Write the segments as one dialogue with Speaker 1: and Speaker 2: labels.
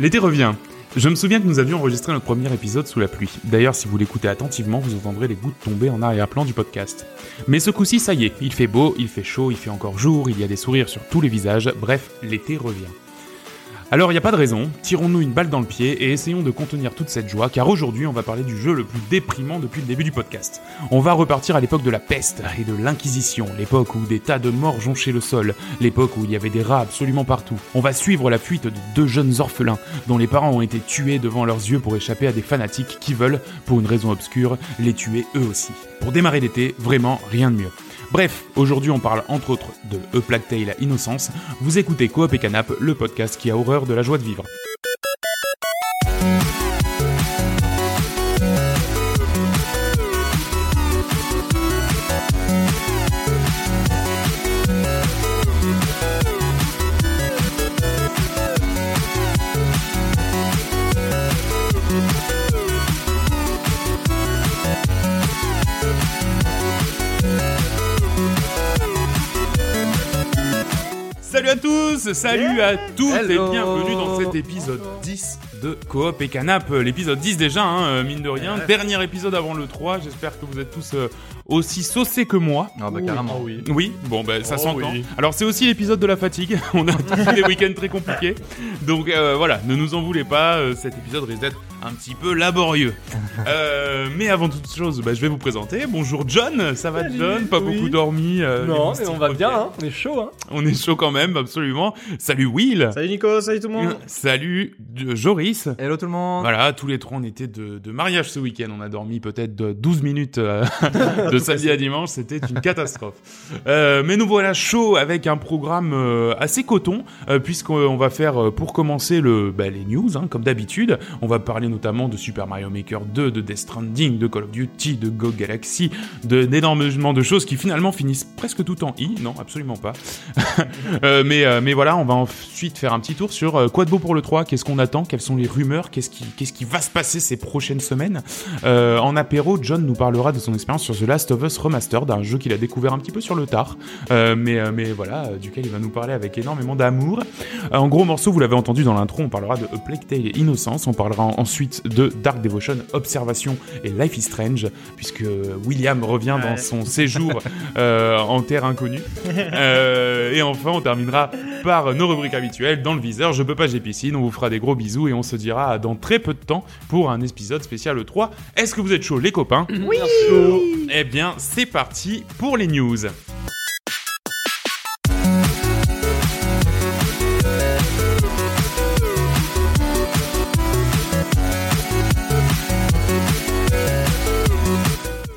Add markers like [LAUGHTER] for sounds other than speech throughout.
Speaker 1: L'été revient. Je me souviens que nous avions enregistré notre premier épisode sous la pluie. D'ailleurs, si vous l'écoutez attentivement, vous entendrez les gouttes tomber en arrière-plan du podcast. Mais ce coup-ci, ça y est, il fait beau, il fait chaud, il fait encore jour, il y a des sourires sur tous les visages, bref, l'été revient. Alors, il n'y a pas de raison, tirons-nous une balle dans le pied et essayons de contenir toute cette joie, car aujourd'hui, on va parler du jeu le plus déprimant depuis le début du podcast. On va repartir à l'époque de la peste et de l'Inquisition, l'époque où des tas de morts jonchaient le sol, l'époque où il y avait des rats absolument partout. On va suivre la fuite de deux jeunes orphelins, dont les parents ont été tués devant leurs yeux pour échapper à des fanatiques qui veulent, pour une raison obscure, les tuer eux aussi. Pour démarrer l'été, vraiment rien de mieux. Bref, aujourd'hui on parle entre autres de E Plague Tale Innocence. Vous écoutez Coop et Canap, le podcast qui a horreur de la joie de vivre. Salut à tous, salut à toutes et
Speaker 2: Hello.
Speaker 1: bienvenue dans cet épisode 10 de Coop et Canap. Euh, L'épisode 10 déjà, hein, euh, mine de rien.
Speaker 2: Ouais.
Speaker 1: Dernier épisode avant le 3, j'espère que vous êtes tous euh, aussi saucés que moi.
Speaker 2: Ah bah carrément.
Speaker 1: Oui, bon ben ça
Speaker 3: Oh
Speaker 1: s'entend.
Speaker 3: oui.
Speaker 1: Alors c'est aussi l'épisode de la fatigue. [LAUGHS] On a tous eu des week-ends très compliqués, donc euh, voilà, ne nous en voulez pas. euh, cet épisode risque d'être un petit peu
Speaker 3: [LAUGHS]
Speaker 1: laborieux. Euh, mais avant toute chose, bah, je vais vous présenter. Bonjour John, ça va
Speaker 3: Salut,
Speaker 1: John Pas
Speaker 3: oui.
Speaker 1: beaucoup dormi. euh, les
Speaker 3: Non, mais
Speaker 1: moustiques
Speaker 3: on va bien,
Speaker 1: reviennent.
Speaker 3: hein, on est chaud. Hein.
Speaker 1: On est chaud quand même, absolument. Salut Will.
Speaker 4: Salut Nico, salut tout le monde.
Speaker 1: Salut euh, Joris.
Speaker 2: Hello tout le monde.
Speaker 1: Voilà, tous les trois, on était de, de mariage ce week-end. On a dormi peut-être de 12 minutes euh, de samedi à dimanche. C'était une catastrophe. Euh, mais nous voilà chaud avec un programme euh, assez coton, euh, puisqu'on va faire, euh, pour commencer, le, bah, les news, hein, comme d'habitude. On va parler notamment de Super Mario Maker 2, de Death Stranding, de Call of Duty, de Go Galaxy, de- d'énormément de choses qui finalement finissent presque tout en i. Non, absolument pas. Euh, mais, euh, mais voilà, on va ensuite faire un petit tour sur euh, quoi de beau pour le 3, qu'est-ce qu'on attend, quelles sont les rumeurs, qu'est-ce qui, qu'est-ce qui va se passer ces prochaines semaines. Euh, en apéro, John nous parlera de son expérience sur The Last of Us Remastered, un jeu qu'il a découvert un petit peu sur le tard, euh, mais, euh, mais voilà, euh, duquel il va nous parler avec énormément d'amour. Euh, en gros morceau, vous l'avez entendu dans l'intro, on parlera de A Plague Tale et Innocence, on parlera en- ensuite de Dark Devotion, Observation et Life is Strange, puisque euh, William revient dans
Speaker 4: Ouais.
Speaker 1: son séjour euh, en terre inconnue. Euh, et enfin, on terminera par nos rubriques habituelles dans le viseur. Je peux pas, j'ai piscine. On vous fera des gros bisous et on se dira dans très peu de temps pour un épisode spécial 3. Est-ce que vous êtes chauds, les copains
Speaker 3: Oui.
Speaker 1: Eh bien, c'est parti pour les news.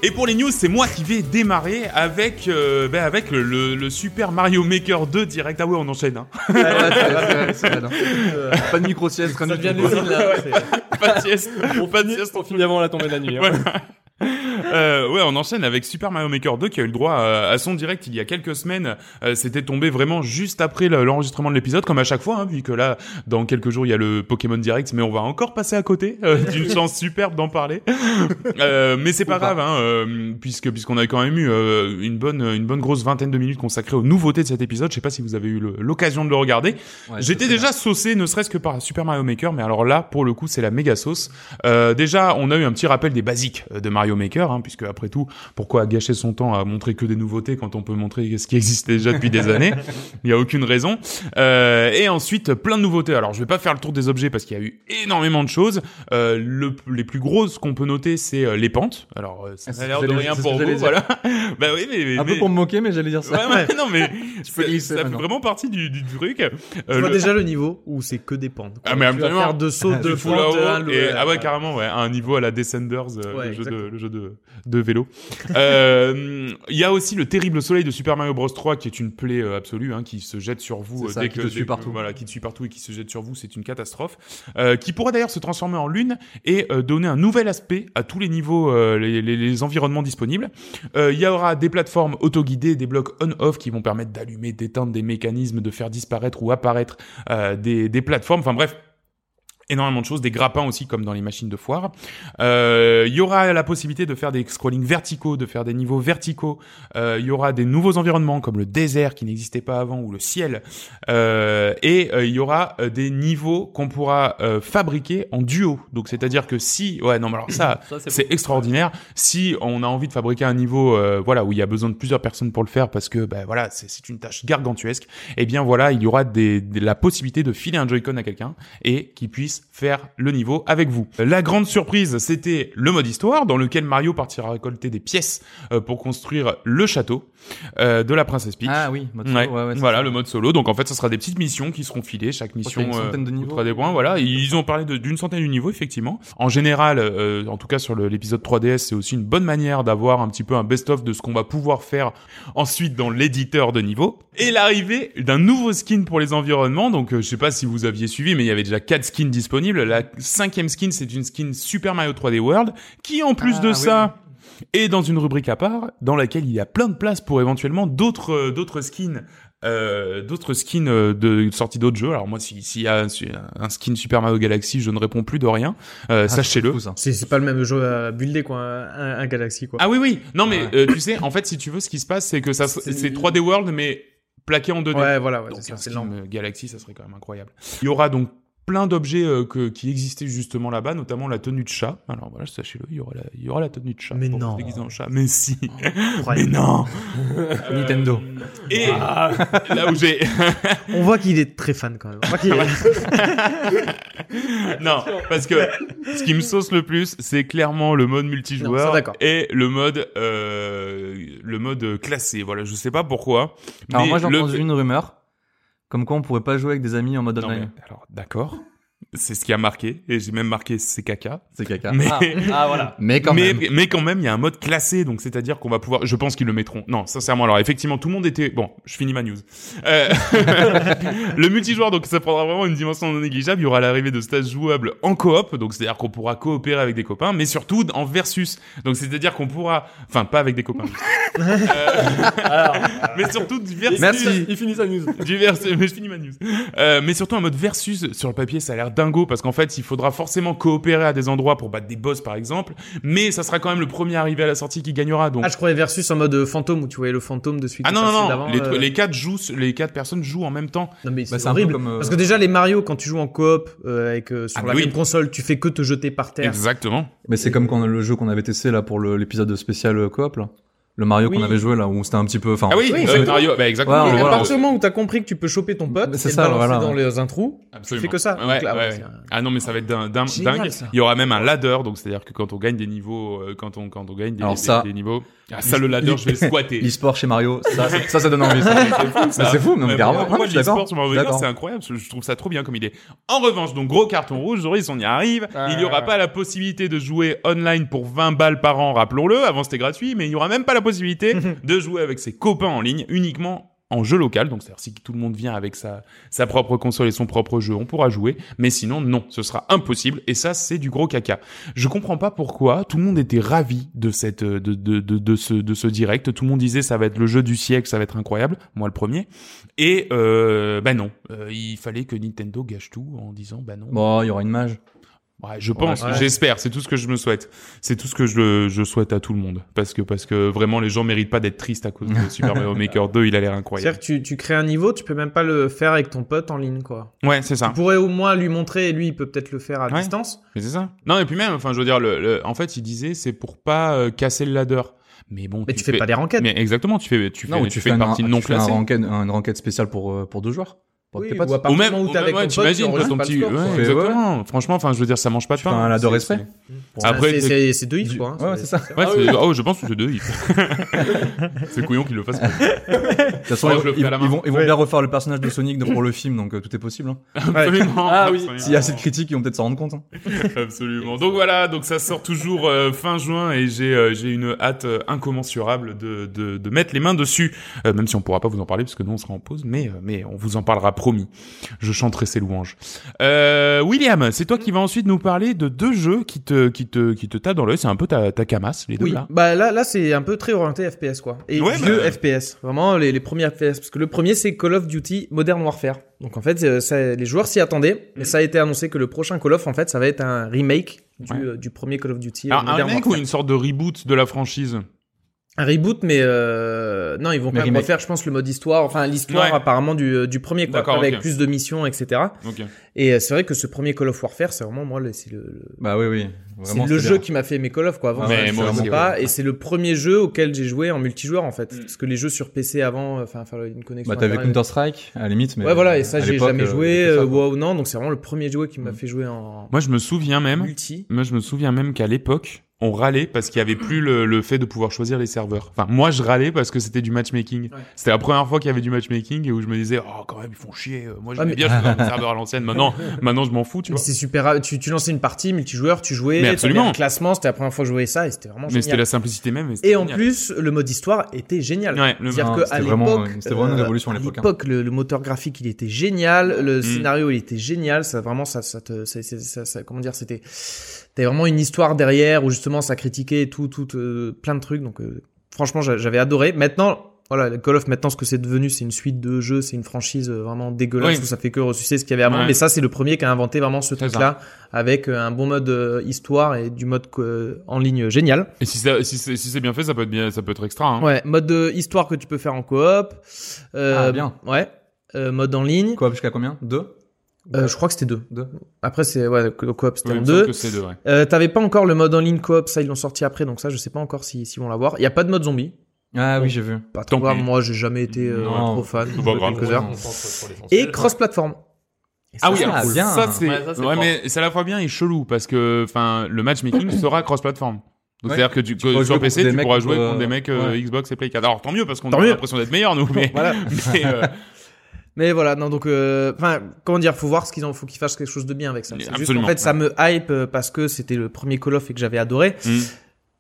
Speaker 1: Et pour les news, c'est moi qui vais démarrer avec, euh, bah, avec le, le- le Super Mario Maker 2 direct. Ah ouais, on enchaîne. Hein.
Speaker 2: Ouais, ouais, c'est vrai, c'est vrai, c'est vrai, non. Pas de micro sieste, rien
Speaker 3: Ça
Speaker 2: du
Speaker 3: vient de
Speaker 2: tout.
Speaker 3: l'usine là. c'est-
Speaker 1: Pas de sieste.
Speaker 3: On
Speaker 1: Pas de
Speaker 3: finit-
Speaker 1: sieste,
Speaker 3: on finit avant la tombée de la nuit. hein.
Speaker 1: Voilà. Euh, ouais, on enchaîne avec Super Mario Maker 2 qui a eu le droit euh, à, à son direct il y a quelques semaines. Euh, C'était tombé vraiment juste après le- l'enregistrement de l'épisode, comme à chaque fois, hein, vu que là, dans quelques jours, il y a le Pokémon Direct, mais on va encore passer à côté euh, d'une chance superbe d'en parler. Euh, mais c'est pas
Speaker 2: Ou pas.
Speaker 1: grave, hein, euh, puisque puisqu'on a quand même eu euh, une bonne une bonne grosse vingtaine de minutes consacrées aux nouveautés de cet épisode. Je sais pas si vous avez eu le- l'occasion de le regarder.
Speaker 2: Ouais,
Speaker 1: J'étais
Speaker 2: ça, c'est
Speaker 1: déjà saucé, ne serait-ce que par Super Mario Maker, mais alors là, pour le coup, c'est la méga sauce. Euh, déjà, on a eu un petit rappel des basiques euh, de Mario Maker, hein, puisque après tout, pourquoi gâcher son temps à montrer que des nouveautés quand on peut montrer ce qui existe déjà depuis des
Speaker 2: [LAUGHS]
Speaker 1: années Il n'y a aucune raison. Euh, et ensuite, plein de nouveautés. Alors, je vais pas faire le tour des objets parce qu'il y a eu énormément de choses. Euh, le- les plus grosses qu'on peut noter, c'est euh, les pentes. Alors, euh, ça
Speaker 2: Ah, c'est
Speaker 1: n'a
Speaker 2: ce
Speaker 1: l'air
Speaker 2: que
Speaker 1: de
Speaker 2: j'allais-
Speaker 1: rien
Speaker 2: c'est ce
Speaker 1: pour
Speaker 2: que j'allais
Speaker 1: vous,
Speaker 2: dire.
Speaker 1: voilà. [LAUGHS] bah oui, mais... mais-
Speaker 2: bien. Un peu pour me moquer, mais j'allais dire ça.
Speaker 1: Ouais, ouais, non, mais
Speaker 2: Tu peux
Speaker 1: ça-
Speaker 2: glisser
Speaker 1: ça fait
Speaker 2: maintenant.
Speaker 1: vraiment partie du, du truc. Euh,
Speaker 4: Je vois
Speaker 1: le-
Speaker 4: déjà le niveau où c'est que des pentes. quoi.
Speaker 1: Ah, mais
Speaker 4: Tu vas
Speaker 1: absolument.
Speaker 4: faire deux sauts, deux euh,
Speaker 1: du full
Speaker 4: fentes,
Speaker 1: haut
Speaker 4: un low.
Speaker 1: et- ah ouais carrément ouais à un niveau à la Descenders euh,
Speaker 4: Ouais,
Speaker 1: le, jeu de,
Speaker 4: exactement.
Speaker 1: le jeu de de vélo Euh, il y a aussi le terrible soleil de Super Mario Bros 3 qui est une plaie euh, absolue hein, qui se jette sur vous
Speaker 2: C'est ça,
Speaker 1: dès
Speaker 2: qui
Speaker 1: que
Speaker 2: te
Speaker 1: dès
Speaker 2: suit
Speaker 1: que-
Speaker 2: partout.
Speaker 1: voilà qui te suit partout et qui se jette sur vous c'est une catastrophe Euh, qui pourrait d'ailleurs se transformer en lune et euh, donner un nouvel aspect à tous les niveaux euh, les, les- les environnements disponibles Euh, il y aura des plateformes autoguidées des blocs on-off qui vont permettre d'allumer d'éteindre des mécanismes de faire disparaître ou apparaître euh, des, des plateformes enfin bref énormément de choses, des grappins aussi comme dans les machines de foire. Euh, Il y aura la possibilité de faire des scrollings verticaux, de faire des niveaux verticaux. Euh, Il y aura des nouveaux environnements comme le désert qui n'existait pas avant ou le ciel. Euh, et euh, il y aura euh, des niveaux qu'on pourra euh, fabriquer en duo. Donc c'est-à-dire que si, ouais non mais alors ça,
Speaker 3: Ça, c'est
Speaker 1: c'est extraordinaire. Si on a envie de fabriquer un niveau, euh, voilà, où il y a besoin de plusieurs personnes pour le faire parce que, ben voilà, c'est c'est une tâche gargantuesque. Eh bien voilà, il y aura des, des- la possibilité de filer un Joy-Con à quelqu'un et qu'il puisse faire le niveau avec vous. La grande surprise, c'était le mode histoire dans lequel Mario partira récolter des pièces euh, pour construire le château euh, de la princesse Peach.
Speaker 2: Ah oui, mode
Speaker 1: Ouais,
Speaker 2: solo, ouais, ouais, c'est
Speaker 1: voilà
Speaker 2: ça.
Speaker 1: le mode solo. Donc en fait, ça sera des petites missions qui seront filées. Chaque
Speaker 2: qu'il y a
Speaker 1: mission
Speaker 2: une centaine de
Speaker 1: euh,
Speaker 2: niveaux.
Speaker 1: coûtera des points. Voilà, Et ils ont parlé de- d'une centaine de niveaux effectivement. En général, euh, en tout cas sur le- l'épisode 3DS, c'est aussi une bonne manière d'avoir un petit peu un best-of de ce qu'on va pouvoir faire ensuite dans l'éditeur de niveau. Et l'arrivée d'un nouveau skin pour les environnements. Donc euh, je sais pas si vous aviez suivi, mais il y avait déjà quatre skins disponibles. La cinquième skin, c'est une skin Super Mario 3D World qui en plus
Speaker 2: Ah,
Speaker 1: de
Speaker 2: oui,
Speaker 1: ça et dans une rubrique à part dans laquelle il y a plein de place pour éventuellement d'autres euh, d'autres skins euh, d'autres skins euh, de sortie d'autres jeux. Alors moi, si- s'il y a un, un skin Super Mario Galaxy, je ne réponds plus de rien. Euh,
Speaker 2: Ah,
Speaker 1: Sachez-le.
Speaker 2: c'est fou, ça.
Speaker 4: C'est c'est pas le même jeu à builder, quoi. Un, un Galaxy, quoi.
Speaker 1: Ah oui, oui. Non, mais
Speaker 2: Ouais.
Speaker 1: euh, tu sais, en fait, si tu veux, ce qui se passe, c'est que ça, se-
Speaker 4: C'est-
Speaker 1: c'est 3D World, mais plaqué en 2D.
Speaker 4: ouais, voilà, ouais,
Speaker 1: Donc,
Speaker 4: c'est
Speaker 1: un
Speaker 4: ça, c'est
Speaker 1: film,
Speaker 4: lent.
Speaker 1: euh, Galaxy, ça serait quand même incroyable. Il y aura donc plein d'objets euh, que- qui existaient justement là-bas, notamment la tenue de chat. Alors voilà, sachez-le, il y aura la, il y aura la tenue de chat.
Speaker 4: Mais
Speaker 1: pour
Speaker 4: non. Oh,
Speaker 1: se déguiser en chat. Mais si. Mais
Speaker 4: Incroyable. [LAUGHS]
Speaker 1: non. Euh,
Speaker 2: Nintendo.
Speaker 1: Et
Speaker 4: Ah.
Speaker 1: là où j'ai [LAUGHS]
Speaker 4: On voit qu'il est très fan, quand même. On voit qu'il est-
Speaker 1: non parce
Speaker 4: [LAUGHS]
Speaker 1: que ce qui me sauce le plus c'est clairement le mode
Speaker 4: Non, ça,
Speaker 1: multijoueur
Speaker 4: d'accord.
Speaker 1: et le mode euh, le mode classé voilà je sais pas pourquoi
Speaker 2: Alors
Speaker 1: mais
Speaker 2: moi j'ai
Speaker 1: le-
Speaker 2: entendu une rumeur comme quoi on pourrait pas jouer avec des amis en mode
Speaker 1: Non, mais
Speaker 2: online.
Speaker 1: alors d'accord c'est ce qui a marqué et j'ai même marqué c'est caca
Speaker 2: C'est caca.
Speaker 1: Mais-
Speaker 2: Ah, ah, voilà. Mais quand
Speaker 1: mais,
Speaker 2: même.
Speaker 1: mais quand même, il y a un mode classé, donc c'est-à-dire qu'on va pouvoir. Je pense qu'ils le mettront. Non, sincèrement, alors effectivement, tout le monde était. Bon, je finis ma news. Euh, [LAUGHS] le multijoueur, donc ça prendra vraiment une dimension non négligeable. Il y aura l'arrivée de stages jouables en coop, donc c'est-à-dire qu'on pourra coopérer avec des copains, mais surtout en versus. Donc c'est-à-dire qu'on pourra, enfin pas avec des copains, Euh,
Speaker 3: [LAUGHS] Alors,
Speaker 1: [LAUGHS] mais surtout du versus.
Speaker 2: Merci.
Speaker 3: Il finit sa news.
Speaker 1: Du vers- mais je finis ma news. Euh, mais surtout un mode versus sur le papier, ça a l'air dingo parce qu'en fait, il faudra forcément coopérer à des endroits pour battre des boss par exemple, mais ça sera quand même le premier arrivé à la sortie qui gagnera. Donc
Speaker 4: Ah, je croyais Versus en mode fantôme où tu voyais le fantôme de celui
Speaker 1: Ah
Speaker 4: qui
Speaker 1: non,
Speaker 4: est
Speaker 1: non,
Speaker 4: passé
Speaker 1: non.
Speaker 4: d'avant,
Speaker 1: Les,
Speaker 4: euh,
Speaker 1: les, quatre jouent, les quatre personnes jouent en même temps.
Speaker 4: Non, mais
Speaker 2: Bah,
Speaker 4: c'est
Speaker 2: c'est un peu
Speaker 4: horrible.
Speaker 2: comme, euh,
Speaker 4: Parce que déjà, les Mario, quand tu joues en coop euh, avec, euh, sur
Speaker 1: Ah,
Speaker 4: la
Speaker 1: oui.
Speaker 4: même console, tu fais que te jeter par terre.
Speaker 1: Exactement.
Speaker 2: Mais c'est comme quand le jeu qu'on avait testé là pour le- l'épisode spécial euh, coop là. Le Mario
Speaker 4: Oui.
Speaker 2: qu'on avait joué là où c'était un petit peu. Enfin,
Speaker 1: Ah oui,
Speaker 4: Oui,
Speaker 1: euh,
Speaker 4: exactement.
Speaker 1: Mario, bah exactement.
Speaker 2: Ouais,
Speaker 1: euh,
Speaker 4: Et
Speaker 2: on le
Speaker 4: à
Speaker 2: voit,
Speaker 4: partir du moment où t'as compris que tu peux choper ton pote,
Speaker 2: Mais
Speaker 4: c'est
Speaker 2: Ah, c'est
Speaker 4: le
Speaker 2: ça,
Speaker 4: balancer
Speaker 2: voilà.
Speaker 4: dans les, un trou,
Speaker 1: Absolument.
Speaker 4: Tu fais que ça.
Speaker 1: Ouais,
Speaker 4: Donc là,
Speaker 1: ouais,
Speaker 4: c'est
Speaker 1: ouais.
Speaker 4: un-
Speaker 1: Ah non, mais ça va être d'un, d'un-
Speaker 4: Génial,
Speaker 1: dingue.
Speaker 4: ça.
Speaker 1: Il y aura même un ladder, donc c'est-à-dire que quand on gagne des niveaux, euh, quand on quand on gagne des,
Speaker 2: Alors
Speaker 1: des-
Speaker 2: ça-
Speaker 1: des niveaux, ah, ça le ladder, je vais le squatter.
Speaker 2: L'e-sport chez Mario, ça, ça, ça, ça donne envie. ça. Mais c'est fou, non, mais
Speaker 1: Ouais,
Speaker 2: carrément,
Speaker 1: moi,
Speaker 2: vraiment,
Speaker 1: moi,
Speaker 2: je suis d'accord.
Speaker 1: l'e-sport sur Mario
Speaker 2: Je suis
Speaker 1: Kart,
Speaker 2: d'accord.
Speaker 1: c'est incroyable, je- je trouve ça trop bien comme idée. En revanche, donc gros carton rouge, Joris, on y arrive.
Speaker 3: Ah,
Speaker 1: il n'y aura
Speaker 3: ouais.
Speaker 1: pas la possibilité de jouer online pour 20 balles par an, rappelons-le. Avant c'était gratuit, mais il n'y aura même pas la possibilité
Speaker 3: [LAUGHS]
Speaker 1: de jouer avec ses copains en ligne uniquement en jeu local. Donc c'est-à-dire si tout le monde vient avec sa, sa propre console et son propre jeu, on pourra jouer. Mais sinon, non, ce sera impossible. Et ça, c'est du gros caca. Je comprends pas pourquoi tout le monde était ravi de cette euh, de, de, de, de ce de ce direct. Tout le monde disait ça va être le jeu du siècle, ça va être incroyable. Moi le premier. Et euh, bah non, Euh, il fallait que Nintendo gâche tout en disant bah non.
Speaker 2: Bon, il y aura une mage.
Speaker 1: Ouais, je pense,
Speaker 4: Ouais.
Speaker 1: j'espère, c'est tout ce que je me souhaite. C'est tout ce que je, je souhaite à tout le monde parce que parce que vraiment les gens méritent pas d'être tristes à cause de Super Mario Maker 2, il a l'air incroyable.
Speaker 4: C'est-à-dire que tu, tu crées un niveau, tu peux même pas le faire avec ton pote en ligne, quoi.
Speaker 1: Ouais, c'est ça.
Speaker 4: Tu pourrais au moins lui montrer, et lui, il peut peut-être le faire à
Speaker 1: Ouais.
Speaker 4: distance.
Speaker 1: Mais c'est ça. Non, et puis même, enfin, je veux dire, le, le- en fait, il disait, c'est pour pas euh, casser le ladder. Mais bon,
Speaker 4: Mais tu, fais, pas des ranquettes.
Speaker 1: Mais exactement, tu fais, tu fais,
Speaker 2: Non, ou
Speaker 1: tu fais une partie
Speaker 2: un-
Speaker 1: non
Speaker 2: tu fais un
Speaker 1: classée.
Speaker 2: ranked- une ranked spéciale pour, euh, pour deux joueurs. Pour
Speaker 4: Oui,
Speaker 2: tes potes.
Speaker 4: ou à partir
Speaker 1: Ou même,
Speaker 4: du moment où
Speaker 1: ou
Speaker 4: t'es
Speaker 1: même,
Speaker 4: avec
Speaker 1: ouais,
Speaker 4: ton pote, tu
Speaker 1: t'imagines, t'as
Speaker 4: enregistres
Speaker 1: ton
Speaker 4: pas le
Speaker 1: petit,
Speaker 4: score,
Speaker 1: ouais,
Speaker 4: quoi.
Speaker 2: ouais.
Speaker 1: exactement. Franchement, enfin, je veux dire, ça mange pas de
Speaker 2: Tu fais un
Speaker 1: pain.
Speaker 2: ladder
Speaker 1: C'est-
Speaker 2: respect.
Speaker 1: c'est-
Speaker 4: Ah,
Speaker 1: Après,
Speaker 4: c'est-
Speaker 1: c'est-
Speaker 4: c'est c'est deux hits,
Speaker 2: du-
Speaker 4: quoi. hein,
Speaker 2: ouais, c'est ça.
Speaker 1: Ouais,
Speaker 3: Ah
Speaker 1: c'est-
Speaker 3: oui.
Speaker 1: oh, je pense que c'est deux. il- [LAUGHS] c'est couillon qu'il le fasse. pas.
Speaker 2: De toute façon,
Speaker 1: Ouais,
Speaker 2: ils,
Speaker 1: je le fais
Speaker 2: ils-
Speaker 1: à la main.
Speaker 2: ils vont, ils vont
Speaker 4: Ouais.
Speaker 2: bien refaire le personnage de Sonic pour le film, donc euh, tout est possible. hein.
Speaker 1: [LAUGHS] Absolument.
Speaker 3: Ah oui.
Speaker 1: absolument.
Speaker 2: S'il y a assez de critiques, ils vont peut-être s'en rendre compte. hein.
Speaker 1: Absolument. Donc voilà, donc ça sort toujours euh, fin juin et j'ai euh, j'ai une hâte euh, incommensurable de, de de mettre les mains dessus, Euh, même si on pourra pas vous en parler parce que nous on sera en pause, mais euh, mais on vous en parlera promis. Je chanterai ses louanges. Euh, William, c'est toi qui vas ensuite nous parler de deux jeux qui te, qui te, qui te tapent dans l'œil. C'est un peu ta, ta camasse, les deux
Speaker 4: Oui,
Speaker 1: là.
Speaker 4: bah là, là c'est un peu très orienté FPS quoi. Et
Speaker 1: Ouais,
Speaker 4: vieux
Speaker 1: bah-
Speaker 4: FPS, vraiment les, les premiers FPS. Parce que le premier c'est Call of Duty Modern Warfare. Donc en fait, euh, ça- les joueurs s'y attendaient,
Speaker 1: Mm.
Speaker 4: mais ça a été annoncé que le prochain Call of en fait, ça va être un remake du,
Speaker 1: Ouais.
Speaker 4: euh, du premier Call of Duty euh,
Speaker 1: Alors, un
Speaker 4: Modern
Speaker 1: mec
Speaker 4: Warfare.
Speaker 1: ou une sorte de reboot de la franchise
Speaker 4: Un reboot, mais euh, non, ils vont
Speaker 2: Mais
Speaker 4: quand même
Speaker 2: remake.
Speaker 4: refaire, je pense, le mode histoire, enfin l'histoire
Speaker 1: Ouais.
Speaker 4: apparemment du, du premier, quoi,
Speaker 1: D'accord,
Speaker 4: avec
Speaker 1: ok.
Speaker 4: plus de missions, etc.
Speaker 1: Ok.
Speaker 4: Et euh, c'est vrai que ce premier Call of Warfare, c'est vraiment moi, le- c'est le, le-
Speaker 2: Bah oui, oui.
Speaker 4: c'est
Speaker 2: Vraiment,
Speaker 4: le
Speaker 2: c'est
Speaker 4: jeu
Speaker 2: bien.
Speaker 4: qui m'a fait mes Call of quoi. Avant,
Speaker 2: Ah ouais,
Speaker 4: je
Speaker 2: c'est
Speaker 4: jouais
Speaker 2: vraiment-
Speaker 4: pas,
Speaker 1: ouais.
Speaker 4: et c'est le premier jeu auquel j'ai joué en multijoueur en fait,
Speaker 1: Mm.
Speaker 4: parce que les jeux sur PC avant, euh, enfin, il fallait une connexion.
Speaker 2: Bah t'avais
Speaker 4: Internet.
Speaker 2: Counter-Strike, à la limite, mais.
Speaker 4: Ouais, voilà, et ça
Speaker 2: à
Speaker 4: j'ai
Speaker 2: l'époque,
Speaker 4: jamais
Speaker 2: euh,
Speaker 4: joué.
Speaker 2: c'était ça,
Speaker 4: euh,
Speaker 2: quoi.
Speaker 4: wow, non, donc c'est vraiment le premier jeu qui m'a
Speaker 2: Mm.
Speaker 4: fait jouer en
Speaker 1: Moi, je me souviens même.
Speaker 4: multi.
Speaker 1: Moi, je me souviens même qu'à l'époque, on râlait parce qu'il n'y avait plus le, le fait de pouvoir choisir les serveurs. Enfin, moi, je râlais parce que c'était du matchmaking.
Speaker 4: Ouais.
Speaker 1: C'était la première fois qu'il y avait du matchmaking et où je me disais, oh, quand même, ils font chier. Moi, je
Speaker 4: Ah,
Speaker 1: bien
Speaker 4: mais-
Speaker 1: bien
Speaker 4: [LAUGHS]
Speaker 1: choisir mon serveur à l'ancienne. Maintenant, maintenant, je m'en fous, tu
Speaker 4: Mais
Speaker 1: vois.
Speaker 4: C'est super. euh, Tu, tu lançais une partie multijoueur, tu jouais,
Speaker 1: Mais
Speaker 4: t'avais
Speaker 1: absolument.
Speaker 4: un classement, c'était la première fois que je jouais ça, et c'était vraiment
Speaker 1: Mais
Speaker 4: génial.
Speaker 1: c'était la simplicité même.
Speaker 4: Et en plus, le mode histoire était génial.
Speaker 1: Ouais, le-
Speaker 4: C'est-à-dire
Speaker 2: Non,
Speaker 4: qu'à
Speaker 2: c'était vraiment,
Speaker 4: l'époque,
Speaker 2: euh, c'était vraiment une
Speaker 4: euh,
Speaker 2: révolution à l'époque, hein.
Speaker 4: le, le moteur graphique, il était génial, le
Speaker 1: Mm.
Speaker 4: scénario, il était génial. Ça vraiment, ça, ça te, ça- ça- ça- ça- comment dire, c'était, t'avais vraiment une histoire derrière où justement ça critiquait et tout, tout, euh, plein de trucs. Donc, euh, franchement, j'a- j'avais adoré. Maintenant. Voilà, le Call of, maintenant, ce que c'est devenu, c'est une suite de jeux, c'est une franchise euh, vraiment dégueulasse
Speaker 1: Oui.
Speaker 4: où ça fait que ressucer ce qu'il y avait avant.
Speaker 1: Ouais.
Speaker 4: Mais ça, c'est le premier qui a inventé vraiment ce
Speaker 1: C'est ça.
Speaker 4: truc-là avec euh, un bon mode euh, histoire et du mode euh, en ligne génial.
Speaker 1: Et si, ça- si, c'est- si c'est bien fait, ça peut être, bien, ça peut être extra. hein.
Speaker 4: Ouais, mode euh, histoire que tu peux faire en coop. Euh,
Speaker 2: Ah, bien.
Speaker 4: Ouais. Euh, mode en ligne.
Speaker 2: Quoi, jusqu'à combien Deux
Speaker 4: Euh, je crois que c'était deux.
Speaker 2: Deux.
Speaker 4: Après, c'est ouais, le co- coop, c'était
Speaker 1: Oui, il
Speaker 4: en
Speaker 1: me semble
Speaker 4: deux.
Speaker 1: que c'est deux, ouais.
Speaker 4: Euh, T'avais pas encore le mode en ligne coop, ça ils l'ont sorti après, donc ça je sais pas encore si, si vont l'avoir. Il y a pas de mode zombie.
Speaker 2: Ah
Speaker 4: Bon.
Speaker 2: oui, j'ai vu.
Speaker 4: Pas
Speaker 1: Tant
Speaker 4: trop grave,
Speaker 1: pis.
Speaker 4: moi j'ai jamais été euh,
Speaker 2: Non.
Speaker 4: trop fan.
Speaker 1: Pas grave.
Speaker 4: quelques heures.
Speaker 2: Ouais.
Speaker 4: Et cross-platform. Et ça,
Speaker 1: Ah oui,
Speaker 4: c'est
Speaker 1: alors,
Speaker 4: cool.
Speaker 2: bien.
Speaker 1: ça c'est.
Speaker 3: Ouais, ça, c'est
Speaker 1: ouais,
Speaker 3: fort.
Speaker 1: mais c'est à la fois bien et chelou parce que, enfin, le matchmaking sera cross-platform. Donc
Speaker 2: Ouais.
Speaker 1: c'est-à-dire que, tu, que
Speaker 2: pourras
Speaker 1: sur
Speaker 2: jouer
Speaker 1: PC,
Speaker 2: contre des
Speaker 1: tu
Speaker 2: mecs
Speaker 1: pourras jouer
Speaker 2: contre,
Speaker 1: contre des mecs euh, Xbox et Play 4. Alors tant mieux parce qu'on
Speaker 4: Tant
Speaker 1: a
Speaker 4: mieux.
Speaker 1: l'impression d'être meilleurs nous. Mais,
Speaker 4: Voilà.
Speaker 1: [LAUGHS] mais, euh,
Speaker 4: Mais voilà, non, donc, euh, enfin, comment dire, faut voir ce qu'ils en, faut qu'ils fassent quelque chose de bien avec ça.
Speaker 1: Mais
Speaker 4: C'est juste, en
Speaker 1: absolument,
Speaker 4: fait, ça me hype euh, parce que c'était le premier Call of et que j'avais adoré.
Speaker 1: Mm.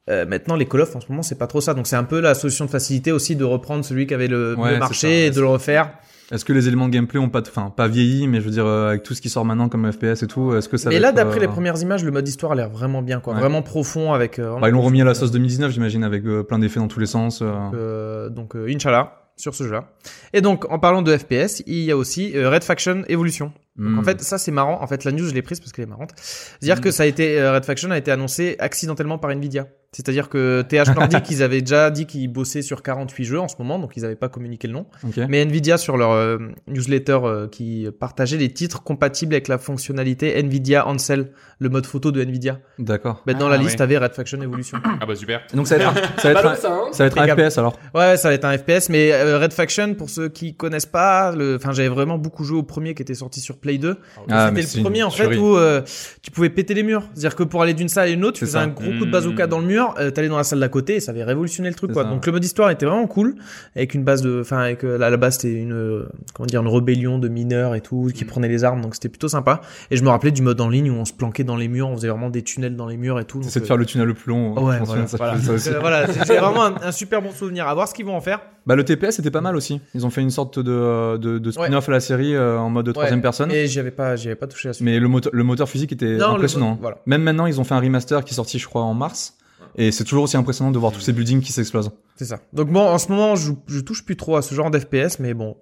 Speaker 4: Euh, maintenant, les Call of en ce moment, c'est pas trop ça. Donc, c'est un peu la solution de facilité aussi de reprendre celui qui avait le, le
Speaker 2: Ouais, c'est
Speaker 4: marché
Speaker 2: ça, ouais,
Speaker 4: et de
Speaker 2: c'est
Speaker 4: le refaire.
Speaker 2: Est-ce que les éléments de gameplay ont pas, enfin, pas vieilli, mais je veux dire, euh, avec tout ce qui sort maintenant comme FPS et tout, est-ce que ça
Speaker 4: Mais
Speaker 2: va
Speaker 4: là,
Speaker 2: être,
Speaker 4: d'après
Speaker 2: euh,
Speaker 4: les premières images, le mode histoire a l'air vraiment bien, quoi.
Speaker 2: Ouais.
Speaker 4: Vraiment profond avec. euh,
Speaker 2: bah, ils l'ont remis à la sauce 2019, j'imagine, avec euh, plein d'effets dans tous les sens. euh.
Speaker 4: Euh, donc euh, Inch'Allah sur ce jeu-là. Et donc en parlant de FPS, il y a aussi euh, Red Faction Evolution. Donc
Speaker 2: Hmm.
Speaker 4: en fait ça c'est marrant. En fait la news je l'ai prise parce qu'elle est marrante.
Speaker 1: Hmm.
Speaker 4: C'est-à-dire que ça a été euh, Red Faction a été annoncé accidentellement par Nvidia. C'est-à-dire que
Speaker 1: [LAUGHS]
Speaker 4: TH Nordic ils avaient déjà dit qu'ils bossaient sur 48 jeux en ce moment donc ils n'avaient pas communiqué le nom.
Speaker 2: Ok.
Speaker 4: Mais Nvidia sur leur euh, newsletter euh, qui partageait les titres compatibles avec la fonctionnalité Nvidia Ansel, le mode photo de Nvidia.
Speaker 2: D'accord.
Speaker 4: Ben, dans
Speaker 1: Ah,
Speaker 4: la
Speaker 1: ouais.
Speaker 4: liste t'avais Red Faction Evolution.
Speaker 1: Ah bah super.
Speaker 2: Donc ça va être, un- ça va être, un-
Speaker 3: Balance ça, hein.
Speaker 2: ça va être un
Speaker 4: Impeccable.
Speaker 2: FPS alors.
Speaker 4: Ouais, ouais, ça va être un FPS, mais euh, Red Faction, pour ceux qui connaissent pas, le... enfin, j'avais vraiment beaucoup joué au premier qui était sorti sur Play 2.
Speaker 2: Ah, mais
Speaker 4: C'était
Speaker 2: c'est
Speaker 4: le
Speaker 2: une
Speaker 4: premier, en fait,
Speaker 2: tuerie.
Speaker 4: où euh, tu pouvais péter les murs. C'est-à-dire que pour aller d'une salle à une autre, tu
Speaker 2: C'est
Speaker 4: faisais
Speaker 2: ça.
Speaker 4: un gros coup de
Speaker 1: Mmh.
Speaker 4: bazooka dans le mur, euh, t'allais dans la salle d'à côté et ça avait révolutionné le truc,
Speaker 2: C'est
Speaker 4: quoi.
Speaker 2: ça.
Speaker 4: Donc le mode histoire était vraiment cool, avec une base de, enfin, avec, euh, là, à la base, c'était une, euh, comment dire, une rébellion de mineurs et tout,
Speaker 2: Mmh.
Speaker 4: qui prenaient les armes, donc c'était plutôt sympa. Et je me rappelais du mode en ligne où on se planquait dans les murs, on faisait vraiment des tunnels dans les murs et tout. donc,
Speaker 2: C'est de
Speaker 4: euh,
Speaker 2: faire le tunnel le plus long.
Speaker 4: Ouais,
Speaker 2: je pense
Speaker 4: voilà.
Speaker 2: que ça fait
Speaker 3: Voilà.
Speaker 4: [LAUGHS]
Speaker 2: ça aussi.
Speaker 4: euh, voilà, c'est c'est vraiment un, un super bon souvenir. À voir ce qu'ils vont en faire.
Speaker 2: Bah, le TPS était pas mal aussi. Ils ont fait une sorte de, de, de spin-off à la série euh, en mode troisième personne.
Speaker 4: Et j'y avais pas, j'y avais pas touché à ce
Speaker 2: Mais le moteur, le moteur physique était
Speaker 4: Non, le-
Speaker 2: impressionnant.
Speaker 4: voilà.
Speaker 2: Même maintenant, ils ont fait un remaster qui est sorti, je crois, en mars. Et c'est toujours aussi impressionnant de voir tous ces buildings qui s'explosent.
Speaker 4: C'est ça. Donc bon, en ce moment, je, je touche plus trop à ce genre d'FPS, mais bon,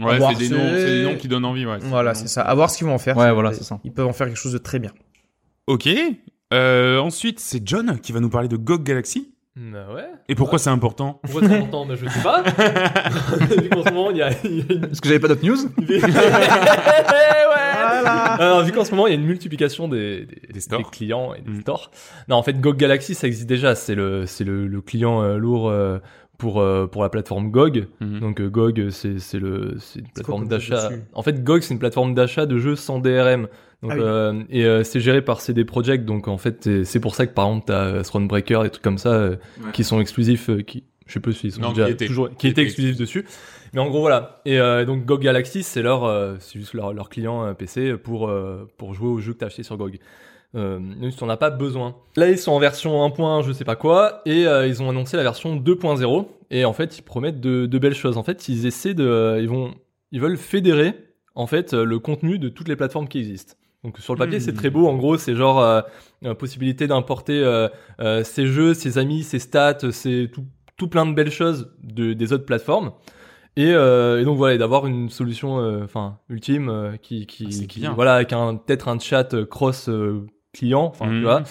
Speaker 4: Au
Speaker 1: Ouais,
Speaker 4: revoir,
Speaker 1: c'est des,
Speaker 4: c'est-
Speaker 1: noms- c'est des noms qui donnent envie, ouais.
Speaker 4: voilà,
Speaker 1: des
Speaker 4: c'est
Speaker 1: noms.
Speaker 4: ça. À voir ce qu'ils vont en faire.
Speaker 2: Ouais, voilà, c'est ça.
Speaker 4: Ils peuvent en faire quelque chose de très bien.
Speaker 1: Ok. Euh, ensuite, c'est John qui va nous parler de GOG Galaxy.
Speaker 3: Bah ouais.
Speaker 1: Et pourquoi c'est important
Speaker 3: Pourquoi c'est important Mais Je sais pas. Vu qu'en ce moment, il y a il y a
Speaker 2: [LAUGHS]
Speaker 3: une.
Speaker 2: Est-ce que j'avais pas d'autres news
Speaker 3: ouais
Speaker 4: Voilà.
Speaker 3: Ah. Alors, vu qu'en ce moment, il y a une multiplication des, des,
Speaker 1: Des stores.
Speaker 3: des clients et des
Speaker 1: Mm.
Speaker 3: stores. Non, en fait, GOG Galaxy, ça existe déjà. C'est le, c'est le, le client euh, lourd euh, pour, euh, pour la plateforme GOG.
Speaker 1: Mhm.
Speaker 3: Donc, euh, GOG, c'est, c'est, le, c'est
Speaker 4: C'est
Speaker 3: une
Speaker 4: quoi
Speaker 3: plateforme
Speaker 4: comme jeu
Speaker 3: d'achat.
Speaker 4: dessus
Speaker 3: En fait, GOG, c'est une plateforme d'achat de jeux sans DRM. Donc,
Speaker 4: Ah oui.
Speaker 3: euh, et euh, c'est géré par CD Projekt. Donc, en fait, c'est- c'est pour ça que, par exemple, t'as euh, Throne Breaker, des trucs comme ça, euh,
Speaker 2: Ouais.
Speaker 3: qui sont exclusifs, euh, qui, je sais pas s'ils sont
Speaker 1: Non,
Speaker 3: déjà
Speaker 1: qui étaient.
Speaker 3: toujours,
Speaker 1: Qui
Speaker 3: qui étaient
Speaker 1: étaient
Speaker 3: exclusifs dessus. Mais en gros, voilà. Et euh, donc, GOG Galaxy, c'est leur, euh, c'est juste leur, leur client euh, PC pour, euh, pour jouer aux jeux que t'as acheté sur GOG. Euh, même si t'en as pas besoin. Là, ils sont en version 1.1, je sais pas quoi, et euh, ils ont annoncé la version 2.0. euh, Et en fait, ils promettent de, de belles choses. En fait, ils essaient de, ils vont, ils veulent fédérer en fait euh, le contenu de toutes les plateformes qui existent. Donc sur le papier
Speaker 1: Hmm.
Speaker 3: c'est très beau en gros c'est genre euh, euh, possibilité d'importer euh, euh, ses jeux, ses amis, ses stats, ses tout, tout plein de belles choses de, des autres plateformes et, euh, et donc voilà et d'avoir une solution euh, enfin ultime euh, qui qui,
Speaker 1: Ah, c'est
Speaker 3: qui-
Speaker 1: bien.
Speaker 3: voilà avec un peut-être un chat euh, cross euh, client enfin tu
Speaker 1: Hmm.
Speaker 3: vois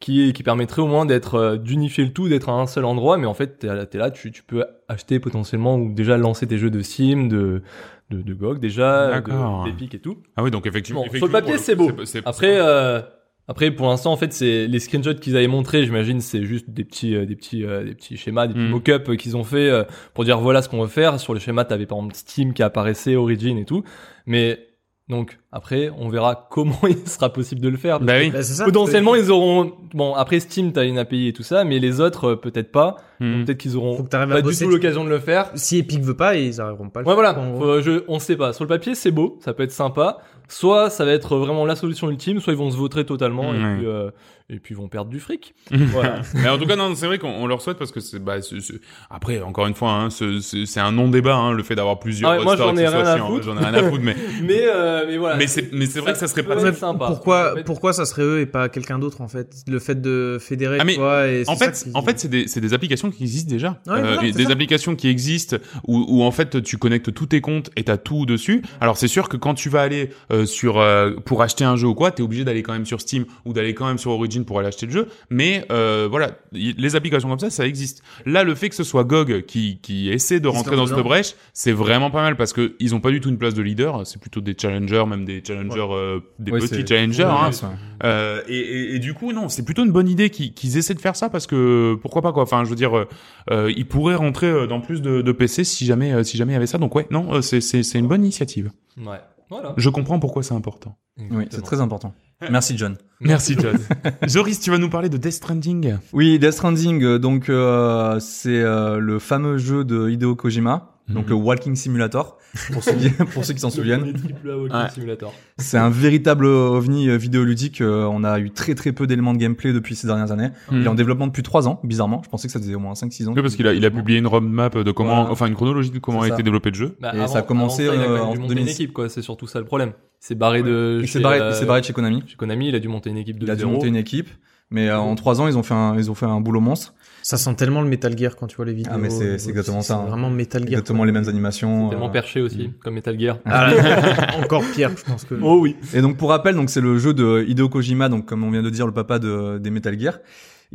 Speaker 3: qui, qui permettrait au moins d'être euh, d'unifier le tout, d'être à un seul endroit, mais en fait, t'es là- t'es là, tu, tu peux acheter potentiellement ou déjà lancer tes jeux de Steam, de, de, de GOG déjà,
Speaker 1: D'accord.
Speaker 3: de- d'Epic et tout.
Speaker 1: Ah oui, donc effectivement.
Speaker 3: Bon, sur le
Speaker 1: effectivement,
Speaker 3: papier,
Speaker 1: pour
Speaker 3: c'est
Speaker 1: coup,
Speaker 3: beau. Après, euh, après pour l'instant, en fait, c'est les screenshots qu'ils avaient montrés, j'imagine, c'est juste des petits, euh, des petits, euh, des petits schémas, des petits
Speaker 1: Mm.
Speaker 3: mock-ups euh, qu'ils ont fait euh, pour dire voilà ce qu'on veut faire. Sur le schéma, t'avais par exemple Steam qui apparaissait, Origin et tout. Mais donc, après, on verra [LAUGHS] comment il sera possible de le faire.
Speaker 1: Bah oui.
Speaker 4: [LAUGHS] Bah, c'est ça.
Speaker 3: Potentiellement, ils auront. Bon, après Steam, t'as une API et tout ça, mais les autres, euh, peut-être pas.
Speaker 1: Hmm.
Speaker 3: Peut-être qu'ils
Speaker 4: Faut
Speaker 3: auront
Speaker 4: que t'arrives à
Speaker 3: pas du
Speaker 4: bosser.
Speaker 3: tout l'occasion de le faire.
Speaker 4: Si Epic veut pas, ils arriveront pas. à le
Speaker 3: Ouais,
Speaker 4: faire,
Speaker 3: voilà.
Speaker 4: quoi, en gros.
Speaker 3: Faut- je, on sait pas. Sur le papier, c'est beau, ça peut être sympa. Soit ça va être vraiment la solution ultime, soit ils vont se vautrer totalement et,
Speaker 1: Ouais.
Speaker 3: puis, euh, et puis ils vont perdre du fric. voilà.
Speaker 1: [LAUGHS] Mais en tout cas, non, c'est vrai qu'on on leur souhaite parce que c'est, bah, c'est- c'est- après, encore une fois, hein, c'est- c'est c'est un non-débat, hein, le fait d'avoir plusieurs.
Speaker 3: Ah ouais, moi,
Speaker 1: rosters,
Speaker 3: j'en ai
Speaker 1: que ce
Speaker 3: rien
Speaker 1: soit
Speaker 3: à
Speaker 1: chiant,
Speaker 3: foutre.
Speaker 1: J'en ai rien à foutre,
Speaker 3: [LAUGHS]
Speaker 1: mais,
Speaker 3: [LAUGHS] Mais, euh, mais voilà.
Speaker 1: mais c'est, mais c'est vrai que ça serait
Speaker 3: peut
Speaker 1: pratique.
Speaker 3: être sympa. Ça
Speaker 4: Pourquoi,
Speaker 3: peut être-
Speaker 4: pourquoi ça serait eux et pas quelqu'un d'autre en fait Le fait de fédérer,
Speaker 1: Ah, mais
Speaker 4: tu vois, et
Speaker 1: En
Speaker 4: c'est
Speaker 1: fait,
Speaker 4: ça qui-
Speaker 1: en fait, c'est des, c'est des applications qui existent déjà.
Speaker 4: Ouais, voilà,
Speaker 1: et
Speaker 4: c'est
Speaker 1: des
Speaker 4: ça.
Speaker 1: applications qui existent où, où en fait tu connectes tous tes comptes et t'as tout dessus. Alors c'est sûr que quand tu vas aller euh, sur euh, pour acheter un jeu ou quoi, t'es obligé d'aller quand même sur Steam ou d'aller quand même sur Origin pour aller acheter le jeu. Mais euh, voilà, y- les applications comme ça, ça existe. Là, le fait que ce soit GOG qui, qui essaie de
Speaker 4: Qui se
Speaker 1: rentrer dans
Speaker 4: lance
Speaker 1: cette
Speaker 4: dedans.
Speaker 1: brèche, c'est vraiment pas mal parce que ils ont pas du tout une place de leader. C'est plutôt des challengers, même des challengers, euh, des
Speaker 2: Ouais,
Speaker 1: petits
Speaker 2: c'est-
Speaker 1: challengers. hein.
Speaker 2: Ouais,
Speaker 1: Euh, et, et, et du coup, non, c'est plutôt une bonne idée qu'ils qu'ils essaient de faire ça parce que pourquoi pas quoi. Enfin, je veux dire, euh, euh, ils pourraient rentrer euh, dans plus de, de PC si jamais euh, si jamais il y avait ça. Donc ouais, non, euh, c'est c'est c'est une bonne initiative.
Speaker 3: Ouais. Voilà.
Speaker 1: Je comprends pourquoi c'est important.
Speaker 2: Oui, c'est très important. Merci John.
Speaker 1: Merci John. [LAUGHS] Joris, tu vas nous parler de Death Stranding.
Speaker 2: Oui, Death Stranding, euh, donc euh, c'est euh, le fameux jeu de Hideo Kojima, donc
Speaker 1: Mhm.
Speaker 2: le Walking Simulator, pour ceux, qui- pour ceux qui s'en
Speaker 3: [LAUGHS]
Speaker 2: souviennent.
Speaker 1: Ouais.
Speaker 3: Simulator.
Speaker 2: C'est un véritable ovni euh, vidéoludique. euh, on a eu très très peu d'éléments de gameplay depuis ces dernières années. Il est en développement depuis 3 ans, bizarrement. Je pensais que ça faisait au moins 5-6 ans.
Speaker 1: Mhm. Oui, parce qu'il a il a publié une roadmap de comment,
Speaker 2: Voilà.
Speaker 1: enfin une chronologie de comment a
Speaker 2: C'est
Speaker 1: été
Speaker 2: ça.
Speaker 1: développé le jeu.
Speaker 3: Bah,
Speaker 2: Et ça a commencé,
Speaker 3: avant ça, il
Speaker 2: euh,
Speaker 3: quand même
Speaker 2: en
Speaker 3: dû monter une
Speaker 2: 2006.
Speaker 3: équipe, quoi. C'est surtout ça le problème. C'est barré
Speaker 2: Il
Speaker 3: de.
Speaker 2: s'est
Speaker 3: chez,
Speaker 2: barré,
Speaker 3: euh,
Speaker 2: il s'est barré de chez Konami.
Speaker 3: Chez Konami, il a dû monter une équipe de
Speaker 2: Il a dû
Speaker 3: zéro.
Speaker 2: monter une équipe. Mais euh, en 3 ans, ils ont fait un, ils ont fait un boulot monstre.
Speaker 4: ça sent tellement le Metal Gear quand tu vois les vidéos.
Speaker 2: Ah, mais c'est- c'est exactement ça, hein.
Speaker 4: Vraiment Metal Gear.
Speaker 2: Exactement
Speaker 4: quoi.
Speaker 2: les mêmes animations.
Speaker 3: Tellement
Speaker 2: euh,
Speaker 3: perché aussi, comme Metal Gear.
Speaker 4: Ah là, encore pire, je pense que.
Speaker 3: Oh oui.
Speaker 2: Et donc pour rappel, donc c'est le jeu de Hideo Kojima, donc comme on vient de dire, le papa de, des Metal Gear,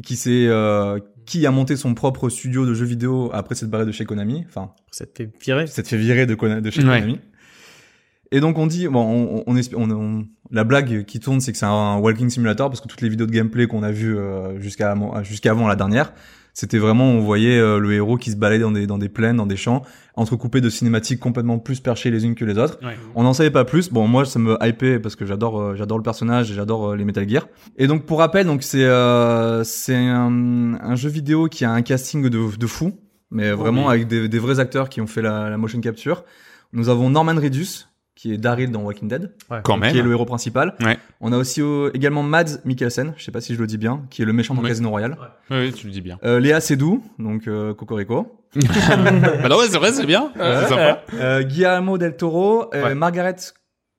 Speaker 2: qui s'est euh, qui a monté son propre studio de jeux vidéo après s'être barré de chez Konami, enfin
Speaker 4: Ça te fait virer.
Speaker 2: s'être fait virer de, Kona- de chez
Speaker 1: Ouais.
Speaker 2: Konami. Et donc on dit, bon, on, on, esp- on- on- la blague qui tourne, c'est que c'est un walking simulator parce que toutes les vidéos de gameplay qu'on a vues euh, jusqu'à mon- jusqu'avant la dernière, c'était vraiment on voyait euh, le héros qui se baladait dans des dans des plaines, dans des champs, entrecoupé de cinématiques complètement plus perchées les unes que les autres. On n'en savait pas plus. Bon, moi, ça me hypait parce que j'adore, euh, j'adore le personnage et j'adore euh, les Metal Gear. Et donc, pour rappel, donc c'est euh, c'est un, un jeu vidéo qui a un casting de, de fou, mais vraiment avec des, des vrais acteurs qui ont fait la, la motion capture. Nous avons Norman Reedus qui est Daryl dans Walking Dead,
Speaker 1: Quand
Speaker 2: qui est
Speaker 1: même.
Speaker 2: le héros principal.
Speaker 1: Ouais.
Speaker 2: On a aussi euh, également Mads Mikkelsen, je sais pas si je le dis bien, qui est le méchant dans
Speaker 1: Oui.
Speaker 2: Casino Royale.
Speaker 1: Oui, tu le dis bien.
Speaker 2: Euh, Léa Seydoux, donc euh, Cocorico.
Speaker 1: bah non, ouais, c'est vrai, c'est bien. C'est sympa.
Speaker 2: Euh, Guillermo del Toro, euh,
Speaker 1: Ouais.
Speaker 2: Margaret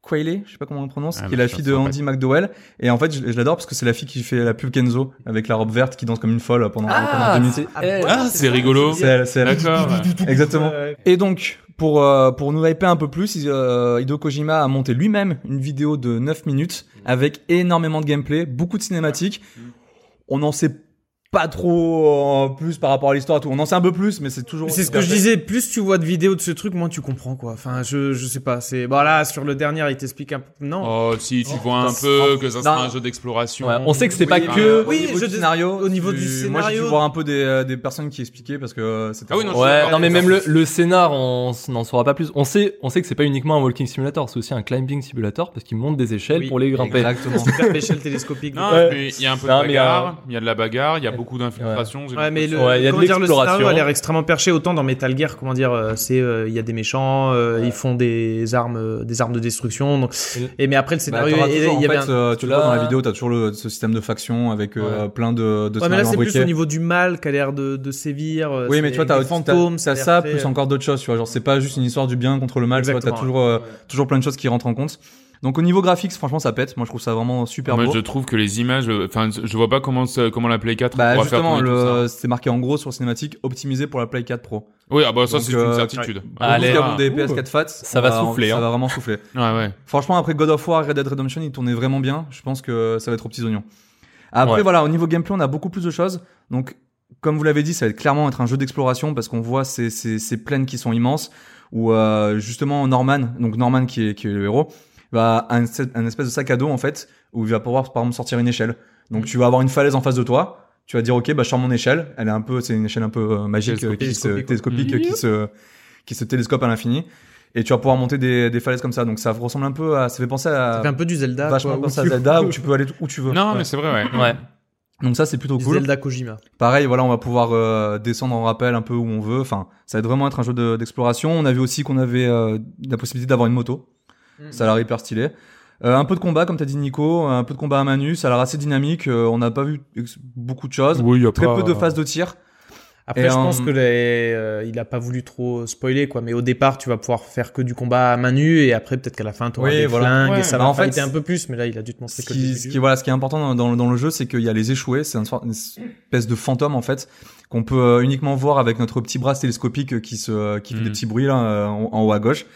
Speaker 2: Qualley, je sais pas comment on le prononce,
Speaker 1: Ah,
Speaker 2: qui est
Speaker 1: bah,
Speaker 2: la
Speaker 1: ça,
Speaker 2: fille
Speaker 1: ça
Speaker 2: de
Speaker 1: va pas
Speaker 2: Andy McDowell. Et en fait, je, je l'adore parce que c'est la fille qui fait la pub Kenzo avec la robe verte qui danse comme une folle pendant, pendant deux minutes.
Speaker 3: c'est-
Speaker 4: Ah,
Speaker 3: eh,
Speaker 4: ouais.
Speaker 1: Ah, c'est rigolo.
Speaker 2: C'est elle, c'est elle.
Speaker 1: D'accord.
Speaker 2: Exactement.
Speaker 4: Ouais, ouais.
Speaker 2: Et donc, pour, euh, pour nous hyper un peu plus, il- euh, Hideo Kojima a monté lui-même une vidéo de 9 minutes avec énormément de gameplay, beaucoup de cinématiques. On n'en sait pas trop euh, plus par rapport à l'histoire et tout. On en sait un peu plus, mais c'est toujours.
Speaker 4: C'est ce que je disais, plus tu vois de vidéos de ce truc, moins tu comprends quoi. Enfin, je, je sais pas, c'est. Voilà, sur le dernier, il t'explique un peu. Non.
Speaker 1: Oh, si tu vois un
Speaker 2: putain.
Speaker 1: peu que ça
Speaker 2: Non.
Speaker 1: sera un jeu d'exploration.
Speaker 3: Ouais, on sait que c'est
Speaker 2: Oui,
Speaker 3: pas
Speaker 2: mais,
Speaker 3: que.
Speaker 2: euh,
Speaker 4: Oui,
Speaker 2: au niveau
Speaker 4: je
Speaker 2: du
Speaker 4: dis-
Speaker 2: scénario.
Speaker 4: au niveau du
Speaker 2: Moi, j'ai
Speaker 4: scénario.
Speaker 2: dû voir un peu des, euh, des personnes qui expliquaient parce que euh, c'était.
Speaker 1: Ah [LAUGHS] oui, non,
Speaker 2: Ouais.
Speaker 1: c'est
Speaker 3: Ouais,
Speaker 1: d'accord.
Speaker 3: non mais même le, le scénar, on s- n'en saura pas plus. On sait, on sait que c'est pas uniquement un walking simulator, c'est aussi un climbing simulator parce qu'il monte des échelles
Speaker 4: Oui,
Speaker 3: pour les grimper.
Speaker 2: Exactement.
Speaker 4: Super échelle télescopique. [LAUGHS]
Speaker 1: Non,
Speaker 3: Ouais.
Speaker 1: mais il y a un peu
Speaker 3: Non,
Speaker 1: de
Speaker 3: mais, euh,
Speaker 1: bagarre, il y a de la bagarre, il y a
Speaker 3: il y a de
Speaker 1: beaucoup d'infiltration. j'ai
Speaker 4: Ouais, mais le,
Speaker 1: l'impression.
Speaker 3: Ouais, il y a de
Speaker 4: comment dire, le
Speaker 3: l'exploration.
Speaker 4: scénario a l'air extrêmement perché. Autant dans Metal Gear, comment dire, euh, c'est euh, il y a des méchants, euh, ils font des armes, euh, des armes de destruction. Donc... Et mais après le
Speaker 2: Bah,
Speaker 4: scénario,
Speaker 2: t'auras
Speaker 4: et- et
Speaker 2: toujours,
Speaker 4: il y
Speaker 2: en
Speaker 4: avait
Speaker 2: fait,
Speaker 4: un-
Speaker 2: euh, tu le
Speaker 3: Là-
Speaker 2: vois dans la vidéo, t'as toujours le, ce système de factions avec euh, plein de, de
Speaker 4: Ouais, mais là,
Speaker 2: scénarios
Speaker 4: c'est plus
Speaker 2: imbriqués.
Speaker 4: au niveau du mal qu'a l'air de, de sévir. euh,
Speaker 2: Oui,
Speaker 4: c'est-
Speaker 2: mais tu vois,
Speaker 4: avec
Speaker 2: t'as
Speaker 4: des
Speaker 2: t'as-
Speaker 4: fantômes,
Speaker 2: t'as
Speaker 4: l'air
Speaker 2: ça
Speaker 4: fait,
Speaker 2: plus
Speaker 4: euh,
Speaker 2: encore d'autres choses, tu vois. Genre, c'est pas juste une histoire du bien contre le mal, tu vois. T'as
Speaker 4: Exactement,
Speaker 2: toujours, euh, toujours plein de choses qui rentrent en compte. Donc, au niveau graphique, franchement, ça pète. Moi, je trouve ça vraiment super
Speaker 1: Moi,
Speaker 2: beau.
Speaker 1: je trouve que les images, euh, enfin, je vois pas comment, ça- comment la Play 4
Speaker 2: Bah,
Speaker 1: pourra faire
Speaker 2: justement,
Speaker 1: tourner tout ça.
Speaker 2: le, c'est marqué en gros sur la cinématique, optimisé pour la Play 4 Pro.
Speaker 1: Oui, ah bah ça
Speaker 2: Donc,
Speaker 1: c'est une
Speaker 2: euh,
Speaker 1: certitude.
Speaker 3: Ah, allez.
Speaker 2: Nous qui avons des
Speaker 3: Ouh.
Speaker 2: PS4 Fats,
Speaker 3: Ça va souffler,
Speaker 2: Ça
Speaker 3: hein.
Speaker 2: va vraiment souffler.
Speaker 1: Ouais, ouais.
Speaker 2: Franchement, après God of War, Red Dead Redemption, il tournait vraiment bien. Je pense que ça va être aux petits oignons. Après,
Speaker 3: Ouais.
Speaker 2: voilà, au niveau gameplay, on a beaucoup plus de choses. Donc, comme vous l'avez dit, ça va être clairement être un jeu d'exploration parce qu'on voit ces, ces, ces plaines qui sont immenses où, euh, justement, Norman, donc Norman qui est, qui est le héros, va à un, espèce- un espèce de sac à dos, en fait, où il va pouvoir, par exemple, sortir une échelle. Donc, tu vas avoir une falaise en face de toi. Tu vas dire, OK, bah, je sors mon échelle. Elle est un peu, c'est une échelle un peu euh, magique, euh, qui se,
Speaker 4: Télescopique,
Speaker 2: télescopique, qui se, qui se télescope à l'infini et tu vas pouvoir monter des, des falaises comme ça. Donc ça ressemble un peu à, ça fait penser
Speaker 4: Ça
Speaker 2: à
Speaker 4: fait un peu du Zelda.
Speaker 2: vachement
Speaker 4: quoi, où
Speaker 2: penser à
Speaker 4: tu- [LAUGHS]
Speaker 2: Zelda où tu peux aller où tu veux.
Speaker 1: Non,
Speaker 2: Ouais.
Speaker 1: mais c'est vrai, ouais.
Speaker 3: Ouais.
Speaker 2: Donc ça c'est plutôt
Speaker 4: du
Speaker 2: cool.
Speaker 4: Zelda Kojima.
Speaker 2: Pareil, voilà, on va pouvoir euh, descendre en rappel un peu où on veut. Enfin, ça va être vraiment être un jeu de- d'exploration. on a vu aussi qu'on avait euh, la possibilité d'avoir une moto.
Speaker 4: Mm.
Speaker 2: Ça a l'air hyper stylé. Euh, un peu de combat, comme t'as dit Nico, un peu de combat à main nue, ça a l'air assez dynamique. Euh, on n'a pas vu ex- beaucoup de choses.
Speaker 1: Oui, il y a
Speaker 2: Très
Speaker 1: pas-
Speaker 2: peu de phases de tir.
Speaker 4: Après,
Speaker 2: Et
Speaker 4: je
Speaker 2: un-
Speaker 4: pense que les, euh, il a pas voulu trop spoiler, quoi. Mais au départ, tu vas pouvoir faire que du combat à main nue, et après, peut-être qu'à la fin, t'auras
Speaker 2: Oui,
Speaker 4: des
Speaker 2: voilà.
Speaker 4: flingues, et
Speaker 1: Ouais,
Speaker 4: ça
Speaker 2: bah
Speaker 4: va
Speaker 2: en fait,
Speaker 4: fighter un peu plus. Mais là, il a dû te montrer
Speaker 2: ce
Speaker 4: que le début
Speaker 2: qui, ce
Speaker 4: du
Speaker 2: qui-
Speaker 4: jeu.
Speaker 2: voilà, ce qui est important dans, dans- dans le jeu, c'est qu'il y a les échoués, c'est une sorte- une espèce de fantôme en fait qu'on peut euh, uniquement voir avec notre petit bras télescopique euh, qui se qui fait
Speaker 1: Mhm.
Speaker 2: des petits bruits là euh, en, en haut à gauche.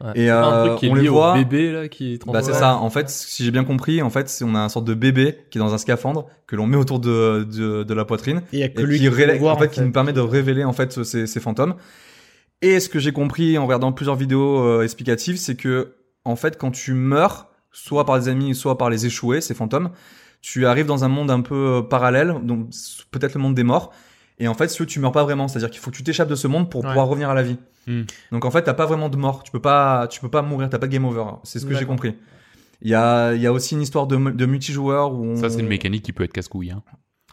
Speaker 3: Ouais.
Speaker 2: Et,
Speaker 3: un
Speaker 2: euh,
Speaker 3: truc qui est
Speaker 2: on les
Speaker 3: lié
Speaker 2: voit.
Speaker 3: au bébé là qui
Speaker 2: Bah c'est ça. En fait, si j'ai bien compris, en fait, c'est- on a une sorte de bébé qui est dans un scaphandre que l'on met autour de de, de la poitrine
Speaker 4: Et il y a que
Speaker 2: et
Speaker 4: lui
Speaker 2: qui,
Speaker 4: qui peut
Speaker 2: révèle-
Speaker 4: le voir,
Speaker 2: en fait,
Speaker 4: en
Speaker 2: qui
Speaker 4: fait.
Speaker 2: nous permet de révéler en fait ces, ces fantômes. Et ce que j'ai compris en regardant plusieurs vidéos euh, explicatives, c'est que en fait quand tu meurs, soit par des amis, soit par les échoués, ces fantômes, tu arrives dans un monde un peu euh, parallèle, donc s- peut-être le monde des morts. Et en fait, si tu veux, tu meurs pas vraiment, c'est-à-dire qu'il faut que tu t'échappes de ce monde pour
Speaker 4: Ouais.
Speaker 2: pouvoir revenir à la vie.
Speaker 1: Hmm.
Speaker 2: Donc en fait, t'as pas vraiment de mort, tu peux pas, tu peux pas mourir, t'as pas de game over. C'est ce que j'ai
Speaker 4: D'accord.
Speaker 2: compris. Il y a, il y a aussi une histoire de, mu- de multijoueur où on...
Speaker 1: Ça, c'est une mécanique qui peut être casse-couille. Hein.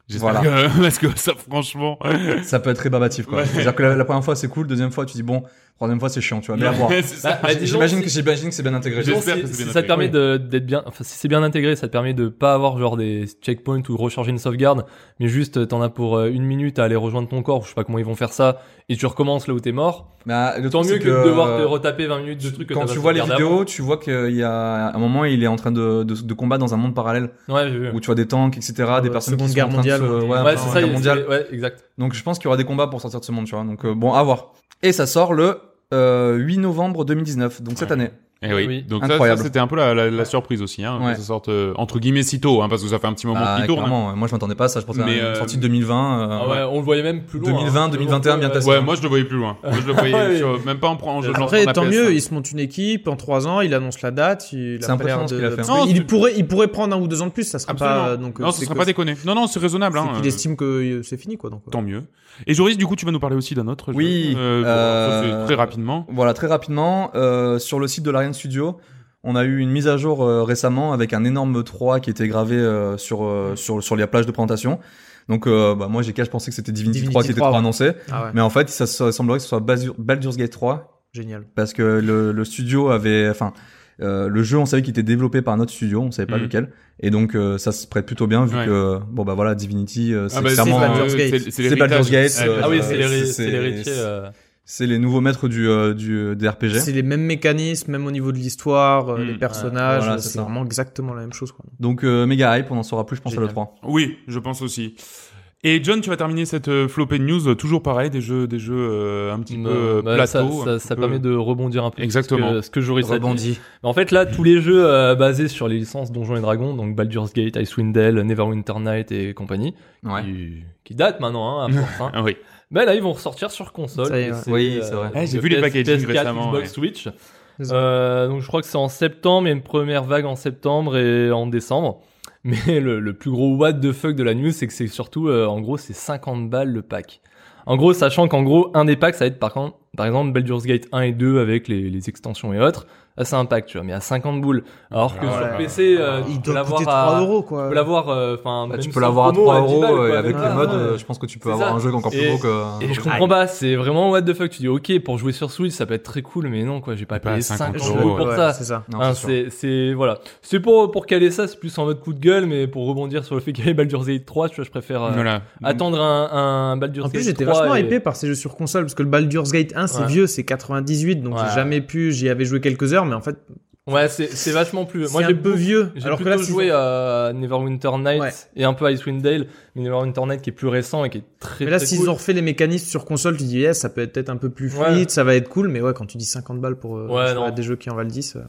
Speaker 1: J'espère
Speaker 2: Voilà.
Speaker 1: que- [LAUGHS] parce que ça, franchement.
Speaker 2: ça peut être rébarbatif quoi.
Speaker 1: Ouais.
Speaker 2: C'est-à-dire que la, la première fois c'est cool, deuxième fois tu dis bon, troisième fois c'est chiant, tu vois. Mais à voir.
Speaker 1: Ouais, [LAUGHS] c'est ça.
Speaker 3: [LAUGHS] Bah, disons,
Speaker 2: J'imagine
Speaker 3: si-
Speaker 2: que j'imagine que c'est bien intégré.
Speaker 1: J'espère
Speaker 3: si,
Speaker 1: que c'est
Speaker 3: si
Speaker 1: bien
Speaker 3: ça
Speaker 1: intégré.
Speaker 3: te permet de- d'être bien, enfin, si c'est bien intégré, ça te permet de pas avoir genre des checkpoints ou de recharger une sauvegarde, mais juste euh, t'en as pour euh, une minute à aller rejoindre ton corps, ou je sais pas comment ils vont faire ça, et tu recommences là où t'es mort.
Speaker 2: Bah, le
Speaker 3: Tant
Speaker 2: truc,
Speaker 3: mieux
Speaker 2: c'est
Speaker 3: que, de devoir te
Speaker 2: euh,
Speaker 3: retaper 20 minutes de trucs que
Speaker 2: Quand
Speaker 3: t'as
Speaker 2: tu
Speaker 3: pas
Speaker 2: vois les
Speaker 3: sauvegardé
Speaker 2: vidéos, tu vois qu'il y a un moment il est en train de, de, de combattre dans un monde parallèle
Speaker 3: avant. Ouais, j'ai vu.
Speaker 2: où tu vois des tanks, etc., des
Speaker 4: Euh,
Speaker 2: personnes
Speaker 4: Seconde
Speaker 2: qui sont
Speaker 4: Guerre
Speaker 2: en train de se-
Speaker 4: mondiale,
Speaker 2: ouais,
Speaker 4: ouais.
Speaker 2: un
Speaker 3: Ouais,
Speaker 2: peu
Speaker 3: c'est
Speaker 2: Seconde
Speaker 3: ça,
Speaker 2: Guerre
Speaker 3: il-
Speaker 2: mondiale.
Speaker 3: c'est- ouais, exact.
Speaker 2: Donc je pense qu'il y aura des combats pour sortir de ce monde, tu vois. Donc euh, bon, à voir. Et ça sort le euh, 8 novembre 2019, donc cette
Speaker 1: Ouais.
Speaker 2: année.
Speaker 1: Eh oui.
Speaker 3: Oui.
Speaker 1: Donc ça, ça,
Speaker 2: Incroyable.
Speaker 1: c'était un peu la, la- la surprise aussi, hein,
Speaker 2: Ouais.
Speaker 1: que ça sorte euh, entre guillemets si tôt, hein, parce que ça fait un petit moment
Speaker 2: Ah,
Speaker 1: qu'il tourne.
Speaker 2: clairement, ouais. moi je m'attendais pas à ça, je pensais
Speaker 1: Mais,
Speaker 2: à une
Speaker 1: euh,
Speaker 2: sortie de 2020. euh,
Speaker 3: Ah ouais, on le voyait même plus loin.
Speaker 2: 2020,
Speaker 3: hein.
Speaker 2: 2021, bien
Speaker 1: Ouais,
Speaker 2: Ouais.
Speaker 1: moi je le voyais plus loin. Moi, je le
Speaker 2: [LAUGHS]
Speaker 1: voyais
Speaker 3: Ouais.
Speaker 1: sur- même pas en prend en jeu de lancement
Speaker 4: Après,
Speaker 1: de la
Speaker 4: tant
Speaker 1: PS,
Speaker 4: mieux,
Speaker 1: hein.
Speaker 4: il se monte une équipe en trois ans, il annonce la date. il
Speaker 2: C'est
Speaker 4: a pas
Speaker 2: impressionnant
Speaker 4: l'air
Speaker 2: ce
Speaker 4: de-
Speaker 2: qu'il a fait, hein.
Speaker 4: parce que
Speaker 1: Non,
Speaker 4: il
Speaker 1: c'est-
Speaker 4: pourrait, il pourrait prendre un ou deux ans de plus, ça sera
Speaker 1: Absolument.
Speaker 4: pas. euh, Donc, euh,
Speaker 1: non, ce
Speaker 4: c'est
Speaker 1: sera
Speaker 4: que-
Speaker 1: pas déconné. Non, non, c'est raisonnable.
Speaker 4: c'est
Speaker 1: Hein,
Speaker 4: qu'il
Speaker 1: euh,
Speaker 4: estime que euh, c'est fini, quoi. Donc, euh.
Speaker 1: Tant mieux. Et Joris, du coup, tu vas nous parler aussi d'un autre jeu.
Speaker 2: Oui,
Speaker 1: Euh, bon, ça, c'est
Speaker 2: euh,
Speaker 1: Très rapidement.
Speaker 2: Voilà, très rapidement, euh, sur le site de l'Ariane Studio, on a eu une mise à jour euh, récemment avec un énorme 3 qui était gravé euh, sur, euh, sur, sur la plage de présentation. Donc euh, bah, moi j'ai cash pensé que c'était Divinity,
Speaker 4: Divinity
Speaker 2: 3 qui était
Speaker 4: 3,
Speaker 2: trop
Speaker 4: ouais.
Speaker 2: annoncé,
Speaker 4: Ah ouais,
Speaker 2: mais en fait ça, ça semblerait que ce soit Basur- Baldur's Gate 3
Speaker 4: génial.
Speaker 2: parce que le, le studio avait, enfin euh, le jeu on savait qu'il était développé par un autre studio, on savait pas
Speaker 1: Mhm.
Speaker 2: lequel, et donc euh, ça se prête plutôt bien vu
Speaker 1: Ouais.
Speaker 2: que bon bah voilà Divinity euh, c'est
Speaker 1: Ah bah,
Speaker 2: clairement
Speaker 4: c'est
Speaker 1: euh,
Speaker 4: Baldur's Gate.
Speaker 1: c'est- c'est
Speaker 2: C'est Baldur's
Speaker 1: l'héritage.
Speaker 2: Gate, euh,
Speaker 3: Ah oui, c'est
Speaker 2: Euh,
Speaker 3: l'héri-
Speaker 2: c'est-
Speaker 3: c'est l'héritier.
Speaker 2: c'est-
Speaker 3: euh,
Speaker 2: c'est les nouveaux maîtres du euh, du des RPG.
Speaker 4: C'est les mêmes mécanismes, même au niveau de l'histoire, euh,
Speaker 1: Mm,
Speaker 4: les personnages,
Speaker 2: voilà,
Speaker 4: euh,
Speaker 2: c'est
Speaker 4: c'est
Speaker 2: ça.
Speaker 4: vraiment exactement la même chose. Quoi.
Speaker 2: Donc euh, méga hype, on en saura plus je pense à
Speaker 4: Génial.
Speaker 2: le 3.
Speaker 1: Oui, je pense aussi. Et John, tu vas terminer cette euh, flopée de news, euh, toujours pareil, des jeux, des jeux euh, un petit peu euh,
Speaker 3: bah, ça-
Speaker 1: plateau.
Speaker 3: ça,
Speaker 1: un
Speaker 3: ça
Speaker 1: peu-
Speaker 3: permet de rebondir un peu. sur ce
Speaker 1: Exactement.
Speaker 3: que- Ce que j'aurais
Speaker 2: Rebondit.
Speaker 3: Mais En fait, là, tous les jeux euh, basés sur les licences Donjons et Dragons, donc Baldur's Gate, Icewind Dale, Neverwinter Night et compagnie,
Speaker 2: Ouais.
Speaker 3: qui, qui datent maintenant, hein, à force, hein.
Speaker 1: Ah oui.
Speaker 3: Mais là, ils vont ressortir sur console.
Speaker 4: Ça y est,
Speaker 3: et euh,
Speaker 4: ouais.
Speaker 2: Oui, c'est vrai.
Speaker 1: Ouais, j'ai
Speaker 3: le
Speaker 1: vu les packaging
Speaker 3: PS4,
Speaker 1: récemment,
Speaker 3: Xbox
Speaker 1: ouais.
Speaker 3: Switch.
Speaker 4: C'est ça.
Speaker 3: Euh, donc, je crois que c'est en septembre, il y a une première vague en septembre et en décembre. Mais le, le plus gros what the fuck de la news, c'est que c'est surtout, euh, en gros, c'est 50 balles le pack. En gros, sachant qu'en gros, un des packs, ça va être par, contre- par exemple Baldur's Gate 1 et 2 avec les, les extensions et autres. à ça impact, tu vois, mais à 50 boules. Alors que
Speaker 1: Ah
Speaker 3: sur
Speaker 1: ouais.
Speaker 3: PC, euh,
Speaker 4: Il
Speaker 3: tu peux
Speaker 4: doit
Speaker 3: l'avoir
Speaker 4: coûter
Speaker 3: à
Speaker 4: 3 euros, quoi.
Speaker 3: Tu peux l'avoir, euh, enfin,
Speaker 2: Bah,
Speaker 3: même
Speaker 2: tu peux
Speaker 3: sans
Speaker 2: l'avoir à
Speaker 3: promo,
Speaker 2: 3
Speaker 3: 10
Speaker 2: euros
Speaker 3: balles, quoi,
Speaker 2: euh, et
Speaker 3: même
Speaker 2: avec
Speaker 3: pas,
Speaker 2: les modes,
Speaker 3: ouais.
Speaker 2: euh, je pense que tu peux
Speaker 3: C'est
Speaker 2: avoir
Speaker 3: ça.
Speaker 2: un jeu encore plus
Speaker 3: Et-
Speaker 2: gros que.
Speaker 3: Et je comprends pas, c'est vraiment what the fuck. Tu dis ok pour jouer sur Switch, ça peut être très cool, mais non quoi, j'ai pas
Speaker 1: Pas
Speaker 3: payé
Speaker 1: 50
Speaker 3: 50
Speaker 1: euros,
Speaker 3: euros pour
Speaker 4: Ouais,
Speaker 3: ça.
Speaker 4: C'est ça.
Speaker 2: Non,
Speaker 3: Hein,
Speaker 2: c'est sûr.
Speaker 3: c'est c'est- voilà, c'est pour pour caler ça, c'est plus en mode coup de gueule, mais pour rebondir sur le fait qu'il y avait Baldur's Gate 3, tu vois, je préfère euh,
Speaker 1: Voilà.
Speaker 3: attendre un, un Baldur's
Speaker 4: En plus,
Speaker 3: Gate
Speaker 4: j'étais
Speaker 3: 3
Speaker 4: vachement
Speaker 3: et-
Speaker 4: hypé par ces jeux sur console, parce que le Baldur's Gate 1, c'est
Speaker 3: Ouais.
Speaker 4: vieux, c'est 98, donc
Speaker 3: Ouais.
Speaker 4: j'ai jamais pu, j'y avais joué quelques heures, mais en fait,
Speaker 3: Ouais, c'est c'est vachement plus.
Speaker 4: c'est
Speaker 3: Moi
Speaker 4: un
Speaker 3: j'ai
Speaker 4: peu
Speaker 3: peu
Speaker 4: vieux.
Speaker 3: j'ai
Speaker 4: Alors que
Speaker 3: plutôt
Speaker 4: là,
Speaker 3: joué
Speaker 4: c'est-
Speaker 3: à Neverwinter Nights
Speaker 4: Ouais.
Speaker 3: et un peu à Icewind Dale, mais Neverwinter Nights qui est plus récent et qui est très
Speaker 4: mais là,
Speaker 3: très
Speaker 4: s'ils
Speaker 3: cool.
Speaker 4: ont refait les mécanismes sur console, tu dis, yes, ça peut être peut-être un peu plus
Speaker 3: Ouais.
Speaker 4: fluide, ça va être cool, mais ouais, quand tu dis 50 balles pour euh,
Speaker 3: Ouais,
Speaker 4: jouer à
Speaker 3: non.
Speaker 4: des jeux qui en valent 10, euh,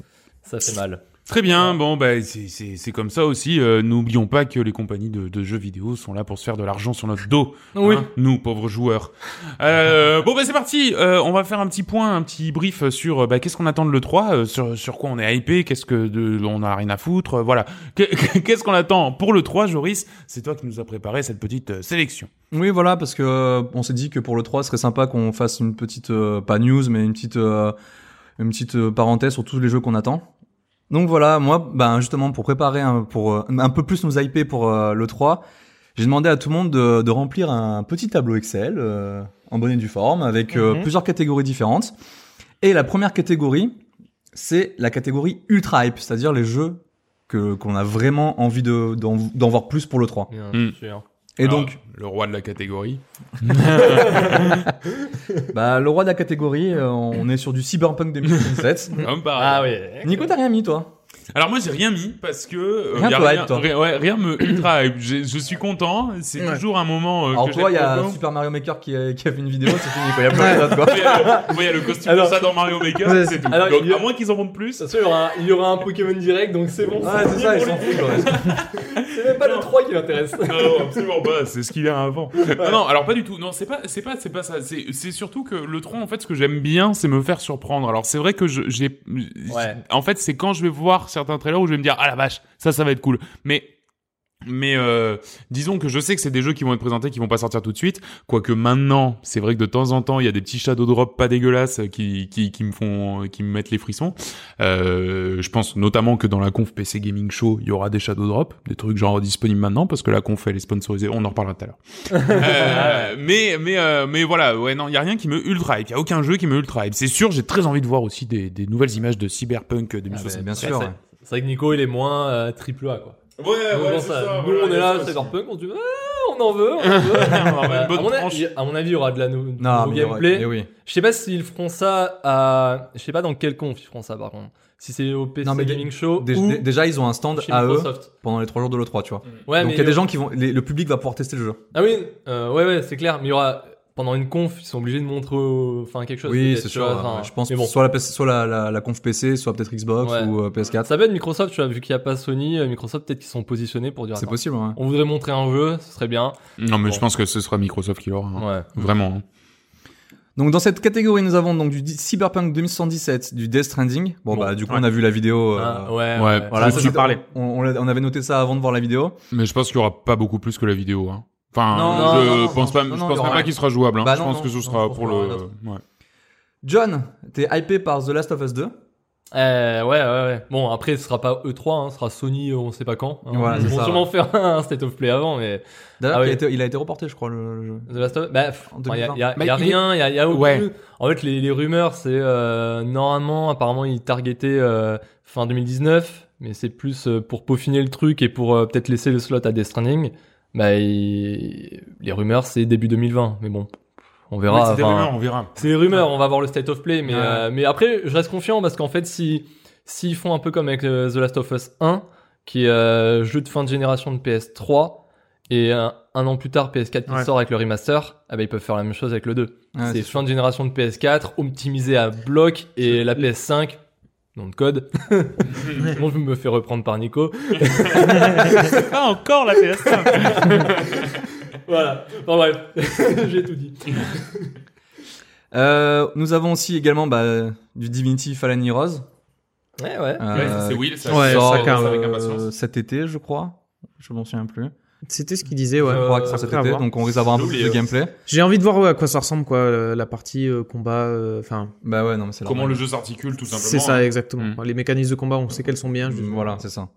Speaker 3: ça fait mal.
Speaker 1: Très bien, bon, bah, c'est- c'est c'est comme ça aussi. euh, N'oublions pas que les compagnies de, de jeux vidéo sont là pour se faire de l'argent sur notre dos.
Speaker 3: Oui.
Speaker 1: hein, nous, pauvres joueurs. Euh, bon, bah, c'est parti. euh, on va faire un petit point, un petit brief sur euh, bah, qu'est-ce qu'on attend de l'E3, euh, sur, sur quoi on est hypé, qu'est-ce que de, on a rien à foutre. euh, voilà. Que- Qu'est-ce qu'on attend pour l'E3, Joris C'est toi qui nous as préparé cette petite euh, sélection.
Speaker 2: Oui, voilà, parce que euh, on s'est dit que pour le 3, ce serait sympa qu'on fasse une petite euh, pas news, mais une petite euh, une petite euh, parenthèse sur tous les jeux qu'on attend. Donc voilà, moi, ben justement pour préparer un, pour euh, un peu plus nous hyper pour euh, le 3, j'ai demandé à tout le monde de, de remplir un petit tableau Excel euh, en bonne et due forme avec euh,
Speaker 4: Mhm.
Speaker 2: plusieurs catégories différentes. Et la première catégorie, c'est la catégorie ultra hype, c'est-à-dire les jeux que qu'on a vraiment envie de d'en d'en voir plus pour le 3.
Speaker 3: Bien
Speaker 1: Hmm.
Speaker 3: sûr.
Speaker 2: Et
Speaker 1: Alors,
Speaker 2: donc
Speaker 1: le roi de la catégorie.
Speaker 2: Bah, le roi de la catégorie, euh, on est sur du Cyberpunk
Speaker 3: [LAUGHS]
Speaker 2: 2017.
Speaker 1: Comme par hasard.
Speaker 3: Ah oui.
Speaker 2: Nico, t'as rien mis, toi
Speaker 1: bah. Alors moi j'ai rien mis parce que euh,
Speaker 2: Rien
Speaker 1: y a
Speaker 2: te hype,
Speaker 1: rien,
Speaker 2: toi.
Speaker 1: rien- ouais, rien me ultra hype. J'ai- Je suis content. C'est
Speaker 4: Ouais.
Speaker 1: toujours un moment. euh,
Speaker 2: Alors,
Speaker 1: que
Speaker 2: toi, il y a
Speaker 1: j'aime
Speaker 2: Super Mario Maker qui a, qui a fait une vidéo, c'est fini, quoi. Il
Speaker 3: [LAUGHS]
Speaker 2: y a plus rien d'autre, quoi.
Speaker 1: Ouais, euh, ouais, le costume
Speaker 3: Alors-
Speaker 1: de ça dans Mario Maker,
Speaker 4: Ouais.
Speaker 1: c'est tout.
Speaker 3: Alors,
Speaker 1: Donc,
Speaker 3: il y a-
Speaker 1: à moins qu'ils en vendent plus.
Speaker 3: Ça se trouve, il y aura un- il y aura un Pokémon direct, donc c'est bon.
Speaker 2: Ouais, c'est
Speaker 3: fini
Speaker 2: ça, ils
Speaker 3: pour
Speaker 2: s'en
Speaker 3: lui.
Speaker 2: foutent, le reste.
Speaker 3: [LAUGHS] C'est même pas le 3 qui l'intéresse.
Speaker 1: [LAUGHS] Non, non, absolument pas, c'est ce qu'il y a avant. Non, non, alors pas du tout. Non, c'est pas, c'est pas, c'est pas ça. C'est, c'est surtout que le 3, en fait, ce que j'aime bien, c'est me faire surprendre. Alors c'est vrai que je, j'ai,
Speaker 3: Ouais.
Speaker 1: en fait, c'est quand je vais voir certains trailers où je vais me dire, ah la vache, ça, ça va être cool. Mais, mais euh, disons que je sais que c'est des jeux qui vont être présentés, qui vont pas sortir tout de suite. Quoique maintenant, c'est vrai que de temps en temps, il y a des petits shadow drops pas dégueulasses qui, qui, qui me font, qui me mettent les frissons. Euh, je pense notamment que dans la conf PC Gaming Show, il y aura des Shadow Drop, des trucs genre disponibles maintenant parce que la conf elle est sponsorisée. On en reparlera tout à l'heure. Euh, mais mais euh, mais voilà, ouais non, il y a rien qui me ultra hype. Il y a aucun jeu qui me ultra hype. C'est sûr, j'ai très envie de voir aussi des, des nouvelles images de Cyberpunk
Speaker 2: Ah,
Speaker 1: 2060.
Speaker 2: bah, bien sûr.
Speaker 3: c'est-
Speaker 2: ouais.
Speaker 3: C'est vrai que Nico, il est moins euh, triple A, quoi.
Speaker 1: ouais, ouais,
Speaker 3: Nous, on pense à- nous, on est là, Cyberpunk, on se dit, ah, on en
Speaker 2: [LAUGHS]
Speaker 3: veut, on en veut.
Speaker 1: On va une bonne
Speaker 3: à, mon avis,
Speaker 1: tranche.
Speaker 3: à mon avis, il y aura de la nou- du
Speaker 2: Non,
Speaker 3: nouveau
Speaker 2: mais,
Speaker 3: gameplay.
Speaker 2: ouais, mais oui.
Speaker 3: Je sais pas s'ils feront ça à. Je sais pas dans quel conf ils feront ça, par contre. Si c'est au PC
Speaker 2: Non, mais des-
Speaker 3: Gaming Show
Speaker 2: Dé-
Speaker 3: ou
Speaker 2: dé- Déjà, ils ont un stand
Speaker 3: chez
Speaker 2: à eux
Speaker 3: Microsoft.
Speaker 2: pendant les 3 jours de l'E3, tu vois.
Speaker 3: Ouais,
Speaker 2: Donc, il
Speaker 3: mais
Speaker 2: y a
Speaker 3: il y
Speaker 2: des gens qui vont. les- le public va pouvoir tester le jeu.
Speaker 3: Ah oui, euh, ouais, ouais, c'est clair. Mais il y aura pendant une conf, ils sont obligés de montrer, au- enfin quelque chose.
Speaker 2: Oui,
Speaker 3: peut-être,
Speaker 2: c'est
Speaker 3: tu
Speaker 2: sûr.
Speaker 3: vois,
Speaker 2: ouais,
Speaker 3: enfin,
Speaker 2: ouais. Je pense
Speaker 3: mais bon.
Speaker 2: soit la, PS- soit la, la, la conf PC, soit peut-être Xbox
Speaker 3: Ouais.
Speaker 2: ou euh, PS4.
Speaker 3: Ça peut être Microsoft, tu vois, vu qu'il n'y a pas Sony, euh, Microsoft peut-être qu'ils sont positionnés pour dire.
Speaker 2: C'est
Speaker 3: attends,
Speaker 2: possible, ouais.
Speaker 3: On voudrait montrer un jeu, ce serait bien.
Speaker 1: Non, mais
Speaker 3: Bon.
Speaker 1: je pense que ce sera Microsoft qui l'aura. hein.
Speaker 3: Ouais.
Speaker 1: Vraiment. hein.
Speaker 2: Donc dans cette catégorie, nous avons donc du di- Cyberpunk 2077, du Death Stranding. Bon,
Speaker 3: Bon,
Speaker 2: bah du coup
Speaker 1: ouais.
Speaker 2: on a vu la vidéo. euh,
Speaker 3: Ah, ouais.
Speaker 1: ouais.
Speaker 3: ouais.
Speaker 2: Voilà,
Speaker 1: Ça,
Speaker 2: ça,
Speaker 1: tu
Speaker 2: c'était- On, on l'a- on avait noté ça avant de voir la vidéo.
Speaker 1: Mais je pense qu'il y aura pas beaucoup plus que la vidéo. Hein. Enfin,
Speaker 2: Non,
Speaker 1: je
Speaker 2: non, non,
Speaker 1: pense
Speaker 2: non,
Speaker 1: pas,
Speaker 2: non,
Speaker 1: je
Speaker 2: non,
Speaker 1: pense
Speaker 2: il y
Speaker 1: même
Speaker 2: aura
Speaker 1: pas
Speaker 2: rien.
Speaker 1: qu'il sera jouable. hein.
Speaker 2: Bah
Speaker 1: je
Speaker 2: non,
Speaker 1: pense
Speaker 2: non,
Speaker 1: que ce
Speaker 2: non, je
Speaker 1: sera
Speaker 2: pense
Speaker 1: pour
Speaker 2: qu'il y aura
Speaker 1: le.
Speaker 2: un autre.
Speaker 1: ouais.
Speaker 2: John, t'es hypé par The Last of Us 2.
Speaker 3: Euh, ouais, ouais, ouais. Bon, après, ce sera pas E3, hein, ce sera Sony, euh, on sait pas quand. hein.
Speaker 2: Voilà,
Speaker 3: Ils
Speaker 2: c'est
Speaker 3: vont
Speaker 2: ça,
Speaker 3: sûrement faire [LAUGHS] un State of Play avant, mais
Speaker 2: D'ailleurs,
Speaker 3: Ah
Speaker 2: il, a
Speaker 3: oui.
Speaker 2: été- il a été reporté, je crois, le, le jeu.
Speaker 1: euh,
Speaker 3: The Last of Bah,
Speaker 2: En
Speaker 3: il y a,
Speaker 2: 2020.
Speaker 3: y a-
Speaker 1: Bah,
Speaker 3: y a
Speaker 1: il est-
Speaker 3: rien, il y a, y a aucune-
Speaker 1: Ouais.
Speaker 3: En fait, les, les rumeurs, c'est euh, normalement, apparemment, ils targetaient euh, fin 2019, mais c'est plus euh, pour peaufiner le truc et pour euh, peut-être laisser le slot à Death Stranding. Bah, il- les rumeurs, c'est début 2020, mais bon, on
Speaker 1: Ouais,
Speaker 3: verra.
Speaker 1: c'est des
Speaker 3: enfin,
Speaker 1: rumeurs, on verra.
Speaker 3: C'est les rumeurs, on va voir le state of play, mais,
Speaker 1: Ouais.
Speaker 3: euh, mais après, je reste confiant parce qu'en fait, si s'ils font un peu comme avec euh, The Last of Us 1, qui est euh, jeu de fin de génération de PS3, et un, un an plus tard, PS4 qui
Speaker 4: Ouais.
Speaker 3: sort avec le remaster, ah bah, ils peuvent faire la même chose avec le 2.
Speaker 2: Ouais,
Speaker 3: c'est fin de génération de PS4, optimisé à bloc, et la PS5, nom de code. bon, je me fais reprendre par Nico.
Speaker 1: Pas encore la PS5.
Speaker 3: [LAUGHS] Voilà. Enfin bref, [LAUGHS] j'ai tout dit.
Speaker 2: Euh, nous avons aussi également bah, du Divinity Fallen Heroes.
Speaker 3: Ouais, ouais.
Speaker 2: euh,
Speaker 1: c'est Will, ça.
Speaker 4: Ouais,
Speaker 1: ça,
Speaker 2: sort,
Speaker 4: ça,
Speaker 1: ça, avec
Speaker 2: euh,
Speaker 1: impatience.
Speaker 2: cet été, je crois. Je m'en souviens plus.
Speaker 4: C'était ce qu'il disait, ouais.
Speaker 2: On
Speaker 3: Euh,
Speaker 2: pourra que ça
Speaker 4: après
Speaker 2: cet
Speaker 4: avoir.
Speaker 2: été, donc on risque d'avoir un peu
Speaker 1: J'ai
Speaker 2: plus de
Speaker 1: oublié.
Speaker 2: gameplay.
Speaker 4: J'ai envie de voir ouais, à quoi ça ressemble, quoi, euh, la partie euh, combat. euh, Enfin,
Speaker 2: Bah ouais, non, mais c'est
Speaker 1: Comment
Speaker 2: normal.
Speaker 1: le jeu s'articule, tout simplement.
Speaker 4: c'est
Speaker 2: hein.
Speaker 4: ça exactement.
Speaker 1: Mm.
Speaker 4: Les mécanismes de combat, on sait qu'elles sont bien. je-
Speaker 2: Voilà, c'est ça.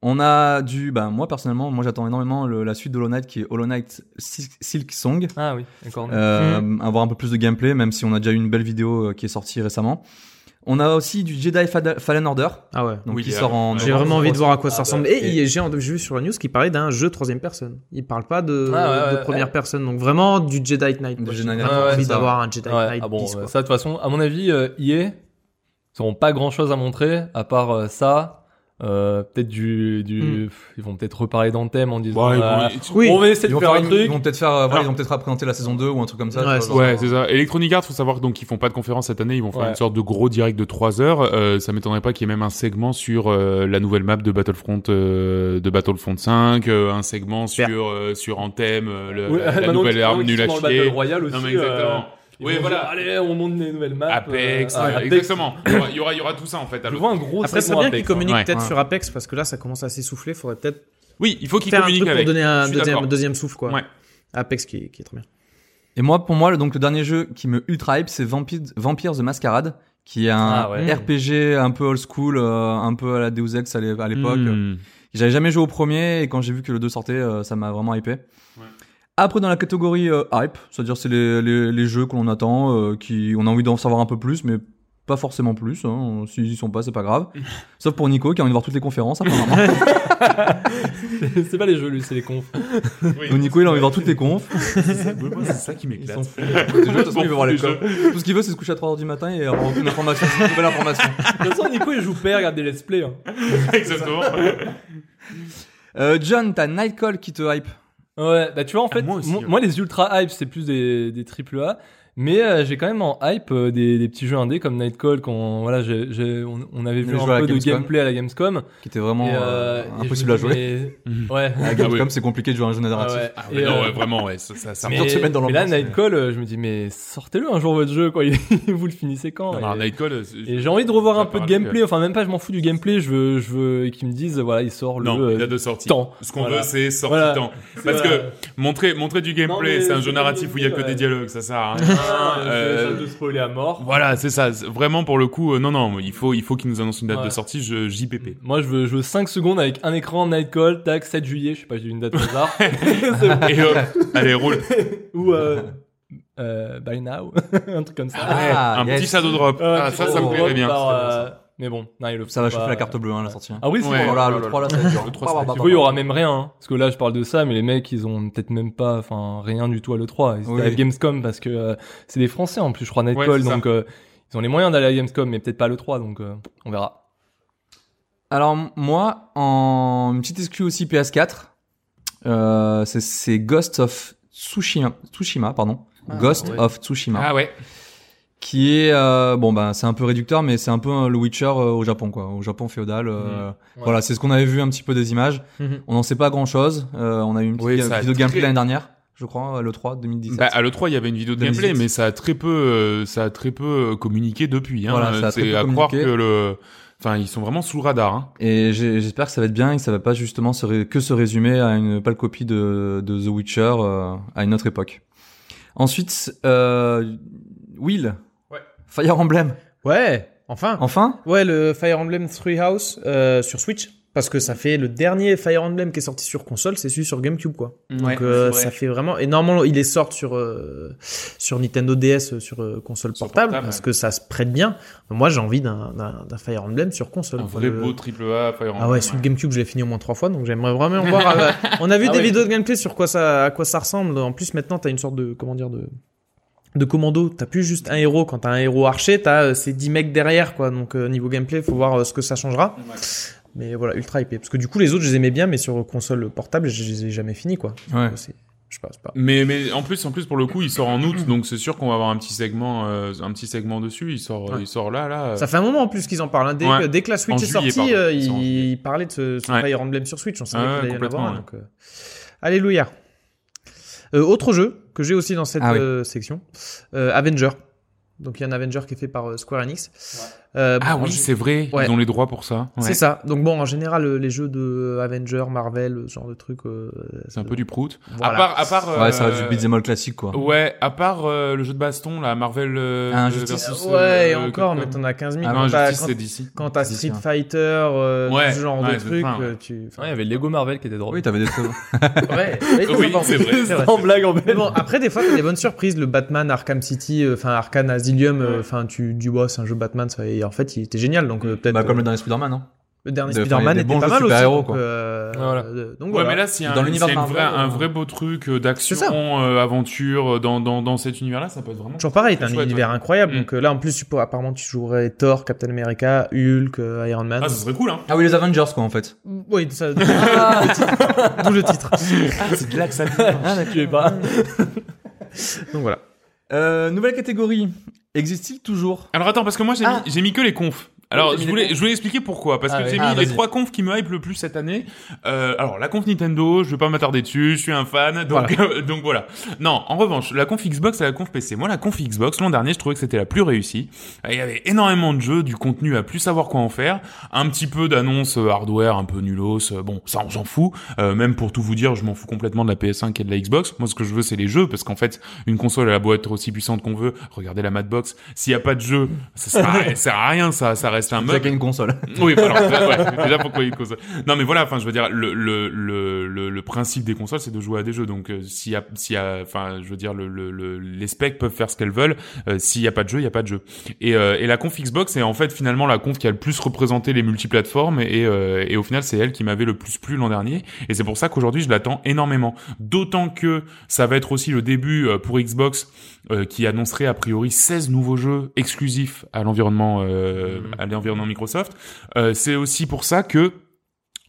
Speaker 2: On a du, bah moi personnellement, moi j'attends énormément le- la suite de Hollow Knight qui est Hollow Knight Sil- Silk Song.
Speaker 3: Ah oui, encore.
Speaker 2: Euh, avoir un peu plus de gameplay, même si on a déjà eu une belle vidéo euh, qui est sortie récemment. On a aussi du Jedi Fada- Fallen Order,
Speaker 4: Ah ouais.
Speaker 2: donc
Speaker 1: Oui,
Speaker 2: qui
Speaker 1: euh,
Speaker 2: sort en.
Speaker 4: J'ai
Speaker 2: novembre.
Speaker 4: vraiment envie de voir à quoi
Speaker 3: Ah
Speaker 4: ça
Speaker 3: bah,
Speaker 4: ressemble.
Speaker 2: et-
Speaker 4: Et, il- j'ai j'ai vu sur la news qui parlait d'un jeu troisième personne. Il parle pas de,
Speaker 3: Ah ouais,
Speaker 4: de
Speaker 3: ouais,
Speaker 4: première
Speaker 3: ouais.
Speaker 4: personne. Donc vraiment du Jedi Knight.
Speaker 2: Du
Speaker 4: quoi.
Speaker 2: Jedi
Speaker 4: J'ai
Speaker 2: Knight,
Speaker 4: vraiment
Speaker 3: ouais,
Speaker 4: envie
Speaker 2: ça.
Speaker 4: d'avoir un Jedi
Speaker 3: Ouais,
Speaker 4: Knight.
Speaker 3: ah bon,
Speaker 4: 10,
Speaker 3: euh,
Speaker 4: quoi.
Speaker 3: ça de toute façon, à mon avis, euh, EA, ils auront pas grand chose à montrer, à part euh, ça, euh, peut-être du, du pff, ils vont peut-être reparler dans le thème en disant,
Speaker 1: Ouais, ils vont-
Speaker 3: ah,
Speaker 1: ils-
Speaker 4: Oui.
Speaker 3: on va
Speaker 2: Ils
Speaker 3: essayer de
Speaker 2: vont
Speaker 3: faire,
Speaker 2: faire
Speaker 3: un
Speaker 2: une-
Speaker 3: truc.
Speaker 2: ils vont peut-être faire, euh, voilà,
Speaker 1: Alors-
Speaker 2: ils vont peut-être représenter la saison 2 ou un truc comme ça.
Speaker 4: Ouais,
Speaker 2: tu vois,
Speaker 1: Ouais,
Speaker 2: genre,
Speaker 1: c'est ça. Electronic Arts, faut savoir donc qu'ils font pas de conférence cette année, ils vont faire
Speaker 3: Ouais.
Speaker 1: une sorte de gros direct de 3 heures. Euh, ça m'étonnerait pas qu'il y ait même un segment sur euh, la nouvelle map de Battlefront euh, de Battlefront 5, euh, un segment
Speaker 4: Super.
Speaker 1: sur euh, sur Anthem, euh, le- la, la
Speaker 3: Ouais, [LAUGHS] maintenant
Speaker 1: nouvelle
Speaker 3: qu'ils-
Speaker 1: arme
Speaker 3: maintenant qu'ils
Speaker 1: nulle à
Speaker 3: sont dans le
Speaker 1: chier.
Speaker 3: Battle Royale aussi.
Speaker 1: non mais
Speaker 3: euh,
Speaker 1: exactement.
Speaker 3: ils
Speaker 1: oui,
Speaker 3: vont
Speaker 1: voilà.
Speaker 3: dire, Allez, on monte les nouvelles maps.
Speaker 1: Apex,
Speaker 3: euh,
Speaker 1: euh,
Speaker 3: ah, Apex.
Speaker 1: exactement. Il y aura- il y aura, il y aura tout ça en fait. à
Speaker 3: Je
Speaker 1: l'eau.
Speaker 3: vois un gros
Speaker 4: Après, c'est
Speaker 3: segment
Speaker 4: bien
Speaker 3: Apex, hein.
Speaker 4: qu'ils communiquent
Speaker 1: Ouais.
Speaker 4: peut-être
Speaker 2: Ouais.
Speaker 4: sur Apex parce que là, ça commence à s'essouffler. Faudrait peut-être
Speaker 1: Oui, il faut qu'ils
Speaker 4: faire un truc
Speaker 1: communiquent
Speaker 4: pour
Speaker 1: avec.
Speaker 4: donner
Speaker 1: Je
Speaker 4: un
Speaker 1: suis
Speaker 4: deuxième,
Speaker 1: d'accord.
Speaker 4: deuxième souffle, quoi.
Speaker 1: Ouais.
Speaker 4: Apex qui, qui est trop bien.
Speaker 2: Et moi, pour moi, le, donc le dernier jeu qui me ultra hype, c'est Vampire, Vampire the Masquerade, qui est un
Speaker 3: Ah ouais.
Speaker 2: RPG un peu old school, euh, un peu à la Deus Ex à l'é- à l'époque.
Speaker 1: Hmm.
Speaker 2: J'avais jamais joué au premier et quand j'ai vu que le 2 sortait, euh, ça m'a vraiment hypé.
Speaker 1: Ouais.
Speaker 2: Après, dans la catégorie euh, hype, c'est-à-dire c'est les, les, les jeux qu'on attend, euh, qui on a envie d'en savoir un peu plus, mais pas forcément plus. Hein. S'ils y sont pas, c'est pas grave. Sauf pour Nico qui a envie de voir toutes les conférences. apparemment.
Speaker 3: [LAUGHS] c'est pas les jeux, lui, c'est les confs.
Speaker 1: Oui.
Speaker 2: Donc, Nico, il a envie de voir toutes les confs.
Speaker 1: [LAUGHS] C'est ça, moi, c'est ça qui
Speaker 2: Ils
Speaker 1: m'éclate.
Speaker 2: s'en foutent. Des jeux, de toute façon,
Speaker 1: Bon,
Speaker 2: il veut voir les
Speaker 1: les jeux.
Speaker 2: confs. Tout ce qu'il veut, c'est se coucher à 3h du matin et avoir aucune information, une nouvelle information.
Speaker 3: De toute façon, Nico, il joue pas, regarde des let's play. hein.
Speaker 1: [LAUGHS] Exactement.
Speaker 2: Euh, John, t'as Nightcall qui te hype.
Speaker 3: Ouais, bah tu vois, en fait,
Speaker 1: Ah, moi aussi, hein.
Speaker 3: mo-
Speaker 1: ouais.
Speaker 3: moi, les ultra hype, c'est plus des, des triple A. Mais euh, j'ai quand même en hype euh, des, des petits jeux indés comme Nightcall, quand voilà, j'ai- j'ai- on, on avait
Speaker 2: Les
Speaker 3: vu
Speaker 2: jeux
Speaker 3: un
Speaker 2: à la
Speaker 3: peu de
Speaker 2: Gamescom.
Speaker 3: gameplay à la Gamescom.
Speaker 2: Qui était vraiment
Speaker 3: et,
Speaker 2: euh,
Speaker 3: euh, et je
Speaker 2: impossible
Speaker 3: me
Speaker 2: à [LAUGHS] jouer.
Speaker 3: dis, mais- [LAUGHS] Ouais.
Speaker 2: La
Speaker 1: Ah ouais.
Speaker 2: Gamescom, c'est compliqué de jouer à un jeu
Speaker 3: Ah
Speaker 2: narratif.
Speaker 3: ouais.
Speaker 1: Ah
Speaker 3: Et,
Speaker 1: ouais, non,
Speaker 3: euh,
Speaker 1: ouais, vraiment, ouais, ça, ça, ça
Speaker 3: mais,
Speaker 2: bien de se mettre dans
Speaker 3: mais là,
Speaker 2: l'ambiance, mais-
Speaker 3: Nightcall,
Speaker 1: hein.
Speaker 3: euh, je me dis, mais sortez-le un jour votre jeu, [LAUGHS] quoi. vous le finissez quand
Speaker 1: Alors,
Speaker 3: Et-
Speaker 1: Nightcall,
Speaker 3: Et j'ai envie de revoir
Speaker 1: Ça
Speaker 3: un peu de
Speaker 1: parle que-
Speaker 3: gameplay, enfin même pas, je m'en fous du gameplay, je veux, je veux qu'ils me disent, voilà, il sort le...
Speaker 1: non, il y a
Speaker 3: euh,
Speaker 1: deux sorties.
Speaker 3: temps.
Speaker 1: Ce qu'on
Speaker 3: Voilà.
Speaker 1: veut, c'est sortie
Speaker 3: Voilà.
Speaker 1: temps. Parce
Speaker 3: voilà.
Speaker 1: que [LAUGHS] montrer, montrer du
Speaker 3: Non,
Speaker 1: gameplay,
Speaker 3: mais
Speaker 1: c'est un
Speaker 3: c'est
Speaker 1: jeu
Speaker 3: du
Speaker 1: narratif où il y a que
Speaker 3: gameplay, ouais.
Speaker 1: des dialogues, ça sert à rien.
Speaker 3: Ah,
Speaker 1: Euh,
Speaker 3: c'est ça de spoiler à mort.
Speaker 1: Voilà, c'est ça. C'est- Vraiment, pour le coup, euh, non, non, il faut, il faut qu'ils nous annoncent une date
Speaker 3: Ouais.
Speaker 1: de sortie, je, JPP.
Speaker 3: Mm. Moi, je veux, je veux 5 secondes avec un écran, Nightcall, tac, 7 juillet, je sais pas, j'ai une date au hasard. C'est bon.
Speaker 1: Et hop, allez, roule.
Speaker 3: [LAUGHS] Ou, euh, euh, by now, [LAUGHS] un truc comme ça.
Speaker 2: Ah,
Speaker 1: un
Speaker 2: yes.
Speaker 1: petit Shadow Drop.
Speaker 3: Euh,
Speaker 1: ah,
Speaker 3: tu
Speaker 1: ça,
Speaker 3: vois,
Speaker 1: ça me
Speaker 3: on
Speaker 1: plairait
Speaker 3: voit
Speaker 1: bien.
Speaker 3: par,
Speaker 2: C'est bon,
Speaker 3: euh,
Speaker 2: ça.
Speaker 3: Mais bon, non, ils le
Speaker 2: Ça
Speaker 3: font
Speaker 2: va chauffer
Speaker 3: pas.
Speaker 2: la carte bleue, hein, la sortie.
Speaker 3: Ah oui, c'est
Speaker 1: Ouais.
Speaker 3: bon.
Speaker 2: Oh là, le
Speaker 1: Oh là
Speaker 2: 3 là, ça va être dur. Ah, bah,
Speaker 1: Le 3, ça va être
Speaker 3: Du coup, il y aura même rien, hein. parce que là, je parle de ça, mais les mecs, ils ont peut-être même pas, enfin, rien du tout à l'E3. Ils étaient
Speaker 2: Oui.
Speaker 3: à Gamescom parce que euh, c'est des Français en plus, je crois, Nightcall,
Speaker 1: Ouais, c'est ça.
Speaker 3: donc euh, ils ont les moyens d'aller à Gamescom, mais peut-être pas à l'E3, donc euh, on verra.
Speaker 2: Alors m- moi, en une petite exclu aussi PS4, euh, c'est- c'est Ghost of Tsushima, Tsushima pardon, Ghost
Speaker 4: ouais.
Speaker 2: of Tsushima,
Speaker 1: Ah ouais.
Speaker 2: qui est euh, bon ben c'est un peu réducteur, mais c'est un peu euh, le Witcher euh, au Japon quoi, au Japon féodal.
Speaker 1: Mhm.
Speaker 2: euh, Voilà, c'est ce qu'on avait vu un petit peu des images.
Speaker 4: Mhm.
Speaker 2: On n'en sait pas grand chose. on a eu une petite
Speaker 1: Oui,
Speaker 2: ga-
Speaker 1: ça a
Speaker 2: vidéo de gameplay
Speaker 1: très-
Speaker 2: l'année dernière, je crois, euh, le 3 2017.
Speaker 1: Bah, à l'E3, il y avait une vidéo de gameplay,
Speaker 2: 2018.
Speaker 1: mais ça a très peu, euh, ça a très peu euh, communiqué depuis. Hein.
Speaker 2: Voilà, ça a
Speaker 1: Euh,
Speaker 2: très
Speaker 1: c'est
Speaker 2: peu
Speaker 1: à croire que
Speaker 2: communiqué.
Speaker 1: le, enfin, ils sont vraiment sous le radar. Hein.
Speaker 2: Et j'ai- j'espère que ça va être bien et que ça va pas justement se ré- que se résumer à une pâle copie de, de The Witcher euh, à une autre époque. Ensuite, euh, Will.
Speaker 1: Ouais.
Speaker 2: Fire Emblem.
Speaker 4: Ouais, enfin.
Speaker 2: Enfin
Speaker 4: Ouais, le Fire Emblem Three House euh, sur Switch. Parce que ça fait le dernier Fire Emblem qui est sorti sur console, c'est celui sur GameCube, quoi. Donc euh, ça fait vraiment. Et normalement, ils les sortent sur euh, sur Nintendo DS, euh, sur euh, console
Speaker 1: Sur
Speaker 4: portable,
Speaker 1: portable,
Speaker 4: parce
Speaker 1: ouais.
Speaker 4: que ça se prête bien. Moi, j'ai envie d'un d'un d'un Fire Emblem sur console.
Speaker 1: Un
Speaker 4: quoi.
Speaker 1: vrai
Speaker 4: Le-
Speaker 1: beau triple A, Fire
Speaker 4: Ah ouais,
Speaker 1: Emblem.
Speaker 4: sur le GameCube, je l'ai fini au moins trois fois, donc j'aimerais vraiment [LAUGHS] voir. euh, on a vu
Speaker 3: Ah
Speaker 4: des
Speaker 3: ouais.
Speaker 4: vidéos de gameplay sur quoi ça, à quoi ça ressemble. En plus, maintenant, t'as une sorte de, comment dire, de, de commando. T'as plus juste un héros. Quand t'as un héros archer, t'as euh, ces 10 mecs derrière, quoi. Donc, euh, niveau gameplay, faut voir euh, ce que ça changera.
Speaker 1: Ouais.
Speaker 4: Mais voilà, ultra hypé. Parce que du coup, les autres, je les aimais bien, mais sur console portable, je les ai jamais finis, quoi.
Speaker 2: Ouais.
Speaker 4: C'est- Je passe pas.
Speaker 1: Mais, mais en plus, en plus pour le coup, il sort en août, donc c'est sûr qu'on va avoir un petit segment, euh, un petit segment dessus. Il sort,
Speaker 4: Ouais.
Speaker 1: il sort là, là.
Speaker 4: Ça fait un moment en plus qu'ils en parlent. hein. Dès,
Speaker 1: Euh, Ouais.
Speaker 4: que, dès que la Switch
Speaker 1: En
Speaker 4: est
Speaker 1: juillet,
Speaker 4: sortie,
Speaker 1: pardon.
Speaker 4: euh,
Speaker 1: C'est en
Speaker 4: ils parlaient de ce, ce
Speaker 1: Ouais.
Speaker 4: Fire Emblem sur Switch. On savait
Speaker 1: Ah ouais,
Speaker 4: qu'il allait y en avoir. un,
Speaker 1: complètement,
Speaker 4: donc, euh, Alléluia. Euh, autre jeu que j'ai aussi dans cette
Speaker 2: Ah oui.
Speaker 4: euh, section, euh, Avenger. Donc il y a un Avenger qui est fait par euh, Square Enix. Euh,
Speaker 1: Ah
Speaker 4: bon,
Speaker 1: oui,
Speaker 4: je-
Speaker 1: c'est vrai,
Speaker 4: Ouais.
Speaker 1: ils ont les droits pour ça. Ouais.
Speaker 4: C'est ça. Donc bon, en général, euh, les jeux de Avenger, Marvel, ce genre de trucs. euh,
Speaker 1: C'est un peu du prout.
Speaker 4: voilà.
Speaker 1: À part, à part, euh,
Speaker 2: Ouais, ça reste du beat'em all classique, quoi.
Speaker 1: Ouais, à part euh, le jeu de baston, la Marvel euh,
Speaker 2: Ah, Injustice.
Speaker 1: versus,
Speaker 4: Ouais,
Speaker 1: euh,
Speaker 4: et encore,
Speaker 1: Capcom.
Speaker 4: mais t'en as 15 000.
Speaker 1: Ah, non,
Speaker 4: quand t'as-
Speaker 1: Injustice,
Speaker 4: quand-
Speaker 1: c'est d'ici.
Speaker 4: quand t'as
Speaker 2: c'est
Speaker 4: Street
Speaker 2: ça.
Speaker 4: Fighter, euh,
Speaker 1: Ouais,
Speaker 4: ce genre
Speaker 1: ouais,
Speaker 4: de
Speaker 1: c'est
Speaker 4: truc,
Speaker 1: ça, ouais.
Speaker 4: euh, tu. enfin,
Speaker 3: Ouais, il y avait le Lego Marvel qui était drôle.
Speaker 2: Oui, t'avais
Speaker 4: [LAUGHS]
Speaker 2: des
Speaker 4: ouais,
Speaker 1: Oui, c'est vrai.
Speaker 4: [LAUGHS] C'est vrai.
Speaker 3: en blague en fait.
Speaker 4: Mais bon, après, des fois, t'as des bonnes surprises. Le Batman Arkham City, euh, enfin Arkham Asylum, euh, enfin, tu dis, ouais, c'est un jeu Batman, ça, et en fait, il était génial. Donc, euh, peut-être.
Speaker 2: [LAUGHS] bah,
Speaker 4: euh,
Speaker 2: comme le dernier Spider-Man, hein.
Speaker 4: le dernier
Speaker 2: de- enfin,
Speaker 4: Spider-Man
Speaker 2: il y a des
Speaker 4: était
Speaker 2: bons
Speaker 4: pas
Speaker 2: jeux
Speaker 4: mal aussi.
Speaker 2: super-héros,
Speaker 4: donc,
Speaker 2: quoi.
Speaker 4: euh,
Speaker 3: Voilà.
Speaker 4: euh, donc,
Speaker 1: Ouais,
Speaker 4: voilà.
Speaker 1: mais là, c'est un,
Speaker 2: Dans l'univers
Speaker 1: c'est une
Speaker 2: Marvel,
Speaker 1: vraie- un
Speaker 2: euh,
Speaker 1: vrai beau truc euh,
Speaker 4: C'est ça.
Speaker 1: d'action, euh, aventure euh, dans, dans, dans cet univers-là, ça peut être vraiment.
Speaker 4: Toujours pareil, t'as un
Speaker 1: C'est chouette,
Speaker 4: univers
Speaker 1: ouais.
Speaker 4: incroyable.
Speaker 1: Mm.
Speaker 4: Donc euh, là, en plus, tu pourrais- apparemment, tu jouerais Thor, Captain America, Hulk, euh, Iron Man. Mm,
Speaker 1: Ah, ça serait cool, hein.
Speaker 2: Ah oui, les Avengers, quoi, en fait.
Speaker 4: Oui, ça. [LAUGHS] D'où le titre.
Speaker 1: c'est de là que ça [LAUGHS]
Speaker 3: Ah, là, tu es pas.
Speaker 4: Donc voilà.
Speaker 2: Euh, nouvelle catégorie. Existe-t-il toujours
Speaker 1: Alors attends, parce que moi j'ai
Speaker 3: Ah.
Speaker 1: mis, j'ai mis que les confs. Alors
Speaker 3: t'as mis
Speaker 1: je
Speaker 3: les
Speaker 1: voulais,
Speaker 3: confs.
Speaker 1: je voulais expliquer pourquoi. Parce
Speaker 3: Ah
Speaker 1: que
Speaker 3: ouais.
Speaker 1: j'ai
Speaker 3: Ah,
Speaker 1: mis les
Speaker 3: vas-y.
Speaker 1: trois confs qui me hype le plus cette année. Euh, alors la conf Nintendo, je vais pas m'attarder dessus, je suis un fan, donc [LAUGHS] euh, donc voilà. Non, en revanche, la conf Xbox et la conf PC. Moi la conf Xbox l'an dernier, je trouvais que c'était la plus réussie. Euh, Il y avait énormément de jeux, du contenu à plus savoir quoi en faire, un petit peu d'annonces euh, hardware un peu nulos. euh, Bon, ça on s'en fout. Euh, même pour tout vous dire, je m'en fous complètement de la PS5 et de la Xbox. Moi ce que je veux c'est les jeux parce qu'en fait, une console elle doit être aussi puissante qu'on veut. Regardez la Madbox, s'il y a pas de jeu, ça sert à, ça sert à rien ça, ça reste un
Speaker 2: Déjà
Speaker 1: mug.
Speaker 2: qu'il y a une console. [LAUGHS]
Speaker 1: [LAUGHS] Oui, voilà. ouais, déjà pourquoi il cause. Non, mais voilà. Enfin, je veux dire, le le le le, le principe des consoles, c'est de jouer à des jeux. Donc, euh, s'il y a s'il y a, enfin, je veux dire, le, le, le- les specs peuvent faire ce qu'elles veulent. Euh, s'il y a pas de jeu, il y a pas de jeu. Et euh, et la conf Xbox est en fait finalement la conf qui a le plus représenté les multiplateformes. Et euh, et au final, c'est elle qui m'avait le plus plu l'an dernier. Et c'est pour ça qu'aujourd'hui, je l'attends énormément. D'autant que ça va être aussi le début euh, pour Xbox. euh, qui annoncerait a priori 16 nouveaux jeux exclusifs à l'environnement euh, à l'environnement Microsoft euh, c'est aussi pour ça que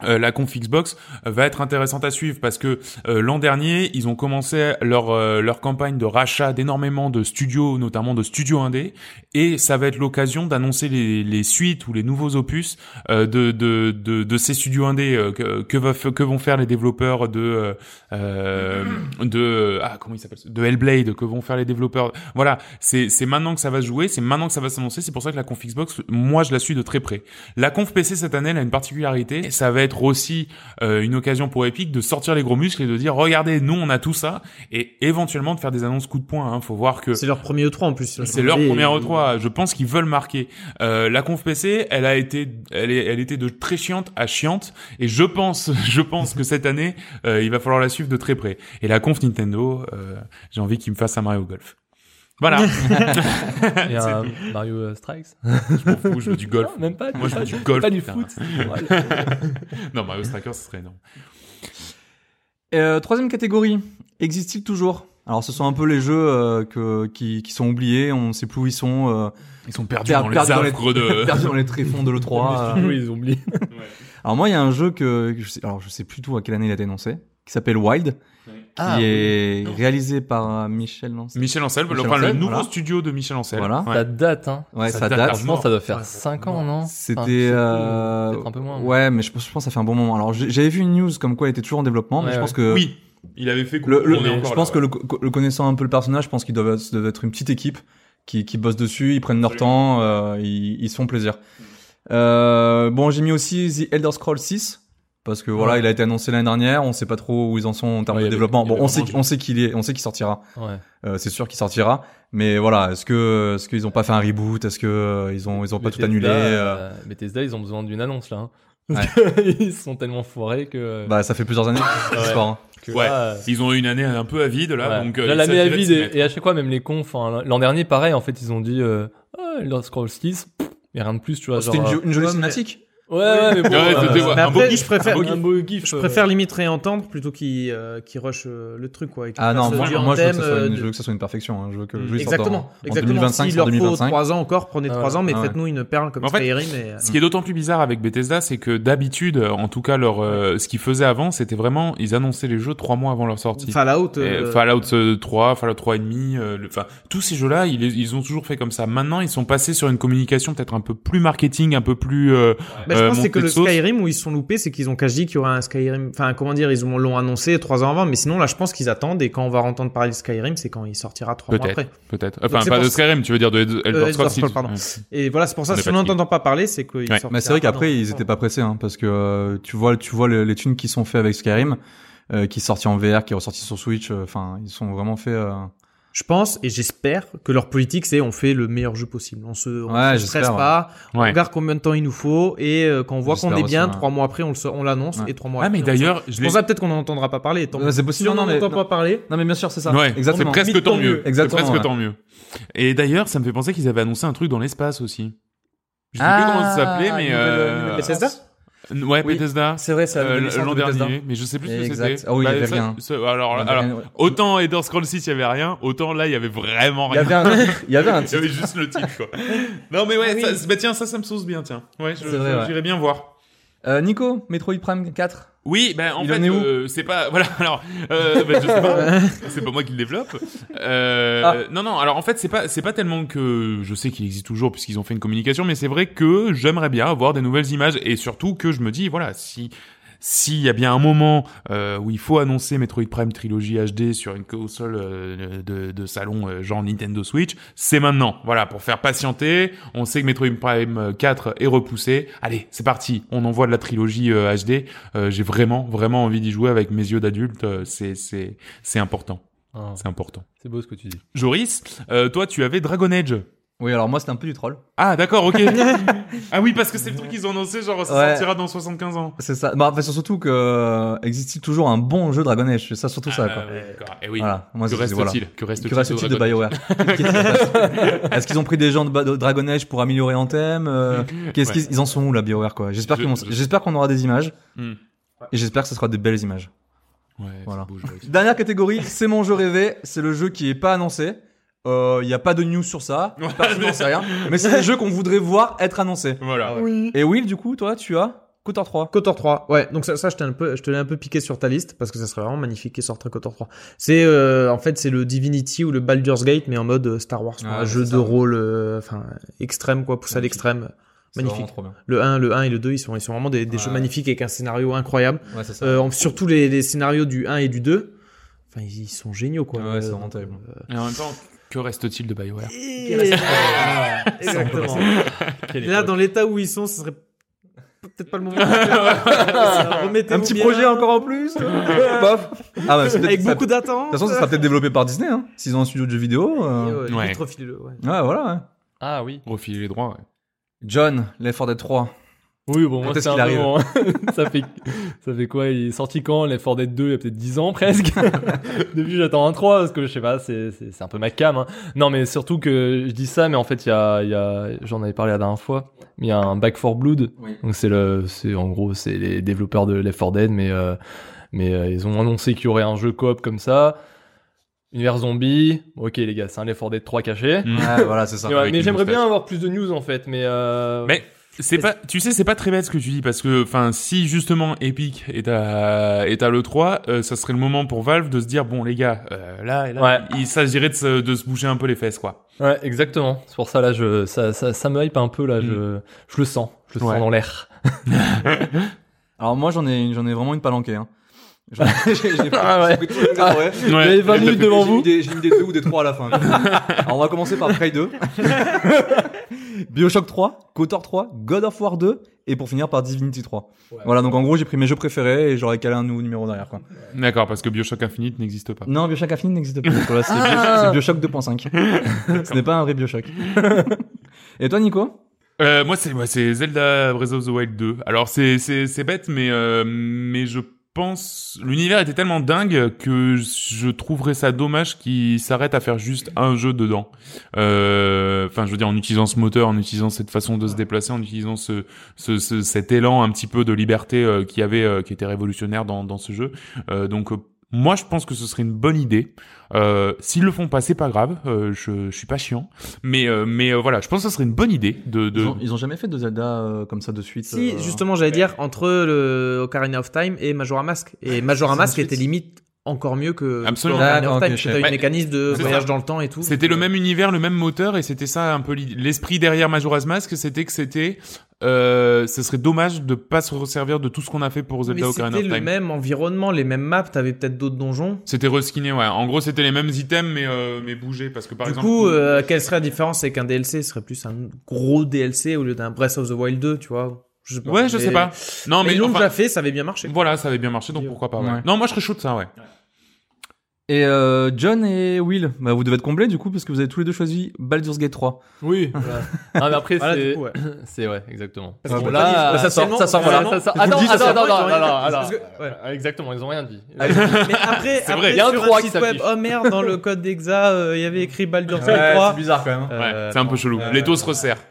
Speaker 1: euh, la conf Xbox euh, va être intéressante à suivre parce que euh, l'an dernier ils ont commencé leur euh, leur campagne de rachat d'énormément de studios notamment de studios indés et ça va être l'occasion d'annoncer les, les suites ou les nouveaux opus euh, de, de de de ces studios indés euh, que que, va f- que vont faire les développeurs de euh, euh, de ah comment il s'appelle ce- de Hellblade que vont faire les développeurs voilà c'est c'est maintenant que ça va se jouer c'est maintenant que ça va s'annoncer c'est pour ça que la conf Xbox moi je la suis de très près la conf PC cette année, elle a une particularité, et ça va être aussi euh, une occasion pour Epic de sortir les gros muscles et de dire regardez, nous on a tout ça, et éventuellement de faire des annonces coup de poing. Hein. Faut voir que
Speaker 4: C'est leur premier E3 en plus.
Speaker 1: c'est leur
Speaker 4: Et-
Speaker 1: premier E E3. Je pense qu'ils veulent marquer. Euh, la conf PC, elle a été, elle, est- elle était de très chiante à chiante. Et je pense, [LAUGHS] je pense que cette année, euh, il va falloir la suivre de très près. Et la conf Nintendo, euh, j'ai envie qu'ils me fassent un Mario Golf. Voilà.
Speaker 3: [LAUGHS]
Speaker 1: [LAUGHS]
Speaker 3: Il y a un Mario euh, Strikes.
Speaker 1: je m'en fous, je veux du golf.
Speaker 3: Non, même pas.
Speaker 1: Moi, je
Speaker 3: pas
Speaker 1: veux du golf,
Speaker 3: Pas du
Speaker 1: putain. [LAUGHS]
Speaker 3: foot. [LAUGHS]
Speaker 1: Non, Mario Strikers, ce serait énorme.
Speaker 2: Euh, troisième catégorie. Existe-t-il toujours Alors, ce sont un peu les jeux euh, que, qui, qui sont oubliés, on sait plus où ils sont, euh,
Speaker 1: Ils sont perdus
Speaker 2: Per-
Speaker 1: dans les
Speaker 2: perdus dans les-
Speaker 1: arbres
Speaker 2: [LAUGHS]
Speaker 1: de.
Speaker 2: perdus dans les tréfonds de l'E3. euh.
Speaker 3: Oui, ils ont oublié.
Speaker 2: Alors, moi, il y a un jeu que, que je sais, alors, je sais plus tout à quelle année il a été annoncé, qui s'appelle Wild, qui est réalisé par euh, Michel Lance.
Speaker 1: Michel Ancel,
Speaker 2: Michel
Speaker 1: enfin le
Speaker 2: Ancel,
Speaker 1: nouveau
Speaker 2: voilà.
Speaker 1: studio de Michel Ancel.
Speaker 2: Voilà.
Speaker 1: Ouais.
Speaker 3: Ça date, hein.
Speaker 2: Ouais,
Speaker 1: Ça
Speaker 2: ça,
Speaker 1: date
Speaker 2: date.
Speaker 1: à
Speaker 3: Je pense que ça doit
Speaker 1: Ouais,
Speaker 3: faire
Speaker 1: ça
Speaker 3: 5
Speaker 1: doit
Speaker 3: ans, non Enfin,
Speaker 2: C'était
Speaker 3: peut-être,
Speaker 2: euh,
Speaker 3: Peut-être un peu moins.
Speaker 2: ouais, mais je pense, je pense que ça fait un bon moment. Alors j'ai- j'avais vu une news comme quoi il était toujours en développement, mais
Speaker 3: Ouais,
Speaker 2: je pense
Speaker 3: ouais.
Speaker 2: que
Speaker 1: Oui, il avait fait.
Speaker 2: le, le-
Speaker 1: qu'on est
Speaker 2: je
Speaker 1: encore
Speaker 2: pense
Speaker 1: là,
Speaker 2: que
Speaker 1: ouais.
Speaker 2: le, co- le connaissant un peu le personnage, je pense qu'ils doivent, ça doit être une petite équipe qui, qui bosse dessus, ils prennent leur temps, euh, ils, ils se font plaisir.
Speaker 3: Mm.
Speaker 2: Euh, bon, j'ai mis aussi The Elder Scrolls 6 parce que voilà,
Speaker 3: Ouais.
Speaker 2: il a été annoncé l'année dernière, on sait pas trop où ils en sont en termes
Speaker 3: Ouais, il y
Speaker 2: de
Speaker 3: avait-
Speaker 2: développement.
Speaker 3: il y
Speaker 2: Bon,
Speaker 3: avait
Speaker 2: on sait,
Speaker 3: vraiment
Speaker 2: on sait qu'il est, on sait qu'il sortira,
Speaker 3: Ouais.
Speaker 2: euh, c'est sûr qu'il sortira, mais voilà, est-ce que, est-ce qu'ils ont pas fait un reboot, est-ce que euh, ils ont, ils ont pas tout
Speaker 3: Bethesda,
Speaker 2: annulé? euh,
Speaker 3: euh, Bethesda, ils ont besoin d'une annonce là. hein. Parce que [LAUGHS] ils sont tellement foirés que.
Speaker 2: Bah, ça fait plusieurs années que
Speaker 3: euh, [LAUGHS] Ouais.
Speaker 2: c'est sport. hein.
Speaker 3: que
Speaker 1: ouais.
Speaker 3: là, euh,
Speaker 1: Ils ont eu une année un peu avide là,
Speaker 3: ouais.
Speaker 1: donc. euh,
Speaker 3: Là,
Speaker 1: il
Speaker 3: la
Speaker 1: s'agirait
Speaker 3: à
Speaker 1: de
Speaker 3: vide
Speaker 1: s'y
Speaker 3: et,
Speaker 1: mettre.
Speaker 3: et à chaque fois, même les cons. enfin, L'an dernier, pareil, en fait, ils ont dit euh, Ah, Elder Scrolls 6, mais rien de plus, tu vois.
Speaker 2: Oh, C'était une,
Speaker 3: genre,
Speaker 2: jo- une jolie
Speaker 4: ouais, mais-
Speaker 2: cinématique.
Speaker 3: euh, Ouais, ouais, mais bon.
Speaker 1: Ouais, c'était-
Speaker 4: Mais
Speaker 1: ouais, un beau
Speaker 4: après,
Speaker 1: kiff,
Speaker 4: je préfère,
Speaker 3: un beau gif.
Speaker 4: je
Speaker 3: euh,
Speaker 4: préfère limite réentendre plutôt qu'il euh, qu'il rush euh, le truc quoi. et qu'il
Speaker 2: Ah non,
Speaker 4: fasse
Speaker 2: moi,
Speaker 4: du
Speaker 2: moi, je, veux que
Speaker 4: Anthem,
Speaker 2: ça soit
Speaker 4: euh,
Speaker 2: une,
Speaker 4: de-
Speaker 2: je veux que ça soit une perfection. hein. Je veux que le jeu, il
Speaker 4: Mm.
Speaker 2: sorte
Speaker 4: Exactement,
Speaker 2: en
Speaker 4: exactement.
Speaker 2: 2025,
Speaker 4: S'il leur
Speaker 2: en
Speaker 4: faut
Speaker 2: 2025.
Speaker 4: 3 ans encore, prenez
Speaker 3: Ah
Speaker 4: 3 ans, mais
Speaker 2: ouais.
Speaker 4: faites-nous une perle comme
Speaker 1: En fait,
Speaker 4: Skyrim. et, euh,
Speaker 1: Ce qui est d'autant plus bizarre avec Bethesda, c'est que d'habitude, euh, en tout cas, leur euh, ce qu'ils faisaient avant, c'était vraiment ils annonçaient les jeux trois mois avant leur sortie.
Speaker 4: Fallout.
Speaker 1: Et
Speaker 4: euh,
Speaker 1: Fallout euh, 3, Fallout 3 et demi, euh, le- enfin tous ces jeux-là, ils, les- ils ont toujours fait comme ça. Maintenant, ils sont passés sur une communication peut-être un peu plus marketing, un peu plus euh,
Speaker 4: bah, je pense
Speaker 1: monter
Speaker 4: c'est que
Speaker 1: de
Speaker 4: le
Speaker 1: sauce.
Speaker 4: Skyrim où ils se sont loupés, c'est qu'ils ont qu'à se dire qu'il y aura un Skyrim. Enfin, comment dire, ils ont- l'ont annoncé trois ans avant, mais sinon là, je pense qu'ils attendent et quand on va entendre parler de Skyrim, c'est quand il sortira trois mois
Speaker 1: Peut-être.
Speaker 4: après.
Speaker 1: Peut-être. Enfin,
Speaker 4: c'est
Speaker 1: pas
Speaker 4: pour
Speaker 1: de
Speaker 4: ça- Euh,
Speaker 1: Skyrim, tu veux dire de Ed- Elder
Speaker 4: Elder
Speaker 1: Scrolls, si
Speaker 4: Scrolls,
Speaker 1: tu-
Speaker 4: pardon.
Speaker 1: Ouais.
Speaker 4: Et voilà, c'est pour
Speaker 1: On
Speaker 4: ça,
Speaker 1: est
Speaker 4: si on n'en
Speaker 1: fatigué.
Speaker 4: entend pas parler, c'est qu'il
Speaker 1: Ouais.
Speaker 4: sortira.
Speaker 2: Mais c'est vrai qu'après,
Speaker 4: dans-
Speaker 2: ils étaient pas pressés, hein, parce que euh, tu vois, tu vois le- les tunes qui sont faits avec Skyrim, euh, qui est sorti en VR, qui est ressorti sur Switch. euh, Enfin, ils sont vraiment faits. euh,
Speaker 4: Je pense et j'espère que leur politique, c'est on fait le meilleur jeu possible. On se, on
Speaker 2: Ouais,
Speaker 4: se
Speaker 2: j'espère,
Speaker 4: stresse
Speaker 2: ouais.
Speaker 4: pas, on
Speaker 1: Ouais.
Speaker 4: regarde combien de temps il nous faut et euh, quand on voit qu'on
Speaker 2: J'espère
Speaker 4: est bien,
Speaker 2: aussi, ouais.
Speaker 4: trois mois après, on le sort- on l'annonce
Speaker 2: Ouais.
Speaker 4: et trois mois.
Speaker 1: Ah, mais
Speaker 4: après, on le sort.
Speaker 1: d'ailleurs, je
Speaker 4: c'est
Speaker 1: l'ai.
Speaker 4: pour ça peut-être qu'on n'en entendra pas parler. Tant mieux.
Speaker 2: ouais, c'est
Speaker 4: Si
Speaker 2: possible.
Speaker 4: on
Speaker 2: non,
Speaker 4: n'en
Speaker 2: mais,
Speaker 4: entend
Speaker 2: non.
Speaker 4: pas parler,
Speaker 2: Non, mais bien sûr, c'est ça.
Speaker 1: Ouais, c'est
Speaker 2: exactement.
Speaker 1: presque
Speaker 4: Limite,
Speaker 1: tant
Speaker 4: tant mieux.
Speaker 1: mieux. C'est
Speaker 2: Exactement,
Speaker 1: presque
Speaker 2: ouais.
Speaker 1: tant mieux. Et d'ailleurs, ça me fait penser qu'ils avaient annoncé un truc dans l'espace aussi. Je sais
Speaker 2: Ah,
Speaker 1: plus comment ça s'appelait, mais.
Speaker 2: une nouvelle- une
Speaker 1: euh,
Speaker 2: nouvelle
Speaker 4: Bethesda
Speaker 2: licence.
Speaker 1: n- Ouais,
Speaker 2: Oui.
Speaker 1: Bethesda.
Speaker 2: C'est vrai, c'est la
Speaker 1: Euh,
Speaker 2: nouvelle licence
Speaker 1: L'an
Speaker 2: de Bethesda.
Speaker 1: dernier, mais je sais plus ce que
Speaker 2: Exact.
Speaker 1: c'était. Bah,
Speaker 2: Ah oui, il y avait
Speaker 1: ça-
Speaker 2: rien.
Speaker 1: ce- alors,
Speaker 2: Il y avait
Speaker 1: alors,
Speaker 2: rien, ouais.
Speaker 1: autant Elder Scrolls 6, il y avait rien, autant là, il y avait vraiment
Speaker 2: Il y
Speaker 1: rien.
Speaker 2: avait un titre. Il y avait
Speaker 1: [LAUGHS]
Speaker 2: un
Speaker 1: Il y
Speaker 2: titre.
Speaker 1: avait juste le titre,
Speaker 2: [LAUGHS]
Speaker 1: quoi. Non, mais ouais,
Speaker 4: Ah oui.
Speaker 1: ça- bah tiens, ça, ça me sauce bien, tiens. Ouais, je-
Speaker 2: C'est vrai,
Speaker 1: je-
Speaker 2: ouais.
Speaker 1: j'irais bien voir.
Speaker 2: Euh, Nico, Metroid Prime 4.
Speaker 1: Oui, ben en
Speaker 2: Il en
Speaker 1: fait,
Speaker 2: est où
Speaker 1: euh, c'est pas. [LAUGHS] Voilà, alors, euh, ben, je sais
Speaker 2: [LAUGHS]
Speaker 1: pas. c'est pas moi qui le développe. Euh,
Speaker 2: Ah.
Speaker 1: Non, non. Alors en fait, c'est pas, c'est pas tellement que je sais qu'il existe toujours puisqu'ils ont fait une communication, mais c'est vrai que j'aimerais bien avoir des nouvelles images et surtout que je me dis, voilà, si. S'il y a bien un moment euh, où il faut annoncer Metroid Prime Trilogy HD sur une console euh, de, de salon euh, genre Nintendo Switch, c'est maintenant. Voilà, pour faire patienter. On sait que Metroid Prime 4 est repoussé. Allez, c'est parti. On envoie de la trilogie euh, HD. Euh, J'ai vraiment, vraiment envie d'y jouer avec mes yeux d'adulte. Euh, c'est, c'est, c'est important.
Speaker 3: Ah,
Speaker 1: C'est important.
Speaker 3: c'est beau ce que tu dis.
Speaker 1: Joris, euh, toi, tu avais Dragon Age.
Speaker 2: Oui, alors moi, c'était un peu du troll.
Speaker 1: Ah, d'accord,
Speaker 2: [LAUGHS]
Speaker 1: ok. ah oui, parce que c'est le truc qu'ils ont annoncé, genre, ça
Speaker 2: Ouais.
Speaker 1: sortira dans 75 ans.
Speaker 2: C'est ça. Bah, enfin, c'est surtout que euh, existe-t-il toujours un bon jeu Dragon Age C'est ça, surtout ça.
Speaker 1: Ah,
Speaker 2: Quoi.
Speaker 1: ouais, d'accord. Eh oui.
Speaker 2: Voilà. Moi,
Speaker 1: Que
Speaker 2: c'est-
Speaker 1: reste-t-il
Speaker 2: voilà.
Speaker 1: Que reste-t-il
Speaker 2: Que reste-t-il de
Speaker 1: Dragon Age [LAUGHS]
Speaker 2: BioWare Est-ce qu'ils ont pris des gens de, Ba- de Dragon Age pour améliorer Anthem euh, Qu'est-ce
Speaker 1: Mm. Ouais.
Speaker 2: qu'ils ils en sont où là BioWare quoi J'espère
Speaker 1: Je-
Speaker 2: qu'on
Speaker 1: je-
Speaker 2: j'espère qu'on aura des images
Speaker 1: Hmm.
Speaker 2: et j'espère que ce sera des belles images.
Speaker 1: Ouais,
Speaker 2: Voilà.
Speaker 1: c'est beau, Joris.
Speaker 2: Dernière
Speaker 1: [LAUGHS]
Speaker 2: catégorie, c'est mon jeu rêvé, c'est le jeu qui est pas annoncé. Il n'y a pas de news sur ça,
Speaker 1: Ouais.
Speaker 2: personne n'en sait rien, mais c'est des jeux qu'on voudrait voir être annoncés.
Speaker 4: Ah
Speaker 1: Voilà.
Speaker 2: Et Will, du coup, toi, tu as Cotor 3.
Speaker 4: Cotor 3, ouais. Donc ça, ça je t'ai un peu, je te l'ai un peu piqué sur ta liste parce que ça serait vraiment magnifique qu'il sorte un Cotor 3. C'est, euh, en fait, c'est le Divinity ou le Baldur's Gate mais en mode euh, Star Wars, quoi.
Speaker 2: Ah,
Speaker 4: un
Speaker 2: c'est
Speaker 4: jeu
Speaker 2: ça,
Speaker 4: de
Speaker 2: ouais.
Speaker 4: rôle, euh, enfin extrême quoi, poussé à
Speaker 2: Magnifique.
Speaker 4: l'extrême.
Speaker 2: C'est
Speaker 4: Magnifique.
Speaker 2: vraiment Trop bien.
Speaker 4: Le 1, le 1 et le 2, ils sont, ils sont vraiment des, des
Speaker 2: Ouais.
Speaker 4: jeux magnifiques avec un scénario incroyable.
Speaker 2: Ouais, c'est ça.
Speaker 4: Euh, en- surtout les, les scénarios du 1 et du 2. Enfin, ils, ils sont géniaux quoi.
Speaker 2: Ouais, c'est
Speaker 4: Euh,
Speaker 2: vraiment terrible.
Speaker 4: euh,
Speaker 1: Et en même temps, que reste-t-il de BioWare
Speaker 4: et- [LAUGHS] Exactement. Et là, dans l'état où ils sont, ce serait peut-être pas [LAUGHS] le moment.
Speaker 2: un
Speaker 4: Un
Speaker 2: petit projet encore en plus [LAUGHS] Bof. Ah bah, c'est peut-être-
Speaker 4: avec
Speaker 2: ça-
Speaker 4: beaucoup
Speaker 2: De
Speaker 4: d'attente.
Speaker 2: toute façon, ça sera peut-être développé par Disney, hein, s'ils ont un studio de jeux vidéo. euh.
Speaker 4: Ouais,
Speaker 1: Ouais.
Speaker 4: vite refile-le, ouais.
Speaker 2: Ouais, voilà. ouais.
Speaker 3: Ah oui.
Speaker 1: Refiler les droits, ouais.
Speaker 2: John, Left 4 Dead 3.
Speaker 3: Oui, bon, moi,
Speaker 2: Quand
Speaker 3: c'est
Speaker 2: est-ce
Speaker 3: un
Speaker 2: qu'il
Speaker 3: moment. [LAUGHS] ça, fait, ça fait quoi Il est sorti quand Left 4 Dead 2, il y a peut-être 10 ans presque. [LAUGHS] Depuis, j'attends un 3, parce que je sais pas, c'est, c'est, c'est un peu ma cam. hein. Non, mais surtout que je dis ça, mais en fait, il y a, il y a, j'en avais parlé la dernière fois, mais il y a un Back 4 Blood.
Speaker 2: Oui.
Speaker 3: Donc, c'est le, c'est, en gros, c'est les développeurs de Left 4 Dead, mais, euh, mais euh, ils ont annoncé qu'il y aurait un jeu coop comme ça. Univers zombie. Ok, les gars, c'est un Left 4 Dead 3 caché.
Speaker 1: Mm.
Speaker 2: Ouais, voilà, c'est ça.
Speaker 3: Mais [LAUGHS] ouais,
Speaker 1: avec
Speaker 3: mais
Speaker 1: une
Speaker 3: j'aimerais bien
Speaker 1: moustache.
Speaker 3: avoir plus de news en fait, mais euh...
Speaker 1: Mais c'est pas, tu sais, c'est pas très bête ce que tu dis parce que, enfin, si justement Epic est à, est à le 3, euh, ça serait le moment pour Valve de se dire bon les gars, euh, là, et là,
Speaker 3: Ouais.
Speaker 1: il s'agirait de se, de se bouger un peu les fesses quoi.
Speaker 3: Ouais, exactement. C'est pour ça là, je ça ça, ça me hype un peu
Speaker 2: Mm.
Speaker 3: là. Je je le sens, je le
Speaker 1: Ouais.
Speaker 3: sens dans l'air.
Speaker 2: Alors moi, j'en ai, j'en ai vraiment une palanquée. Hein. J'en-
Speaker 3: [LAUGHS]
Speaker 2: j'ai- j'ai-
Speaker 3: Ah ouais.
Speaker 2: j'ai pris tout le temps, ouais.
Speaker 1: Ouais.
Speaker 3: Vous avez 20 minutes devant
Speaker 2: J'ai mis
Speaker 3: vous.
Speaker 2: des- J'ai mis des deux ou des trois à la
Speaker 3: [LAUGHS]
Speaker 2: fin. Alors on va commencer par Prey 2. Bioshock 3, KOTOR 3, God of War 2 et pour finir par Divinity 3. Voilà, donc en gros, j'ai pris mes jeux préférés et j'aurais calé un nouveau numéro derrière quoi.
Speaker 1: D'accord, parce que Bioshock Infinite n'existe pas.
Speaker 2: Non, Bioshock Infinite n'existe pas. Ah. Voilà, c'est Bio- c'est Bioshock [LAUGHS] 2.5. Ce n'est pas un vrai Bioshock. [LAUGHS] et toi Nico
Speaker 1: Euh, moi c'est moi c'est Zelda Breath of the Wild 2. Alors c'est c'est c'est bête mais euh, mais je pense l'univers était tellement dingue que je trouverais ça dommage qu'il s'arrête à faire juste un jeu dedans. Euh, Enfin je veux dire en utilisant ce moteur, en utilisant cette façon de se déplacer, en utilisant ce, ce, ce- cet élan un petit peu de liberté euh, qu'il y avait euh, qui était révolutionnaire dans dans ce jeu. Euh, donc euh, moi, je pense que ce serait une bonne idée. Euh, S'ils le font pas, c'est pas grave. Euh, je, je suis pas chiant, mais euh, mais euh, voilà, je pense que ce serait une bonne idée de, de
Speaker 2: Ils, ont, ils ont jamais fait de Zelda euh, comme ça de suite.
Speaker 4: Si,
Speaker 2: euh,
Speaker 4: justement, j'allais dire entre le Ocarina of Time et Majora Mask. Et Majora
Speaker 2: C'est
Speaker 4: Mask
Speaker 2: ensuite.
Speaker 4: était limite encore mieux que
Speaker 1: Absolument.
Speaker 4: que Ocarina
Speaker 2: D'accord,
Speaker 4: of
Speaker 2: ok,
Speaker 4: Time.
Speaker 2: je
Speaker 4: Tu
Speaker 2: savais
Speaker 4: as
Speaker 1: pas.
Speaker 4: eu mécanisme de
Speaker 1: C'est
Speaker 4: voyage
Speaker 1: ça.
Speaker 4: dans le temps et tout.
Speaker 1: C'était le même univers, le même moteur, et c'était ça un peu l'id- l'esprit derrière Majora's Mask, c'était que c'était euh, ce serait dommage de pas se resservir de tout ce qu'on a fait pour
Speaker 4: Mais
Speaker 1: Zelda Ocarina
Speaker 4: c'était
Speaker 1: of
Speaker 4: le
Speaker 1: Time.
Speaker 4: même environnement, les mêmes maps, t'avais peut-être d'autres donjons.
Speaker 1: C'était reskiné, ouais. En gros, c'était les mêmes items, mais, euh, mais bougés, parce que par
Speaker 4: du
Speaker 1: exemple...
Speaker 4: coup, euh, quelle serait la différence avec un DLC Ce serait plus un gros DLC au lieu d'un Breath of the Wild 2, tu vois je sais
Speaker 1: Ouais, je
Speaker 4: Mais-
Speaker 1: sais pas. Non,
Speaker 4: mais
Speaker 1: mais,
Speaker 4: ils l'ont
Speaker 1: enfin,
Speaker 4: déjà fait, ça avait bien marché.
Speaker 1: voilà, ça avait bien marché, donc pourquoi pas. ouais.
Speaker 2: Ouais.
Speaker 1: Non, moi, je serais chaud de ça, ouais.
Speaker 2: Et euh, John et Will, bah, vous devez être comblés du coup parce que vous avez tous les deux choisi Baldur's Gate 3.
Speaker 3: Oui. voilà. Ah, mais
Speaker 4: [LAUGHS]
Speaker 3: après,
Speaker 4: Voilà,
Speaker 3: c'est.
Speaker 4: du
Speaker 1: [LAUGHS]
Speaker 4: coup, ouais.
Speaker 3: C'est ouais, exactement.
Speaker 4: Parce
Speaker 2: qu'on
Speaker 3: Bon,
Speaker 4: l'a pas
Speaker 3: là,
Speaker 4: dit,
Speaker 3: euh,
Speaker 4: ça sort, ça sort,
Speaker 3: voilà,
Speaker 4: vraiment.
Speaker 3: ça sort.
Speaker 2: Je vous
Speaker 3: Attends,
Speaker 2: le dis, ça sort.
Speaker 3: attends, attends,
Speaker 4: Ils ont rien
Speaker 3: attends,
Speaker 4: dit,
Speaker 3: attends.
Speaker 4: parce que- Ah, ouais.
Speaker 3: Euh, Exactement, ils ont rien dit.
Speaker 4: Mais après,
Speaker 1: C'est vrai,
Speaker 4: après
Speaker 1: il y a
Speaker 3: un
Speaker 4: sur
Speaker 3: trois
Speaker 4: un
Speaker 3: qui
Speaker 4: site
Speaker 3: s'affiche.
Speaker 4: web, oh merde, dans le code d'Exa, euh, il y avait écrit Baldur's Gate 3.
Speaker 2: bizarre quand même.
Speaker 1: Ouais,
Speaker 3: Euh,
Speaker 1: c'est un peu chelou.
Speaker 2: euh,
Speaker 1: les taux se resserrent.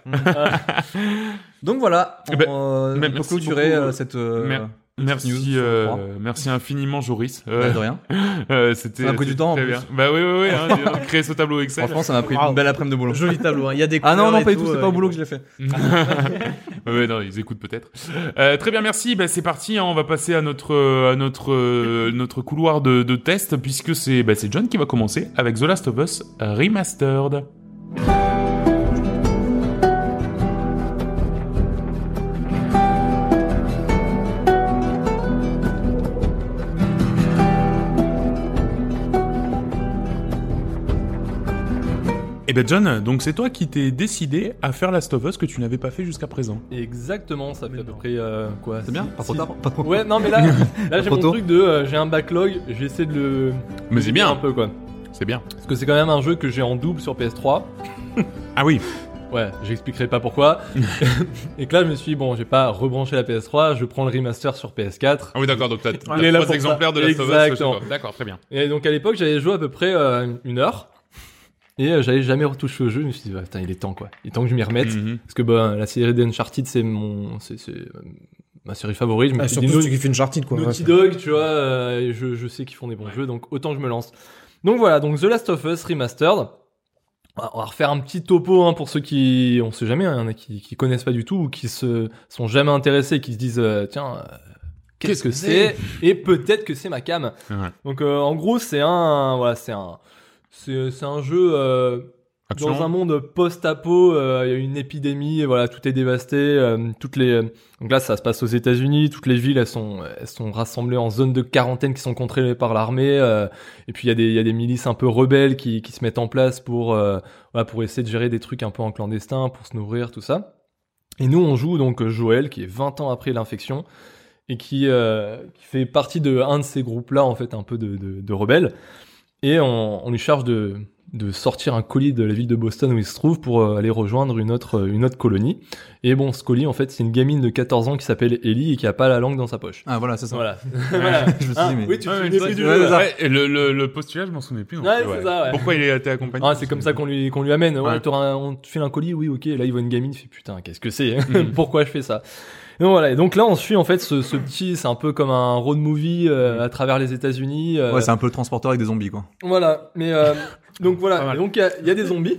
Speaker 2: Donc voilà, on,
Speaker 1: Eh ben,
Speaker 2: euh,
Speaker 1: mais
Speaker 2: on peut
Speaker 1: merci
Speaker 2: clôturer
Speaker 1: beaucoup.
Speaker 2: euh, cette. euh,
Speaker 1: Mer-
Speaker 2: news
Speaker 1: Merci,
Speaker 2: sur
Speaker 1: euh,
Speaker 2: trois.
Speaker 1: merci infiniment, Joris.
Speaker 2: bah,
Speaker 1: Euh,
Speaker 2: de rien.
Speaker 1: euh, c'était.
Speaker 2: Ça a pris du
Speaker 1: c'était
Speaker 2: temps, en
Speaker 1: très
Speaker 2: plus.
Speaker 1: bien. Bah oui, oui, oui.
Speaker 2: [LAUGHS]
Speaker 1: hein, dis donc, créer ce tableau Excel.
Speaker 2: Franchement, ça m'a pris
Speaker 4: Wow.
Speaker 2: une belle après-midi de boulot.
Speaker 4: Joli tableau, hein, il y a des
Speaker 2: Ah non,
Speaker 4: couleurs
Speaker 2: non,
Speaker 4: et
Speaker 2: pas du tout,
Speaker 4: tout,
Speaker 2: c'est pas
Speaker 4: euh,
Speaker 2: au boulot que je l'ai fait.
Speaker 1: Ouais, non, ils écoutent peut-être. Euh, très bien, merci. Bah, c'est parti. hein, on va passer à notre euh, à notre euh, notre couloir de, de test puisque c'est bah, c'est John qui va commencer avec The Last of Us Remastered. Eh ben John, donc c'est toi qui t'es décidé à faire Last of Us que tu n'avais pas fait jusqu'à présent.
Speaker 3: Exactement, ça fait à peu près euh, quoi
Speaker 2: C'est bien,
Speaker 3: six-
Speaker 2: pas trop
Speaker 3: six-
Speaker 2: tard. Pas trop...
Speaker 3: Ouais, non,
Speaker 2: [LAUGHS]
Speaker 3: mais là, là j'ai
Speaker 2: trop
Speaker 3: mon
Speaker 2: tôt.
Speaker 3: truc de euh, j'ai un backlog, j'essaie de le.
Speaker 1: Mais c'est
Speaker 3: un
Speaker 1: bien,
Speaker 3: peu quoi.
Speaker 1: c'est bien.
Speaker 3: Parce que c'est quand même un jeu que j'ai en double sur PS3.
Speaker 1: Ah oui.
Speaker 3: Ouais, j'expliquerai pas
Speaker 4: [LAUGHS]
Speaker 3: pourquoi. [LAUGHS] et que là, je me suis dit, bon, j'ai pas rebranché la PS3, je prends le remaster sur PS4.
Speaker 1: Ah oui, d'accord. Donc t'as
Speaker 3: Il est
Speaker 1: t'as
Speaker 3: là
Speaker 1: trois
Speaker 3: pour
Speaker 1: exemplaires
Speaker 3: ça.
Speaker 1: de Last of Us. je sais
Speaker 3: Exactement.
Speaker 1: pas. D'accord, très bien.
Speaker 3: Et donc à l'époque, j'avais joué à peu près euh, une heure. Et euh, j'avais jamais retouché au jeu, je me suis dit, Ah, putain, il est temps quoi. Il est temps que je m'y remette.
Speaker 4: Mm.
Speaker 1: Mhm.
Speaker 3: Parce que bah, la série d'Uncharted, c'est mon. C'est c'est, euh, ma série favorite. Je me
Speaker 4: Ah,
Speaker 3: suis dit,
Speaker 4: surtout
Speaker 3: Naughty-
Speaker 4: ceux qui font une chartide, quoi.
Speaker 3: Naughty
Speaker 4: ouais.
Speaker 3: Dog, tu vois, euh, et je, je sais qu'ils font des bons jeux, donc autant que je me lance. Donc voilà, donc The Last of Us Remastered. On va- On va refaire un petit topo hein, pour ceux qui, on sait jamais, hein, il y en a qui, qui connaissent pas du tout ou qui se sont jamais intéressés, qui se disent euh, tiens, euh, qu'est-ce que c'est Et peut-être que c'est ma cam.
Speaker 1: Ouais.
Speaker 3: Donc euh, en gros, c'est un, voilà, c'est un, c'est c'est un jeu. euh, dans
Speaker 1: Absolument.
Speaker 3: un monde post-apo, euh, il y a une épidémie, et voilà, tout est dévasté. euh, toutes les euh, donc là, ça se passe aux États-Unis. Toutes les villes, elles sont elles sont rassemblées en zones de quarantaine qui sont contrôlées par l'armée. euh, et puis il y a des il y a des milices un peu rebelles qui qui se mettent en place pour euh, voilà, pour essayer de gérer des trucs un peu en clandestin, pour se nourrir, tout ça. Et nous, on joue donc euh, Joël, qui est 20 ans après l'infection et qui, euh, qui fait partie de un de ces groupes-là, en fait, un peu de, de- de rebelles. Et on, on lui charge de, de sortir un colis de la ville de Boston où il se trouve pour euh, aller rejoindre une autre, une autre colonie. Et bon, ce colis, en fait, c'est une gamine de 14 ans qui s'appelle Ellie et qui a pas la langue dans sa poche.
Speaker 2: Ah voilà, c'est ça.
Speaker 3: Voilà. [LAUGHS] Voilà.
Speaker 2: [LAUGHS] Je me suis
Speaker 3: Ah,
Speaker 2: dit, mais.
Speaker 3: oui, tu te
Speaker 1: Ouais,
Speaker 3: souviens
Speaker 1: mais
Speaker 3: pas
Speaker 1: c'est-
Speaker 3: du
Speaker 1: ouais,
Speaker 3: jeu,
Speaker 1: c'est
Speaker 3: là.
Speaker 1: ça. Et le, le- le postulat, je m'en souvenais plus. non
Speaker 3: Ouais,
Speaker 1: plus,
Speaker 3: c'est ça, ouais.
Speaker 1: Pourquoi il a été accompagné
Speaker 3: Ah, c'est comme ça qu'on lui, qu'on lui amène. Ouais,
Speaker 1: Ouais.
Speaker 3: t'auras un- on te file un colis, oui, ok. Là, il voit une gamine, il fait putain, qu'est-ce que c'est [LAUGHS] Pourquoi je fais ça Donc voilà. Et donc là, on suit en fait ce, ce petit, c'est un peu comme un road movie euh, à travers les États-Unis. euh,
Speaker 2: Ouais, c'est un peu le transporteur avec des zombies quoi.
Speaker 3: voilà,
Speaker 1: [LAUGHS]
Speaker 3: mais euh, donc
Speaker 1: Pas
Speaker 3: voilà,
Speaker 1: mal.
Speaker 3: donc il y a- il y, a des zombies.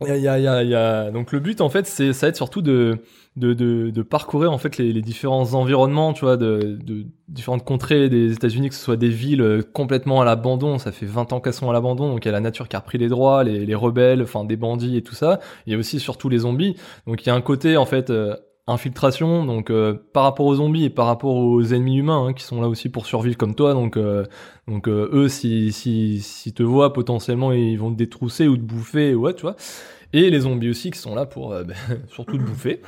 Speaker 3: Il y a- il y a- il y a- il y a- Donc le but en fait, c'est ça va être surtout de de, de, de parcourir en fait les, les différents environnements, tu vois, de, de différentes contrées des États-Unis, que ce soit des villes euh, complètement à l'abandon. Ça fait 20 ans qu'elles sont à l'abandon, donc il y a la nature qui a repris les droits, les, les rebelles, enfin des bandits et tout ça. Il y a aussi surtout les zombies. Donc il y a un côté en fait. euh, infiltration donc euh, par rapport aux zombies et par rapport aux ennemis humains hein, qui sont là aussi pour survivre comme toi donc euh, donc euh, eux, si, si, si te voient, potentiellement, ils vont te détrousser ou te bouffer, ouais, tu vois. Et les zombies aussi qui sont là pour euh, [LAUGHS] ben, surtout te bouffer.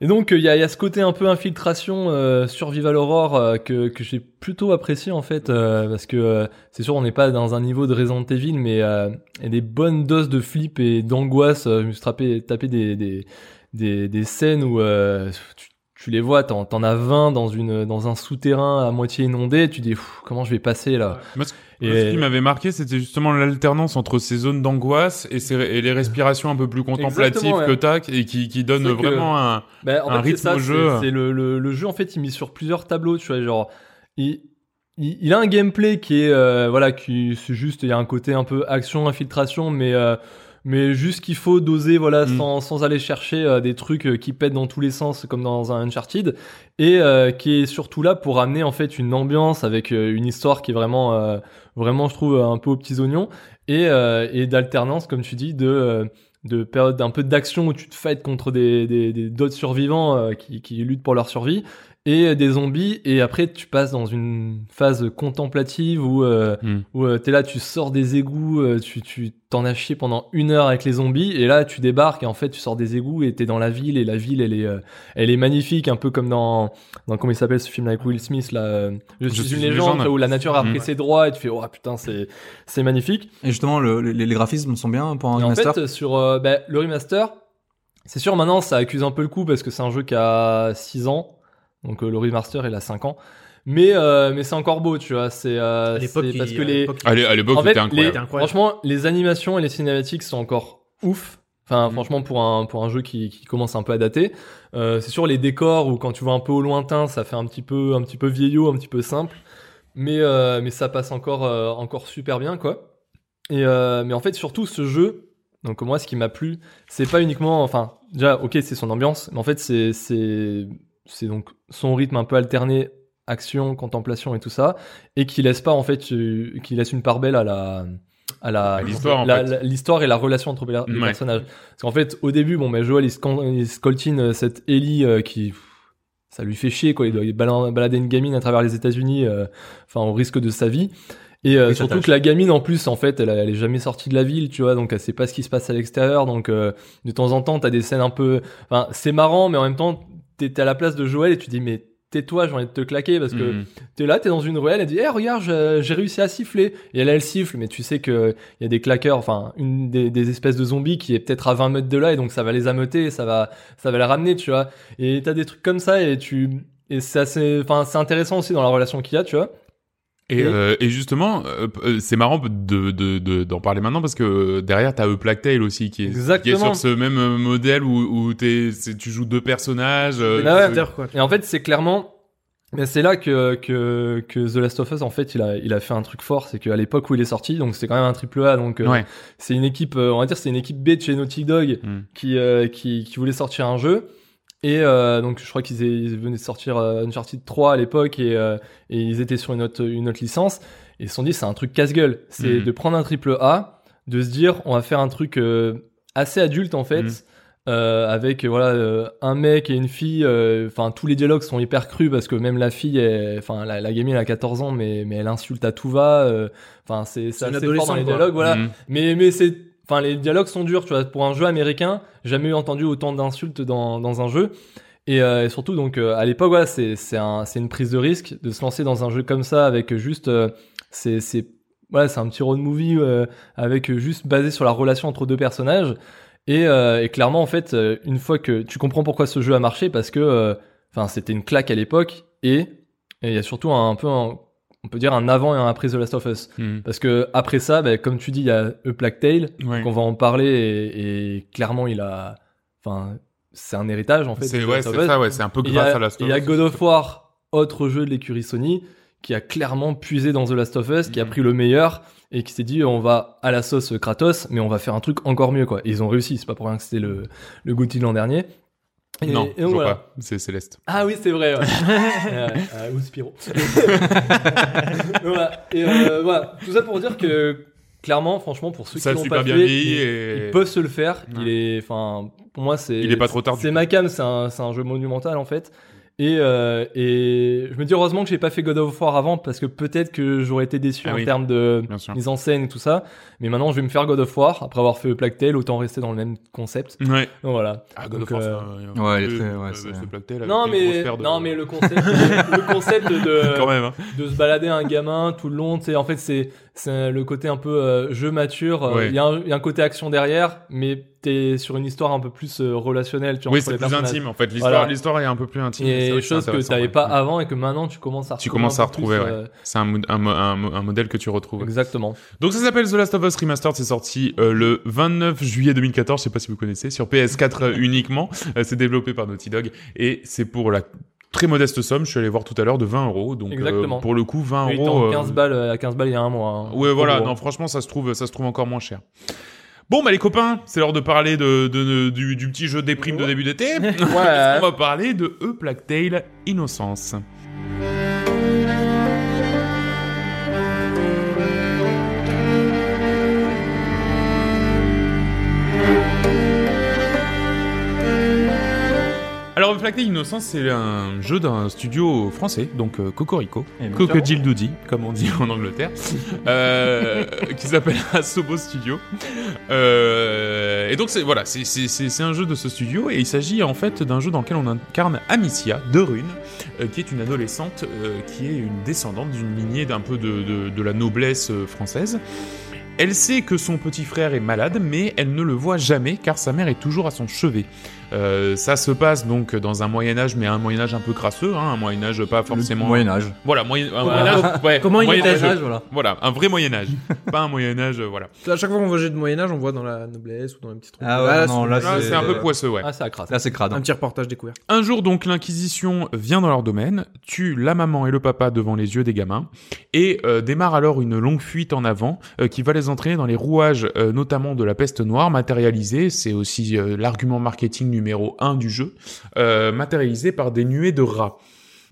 Speaker 3: Et donc euh, il y, a, y a ce côté un peu infiltration euh, survival horror euh, que, que j'ai plutôt apprécié en fait euh, parce que euh, c'est sûr on n'est pas dans un niveau de Resident Evil mais euh, il y a des bonnes doses de flip et d'angoisse Euh, je me suis tapé, tapé des, des, des, des scènes où euh, tu, tu les vois t'en, t'en as 20 dans, une, dans un souterrain à moitié inondé tu dis Pff, comment je vais passer là
Speaker 1: Moi, ce-
Speaker 3: Et-
Speaker 1: Ce qui m'avait marqué, c'était justement l'alternance entre ces zones d'angoisse et, ces- et les respirations un peu plus contemplatives
Speaker 3: Exactement, ouais.
Speaker 1: que tac et qui, qui donnent
Speaker 3: C'est que-
Speaker 1: vraiment un.
Speaker 3: Ben, en
Speaker 1: un
Speaker 3: fait,
Speaker 1: rythme
Speaker 3: c'est ça,
Speaker 1: au
Speaker 3: c'est-
Speaker 1: jeu.
Speaker 3: C'est le, le, le jeu en fait, il mise sur plusieurs tableaux, tu vois, genre il, il, il a un gameplay qui est euh, voilà, qui c'est juste il y a un côté un peu action infiltration mais euh, mais juste qu'il faut doser voilà
Speaker 1: Mm.
Speaker 3: sans, sans aller chercher euh, des trucs euh, qui pètent dans tous les sens comme dans un Uncharted et euh, qui est surtout là pour amener en fait une ambiance avec euh, une histoire qui est vraiment euh, vraiment je trouve un peu aux petits oignons et, euh, et d'alternance comme tu dis de euh, de période d'un peu d'action où tu te fights contre des, des, des- d'autres survivants euh, qui, qui luttent pour leur survie et des zombies et après tu passes dans une phase contemplative où euh,
Speaker 1: Hmm.
Speaker 3: où euh, t'es là tu sors des égouts euh, tu tu t'en as chié pendant une heure avec les zombies et là tu débarques et en fait tu sors des égouts et t'es dans la ville et la ville elle est euh, elle est magnifique un peu comme dans dans comment il s'appelle ce film là avec Will Smith là euh, je, suis, une légende, là, où la nature a
Speaker 1: Hmm.
Speaker 3: pris ses droits et tu fais oh putain c'est c'est magnifique
Speaker 2: Et justement, le- les, les graphismes sont bien pour un
Speaker 3: et en
Speaker 2: remaster.
Speaker 3: fait, euh, sur euh, bah, le remaster, c'est sûr, maintenant, ça accuse un peu le coup parce que c'est un jeu qui a 6 ans. Donc euh, le remaster, il a 5 ans. Mais, euh, mais c'est encore beau, tu vois. C'est euh,
Speaker 4: À l'époque,
Speaker 3: c'est parce
Speaker 4: il-
Speaker 3: que
Speaker 4: à
Speaker 3: les.
Speaker 4: l'époque, il-
Speaker 1: Allez, à l'époque,
Speaker 3: En fait,
Speaker 1: c'était incroyable.
Speaker 4: C'était
Speaker 3: les-
Speaker 4: incroyable.
Speaker 3: Franchement, les animations et les cinématiques sont encore ouf. Enfin,
Speaker 4: Mhm.
Speaker 2: Mm.
Speaker 3: franchement, pour un, pour un jeu qui, qui commence un peu à dater, euh, c'est sûr les décors ou quand tu vois un peu au lointain, ça fait un petit peu, un petit peu vieillot, un petit peu simple, mais, euh, mais ça passe encore, euh, encore super bien, quoi. Et, euh, mais en fait, surtout ce jeu, donc moi, ce qui m'a plu, c'est pas uniquement, enfin, déjà, ok, c'est son ambiance, mais en fait, c'est, c'est, c'est donc son rythme un peu alterné, action, contemplation et tout ça, et qui laisse pas, en fait, euh, qui laisse une part belle à la, à la,
Speaker 1: À l'histoire, en
Speaker 3: la-
Speaker 1: fait.
Speaker 3: la- l'histoire et la relation entre les les
Speaker 1: Ouais.
Speaker 3: personnages. Parce qu'en fait, au début, bon, mais Joel, il, se con- il se coltine euh, cette Ellie euh, qui, pff, ça lui fait chier, quoi. Il doit balan- balader une gamine à travers les États-Unis, euh, enfin, au risque de sa vie. Et euh,
Speaker 2: Oui, ça
Speaker 3: surtout
Speaker 2: tâche.
Speaker 3: que la gamine, en plus, en fait, elle, elle est jamais sortie de la ville, tu vois, donc elle sait pas ce qui se passe à l'extérieur. Donc, euh, de temps en temps, t'as des scènes un peu, enfin, c'est marrant, mais en même temps, t'es t'es à la place de Joël et tu dis, mais tais-toi, j'ai envie de te claquer parce que
Speaker 1: Mhm.
Speaker 3: T'es là, t'es dans une ruelle, elle dit, eh regarde, je- j'ai réussi à siffler. Et elle, elle siffle, mais tu sais que il y a des claqueurs, enfin, une des, des espèces de zombies qui est peut-être à 20 mètres de là, et donc ça va les ameuter, ça va, ça va les ramener, tu vois. Et t'as des trucs comme ça, et tu, et c'est assez, enfin, c'est intéressant aussi dans la relation qu'il y a, tu vois.
Speaker 1: Et,
Speaker 3: Et-
Speaker 1: euh, et justement, euh, euh, c'est marrant de de- de- d'en parler maintenant parce que euh, derrière t'as A Plague Tale aussi qui est, qui est
Speaker 3: Exactement.
Speaker 1: sur ce même euh, modèle où, où t'es- c'est- tu joues deux personnages. euh,
Speaker 3: Ah ouais.
Speaker 1: tu-
Speaker 4: Acteur, quoi.
Speaker 3: Et en fait, c'est clairement, mais c'est là que, que, que The Last of Us, en fait, il a, il a fait un truc fort, c'est qu'à l'époque où il est sorti, donc c'était quand même un triple A, donc, euh,
Speaker 1: Ouais.
Speaker 3: c'est une équipe, euh, on va dire, c'est une équipe B de chez Naughty Dog
Speaker 1: Mm.
Speaker 3: qui, euh, qui, qui voulait sortir un jeu. Et euh, donc, je crois qu'ils a- ils venaient de sortir euh, Uncharted 3 à l'époque et, euh, et ils étaient sur une autre, une autre licence. Et ils se sont dit, c'est un truc casse-gueule. C'est
Speaker 1: Mhm.
Speaker 3: de prendre un triple A, de se dire, on va faire un truc euh, assez adulte en
Speaker 4: Mm.
Speaker 3: fait.
Speaker 1: Mhm.
Speaker 3: euh, avec euh, voilà euh, un mec et une fille euh, enfin tous les dialogues sont hyper crus parce que même la fille elle- enfin la, la gamine elle a 14 ans mais mais elle insulte à tout va euh, enfin c'est
Speaker 4: C'est
Speaker 3: ça
Speaker 4: une
Speaker 3: c'est fort dans
Speaker 4: adolescente,
Speaker 3: les
Speaker 4: quoi. Mm.
Speaker 3: dialogues voilà
Speaker 1: Mhm.
Speaker 3: mais, mais c'est. Enfin, les dialogues sont durs, tu vois. Pour un jeu américain, jamais eu entendu autant d'insultes dans, dans un jeu. Et, euh, et surtout, donc, euh, à l'époque, voilà, c'est c'est un, c'est une prise de risque de se lancer dans un jeu comme ça avec juste. euh, c'est c'est- voilà, c'est un petit road movie euh, avec euh, juste basé sur la relation entre deux personnages. Et, euh, et clairement, en fait, euh, une fois que tu comprends pourquoi ce jeu a marché, parce que euh, enfin, c'était une claque à l'époque. Et et il y a surtout un, peu, un- on peut dire, un avant et un après The Last of Us.
Speaker 1: Mhm.
Speaker 3: Parce que après ça, bah, comme tu dis, il y a A Plague Tale,
Speaker 1: Ouais.
Speaker 3: qu'on va en parler, et, et clairement, il a. Enfin, c'est un héritage, en fait.
Speaker 1: C'est
Speaker 3: de
Speaker 1: ouais,
Speaker 3: Last of
Speaker 1: c'est
Speaker 3: Us.
Speaker 1: ça, ouais, c'est un peu
Speaker 3: Et Il y a,
Speaker 1: grâce à Last
Speaker 3: et
Speaker 1: of
Speaker 3: il y a
Speaker 1: Us.
Speaker 3: God of War, autre jeu de l'écurie Sony, qui a clairement puisé dans The Last of Us, qui a
Speaker 1: Mhm.
Speaker 3: pris le meilleur, et qui s'est dit, on va à la sauce Kratos, mais on va faire un truc encore mieux, quoi. Et ils ont réussi, c'est pas pour rien que c'était le, le Gotti de l'an dernier. Et-
Speaker 1: Non,
Speaker 3: et
Speaker 1: je
Speaker 3: donc,
Speaker 1: vois
Speaker 3: voilà.
Speaker 1: pas. C'est Céleste.
Speaker 3: Ah oui, c'est vrai. ouais. Euh, euh, ou Spiro. [LAUGHS] voilà. Et euh, voilà. Tout ça pour dire que clairement, franchement, pour ceux
Speaker 1: Ça a
Speaker 3: qui l'ont
Speaker 1: super
Speaker 3: pas
Speaker 1: bien
Speaker 3: fait,
Speaker 1: vieilli
Speaker 3: ils-
Speaker 1: et-
Speaker 3: ils peuvent se le faire.
Speaker 1: Ouais.
Speaker 3: Il est, enfin, pour moi, c'est.
Speaker 1: Il est pas trop tard, du
Speaker 3: C'est
Speaker 1: coup.
Speaker 3: ma cam. C'est un, c'est un jeu monumental en fait. Et, euh, et je me dis heureusement que j'ai pas fait God of War avant parce que peut-être que j'aurais été déçu
Speaker 1: Ah
Speaker 3: en
Speaker 1: oui.
Speaker 3: termes de
Speaker 1: Bien sûr.
Speaker 3: mise en scène et tout ça. Mais maintenant, je vais me faire God of War après avoir fait le Plague Tale. Autant rester dans le même concept.
Speaker 1: Ouais.
Speaker 3: Donc voilà.
Speaker 1: Ah, God
Speaker 3: Donc,
Speaker 1: of War,
Speaker 3: euh,
Speaker 1: c'est un-
Speaker 2: ouais,
Speaker 1: euh,
Speaker 2: il est très- ouais,
Speaker 1: euh,
Speaker 2: c'est-
Speaker 1: ce Plague Tale avec
Speaker 3: Non
Speaker 1: une
Speaker 3: mais,
Speaker 1: grosse paire de-
Speaker 3: non mais le concept, le
Speaker 1: [LAUGHS]
Speaker 3: concept
Speaker 2: euh,
Speaker 3: de,
Speaker 1: Quand même, hein.
Speaker 3: de se balader un gamin tout le long, tu sais, en fait, c'est c'est le côté un peu euh, jeu mature. euh,
Speaker 1: Ouais.
Speaker 3: Il y, a un- il y a un côté action derrière, mais t'es sur une histoire un peu plus euh, relationnelle, tu vois.
Speaker 1: Oui,
Speaker 3: entre
Speaker 1: c'est
Speaker 3: les
Speaker 1: plus
Speaker 3: personnages.
Speaker 1: intime en fait. L'histoire
Speaker 3: Voilà.
Speaker 1: l'histoire est un peu plus intime.
Speaker 3: Et
Speaker 1: c'est vrai
Speaker 3: des
Speaker 1: c'est
Speaker 3: choses que
Speaker 1: intéressant,
Speaker 3: t'avais
Speaker 1: ouais.
Speaker 3: pas avant et que maintenant tu commences à
Speaker 1: Tu
Speaker 3: retrouver
Speaker 1: commences
Speaker 3: un
Speaker 1: à
Speaker 3: peu plus,
Speaker 1: retrouver,
Speaker 3: euh,
Speaker 1: C'est un, mod- un mo- un mo- un modèle que tu retrouves.
Speaker 3: Exactement.
Speaker 1: Donc ça s'appelle The Last of Us Remastered, c'est sorti euh, le 29 juillet 2014, je sais pas si vous connaissez, sur PS4 uniquement, Euh, c'est développé par Naughty Dog et c'est pour la très modeste somme, je suis allé voir tout à l'heure, de 20 euros, donc euh,
Speaker 3: Exactement.
Speaker 1: pour le coup 20
Speaker 3: Il était
Speaker 1: euros...
Speaker 3: en
Speaker 1: euh,
Speaker 3: 15 balles, euh, à 15 balles il y a un mois. hein.
Speaker 1: Ouais, voilà.
Speaker 3: Pour-
Speaker 1: Non, franchement, ça se trouve, ça se trouve encore moins cher. Bon, bah les copains, c'est l'heure de parler de, de- de- du, du petit jeu des primes de début d'été. [LAUGHS] On va parler de E Plague Tale Innocence. Acte Innocence, c'est un jeu d'un studio français, donc euh, Cocorico,
Speaker 2: Et bien
Speaker 1: Cocodile Doody, comme on dit en
Speaker 2: [LAUGHS]
Speaker 1: Angleterre, euh, qui s'appelle Asobo Studio. Euh, et donc c'est voilà, c'est- c'est c'est- c'est un jeu de ce studio, et il s'agit en fait d'un jeu dans lequel on incarne Amicia de Rune, euh, qui est une adolescente euh, qui est une descendante d'une lignée d'un peu de, de- de la noblesse euh, française. Elle sait que son petit frère est malade, mais elle ne le voit jamais car sa mère est toujours à son chevet. Euh, ça se passe donc dans un Moyen Âge, mais un Moyen Âge un peu crasseux, hein, un Moyen Âge pas forcément.
Speaker 2: Moyen Âge.
Speaker 1: Voilà, moyen, un Moyen Âge. ouais,
Speaker 4: Comment il
Speaker 1: moyen
Speaker 4: était,
Speaker 1: âgeux.
Speaker 3: voilà.
Speaker 1: Voilà, un vrai Moyen Âge, [LAUGHS] pas un Moyen Âge, euh, voilà.
Speaker 4: À chaque fois qu'on voit jeu de Moyen-Âge, on voit dans la noblesse ou dans les petits trucs.
Speaker 2: Ah ouais,
Speaker 4: Là,
Speaker 2: non,
Speaker 4: c'est-
Speaker 2: là,
Speaker 1: Là, C'est un peu poisseux, ouais.
Speaker 3: Ah, ça crasse.
Speaker 2: Là, c'est crade.
Speaker 4: un petit reportage découvert.
Speaker 1: Un jour, donc, l'Inquisition vient dans leur domaine, tue la maman et le papa devant les yeux des gamins, et euh, démarre alors une longue fuite en avant euh, qui va les entraîner dans les rouages, euh, notamment de la peste noire, matérialisée, c'est aussi euh, l'argument marketing numéro un du jeu, euh, matérialisé par des nuées de rats.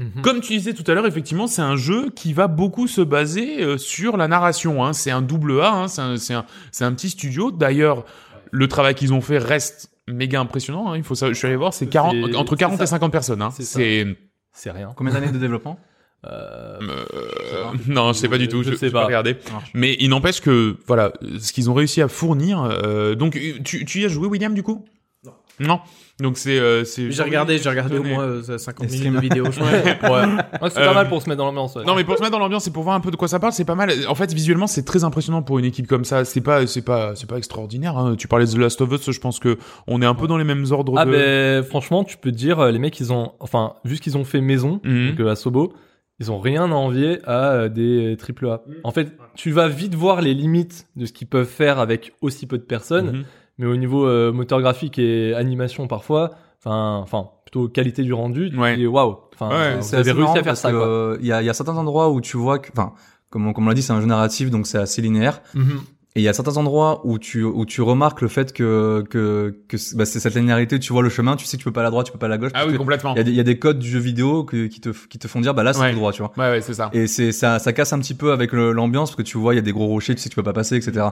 Speaker 3: Mhm.
Speaker 1: Comme tu disais tout à l'heure, effectivement, c'est un jeu qui va beaucoup se baser euh, sur la narration. hein. C'est un double A, hein. c'est un, c'est un- c'est un petit studio. D'ailleurs, le travail qu'ils ont fait reste méga impressionnant. hein. Il faut savoir- je suis allé voir, c'est 40
Speaker 3: C'est-
Speaker 1: entre
Speaker 3: c'est
Speaker 1: 40
Speaker 3: ça.
Speaker 1: et 50 personnes. hein.
Speaker 3: C'est ça.
Speaker 1: C'est
Speaker 3: [LAUGHS] C'est rien.
Speaker 2: Combien d'années de développement
Speaker 3: Euh,
Speaker 1: euh, non, je sais pas du tout.
Speaker 3: Je
Speaker 1: Je,
Speaker 3: sais
Speaker 1: je
Speaker 3: pas.
Speaker 1: regarder.
Speaker 2: Ça
Speaker 3: [LAUGHS]
Speaker 2: marche.
Speaker 1: Mais il n'empêche que voilà, ce qu'ils ont réussi à fournir. euh, donc, tu, tu y as joué, William, du coup
Speaker 4: Non.
Speaker 1: Non. Donc c'est. euh, c'est-
Speaker 4: J'ai regardé,
Speaker 1: [LAUGHS]
Speaker 4: j'ai regardé au
Speaker 1: Tenez.
Speaker 4: moins euh, 50
Speaker 2: Les
Speaker 4: minutes de vidéos. je
Speaker 1: [LAUGHS]
Speaker 4: crois.
Speaker 3: ouais. Ouais, c'est
Speaker 1: Euh,
Speaker 3: pas mal pour se mettre dans l'ambiance. ouais.
Speaker 1: Non mais pour se mettre dans l'ambiance et pour voir un peu de quoi ça parle, c'est pas mal. En fait, visuellement, c'est très impressionnant pour une équipe comme ça. C'est pas, c'est pas, c'est pas extraordinaire. hein. Tu parlais de The Last of Us, je pense que on est un peu dans les mêmes ordres.
Speaker 3: Ah
Speaker 1: de...
Speaker 3: ben franchement, tu peux te dire euh, les mecs ils ont enfin vu ce qu'ils ont fait maison
Speaker 1: Mhm.
Speaker 3: donc, euh, à Sobo, ils ont rien à envier à euh, des triple A. En fait, tu vas vite voir les limites de ce qu'ils peuvent faire avec aussi peu de personnes,
Speaker 1: Mhm.
Speaker 3: mais au niveau euh, moteur graphique et animation parfois, enfin enfin plutôt qualité du rendu, tu
Speaker 1: Ouais.
Speaker 3: te dis waouh. Enfin
Speaker 1: Ouais,
Speaker 3: vous
Speaker 2: C'est
Speaker 3: avez
Speaker 2: assez
Speaker 3: réussi
Speaker 2: marrant
Speaker 3: à faire
Speaker 2: parce
Speaker 3: ça
Speaker 2: que,
Speaker 3: quoi.
Speaker 2: euh, Il y, a- il y a certains endroits où tu vois que, enfin, comme, on- comme on l'a dit, c'est un jeu narratif, donc c'est assez linéaire.
Speaker 3: Mhm.
Speaker 2: Et il y a certains endroits où tu, où tu remarques le fait que, que, que c'est- bah, c'est cette linéarité, tu vois le chemin, tu sais que tu peux pas à la droite, tu peux pas à la gauche.
Speaker 1: Ah
Speaker 2: parce
Speaker 1: oui,
Speaker 2: que
Speaker 1: complètement.
Speaker 2: il y, a des- il y a des codes du jeu vidéo que- qui, te, qui te font dire, bah là, c'est
Speaker 1: Ouais.
Speaker 2: tout droit, tu vois.
Speaker 1: Ouais, ouais, c'est ça.
Speaker 2: Et c'est ça, ça casse un petit peu avec le- l'ambiance parce que tu vois, il y a des gros rochers, tu sais que tu peux pas passer, etc.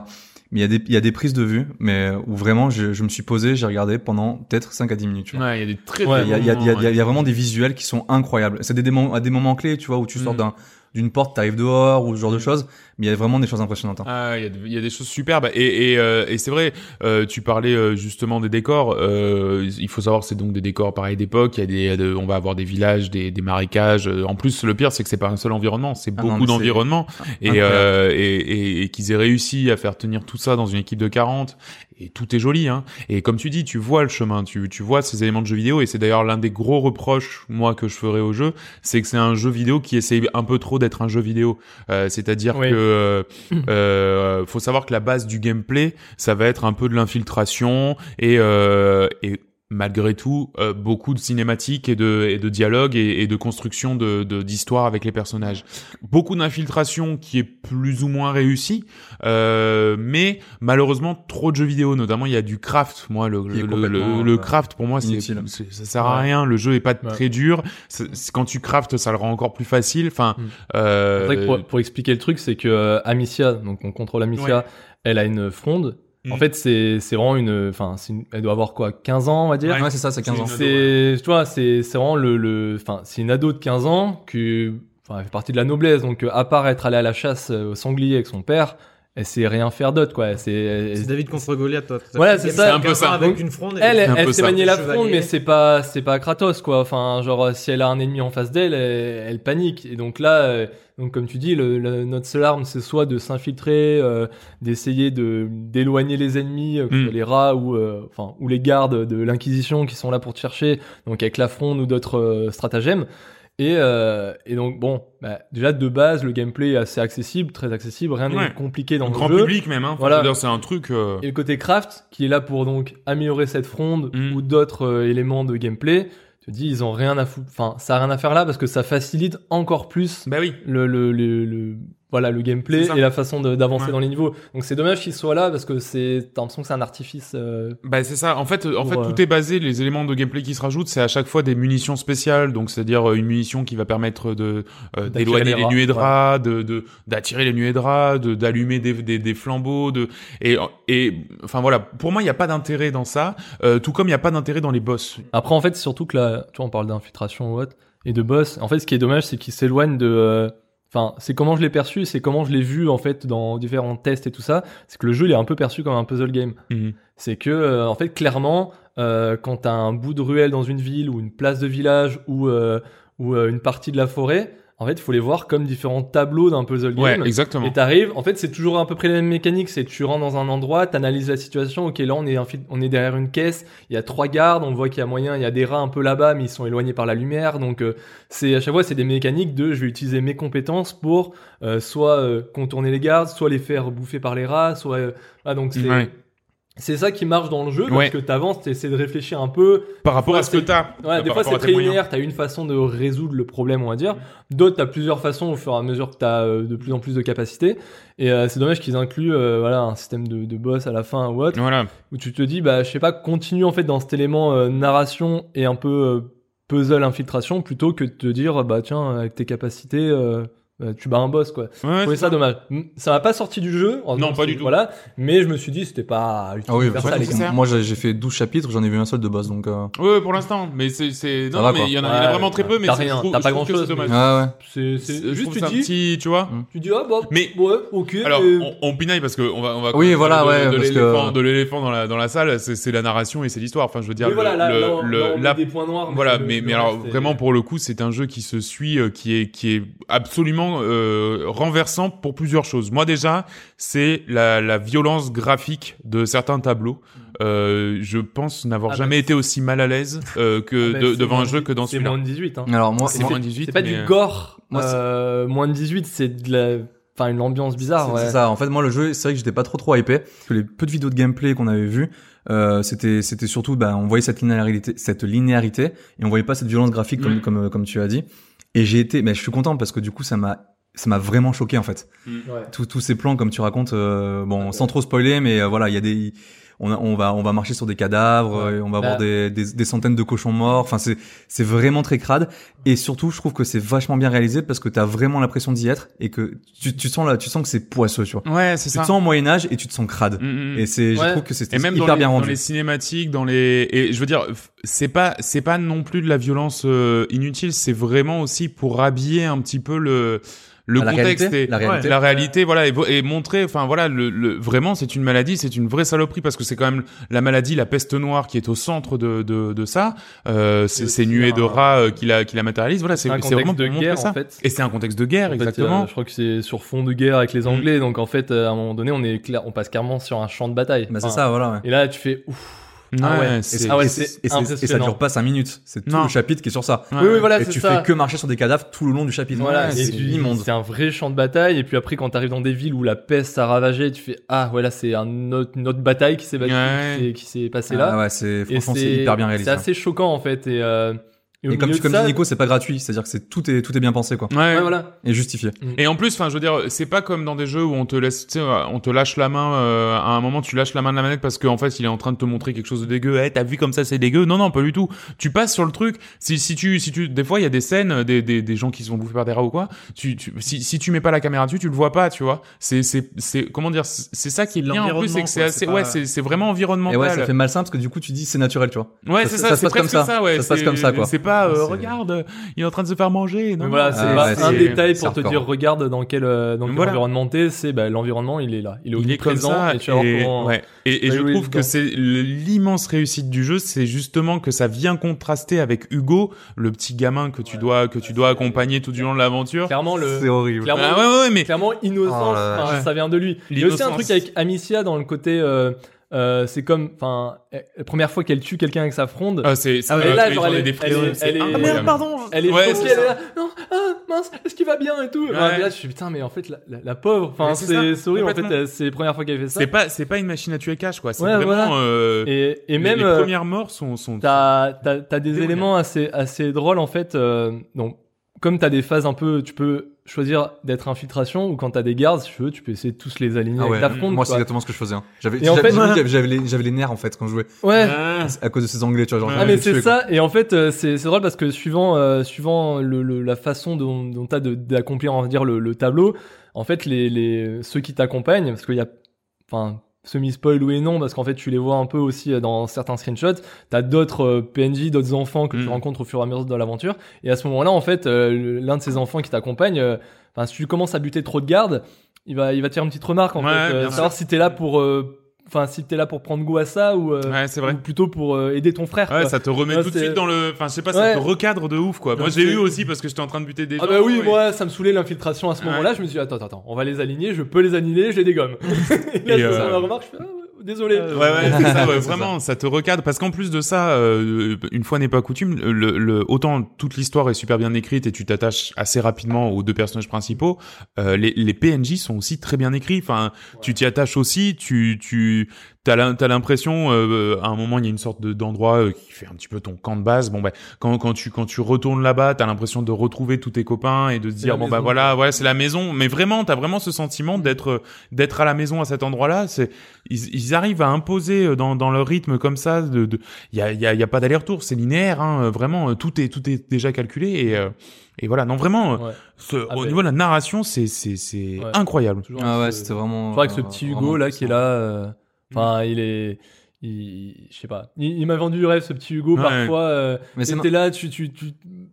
Speaker 2: Mais il y a des, il y a des prises de vue, mais où vraiment, je, je me suis posé, j'ai regardé pendant peut-être 5 à 10 minutes. Tu vois.
Speaker 1: Ouais, il y a des très.
Speaker 3: Ouais,
Speaker 1: très
Speaker 2: Il y a, il y, a, il
Speaker 1: bons
Speaker 2: y, a,
Speaker 1: moments,
Speaker 2: il y a vraiment des visuels qui sont incroyables. C'est des, des moments- à des moments clés, tu vois, où tu sors
Speaker 1: Mm.
Speaker 2: d'un d'une porte, t'arrives dehors ou ce genre de choses, mais il y a vraiment des choses impressionnantes. hein.
Speaker 1: Ah, il y a de- il y, a des choses superbes et, et, euh, et c'est vrai. euh, tu parlais euh, justement des décors. euh, il faut savoir que c'est donc des décors pareil d'époque. Il y a des, de- on va avoir des villages, des, des marécages. euh, En plus, le pire c'est que c'est pas un seul environnement, c'est
Speaker 2: Ah non,
Speaker 1: beaucoup
Speaker 2: mais c'est
Speaker 1: d'environnements et,
Speaker 2: incroyable.
Speaker 1: euh, et, et, et qu'ils aient réussi à faire tenir tout ça dans une équipe de 40 et tout est joli. Hein. Et comme tu dis, tu vois le chemin, tu, tu vois ces éléments de jeu vidéo et c'est d'ailleurs l'un des gros reproches moi que je ferais au jeu, c'est que c'est un jeu vidéo qui essaye un peu trop d'être un jeu vidéo. Euh, C'est-à-dire
Speaker 3: Oui.
Speaker 1: que euh, euh, faut savoir que la base du gameplay, ça va être un peu de l'infiltration et, euh, et malgré tout euh, beaucoup de cinématiques et de, et de dialogues et, et de construction de de- d'histoires avec les personnages. Beaucoup d'infiltration qui est plus ou moins réussie, euh, mais malheureusement trop de jeux vidéo, notamment il y a du craft. Moi, le,
Speaker 2: Qui est
Speaker 1: le,
Speaker 2: complètement,
Speaker 1: le- le
Speaker 2: euh,
Speaker 1: craft pour moi, c'est
Speaker 2: inutile.
Speaker 1: c'est- ça sert à
Speaker 3: Ouais.
Speaker 1: rien. Le jeu est pas très
Speaker 3: Ouais.
Speaker 1: dur. C'est- c'est- Quand tu craftes, ça le rend encore plus facile. Enfin,
Speaker 3: Mm.
Speaker 1: euh,
Speaker 3: C'est vrai que pour, pour expliquer le truc, c'est que euh, Amicia, donc on contrôle Amicia, elle a une fronde.
Speaker 1: Mm.
Speaker 3: En fait, c'est c'est vraiment une, enfin, c'est une- elle doit avoir quoi, 15 ans, on va dire.
Speaker 1: Ouais.
Speaker 2: Ouais, c'est ça, c'est 15 ans.
Speaker 1: une-
Speaker 3: C'est, tu vois, c'est c'est vraiment le, le, enfin, c'est une ado de 15 ans que, enfin, elle fait partie de la noblesse. Donc, euh, à part être allée à la chasse euh, au sanglier avec son père, elle sait rien faire d'autre, quoi. C'est
Speaker 4: C'est
Speaker 3: elle,
Speaker 4: David contre Goliath, toi.
Speaker 3: Voilà, c'est ça.
Speaker 1: C'est un peu ça.
Speaker 4: Avec
Speaker 3: Donc,
Speaker 4: une fronde. et-
Speaker 3: elle,
Speaker 1: un
Speaker 3: elle,
Speaker 1: peu
Speaker 3: elle sait
Speaker 1: ça.
Speaker 3: manier la
Speaker 4: Chevalier.
Speaker 3: fronde, mais c'est pas, c'est pas Kratos, quoi. Enfin, genre, euh, si elle a un ennemi en face d'elle, euh, elle, elle panique. Et donc là, euh, donc comme tu dis, le, le- notre seule arme, c'est soit de s'infiltrer, euh, d'essayer de d'éloigner les ennemis, euh, que ce
Speaker 1: Mm.
Speaker 3: soit les rats ou, euh, enfin, ou les gardes de l'Inquisition qui sont là pour te chercher, donc avec la fronde ou d'autres euh, stratagèmes. Et, euh, et donc bon, bah, déjà de base, le gameplay est assez accessible, très accessible, rien n'est
Speaker 1: Ouais.
Speaker 3: compliqué dans
Speaker 1: Dans
Speaker 3: le
Speaker 1: le grand
Speaker 3: jeu.
Speaker 1: public même, hein. Enfin,
Speaker 3: Voilà.
Speaker 1: je veux dire, c'est un truc. euh,
Speaker 3: Et le côté craft, qui est là pour donc améliorer cette fronde
Speaker 1: Mm.
Speaker 3: ou d'autres euh, éléments de gameplay, tu te dis, ils ont rien à foutre. Enfin, ça a rien à faire là parce que ça facilite encore plus
Speaker 1: Bah oui.
Speaker 3: le, le, le, le- voilà le gameplay
Speaker 1: C'est ça.
Speaker 3: et la façon de- d'avancer
Speaker 1: Ouais.
Speaker 3: dans les niveaux. Donc c'est dommage qu'il soit là parce que c'est t'as l'impression que c'est un artifice. euh,
Speaker 1: Bah c'est ça. En fait, en
Speaker 3: Pour,
Speaker 1: fait,
Speaker 3: euh,
Speaker 1: tout est basé. Les éléments de gameplay qui se rajoutent, c'est à chaque fois des munitions spéciales. Donc c'est-à-dire euh, une munition qui va permettre de euh, d'éloigner
Speaker 3: les
Speaker 1: les
Speaker 3: rats,
Speaker 1: nuées de rats, de de- d'attirer les nuées de rats, de d'allumer des, des des flambeaux. De et et enfin voilà. Pour moi, il n'y a pas d'intérêt dans ça. euh, tout comme il n'y a pas d'intérêt dans les boss.
Speaker 3: Après en fait c'est surtout que là, tu vois, on parle d'infiltration ou autre et de boss. En fait ce qui est dommage c'est qu'il s'éloigne de. euh, Enfin c'est comment je l'ai perçu, c'est comment je l'ai vu en fait dans différents tests et tout ça. C'est que le jeu il est un peu perçu comme un puzzle game.
Speaker 1: Mhm.
Speaker 3: C'est que, euh, en fait, clairement, euh, quand t'as un bout de ruelle dans une ville ou une place de village ou, euh, ou euh, une partie de la forêt, en fait, il faut les voir comme différents tableaux d'un puzzle
Speaker 1: Ouais,
Speaker 3: game.
Speaker 1: exactement.
Speaker 3: et t'arrives, en fait, c'est toujours à peu près la même mécanique. C'est tu rentres dans un endroit, t'analyses la situation. Ok, là, on est, infi- on est derrière une caisse. Il y a trois gardes. On voit qu'il y a moyen. Il y a des rats un peu là-bas, mais ils sont éloignés par la lumière. Donc, euh, c'est à chaque fois, c'est des mécaniques de je vais utiliser mes compétences pour euh, soit euh, contourner les gardes, soit les faire bouffer par les rats, soit. euh, ah, donc, c'est
Speaker 1: Ouais.
Speaker 3: c'est ça qui marche dans le jeu, parce
Speaker 1: Ouais.
Speaker 3: que t'avances, t'essaies de réfléchir un peu.
Speaker 1: Par rapport
Speaker 3: fois,
Speaker 1: à ce que
Speaker 3: c'est-
Speaker 1: t'as.
Speaker 3: Ouais,
Speaker 1: par
Speaker 3: des fois
Speaker 1: rapport
Speaker 3: c'est
Speaker 1: à tes
Speaker 3: très
Speaker 1: moyens.
Speaker 3: linéaire, t'as une façon de résoudre le problème, on va dire. D'autres, t'as plusieurs façons au fur et à mesure que t'as euh, de plus en plus de capacités. Et euh, c'est dommage qu'ils incluent euh, voilà, un système de, de boss à la fin ou autre,
Speaker 1: Voilà.
Speaker 3: où tu te dis, bah je sais pas, continue en fait dans cet élément euh, narration et un peu euh, puzzle infiltration, plutôt que de te dire, bah tiens, avec tes capacités, euh, bah, tu bats un boss, quoi.
Speaker 1: Ouais,
Speaker 3: Je trouvais ça dommage. Mm, Ça m'a pas sorti du jeu. en
Speaker 1: Non,
Speaker 3: donc,
Speaker 1: pas du
Speaker 3: c'est-
Speaker 1: tout.
Speaker 3: Voilà, mais je me suis dit, c'était pas utile
Speaker 2: Ah oui,
Speaker 3: de faire
Speaker 2: parce
Speaker 3: ça,
Speaker 2: que
Speaker 3: les gars.
Speaker 1: gars.
Speaker 2: moi j'ai j'ai fait 12 chapitres, j'en ai vu un seul de boss donc. euh,
Speaker 1: Ouais, ouais, pour l'instant, mais c'est c'est non,
Speaker 2: Ça va,
Speaker 1: mais
Speaker 2: quoi.
Speaker 1: il y en a, il y en a
Speaker 3: Ouais,
Speaker 1: vraiment très
Speaker 3: ouais.
Speaker 1: peu mais
Speaker 3: T'as
Speaker 1: c'est- je
Speaker 3: rien,
Speaker 1: trouve-
Speaker 3: t'as
Speaker 1: je
Speaker 3: pas
Speaker 1: trouve que
Speaker 3: grand-chose,
Speaker 1: c'est
Speaker 3: mais-
Speaker 1: dommage.
Speaker 2: Ah ouais.
Speaker 3: C'est c'est-
Speaker 1: Je
Speaker 3: juste
Speaker 1: trouve
Speaker 3: tu
Speaker 1: ça un
Speaker 3: dis,
Speaker 1: petit, tu vois.
Speaker 3: tu dis ah bah
Speaker 1: Mais-
Speaker 3: ouais ok.
Speaker 1: Alors,
Speaker 3: mais-
Speaker 1: on, on pinaille parce qu'on va, on va. parler
Speaker 2: Oui, voilà,
Speaker 1: de,
Speaker 2: ouais,
Speaker 1: de
Speaker 2: parce
Speaker 1: l'éléphant,
Speaker 2: que-
Speaker 1: de l'éléphant dans la dans la salle, c'est c'est la narration et c'est l'histoire. Enfin, je veux dire,
Speaker 3: Oui, voilà,
Speaker 1: le-
Speaker 3: là,
Speaker 1: le-
Speaker 3: là, on-
Speaker 1: le-
Speaker 3: là, on met
Speaker 1: la-
Speaker 3: des points noirs.
Speaker 1: voilà,
Speaker 3: le-
Speaker 1: mais
Speaker 3: le
Speaker 1: mais alors
Speaker 3: reste est-
Speaker 1: vraiment pour le coup, c'est un jeu qui se suit, euh, qui est qui est absolument euh, renversant pour plusieurs choses. Moi déjà, c'est la, la violence graphique de certains tableaux. Euh, je pense n'avoir
Speaker 3: Mm. Ah bah,
Speaker 1: jamais été aussi mal à l'aise euh, que
Speaker 3: Ah bah,
Speaker 1: de-
Speaker 3: c'est
Speaker 1: devant un
Speaker 3: moins-
Speaker 1: jeu que dans
Speaker 3: c'est
Speaker 1: celui-là.
Speaker 3: moins de 18. hein.
Speaker 2: Alors moi,
Speaker 1: C'est
Speaker 2: moi-
Speaker 1: moins 18.
Speaker 3: C'est pas
Speaker 1: mais,
Speaker 3: du
Speaker 1: euh,
Speaker 3: gore.
Speaker 2: Moi, c'est-
Speaker 3: euh, moins de 18, c'est de la, enfin une ambiance bizarre.
Speaker 2: C'est
Speaker 3: ouais.
Speaker 2: c'est ça. En fait, moi, le jeu, c'est vrai que j'étais pas trop trop hypé. Parce que les peu de vidéos de gameplay qu'on avait vues, euh, c'était c'était surtout, bah, on voyait cette linéarité, cette linéarité, et on voyait pas cette violence graphique comme
Speaker 1: Mm.
Speaker 2: comme euh, comme tu as dit. Et j'ai été, mais je suis content parce que du coup, ça m'a ça m'a vraiment choqué en fait.
Speaker 3: Ouais.
Speaker 2: Tous tous ces plans comme tu racontes, euh, bon,
Speaker 3: Ouais.
Speaker 2: sans trop spoiler, mais euh, voilà, il y a des on, a- on va on va marcher sur des cadavres,
Speaker 3: Ouais.
Speaker 2: euh, et on va
Speaker 3: Bah.
Speaker 2: avoir des, des des centaines de cochons morts. Enfin, c'est c'est vraiment très crade. Et surtout, je trouve que c'est vachement bien réalisé parce que t'as vraiment l'impression d'y être et que tu tu sens là, tu sens que c'est poisseux, tu vois.
Speaker 1: euh, Ouais, c'est
Speaker 2: Tu
Speaker 1: ça.
Speaker 2: te sens au Moyen Âge et tu te sens crade.
Speaker 1: Mm, mm, mm.
Speaker 2: Et c'est,
Speaker 3: Ouais.
Speaker 2: je trouve que c'était
Speaker 1: Et même
Speaker 2: hyper
Speaker 1: dans les,
Speaker 2: bien
Speaker 1: dans
Speaker 2: rendu.
Speaker 1: les cinématiques, dans les et je veux dire, f- c'est pas c'est pas non plus de la violence euh, inutile, c'est vraiment aussi pour habiller un petit peu le le
Speaker 2: La
Speaker 1: contexte
Speaker 2: réalité,
Speaker 1: et
Speaker 2: la réalité.
Speaker 1: la réalité, voilà, et, vo- et montrer, enfin voilà, le, le- vraiment c'est une maladie, c'est une vraie saloperie parce que c'est quand même la maladie, la peste noire qui est au centre de de, de ça, euh, c'est
Speaker 3: Et
Speaker 1: ces
Speaker 3: aussi
Speaker 1: nuées de
Speaker 3: un-
Speaker 1: rats euh, qui la qui la matérialisent, voilà, c'est
Speaker 3: C'est un
Speaker 1: c'est vraiment
Speaker 3: contexte
Speaker 1: pour
Speaker 3: de
Speaker 1: montrer
Speaker 3: guerre
Speaker 1: ça.
Speaker 3: en fait.
Speaker 1: Et c'est un contexte de guerre,
Speaker 3: En fait,
Speaker 1: exactement. Mm.
Speaker 3: euh, je crois que c'est sur fond de guerre avec les Anglais, donc en fait, euh, à un moment donné, on est clair, on passe carrément sur un champ de bataille.
Speaker 2: Bah, c'est
Speaker 3: Enfin,
Speaker 2: ça, voilà. ouais.
Speaker 3: Et là, tu fais ouf.
Speaker 1: Ouais,
Speaker 3: Ah ouais.
Speaker 2: Et
Speaker 1: c'est-
Speaker 2: c'est-
Speaker 3: ah ouais,
Speaker 2: et
Speaker 3: c'est
Speaker 2: et et ça
Speaker 3: impressionnant.
Speaker 2: dure pas 5 minutes. C'est tout
Speaker 1: Non.
Speaker 2: le chapitre qui est sur ça.
Speaker 1: ouais.
Speaker 3: Oui, oui, voilà,
Speaker 2: et
Speaker 3: c'est
Speaker 2: tu
Speaker 3: ça.
Speaker 2: fais que marcher sur des cadavres tout le long du chapitre.
Speaker 3: Voilà,
Speaker 2: Ouais,
Speaker 3: et
Speaker 2: c'est
Speaker 3: tu-
Speaker 2: immonde.
Speaker 3: C'est un vrai champ de bataille. Et puis après, quand t'arrives dans des villes où la peste a ravagé, tu fais ah ouais là c'est un autre, une autre bataille qui s'est battue,
Speaker 1: Ouais.
Speaker 3: qui s'est- qui s'est passée
Speaker 2: Ah
Speaker 3: là.
Speaker 2: ouais, c'est,
Speaker 3: Et
Speaker 2: franchement, c'est hyper bien réalisé. hein.
Speaker 3: C'est assez choquant en fait. Et, euh, et au
Speaker 2: Et comme,
Speaker 3: milieu
Speaker 2: tu,
Speaker 3: de
Speaker 2: comme
Speaker 3: ça-
Speaker 2: dit Nico, c'est pas gratuit. C'est-à-dire que c'est, tout est, tout est bien pensé, quoi.
Speaker 3: ouais, voilà.
Speaker 2: Et justifié.
Speaker 1: Et en plus, enfin, je veux dire, c'est pas comme dans des jeux où on te laisse, tu sais, on te lâche la main. euh, à un moment, tu lâches la main de la manette parce qu'en fait, il est en train de te montrer quelque chose de dégueu. Eh, t'as vu comme ça, c'est dégueu. Non, non, pas du tout. Tu passes sur le truc. Si, si tu, si tu, des fois, il y a des scènes, euh, des, des, des gens qui se font bouffer par des rats ou quoi. Tu, tu, si, si tu mets pas la caméra dessus, tu le vois pas, tu vois. C'est, c'est, c'est, comment dire, c'est c'est ça qui est
Speaker 4: C'est
Speaker 1: bien en plus, c'est que c'est
Speaker 4: l'environnement, quoi,
Speaker 1: assez,
Speaker 4: c'est pas-
Speaker 1: ouais, c'est, c'est vraiment
Speaker 2: Et
Speaker 1: environnemental.
Speaker 2: ouais, ça fait malsain parce que du coup, tu dis c'est naturel, tu vois.
Speaker 3: Euh,
Speaker 1: Ouais,
Speaker 2: ça-
Speaker 1: c'est
Speaker 2: ça
Speaker 1: ça,
Speaker 2: se
Speaker 1: c'est
Speaker 2: passe comme
Speaker 1: presque
Speaker 2: ça.
Speaker 1: ouais.
Speaker 2: Ça se passe
Speaker 1: c'est-
Speaker 2: comme ça, quoi.
Speaker 1: C'est pas, euh,
Speaker 2: C'est-
Speaker 1: regarde, il est en train de se faire manger. Non,
Speaker 3: Mais voilà,
Speaker 1: non.
Speaker 3: c'est
Speaker 2: Ah,
Speaker 3: pas
Speaker 2: ouais,
Speaker 3: un
Speaker 2: c'est-
Speaker 3: détail
Speaker 2: c'est
Speaker 3: pour te
Speaker 2: hardcore.
Speaker 3: dire regarde dans quel euh, dans quel
Speaker 1: Voilà.
Speaker 3: environnement t'es, c'est bah, l'environnement il est là, il est,
Speaker 1: il est comme
Speaker 3: présent
Speaker 1: ça
Speaker 3: et tu vas voir
Speaker 1: et,
Speaker 3: comment-
Speaker 1: ouais. Et- et
Speaker 3: tu vas
Speaker 1: je
Speaker 3: jouer
Speaker 1: trouve que
Speaker 3: dedans.
Speaker 1: c'est le- l'immense réussite du jeu c'est justement que ça vient contraster avec Hugo le petit gamin que tu
Speaker 3: Ouais.
Speaker 1: dois que tu dois accompagner tout du long de l'aventure
Speaker 3: clairement
Speaker 2: C'est
Speaker 3: le
Speaker 2: horrible.
Speaker 3: clairement,
Speaker 1: Ah ouais ouais mais
Speaker 3: clairement innocent,
Speaker 2: Oh là là.
Speaker 3: enfin,
Speaker 1: Ouais.
Speaker 3: ça vient de lui. Il y a aussi un
Speaker 1: L'innocence.
Speaker 3: truc avec Amicia dans le côté euh, euh, c'est comme enfin euh, la première fois qu'elle tue quelqu'un avec sa fronde.
Speaker 1: Ah, c'est
Speaker 4: Ah ouais.
Speaker 1: euh,
Speaker 4: Et
Speaker 3: là,
Speaker 1: les
Speaker 3: genre,
Speaker 1: gens,
Speaker 3: elle
Speaker 1: les
Speaker 3: est-
Speaker 1: dépressifs,
Speaker 3: elle est-
Speaker 1: c'est
Speaker 3: elle est-
Speaker 4: Ah merde,
Speaker 1: incroyable.
Speaker 4: pardon
Speaker 3: Elle est
Speaker 1: Ouais,
Speaker 3: choquée,
Speaker 1: c'est
Speaker 3: elle
Speaker 1: ça.
Speaker 3: est là, non, ah, mince, est-ce qu'il va bien et tout.
Speaker 1: Ouais.
Speaker 3: Enfin, et là, je suis putain, mais en fait, la, la- la pauvre, enfin,
Speaker 1: Mais c'est
Speaker 3: c'est
Speaker 1: ça,
Speaker 3: c'est horrible, en fait,
Speaker 1: complètement.
Speaker 3: euh, c'est les premières fois qu'elle fait ça.
Speaker 1: c'est pas c'est pas une machine à tuer cash quoi c'est
Speaker 3: Ouais,
Speaker 1: vraiment
Speaker 3: voilà.
Speaker 1: euh,
Speaker 3: Et, et
Speaker 1: les-
Speaker 3: même,
Speaker 1: les
Speaker 3: euh,
Speaker 1: premières morts sont sont
Speaker 3: t'as t'as- t'as des
Speaker 1: Dérouler.
Speaker 3: éléments assez, assez drôles en fait. euh, donc, comme t'as des phases un peu, tu peux choisir d'être infiltration ou quand t'as des gardes, si tu veux, tu peux essayer de tous les aligner
Speaker 2: Ah ouais,
Speaker 3: avec Daft Punk,
Speaker 2: moi c'est
Speaker 3: quoi.
Speaker 2: exactement ce que je faisais. hein. J'avais
Speaker 3: Et en
Speaker 2: j'avais-
Speaker 3: fait,
Speaker 2: j'avais- j'avais les, j'avais les nerfs en fait quand je jouais
Speaker 3: Ouais.
Speaker 1: Ah.
Speaker 2: à cause de ces anglais, tu vois. Genre,
Speaker 1: Ah,
Speaker 3: Ah
Speaker 2: j'avais
Speaker 3: mais
Speaker 2: les
Speaker 3: c'est
Speaker 2: tués,
Speaker 3: ça et en fait euh, c'est c'est drôle parce que suivant euh, suivant le, le- la façon dont dont t'as de- d'accomplir on va dire le, le tableau en fait les, les ceux qui t'accompagnent parce qu'il y a enfin semi spoil ou et non parce qu'en fait tu les vois un peu aussi euh, dans certains screenshots t'as d'autres euh, PNJ d'autres enfants que tu
Speaker 1: Mm.
Speaker 3: rencontres au fur et à mesure de l'aventure et à ce moment là en fait euh, l'un de ces enfants qui t'accompagne euh, enfin si tu commences à buter trop de gardes il va il va te faire une petite remarque en
Speaker 1: Ouais,
Speaker 3: fait euh,
Speaker 1: bien
Speaker 3: savoir si t'es là pour euh, enfin si t'es là pour prendre goût à ça ou euh,
Speaker 1: Ouais, c'est vrai.
Speaker 3: ou plutôt pour euh, aider ton frère.
Speaker 1: Ouais,
Speaker 3: quoi.
Speaker 1: ça te remet
Speaker 3: Ouais,
Speaker 1: tout de
Speaker 3: c'est-
Speaker 1: suite dans le. Enfin, je sais pas, ça
Speaker 3: Ouais.
Speaker 1: te recadre de ouf, quoi. Moi,
Speaker 3: Donc,
Speaker 1: j'ai
Speaker 3: c'est-
Speaker 1: eu aussi parce que j'étais en train de buter des gens.
Speaker 3: Ah bah oui,
Speaker 1: et-
Speaker 3: moi ça me saoulait l'infiltration à ce
Speaker 1: Ouais.
Speaker 3: moment-là. Je me suis dit attends, attends, attends, on va les aligner, je peux les aligner, je
Speaker 1: [LAUGHS]
Speaker 3: les dégomme. et là,
Speaker 1: Et,
Speaker 3: je me
Speaker 1: euh,
Speaker 3: sens la remarque, je fais, ah, ouais, désolé.
Speaker 1: Ouais, ouais, c'est ça, ouais,
Speaker 2: C'est
Speaker 1: vraiment, ça. te recadre. Parce qu'en plus de ça, euh, une fois n'est pas coutume, le, le- autant toute l'histoire est super bien écrite et tu t'attaches assez rapidement aux deux personnages principaux, euh, les, les PNJ sont aussi très bien écrits. Enfin, tu t'y attaches aussi, tu, tu, t'as l'im- t'as l'impression, euh, à un moment, il y a une sorte de- d'endroit euh, qui fait un petit peu ton camp de base. Bon, bah, quand, quand tu, quand tu retournes là-bas, t'as l'impression de retrouver tous tes copains et de te
Speaker 3: C'est
Speaker 1: dire,
Speaker 3: la
Speaker 1: bon, bah
Speaker 3: maison,
Speaker 1: voilà, ouais, c'est la maison. Mais vraiment, t'as vraiment ce sentiment d'être, d'être à la maison à cet endroit-là. C'est, ils, ils arrivent à imposer euh, dans, dans leur rythme comme ça. De, de- y a, y a, y a pas d'aller-retour, c'est linéaire. Hein, euh, vraiment, euh, tout est, tout est déjà calculé et, euh, et voilà. Non, vraiment, euh,
Speaker 3: Ouais.
Speaker 1: ce-
Speaker 3: Ah
Speaker 1: au
Speaker 3: ben.
Speaker 1: niveau de la narration, c'est, c'est, c'est
Speaker 3: Ouais.
Speaker 1: incroyable.
Speaker 3: Toujours
Speaker 2: Ah ouais,
Speaker 3: ce-
Speaker 2: c'était vraiment.
Speaker 3: Je crois que ce petit
Speaker 2: euh,
Speaker 3: Hugo
Speaker 2: vraiment
Speaker 3: là qui est là, euh, enfin il est, il- je sais pas, il, il m'a vendu du rêve ce petit Hugo
Speaker 1: Ouais.
Speaker 3: parfois. euh,
Speaker 2: Mais c'est
Speaker 3: t'es là, tu, tu, tu,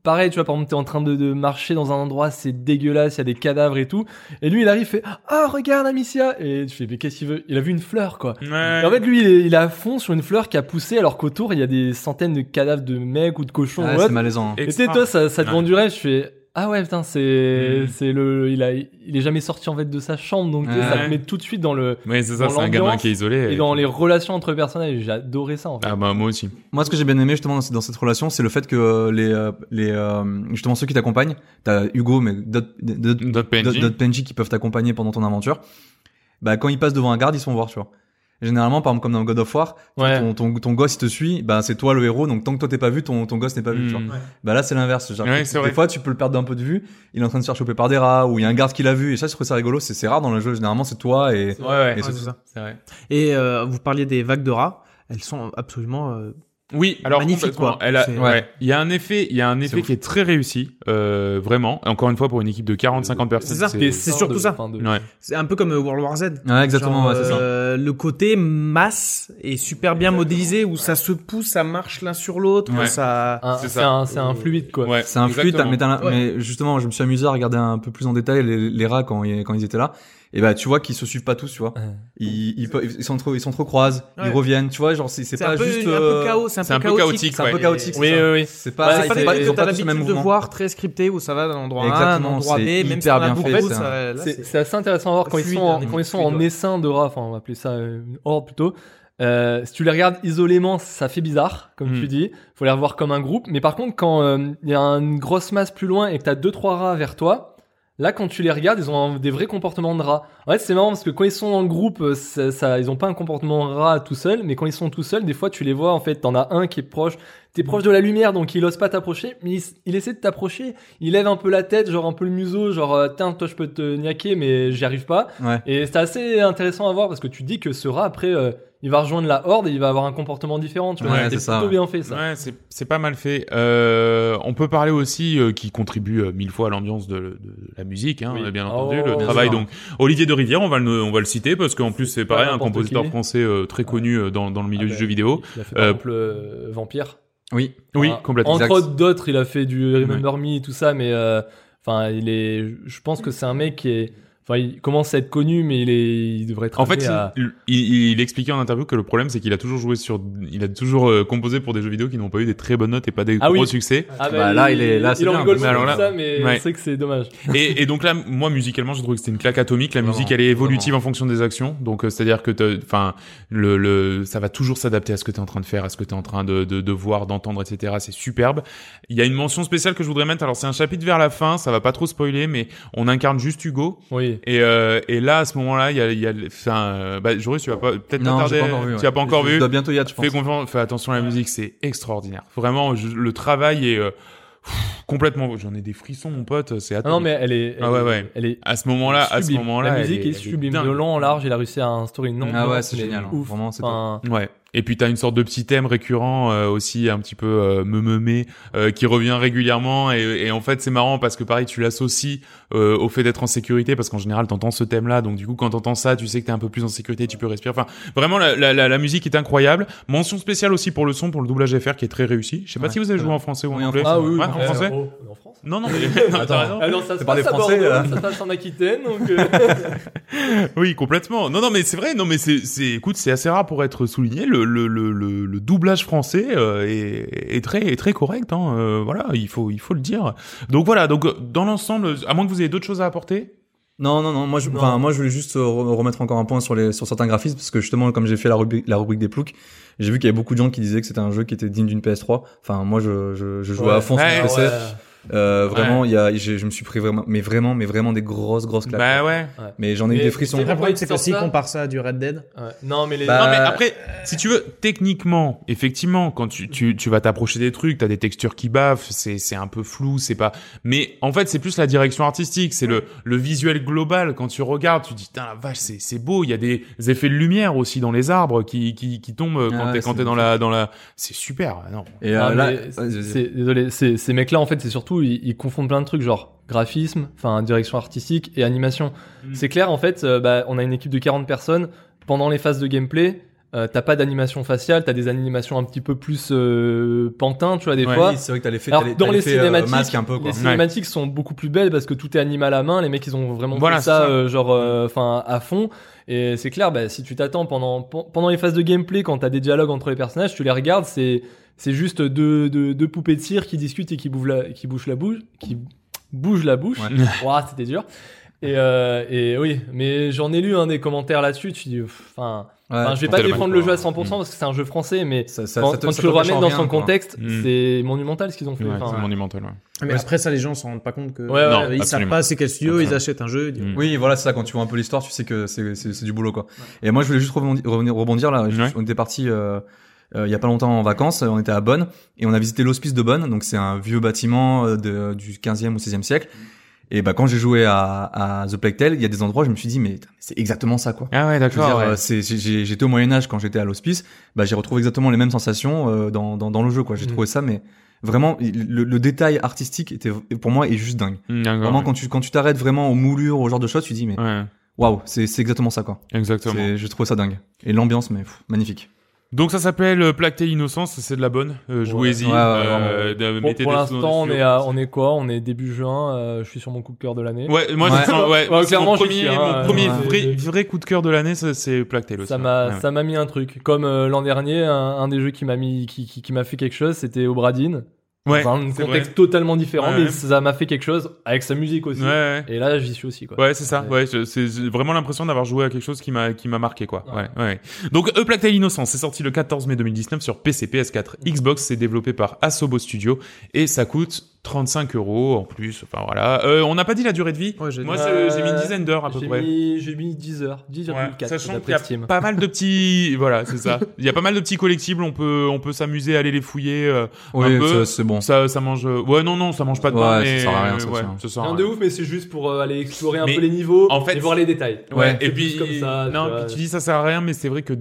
Speaker 3: pareil, tu vois, par exemple, t'es en train de, de marcher dans un endroit, c'est dégueulasse, il y a des cadavres et tout. Et lui, il arrive, fait, ah, regarde, Amicia! Et tu fais, mais qu'est-ce qu'il veut? Il a vu une fleur, quoi.
Speaker 1: Ouais.
Speaker 3: Et En fait, lui, il est, il est à fond sur une fleur qui a poussé, alors qu'autour, il y a des centaines de cadavres de mecs ou de cochons.
Speaker 2: Ah,
Speaker 3: ou
Speaker 2: c'est
Speaker 3: autre.
Speaker 2: malaisant. hein.
Speaker 3: Et tu sais,
Speaker 1: Extra.
Speaker 3: toi, ça, ça te
Speaker 1: Ouais.
Speaker 3: vend du rêve. Je fais ah ouais, putain, c'est
Speaker 1: Mm.
Speaker 3: c'est le, il a, il est jamais sorti en fait de sa chambre, donc tu sais,
Speaker 2: Ouais.
Speaker 3: ça te met tout de suite dans le
Speaker 1: Mais c'est ça,
Speaker 3: dans
Speaker 1: c'est un gamin
Speaker 3: l'ambiance
Speaker 1: qui est isolé.
Speaker 3: et dans les relations entre personnages. J'ai adoré ça en fait.
Speaker 1: Ah bah moi aussi.
Speaker 2: Moi, ce que j'ai bien aimé justement dans, dans cette relation, c'est le fait que euh, les, euh, les euh, justement ceux qui t'accompagnent, t'as Hugo, mais d'autres d'autres-
Speaker 1: D'autres
Speaker 2: d'autres-
Speaker 1: PNJ.
Speaker 2: d'autres PNJ qui peuvent t'accompagner pendant ton aventure. Bah, quand ils passent devant un garde, ils sont voir, tu vois. Généralement, par exemple, comme dans God of War,
Speaker 3: Ouais.
Speaker 2: ton, ton, ton gosse il te suit, bah c'est toi le héros, donc tant que toi t'es pas vu, ton, ton gosse n'est pas vu. tu vois.
Speaker 1: Mm.
Speaker 2: Bah là c'est l'inverse. Genre,
Speaker 1: Ouais,
Speaker 2: des-
Speaker 1: c'est
Speaker 2: des
Speaker 1: vrai.
Speaker 2: fois tu peux le perdre d'un peu de vue, il est en train de se faire choper par des rats, ou il y a un garde qui l'a vu, et ça je trouve ça rigolo, c'est, c'est rare dans le jeu, généralement c'est toi et...
Speaker 1: Ouais, ouais.
Speaker 2: Et c'est-
Speaker 1: C'est vrai.
Speaker 4: Ah, Et euh, vous parliez des vagues de rats. Elles sont absolument. euh,
Speaker 1: Oui, alors
Speaker 4: Magnifique,
Speaker 1: complètement.
Speaker 4: quoi.
Speaker 1: Elle a-
Speaker 4: C'est-
Speaker 1: ouais. Il y a un effet, il y a un effet
Speaker 2: ouf.
Speaker 1: qui est très réussi, euh, vraiment. Encore une fois, pour une équipe de 40-50 personnes,
Speaker 4: C'est ça.
Speaker 3: Des
Speaker 1: c'est
Speaker 4: c'est
Speaker 3: sorts
Speaker 4: surtout
Speaker 3: de-
Speaker 4: ça.
Speaker 3: enfin, de-
Speaker 1: Ouais.
Speaker 4: C'est un peu comme euh, World War Z.
Speaker 2: Ouais, exactement,
Speaker 4: Genre,
Speaker 2: ouais, c'est ça.
Speaker 4: euh, le côté masse est super bien modélisé où ça se pousse, ça marche l'un sur l'autre,
Speaker 1: Ouais.
Speaker 4: ça.
Speaker 3: un-
Speaker 1: C'est
Speaker 3: C'est
Speaker 1: ça.
Speaker 3: un, c'est un fluide quoi.
Speaker 1: Ouais,
Speaker 2: C'est un flux,
Speaker 1: exactement.
Speaker 2: mais, t'as l'im-
Speaker 4: Ouais.
Speaker 2: mais justement je me suis amusé à regarder un peu plus en détail les, les rats quand, ils- quand ils étaient là, et bah tu vois qu'ils se suivent pas tous, tu vois.
Speaker 3: Ouais.
Speaker 2: Ils, ils, peuvent- ils s'entre- ils s'entrecroisent,
Speaker 4: Ouais.
Speaker 2: ils reviennent, tu vois, genre c'est, c'est
Speaker 4: C'est
Speaker 2: pas
Speaker 4: un peu,
Speaker 2: juste...
Speaker 4: un
Speaker 2: euh,
Speaker 4: peu chaos, c'est un,
Speaker 1: c'est un
Speaker 4: peu
Speaker 1: peu chaotique,
Speaker 4: chaotique. Bah,
Speaker 2: C'est un peu
Speaker 1: ouais.
Speaker 2: chaotique, c'est
Speaker 3: Oui,
Speaker 2: ça.
Speaker 3: oui, oui.
Speaker 2: C'est pas,
Speaker 3: Ouais,
Speaker 4: c'est pas
Speaker 3: c'est-
Speaker 4: des
Speaker 2: ils
Speaker 4: trucs
Speaker 2: ont
Speaker 4: que t'as
Speaker 2: pas tous le même
Speaker 4: l'habitude de
Speaker 2: mouvement.
Speaker 4: voir très scripté où ça va d'un endroit A à un
Speaker 2: Exactement,
Speaker 4: endroit B,
Speaker 2: c'est
Speaker 4: même si
Speaker 2: hyper
Speaker 4: on a
Speaker 2: bien
Speaker 4: beaucoup
Speaker 2: fait,
Speaker 4: de
Speaker 2: ça.
Speaker 4: ça, là,
Speaker 3: C'est c'est assez intéressant à voir quand ils
Speaker 4: fluide,
Speaker 3: sont en,
Speaker 4: hein,
Speaker 3: quand ils sont
Speaker 4: fluide,
Speaker 3: en
Speaker 4: ouais.
Speaker 3: essaim de rats, enfin on va appeler ça euh, une horde plutôt. Euh, si tu les regardes isolément, ça fait bizarre, comme
Speaker 1: Mm.
Speaker 3: tu dis. Faut les revoir comme un groupe. Mais par contre, quand euh, il y a une grosse masse plus loin et que t'as deux trois rats vers toi, là quand tu les regardes, ils ont un- des vrais comportements de rats. En fait, c'est marrant parce que quand ils sont en groupe, euh, ça, ça- ils ont pas un comportement rat tout seul, mais quand ils sont tout seuls, des fois tu les vois. En fait, t'en as un qui est proche. T'es proche de la lumière, donc il ose pas t'approcher, mais il, s- il essaie de t'approcher. Il lève un peu la tête, genre un peu le museau, genre euh, tiens, toi je peux te niaquer, mais j'y arrive pas.
Speaker 2: Ouais.
Speaker 3: Et c'est assez intéressant à voir parce que tu dis que ce rat après, euh, il va rejoindre la horde et il va avoir un comportement différent. Tu vois,
Speaker 1: Ouais,
Speaker 2: c'est ça,
Speaker 3: plutôt
Speaker 2: ouais.
Speaker 3: bien fait ça.
Speaker 1: Ouais, c'est- c'est pas mal fait. Euh, on peut parler aussi euh, qui contribue euh, mille fois à l'ambiance de, de la musique, hein,
Speaker 3: Oui.
Speaker 1: bien
Speaker 3: Oh,
Speaker 1: entendu, le
Speaker 3: bien
Speaker 1: travail.
Speaker 2: sûr.
Speaker 1: Donc Olivier de Rivière, on va le, on va le citer parce qu'en plus c'est
Speaker 3: pas
Speaker 1: pareil, un
Speaker 3: n'importe
Speaker 1: compositeur
Speaker 3: qui.
Speaker 1: français euh, très connu euh, dans, dans le milieu
Speaker 3: Ah
Speaker 1: du
Speaker 3: ben,
Speaker 1: jeu vidéo.
Speaker 3: Il a fait par
Speaker 1: Euh,
Speaker 3: exemple euh, Vampire.
Speaker 2: Oui.
Speaker 1: Oui,
Speaker 3: Voilà.
Speaker 1: complètement.
Speaker 3: Entre
Speaker 2: Exact.
Speaker 3: autres d'autres, il a fait du Remember Me et tout ça, mais euh, enfin, il est. Je pense que c'est un mec qui est. Enfin, il commence à être connu, mais il est. Il devrait être.
Speaker 1: En fait,
Speaker 3: amené à-
Speaker 1: il, il- il expliquait en interview que le problème c'est qu'il a toujours joué sur, il a toujours euh, composé pour des jeux vidéo qui n'ont pas eu des très bonnes notes et pas des
Speaker 3: Ah
Speaker 1: gros
Speaker 3: oui.
Speaker 1: succès.
Speaker 3: Ah
Speaker 2: Bah, là, il est- là, c'est
Speaker 3: il en
Speaker 2: bien,
Speaker 3: rigole
Speaker 1: mais alors
Speaker 3: sur
Speaker 1: là-
Speaker 3: ça, mais
Speaker 1: Ouais.
Speaker 3: c'est que c'est dommage.
Speaker 1: et, et donc là, moi musicalement, je trouve que c'était une claque atomique. La
Speaker 2: Vraiment,
Speaker 1: musique, elle est évolutive en fonction des actions. Donc euh, c'est-à-dire que, t'as- enfin, le, le, ça va toujours s'adapter à ce que tu es en train de faire, à ce que tu es en train de, de, de voir, d'entendre, etc. C'est superbe. Il y a une mention spéciale que je voudrais mettre. Alors c'est un chapitre vers la fin, ça va pas trop spoiler, mais on incarne juste Hugo.
Speaker 3: Oui.
Speaker 1: Et, euh, et là, à ce moment-là, il y a, il y a, enfin, euh, bah, Joris, tu vas pas, peut-être
Speaker 2: Non,
Speaker 1: pas
Speaker 2: j'ai
Speaker 1: tarder.
Speaker 2: pas encore vu.
Speaker 1: Tu
Speaker 2: ouais.
Speaker 1: as pas encore
Speaker 2: Je
Speaker 1: vu.
Speaker 2: dois bientôt y être, je pense.
Speaker 1: Fais confiance, fais attention à la musique, c'est extraordinaire. Vraiment, je- le travail est euh, pff, complètement. J'en ai des frissons, mon pote. C'est
Speaker 3: Ah non,
Speaker 1: atomique.
Speaker 3: mais elle est. Elle,
Speaker 1: Ah ouais, ouais.
Speaker 3: Elle est
Speaker 1: à ce moment-là, à ce
Speaker 3: sublime.
Speaker 1: moment-là,
Speaker 3: La
Speaker 1: elle
Speaker 3: musique est,
Speaker 1: elle
Speaker 3: sublime.
Speaker 1: dingue.
Speaker 3: De long en large, il a réussi à instaurer une ambiance,
Speaker 2: Ah ouais, c'est
Speaker 3: mais
Speaker 2: génial. hein.
Speaker 3: Ouf.
Speaker 2: Vraiment, c'est top.
Speaker 3: Enfin,
Speaker 1: Ouais. Et puis t'as une sorte de petit thème récurrent euh, aussi un petit peu euh, me me mais euh, qui revient régulièrement et, et en fait c'est marrant parce que pareil tu l'associes euh, au fait d'être en sécurité parce qu'en général t'entends ce thème là donc du coup quand t'entends ça tu sais que t'es un peu plus en sécurité tu peux respirer enfin vraiment la, la, la, la musique est incroyable mention spéciale aussi pour le son pour le doublage FR qui est très réussi je sais pas
Speaker 2: Ouais,
Speaker 1: si vous avez
Speaker 2: très
Speaker 1: joué
Speaker 2: bien.
Speaker 1: en français ou en
Speaker 2: Oui, en
Speaker 1: anglais
Speaker 2: français.
Speaker 3: Ah oui, oui,
Speaker 1: Ouais,
Speaker 3: bon,
Speaker 1: en
Speaker 3: ouais,
Speaker 1: français
Speaker 3: oh, en France.
Speaker 1: non non mais
Speaker 3: [LAUGHS]
Speaker 1: [LAUGHS] non, t'as raison.
Speaker 3: Ah non, ça se
Speaker 2: par des
Speaker 3: passe à
Speaker 2: Français,
Speaker 3: Bordeaux,
Speaker 2: là.
Speaker 1: euh.
Speaker 3: ça se passe en Aquitaine,
Speaker 1: [LAUGHS]
Speaker 3: donc. euh,
Speaker 1: Oui, complètement. Non, non, mais c'est vrai. Non, mais c'est, c'est, écoute, c'est assez rare pour être souligné. Le, le, le, le, le doublage français euh, est, est très, est très correct. Hein, euh, voilà, il faut, il faut le dire. Donc voilà. Donc euh, dans l'ensemble, à moins que vous ayez d'autres choses à apporter.
Speaker 2: Non, non, non. Moi, je,
Speaker 3: Non.
Speaker 2: enfin, moi, je voulais juste euh, re- remettre encore un point sur les, sur certains graphismes parce que justement, comme j'ai fait la rubrique, la rubrique des ploucs, j'ai vu qu'il y avait beaucoup de gens qui disaient que c'était un jeu qui était digne d'une PS3. Enfin, moi, je, je, je jouais
Speaker 3: ouais.
Speaker 2: à fond
Speaker 1: Ouais,
Speaker 2: sur
Speaker 3: Ah
Speaker 2: PC.
Speaker 3: ouais.
Speaker 2: Euh, vraiment, il y a, j'ai- je, me suis pris vraiment, mais vraiment, mais vraiment des grosses, grosses claques.
Speaker 1: Bah ouais.
Speaker 2: mais j'en ai eu
Speaker 3: Mais
Speaker 2: des frissons.
Speaker 3: c'est
Speaker 4: Le
Speaker 3: vrai-
Speaker 4: problème, c'est que
Speaker 3: Sort
Speaker 4: si
Speaker 3: ça.
Speaker 4: compare ça à du Red Dead,
Speaker 3: Ouais. Non, mais les.
Speaker 2: Bah,
Speaker 1: Non mais
Speaker 2: Euh,
Speaker 1: après, si tu veux, techniquement, effectivement, quand tu, tu, tu vas t'approcher des trucs, t'as des textures qui baffent, c'est, c'est un peu flou, c'est pas. Mais en fait, c'est plus la direction artistique, c'est le, le visuel global. Quand tu regardes, tu te dis, putain, la vache, c'est, c'est beau. Il y a des effets de lumière aussi dans les arbres qui, qui, qui tombent euh, quand
Speaker 2: Ah ouais,
Speaker 1: t'es, quand
Speaker 2: c'est
Speaker 1: t'es dans
Speaker 2: beau.
Speaker 1: la, dans la. C'est super. Non.
Speaker 2: Et euh,
Speaker 3: Ah,
Speaker 2: là,
Speaker 3: mais
Speaker 2: vas-y,
Speaker 3: c'est-
Speaker 2: vas-y.
Speaker 3: c'est- désolé, c'est- ces mecs-là, en fait, c'est surtout, ils, ils confondent plein de trucs, genre graphisme, enfin direction artistique et animation.
Speaker 1: Mm.
Speaker 3: C'est clair, en fait, euh, bah, on a une équipe de 40 personnes. Pendant les phases de gameplay, euh, t'as pas d'animation faciale, t'as des animations un petit peu plus euh, pantin, tu vois, des
Speaker 1: Ouais.
Speaker 3: fois.
Speaker 2: Oui, c'est vrai que t'as l'effet,
Speaker 3: Alors,
Speaker 2: t'as l'effet,
Speaker 3: dans les
Speaker 2: euh,
Speaker 3: cinématiques,
Speaker 2: masque un peu, quoi.
Speaker 3: Les cinématiques sont beaucoup plus belles parce que tout est animé à la main. Les mecs, ils ont vraiment
Speaker 1: Voilà,
Speaker 3: fait
Speaker 1: c'est
Speaker 3: ça,
Speaker 1: ça. Mm.
Speaker 3: euh, genre, enfin, à fond. Et c'est clair, bah, si tu t'attends pendant pen- pendant les phases de gameplay, quand t'as des dialogues entre les personnages, tu les regardes, c'est c'est juste deux, deux, deux poupées de cire qui discutent et qui bougent la qui bougent la bouche, qui bougent la bouche.
Speaker 2: Ouais.
Speaker 3: [LAUGHS] Ouah, c'était dur. Et, euh, et oui, mais j'en ai lu un des commentaires là-dessus. Tu dis, enfin,
Speaker 2: Ouais.
Speaker 3: enfin, je vais pas
Speaker 1: tellement,
Speaker 3: défendre le jeu à 100%
Speaker 1: Mm.
Speaker 3: parce que c'est un jeu français, mais
Speaker 2: Ça- ça-
Speaker 3: quand,
Speaker 2: ça te-
Speaker 3: quand
Speaker 2: ça
Speaker 3: tu le
Speaker 2: t'empêche
Speaker 3: ramènes
Speaker 2: en
Speaker 3: dans
Speaker 2: rien,
Speaker 3: son
Speaker 2: quoi.
Speaker 3: contexte,
Speaker 1: Mm.
Speaker 3: c'est monumental ce qu'ils ont fait. Enfin,
Speaker 1: c'est monumental. ouais.
Speaker 4: mais après ça, les gens s'en rendent pas compte que
Speaker 3: Ouais, ouais,
Speaker 4: Non,
Speaker 3: ouais,
Speaker 4: ils savent
Speaker 1: absolument.
Speaker 4: pas c'est quel studio, ils
Speaker 1: Absolument.
Speaker 4: achètent un jeu. ils disent,
Speaker 1: Mm.
Speaker 2: Oui, voilà, c'est ça. Quand tu vois un peu l'histoire, tu sais que c'est c'est- c'est du boulot, quoi. Et moi, je voulais juste rebondir, revenir- rebondir là. Je-
Speaker 1: Ouais.
Speaker 2: On était parti euh, euh, il y a pas longtemps en vacances. On était à Bonn et on a visité l'hospice de Bonn. Donc c'est un vieux bâtiment euh, de, du 15e ou 16e siècle. Et bah quand j'ai joué à, à The Plague Tale, il y a des endroits où je me suis dit mais putain, mais c'est exactement ça, quoi.
Speaker 1: Ah ouais,
Speaker 2: Je veux dire,
Speaker 1: d'accord. ouais.
Speaker 2: euh, c'est- j'ai- j'ai- j'étais au Moyen Âge quand j'étais à l'hospice, bah j'ai retrouvé exactement les mêmes sensations euh, dans, dans, dans le jeu, quoi. J'ai
Speaker 3: Mm.
Speaker 2: trouvé ça, mais vraiment il- le, le détail artistique était pour moi est juste dingue.
Speaker 1: Mm, d'accord,
Speaker 2: Vraiment quand tu quand tu t'arrêtes vraiment aux moulures, au genre de choses, tu dis mais
Speaker 1: ouais. Ouais,
Speaker 2: Waouh, c'est c'est exactement ça quoi.
Speaker 1: exactement.
Speaker 2: C'est- Je trouve ça dingue. Et l'ambiance, mais pff, magnifique.
Speaker 1: Donc ça s'appelle euh, Plaque telle Innocence, c'est de la bonne. Euh, Jouez-y.
Speaker 2: Ouais, ouais,
Speaker 1: euh, de-
Speaker 3: Pour,
Speaker 1: mettez
Speaker 3: pour
Speaker 1: des sous
Speaker 3: l'instant, on
Speaker 1: dessus.
Speaker 3: est, à- on est quoi On est début juin. euh, je suis sur mon coup de cœur de l'année.
Speaker 1: Ouais, moi,
Speaker 2: Ouais.
Speaker 1: je sens- ouais,
Speaker 3: Ouais,
Speaker 1: c'est
Speaker 3: clairement,
Speaker 1: mon
Speaker 3: j'y
Speaker 1: premier,
Speaker 3: suis, hein,
Speaker 1: mon
Speaker 3: euh,
Speaker 1: premier
Speaker 3: ouais.
Speaker 1: vrai, vrai coup de cœur de l'année, ça, c'est Plague Tale aussi.
Speaker 3: Ça m'a,
Speaker 1: Ouais.
Speaker 3: ça m'a mis un truc. Comme euh, l'an dernier, un, un des jeux qui m'a mis, qui, qui, qui m'a fait quelque chose, c'était Obradine.
Speaker 1: Ouais,
Speaker 3: Dans un
Speaker 1: c'est
Speaker 3: contexte totalement différent,
Speaker 1: Ouais,
Speaker 3: mais
Speaker 1: ouais.
Speaker 3: ça m'a fait quelque chose avec sa musique aussi.
Speaker 1: Ouais, ouais.
Speaker 3: Et là, j'y suis aussi quoi.
Speaker 1: Ouais, c'est ça. Ouais, je- c'est j'ai vraiment l'impression d'avoir joué à quelque chose qui m'a qui m'a marqué quoi. Ouais,
Speaker 3: Ouais.
Speaker 1: ouais. Donc E Plague Tale Innocence, c'est sorti le 14 mai 2019 sur PC, PS4, Xbox. C'est développé par Asobo Studio et ça coûte 35 euros en plus. Enfin voilà. Euh, on n'a pas dit la durée de vie.
Speaker 4: Ouais, j'ai-
Speaker 1: Moi,
Speaker 3: dit-
Speaker 1: c'est- j'ai
Speaker 3: Euh,
Speaker 1: mis une dizaine d'heures à peu
Speaker 3: j'ai
Speaker 1: près.
Speaker 3: mis, j'ai mis 10 heures, 10,4
Speaker 1: Ouais, sachant qu'il y
Speaker 3: d'après
Speaker 1: a
Speaker 3: Steam.
Speaker 1: pas mal de petits, voilà, c'est ça. Il y a pas mal de petits collectibles. On peut, on peut s'amuser, aller les fouiller. euh,
Speaker 2: Oui,
Speaker 1: peu.
Speaker 2: ça, c'est bon.
Speaker 1: Ça, ça mange. euh, Ouais, non, non, ça mange pas de
Speaker 2: Ouais,
Speaker 1: pain.
Speaker 2: ça
Speaker 1: mais...
Speaker 2: sert à rien, ça,
Speaker 1: ouais,
Speaker 2: ça.
Speaker 1: ça sert à
Speaker 3: Rien
Speaker 1: rien.
Speaker 3: de ouf, mais c'est juste pour euh, aller explorer un
Speaker 1: Mais
Speaker 3: peu les niveaux
Speaker 1: en fait,
Speaker 3: et voir les détails.
Speaker 1: Ouais,
Speaker 3: c'est
Speaker 1: et puis
Speaker 3: plus comme ça.
Speaker 1: non,
Speaker 3: tu vois.
Speaker 1: puis tu dis ça sert à rien, mais c'est vrai que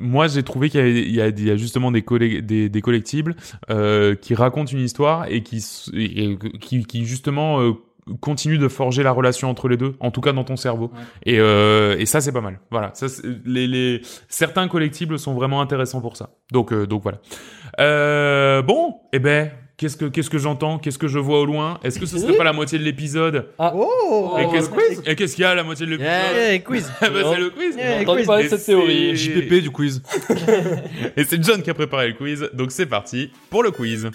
Speaker 1: moi j'ai trouvé qu'il y, a- il y a- il y a justement des, collè- des, des collectibles euh, qui racontent une histoire et qui, s- et- et qui, qui justement euh, continuent de forger la relation entre les deux, en tout cas dans ton cerveau. Et, euh, et ça c'est pas mal. Voilà, ça, c'est- les, les certains collectibles sont vraiment intéressants pour ça. Donc euh, donc voilà. Euh, bon, et eh ben. Qu'est-ce que, qu'est-ce que j'entends Qu'est-ce que je vois au loin Est-ce que ce serait pas la moitié de l'épisode
Speaker 4: Oh,
Speaker 1: Et
Speaker 3: Oh,
Speaker 1: qu'est-ce
Speaker 3: le
Speaker 1: et qu'est-ce qu'il y a à la moitié de l'épisode
Speaker 3: Yeah. Oh.
Speaker 4: Eh,
Speaker 1: [LAUGHS]
Speaker 4: quiz.
Speaker 1: Ah bah, C'est le quiz
Speaker 4: Yeah.
Speaker 3: J'ai entendu
Speaker 4: quiz.
Speaker 3: parler de cette
Speaker 1: Et
Speaker 3: théorie.
Speaker 1: c'est-
Speaker 2: JPP du quiz.
Speaker 1: Et c'est John qui a préparé le quiz, donc c'est parti pour le quiz.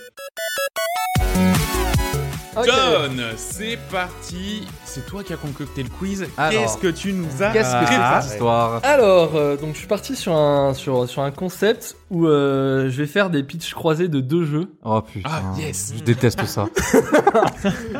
Speaker 3: Ok.
Speaker 1: John, c'est parti. C'est toi qui as concocté le quiz.
Speaker 2: Alors,
Speaker 1: Qu'est-ce que tu nous as
Speaker 3: qu'est-ce que
Speaker 1: préparé
Speaker 2: Ah, cette histoire.
Speaker 3: Alors, euh, donc je suis parti sur un, sur, sur un concept où euh, je vais faire des pitchs croisés de deux jeux.
Speaker 2: Oh putain.
Speaker 1: Ah, yes.
Speaker 2: Je déteste ça.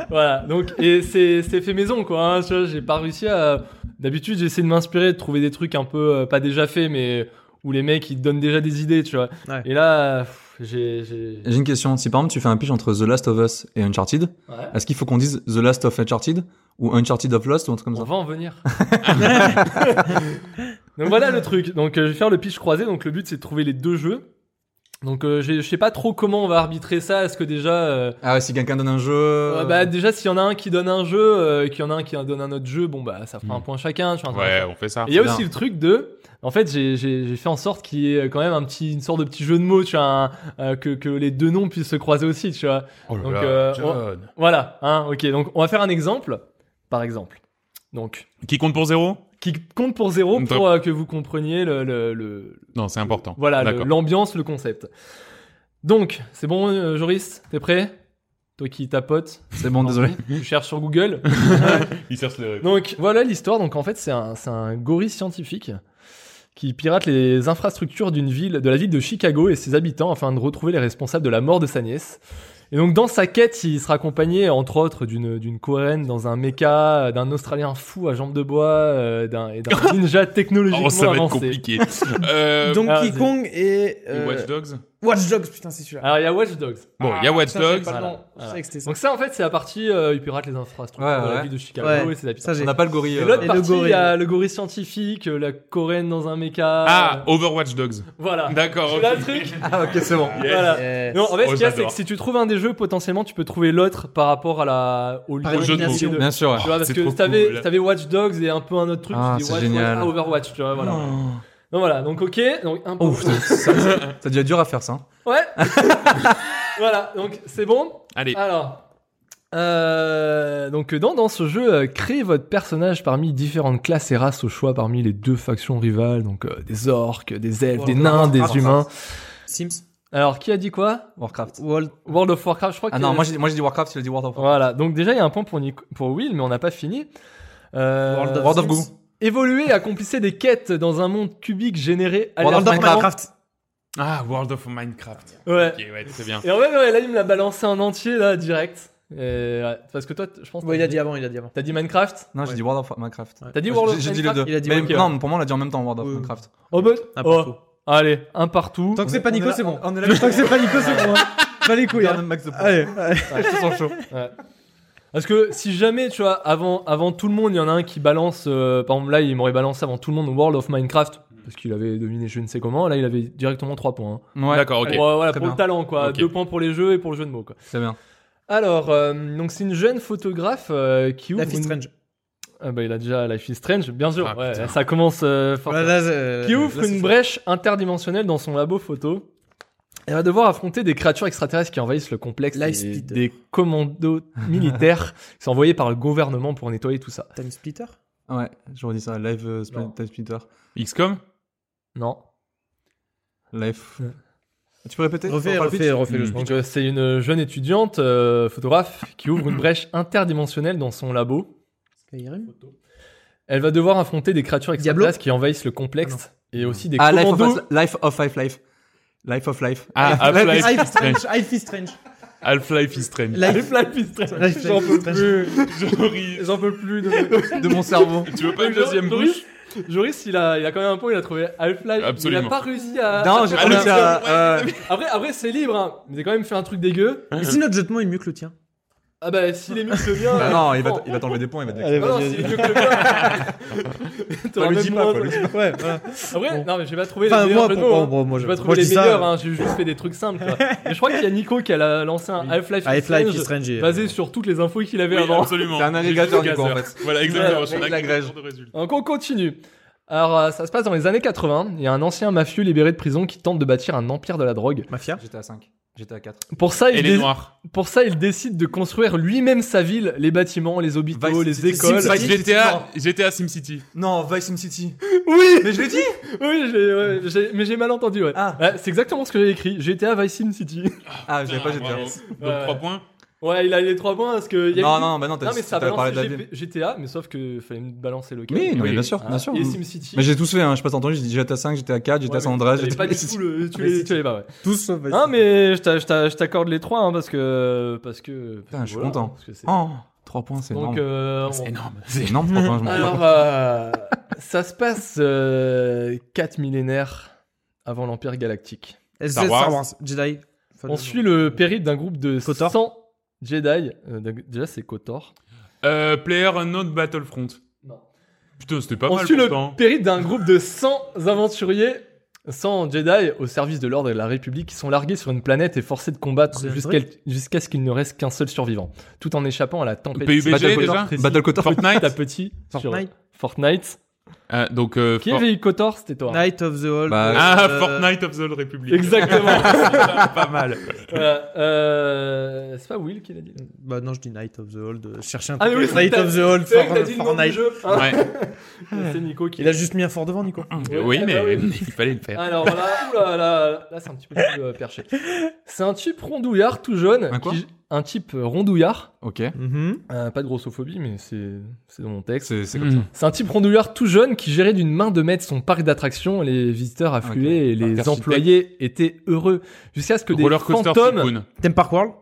Speaker 3: voilà, donc, et c'est c'est fait maison quoi. hein, tu vois, j'ai pas réussi à. D'habitude, j'essaie de m'inspirer, de trouver des trucs un peu euh, pas déjà faits, mais où les mecs ils te donnent déjà des idées, tu vois.
Speaker 4: Ouais.
Speaker 3: Et là, pff, j'ai. j'ai-
Speaker 2: [LAUGHS] J'ai une question. Si par exemple tu fais un pitch entre The Last of Us et Uncharted,
Speaker 3: Ouais.
Speaker 2: est-ce qu'il faut qu'on dise The Last of Uncharted ou Uncharted of Lost ou un truc comme
Speaker 3: On
Speaker 2: ça
Speaker 3: va en venir. [LAUGHS] donc voilà le truc. Donc euh, je vais faire le pitch croisé. Donc le but c'est de trouver les deux jeux. Donc euh, j'ai- je sais pas trop comment on va arbitrer ça. Est-ce que déjà euh,
Speaker 2: Ah ouais, si quelqu'un donne un jeu.
Speaker 3: Ouais, bah déjà s'il y en a un qui donne un jeu euh, et qu'il y en a un qui donne un autre jeu bon bah ça fera un
Speaker 1: Mm.
Speaker 3: point chacun tu vois, un truc comme
Speaker 1: Ouais,
Speaker 3: ça.
Speaker 1: on fait ça.
Speaker 3: et il y a
Speaker 2: bien.
Speaker 3: aussi le truc de en fait j'ai- j'ai j'ai fait en sorte qu'il y ait quand même un petit une sorte de petit jeu de mots tu vois un- euh, que que les deux noms puissent se croiser aussi tu vois
Speaker 1: Oh là
Speaker 3: Donc,
Speaker 1: là,
Speaker 3: euh,
Speaker 1: John.
Speaker 3: voilà hein ok donc on va faire un exemple par exemple donc
Speaker 1: Qui compte pour zéro
Speaker 3: qui compte pour zéro
Speaker 1: Mm,
Speaker 3: pour euh, que vous compreniez le- le- le,
Speaker 1: Non, c'est important.
Speaker 3: voilà, le-
Speaker 1: D'accord.
Speaker 3: l'ambiance, le concept. Donc, c'est bon, euh, Joris T'es prêt Toi qui tapotes
Speaker 2: C'est bon, désolé.
Speaker 3: Tu cherches sur
Speaker 1: [LAUGHS]
Speaker 3: Google
Speaker 1: Il cherche les réponses.
Speaker 3: Donc, voilà l'histoire. Donc, en fait, c'est un, c'est un gorille scientifique qui pirate les infrastructures d'une ville, de la ville de Chicago et ses habitants afin de retrouver les responsables de la mort de sa nièce. Et donc, dans sa quête, il sera accompagné, entre autres, d'une, d'une Kohen dans un mecha, d'un Australien fou à jambes de bois, euh, d'un,
Speaker 1: [LAUGHS]
Speaker 3: et d'un ninja technologiquement
Speaker 1: Oh, ça va être
Speaker 3: avancé.
Speaker 1: compliqué. Euh,
Speaker 3: Ah,
Speaker 4: Donkey
Speaker 3: c'est-
Speaker 4: Kong et
Speaker 1: et
Speaker 4: euh,
Speaker 1: Watch Dogs
Speaker 3: ah,
Speaker 4: Watch Dogs, putain, c'est celui-là.
Speaker 3: [LAUGHS] Alors, il y a Watch Dogs.
Speaker 1: Bon, il y a Watch
Speaker 4: Putain, je savais
Speaker 1: Dogs.
Speaker 4: pas le nom.
Speaker 3: Voilà,
Speaker 4: Je
Speaker 3: voilà.
Speaker 4: savais que c'était ça.
Speaker 3: Donc ça en fait c'est la partie euh, il pirate les infrastructures
Speaker 2: Ouais,
Speaker 3: de la
Speaker 2: ouais.
Speaker 3: ville de Chicago
Speaker 4: Ouais.
Speaker 3: et ses habitants.
Speaker 4: Ça, j'ai-
Speaker 2: On n'a pas le gorille.
Speaker 3: Et
Speaker 2: euh,
Speaker 3: l'autre
Speaker 4: Et le
Speaker 3: partie, il
Speaker 4: gorille.
Speaker 3: y a le gorille scientifique, euh, la coréenne dans un méca.
Speaker 1: Ah,
Speaker 3: euh,
Speaker 1: Overwatch Dogs.
Speaker 3: voilà.
Speaker 1: D'accord.
Speaker 3: Tu
Speaker 1: ok.
Speaker 3: l'as, le truc
Speaker 2: Ah ok, c'est bon.
Speaker 1: Yes.
Speaker 3: Voilà.
Speaker 4: Yes.
Speaker 3: Non, en fait,
Speaker 1: Oh,
Speaker 3: ce qu'il y a, c'est
Speaker 1: j'adore.
Speaker 3: que si tu trouves un des jeux, potentiellement, tu peux trouver l'autre par rapport à la, au
Speaker 4: Par
Speaker 3: lien
Speaker 1: jeu de
Speaker 3: d'identité
Speaker 4: mots.
Speaker 3: de-
Speaker 2: Bien sûr. [LAUGHS] ouais.
Speaker 3: Tu vois, parce
Speaker 1: Oh, c'est
Speaker 3: que
Speaker 1: trop
Speaker 3: si t'avais,
Speaker 1: cool.
Speaker 3: si t'avais Watch Dogs et un peu un autre truc,
Speaker 2: Ah,
Speaker 3: tu dis
Speaker 2: c'est
Speaker 3: Watch,
Speaker 2: génial.
Speaker 3: Watch, ah, Overwatch, tu vois, voilà.
Speaker 2: Oh.
Speaker 3: Donc voilà, donc ok, donc un peu.
Speaker 2: Oh, putain, Ça devient dur à faire ça. hein.
Speaker 3: Ouais.
Speaker 2: [LAUGHS]
Speaker 3: [LAUGHS] voilà, donc c'est bon.
Speaker 1: Allez.
Speaker 3: Alors. euh, donc dans, dans ce jeu, euh, créez votre personnage parmi différentes classes et races au choix parmi les deux factions rivales, donc euh, des orques, des elfes, des
Speaker 4: World of
Speaker 3: nains, des
Speaker 4: Warcraft.
Speaker 3: humains.
Speaker 4: Sims.
Speaker 3: Alors qui a dit quoi
Speaker 2: Warcraft.
Speaker 4: World.
Speaker 3: World of Warcraft, je crois
Speaker 2: Ah
Speaker 3: que...
Speaker 2: non, moi j'ai moi, j'ai dit Warcraft, il a dit World of Warcraft.
Speaker 3: Voilà, donc déjà il y a un point pour, Nico- pour Will, mais on n'a pas fini. Euh,
Speaker 4: World of-
Speaker 2: World of Goo.
Speaker 4: Sims.
Speaker 3: Évoluez, accomplissez des quêtes dans un monde cubique généré
Speaker 2: World of
Speaker 4: World of
Speaker 2: Minecraft.
Speaker 4: Minecraft.
Speaker 1: Ah, World of Minecraft.
Speaker 3: Ouais.
Speaker 1: Ok, ouais, très bien.
Speaker 3: Et en fait, ouais, là, il me l'a balancé en entier, là, direct. Et, ouais, parce que toi, t- je pense. que
Speaker 4: Bon, il
Speaker 3: t'as
Speaker 4: a dit avant, il a dit avant.
Speaker 3: T'as dit Minecraft
Speaker 2: Non, j'ai
Speaker 4: Ouais.
Speaker 2: dit World of Minecraft.
Speaker 3: T'as dit
Speaker 2: J'ai-
Speaker 3: World of
Speaker 2: J'ai dit les
Speaker 3: Minecraft
Speaker 2: deux.
Speaker 4: Il a dit
Speaker 2: Mais
Speaker 4: Minecraft.
Speaker 2: non, mais pour moi on l'a dit en même temps World of
Speaker 4: Oui, oui.
Speaker 2: Minecraft.
Speaker 3: Oh, bah,
Speaker 4: Un
Speaker 3: oh.
Speaker 4: partout.
Speaker 3: Allez, un partout.
Speaker 4: Tant que c'est pas Nico, c'est bon.
Speaker 2: On est là.
Speaker 4: Tant que c'est pas Nico, c'est bon. hein. Pas les couilles. hein.
Speaker 2: Max de Ah,
Speaker 4: Allez, allez.
Speaker 3: Ouais. Parce que si jamais, tu vois, avant, avant tout le monde, il y en a un qui balance. euh, par exemple, là, il m'aurait balancé avant tout le monde World of Minecraft. Parce qu'il avait dominé je ne sais comment. Là, il avait directement 3 points. hein.
Speaker 2: Ouais,
Speaker 1: D'accord, ok.
Speaker 3: Pour, euh, voilà,
Speaker 2: très
Speaker 3: pour le
Speaker 2: bien.
Speaker 3: talent, quoi.
Speaker 1: Ok.
Speaker 3: 2 points pour les jeux et pour le jeu de mots, quoi.
Speaker 2: c'est bien.
Speaker 3: Alors, euh, donc c'est une jeune photographe euh, qui ouvre.
Speaker 4: Life is
Speaker 3: une-
Speaker 4: Strange.
Speaker 3: Ah, bah, il a déjà Life is Strange, bien sûr.
Speaker 1: Ah,
Speaker 3: ouais,
Speaker 1: putain.
Speaker 3: ça commence euh, fort.
Speaker 4: Voilà, là, euh,
Speaker 3: qui
Speaker 4: là,
Speaker 3: ouvre
Speaker 4: c'est
Speaker 3: une
Speaker 4: chaud.
Speaker 3: brèche interdimensionnelle dans son labo photo. Elle va devoir affronter des créatures extraterrestres qui envahissent le complexe
Speaker 4: Life
Speaker 3: et
Speaker 4: Speeder.
Speaker 3: des commandos
Speaker 4: [LAUGHS]
Speaker 3: militaires qui sont envoyés par le gouvernement pour nettoyer tout ça.
Speaker 4: Time Splitter
Speaker 2: Ah Ouais, j'aurais dit ça. Live euh, Spl-
Speaker 3: Non.
Speaker 2: Time Splitter.
Speaker 1: XCOM
Speaker 3: Non.
Speaker 2: Life. Ah,
Speaker 3: Ouais.
Speaker 2: Tu peux répéter
Speaker 4: Refais,
Speaker 2: Enfin, le pitch
Speaker 4: refais, refais le
Speaker 1: Mm.
Speaker 4: jeu.
Speaker 3: Donc euh, c'est une jeune étudiante euh, photographe qui ouvre
Speaker 4: [CLEARS THROAT]
Speaker 3: une brèche interdimensionnelle dans son labo.
Speaker 4: Skyrim
Speaker 3: Elle va devoir affronter des créatures
Speaker 4: Diablo
Speaker 3: extraterrestres qui envahissent le complexe et aussi des
Speaker 2: Ah, Life of, Us-
Speaker 3: commandos.
Speaker 2: life of Life Life. Life of Life.
Speaker 1: Ah, Half-Life
Speaker 4: Life
Speaker 1: is
Speaker 4: is
Speaker 1: Strange.
Speaker 4: Strange. Life is Strange.
Speaker 1: Half-Life is Strange.
Speaker 4: Life
Speaker 3: [LAUGHS] Life is Strange.
Speaker 4: Life is
Speaker 3: J'en peux
Speaker 4: Strange.
Speaker 3: plus.
Speaker 1: Je ris.
Speaker 3: J'en peux plus. de-
Speaker 4: [LAUGHS]
Speaker 2: De mon cerveau.
Speaker 1: Tu veux pas une
Speaker 3: Joris-
Speaker 1: deuxième bouche
Speaker 3: Joris, Joris, il a, il a quand même un point, il a trouvé Half-Life.
Speaker 1: Absolument.
Speaker 3: Il a pas réussi à.
Speaker 2: Non,
Speaker 3: à-
Speaker 2: j'ai
Speaker 1: Ah,
Speaker 2: pas
Speaker 1: le
Speaker 2: réussi
Speaker 1: cerveau,
Speaker 2: à. euh,
Speaker 3: Après, après c'est libre, hein. mais t'as quand même fait un truc dégueu.
Speaker 4: Et si notre jeu de mots est mieux que le tien
Speaker 3: Ah bah, s'il est mieux que le mien.
Speaker 2: bah
Speaker 3: euh,
Speaker 2: Non, il va
Speaker 3: prends.
Speaker 2: t- il va t'enlever des points, il va te
Speaker 4: Allez,
Speaker 3: Ah non,
Speaker 4: vas-y,
Speaker 3: s'il est
Speaker 4: [LAUGHS]
Speaker 3: mieux que le mien. T'auras
Speaker 2: lui
Speaker 3: même
Speaker 2: dis pas,
Speaker 3: moins,
Speaker 2: quoi, lui
Speaker 3: toi.
Speaker 4: Ouais, voilà.
Speaker 3: Après, non, mais j'ai pas trouvé
Speaker 4: Enfin,
Speaker 3: les
Speaker 4: moi,
Speaker 3: meilleurs
Speaker 4: pour,
Speaker 3: jeux de mots,
Speaker 4: bon,
Speaker 3: hein.
Speaker 4: bon, moi, je,
Speaker 3: J'ai pas
Speaker 4: moi,
Speaker 3: trouvé
Speaker 4: je
Speaker 3: les
Speaker 4: dis ça,
Speaker 3: meilleurs,
Speaker 4: euh,
Speaker 3: hein. j'ai juste fait des trucs simples. Quoi.
Speaker 4: [LAUGHS]
Speaker 3: Mais je crois qu'il y a Nico qui a lancé un euh, Half-Life
Speaker 4: Half-Life
Speaker 3: Strange
Speaker 4: is Strange. et-
Speaker 3: basé sur toutes les infos qu'il avait
Speaker 1: Oui,
Speaker 3: avant.
Speaker 1: absolument.
Speaker 2: C'est un alligator,
Speaker 1: J'ai juste
Speaker 2: du coup, en
Speaker 1: casseur.
Speaker 2: fait. Ah,
Speaker 1: Voilà, exactement.
Speaker 2: Ouais,
Speaker 1: je suis
Speaker 2: avec
Speaker 1: un
Speaker 2: la
Speaker 1: alligator
Speaker 2: grège.
Speaker 1: de résultat.
Speaker 3: Donc on continue. Alors euh, ça se passe dans les années 80, il y a un ancien mafieux libéré de prison qui tente de bâtir un empire de la drogue.
Speaker 4: Mafia.
Speaker 2: J'étais à 5. J'étais à 4.
Speaker 3: Pour ça, il,
Speaker 1: Et les
Speaker 3: dé-
Speaker 1: noirs.
Speaker 3: pour ça, il décide de construire lui-même sa ville, les bâtiments, les hôpitaux,
Speaker 2: Vice
Speaker 3: les
Speaker 2: City.
Speaker 3: écoles.
Speaker 2: Sim-
Speaker 1: Bah,
Speaker 2: City,
Speaker 1: GTA, GTA SimCity.
Speaker 2: Non, Vice City.
Speaker 3: Oui,
Speaker 2: Mais je l'ai dit
Speaker 3: [LAUGHS] oui, j'ai- ouais, j'ai- mais j'ai mal entendu. Ouais.
Speaker 2: Ah,
Speaker 3: Ouais, c'est exactement ce que j'ai écrit. GTA Vice City. [LAUGHS]
Speaker 2: ah j'avais pas, j'ai
Speaker 1: Bravo.
Speaker 2: bien.
Speaker 1: Donc
Speaker 3: Ouais.
Speaker 1: 3 points.
Speaker 3: ouais, il a les trois points parce que. il y a
Speaker 2: Non,
Speaker 3: eu-
Speaker 2: non, bah non,
Speaker 3: Non, mais ça a
Speaker 2: t'as parlé de la
Speaker 3: balancé
Speaker 2: ville.
Speaker 3: GP GTA, mais sauf que fallait me balancer le
Speaker 2: Oui, Ah. non, mais bien sûr, bien sûr.
Speaker 3: Et SimCity.
Speaker 2: Mais j'ai tous fait, hein, je sais pas si t'as entendu, j'ai dit j'étais à 5, j'étais à 4, j'étais
Speaker 3: Ouais,
Speaker 2: à San
Speaker 3: mais
Speaker 2: Andreas,
Speaker 3: t'avais
Speaker 2: j'étais
Speaker 3: pas
Speaker 2: à
Speaker 3: du tout le- tu
Speaker 4: Vice
Speaker 3: les-
Speaker 4: City.
Speaker 3: tu les pas, ouais.
Speaker 4: Tous sauf Vice
Speaker 3: Ah
Speaker 4: City.
Speaker 3: mais je t'a- je t'a- je t'accorde les trois hein, parce que parce que. parce
Speaker 2: Putain,
Speaker 3: que
Speaker 2: je suis content.
Speaker 3: parce que c'est-
Speaker 2: Oh, 3 points, c'est
Speaker 3: Donc
Speaker 2: énorme.
Speaker 3: euh, on-
Speaker 1: énorme.
Speaker 2: C'est énorme, 3 points, je m'en
Speaker 3: alors euh, ça se passe euh, quatre millénaires avant l'Empire galactique.
Speaker 4: Et
Speaker 1: Star
Speaker 4: c'est
Speaker 1: Wars.
Speaker 4: Jedi. Enfin,
Speaker 3: On suit le périple d'un groupe de
Speaker 4: Kotor.
Speaker 3: 100 Jedi. Euh, d'un- déjà, c'est Kotor.
Speaker 1: Euh, Player Unknown Battlefront.
Speaker 3: Non.
Speaker 1: Putain, c'était pas
Speaker 3: On
Speaker 1: mal
Speaker 3: suit le
Speaker 1: pourtant.
Speaker 3: périple d'un groupe de 100 aventuriers, 100 Jedi au service de l'ordre et de la République qui sont largués sur une planète et forcés de combattre
Speaker 4: The
Speaker 3: jusqu'à jusqu'à ce qu'il ne reste qu'un seul survivant, tout en échappant à la tempête.
Speaker 1: PUBG
Speaker 3: Battle Kotor
Speaker 1: déjà
Speaker 3: précise.
Speaker 2: Battle Kotor.
Speaker 3: Petit à
Speaker 1: Fortnite.
Speaker 3: petit. sur
Speaker 4: Fortnite.
Speaker 3: Fortnite.
Speaker 1: Euh, donc, euh,
Speaker 3: Qui
Speaker 1: For-
Speaker 3: avait eu Kotor C'était toi. hein.
Speaker 4: Knight of the Old.
Speaker 2: Bah,
Speaker 1: Ah,
Speaker 4: euh,
Speaker 1: Fortnite of the Old Republic.
Speaker 3: Exactement.
Speaker 1: pas mal.
Speaker 3: Voilà, euh, c'est pas Will qui l'a dit.
Speaker 4: Bah non, je dis Knight of the Old. euh, Chercher un
Speaker 3: Ah, mais
Speaker 4: truc.
Speaker 3: oui,
Speaker 4: Knight
Speaker 3: c'est-
Speaker 4: of the Old.
Speaker 3: C'est vrai que
Speaker 4: For-
Speaker 3: t'as dit le nom du
Speaker 4: Fortnite.
Speaker 3: jeu. hein. [LAUGHS]
Speaker 1: Ouais.
Speaker 3: C'est Nico qui
Speaker 4: Il a juste mis un fort devant, Nico.
Speaker 1: oui,
Speaker 3: Ah
Speaker 1: mais
Speaker 3: bah oui.
Speaker 1: [LAUGHS] il fallait le faire.
Speaker 3: Alors là, là, là, là c'est un petit peu plus euh, perché. C'est un type rondouillard, tout jeune.
Speaker 2: Un quoi
Speaker 3: qui- un type euh, rondouillard.
Speaker 2: Ok.
Speaker 4: Mhm.
Speaker 3: Euh, pas de grossophobie, mais c'est c'est dans mon texte.
Speaker 2: C'est c'est comme
Speaker 1: Mm.
Speaker 3: C'est un type rondouillard tout jeune qui gérait d'une main de maître son parc d'attractions. Les visiteurs affluaient et les
Speaker 1: Architecte.
Speaker 3: employés étaient heureux. Jusqu'à ce que des
Speaker 1: Roller Coaster
Speaker 3: fantômes
Speaker 1: Tycoon.
Speaker 4: Thème Park World.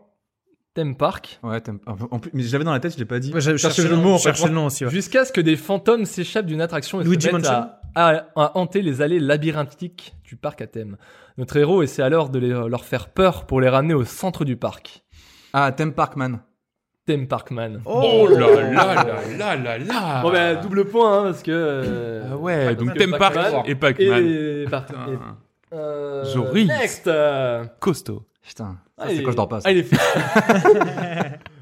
Speaker 3: thème parc.
Speaker 2: ça. Ouais, t'aimes- en plus, mais j'avais dans la tête, je l'ai pas dit.
Speaker 4: Ouais, j'avais cherché
Speaker 3: le
Speaker 4: le
Speaker 3: nom,
Speaker 4: nom.
Speaker 3: en fait.
Speaker 4: Chercher le nom aussi. ouais.
Speaker 3: Jusqu'à ce que des fantômes s'échappent d'une attraction et
Speaker 4: Luigi
Speaker 3: se mettent à, à- à hanter les allées labyrinthiques du parc à thème. Notre héros essaie alors de les- leur faire peur pour les ramener au centre du parc.
Speaker 2: Ah, Thème Parkman.
Speaker 3: Thème Parkman.
Speaker 1: Oh là là là là là là.
Speaker 3: Bon bah double point hein, parce que. euh,
Speaker 1: Ah ouais, donc
Speaker 3: que
Speaker 1: Thème
Speaker 3: Pac-Man
Speaker 1: Park et Pac-Man.
Speaker 3: et Park-
Speaker 1: Putain,
Speaker 3: et- euh,
Speaker 1: Zoris.
Speaker 3: Next. euh,
Speaker 1: Costaud.
Speaker 2: Putain.
Speaker 3: ah,
Speaker 2: Ça, c'est
Speaker 3: il-
Speaker 2: quand je dors pas. ça.
Speaker 3: Ah il
Speaker 2: [LAUGHS]
Speaker 3: est fou.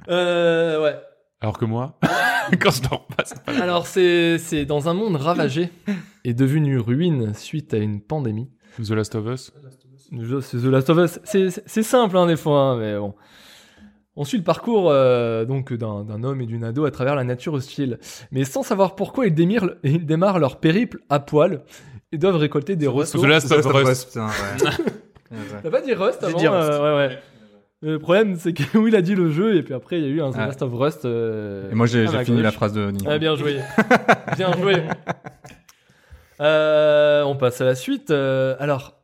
Speaker 3: Euh, ouais.
Speaker 1: Alors que moi, [LAUGHS] quand je dors pas, c'est pas
Speaker 3: Alors c'est c'est dans un monde ravagé et devenu ruine suite à une pandémie.
Speaker 1: The Last of Us.
Speaker 3: Je- C'est The Last of Us. C'est- C'est c'est simple, hein, des fois, hein, mais bon. On suit le parcours euh, donc d'un d'un homme et d'une ado à travers la nature hostile. Mais sans savoir pourquoi, ils, démirent- ils démarrent leur périple à poil et doivent récolter des
Speaker 1: The
Speaker 3: ressources.
Speaker 2: Ah,
Speaker 1: Last of Us.
Speaker 2: Putain,
Speaker 3: [LAUGHS]
Speaker 2: ouais. Ouais, ouais.
Speaker 3: T'as pas dit Rust
Speaker 4: J'ai
Speaker 3: avant
Speaker 4: dit Rust.
Speaker 3: euh, ouais, ouais. Le problème, c'est que [LAUGHS] oui, il a dit le jeu, et puis après, il y a eu un The
Speaker 2: Ouais.
Speaker 3: Last of Rust. euh,
Speaker 2: Ah. Et moi, j'ai
Speaker 3: à
Speaker 2: j'ai
Speaker 3: ma
Speaker 2: fini la
Speaker 3: gauche.
Speaker 2: phrase de Nico.
Speaker 3: Ah, bien joué. bien joué. Euh, on passe à la suite. Euh, alors,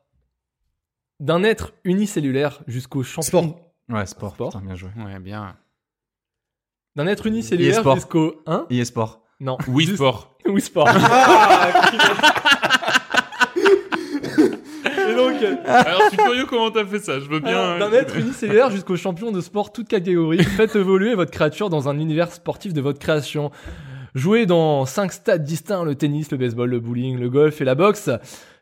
Speaker 3: d'un être unicellulaire jusqu'au champion.
Speaker 4: Sport.
Speaker 2: Ouais, sport.
Speaker 3: Sport.
Speaker 2: Putain, bien joué.
Speaker 1: Ouais, bien.
Speaker 3: D'un être unicellulaire
Speaker 2: E-sport.
Speaker 3: jusqu'au [LAUGHS] 1
Speaker 2: Et sport.
Speaker 3: Non.
Speaker 1: Oui, sport.
Speaker 3: Ou sport. Et donc, euh,
Speaker 1: [LAUGHS] Alors, je suis curieux comment t'as fait ça. Je veux bien.
Speaker 3: Ah,
Speaker 1: euh,
Speaker 3: d'un être unicellulaire jusqu'au champion de sport toute catégorie, faites évoluer votre créature dans un univers sportif de votre création. Jouez dans 5 stades distincts, le tennis, le baseball, le bowling, le golf et la boxe.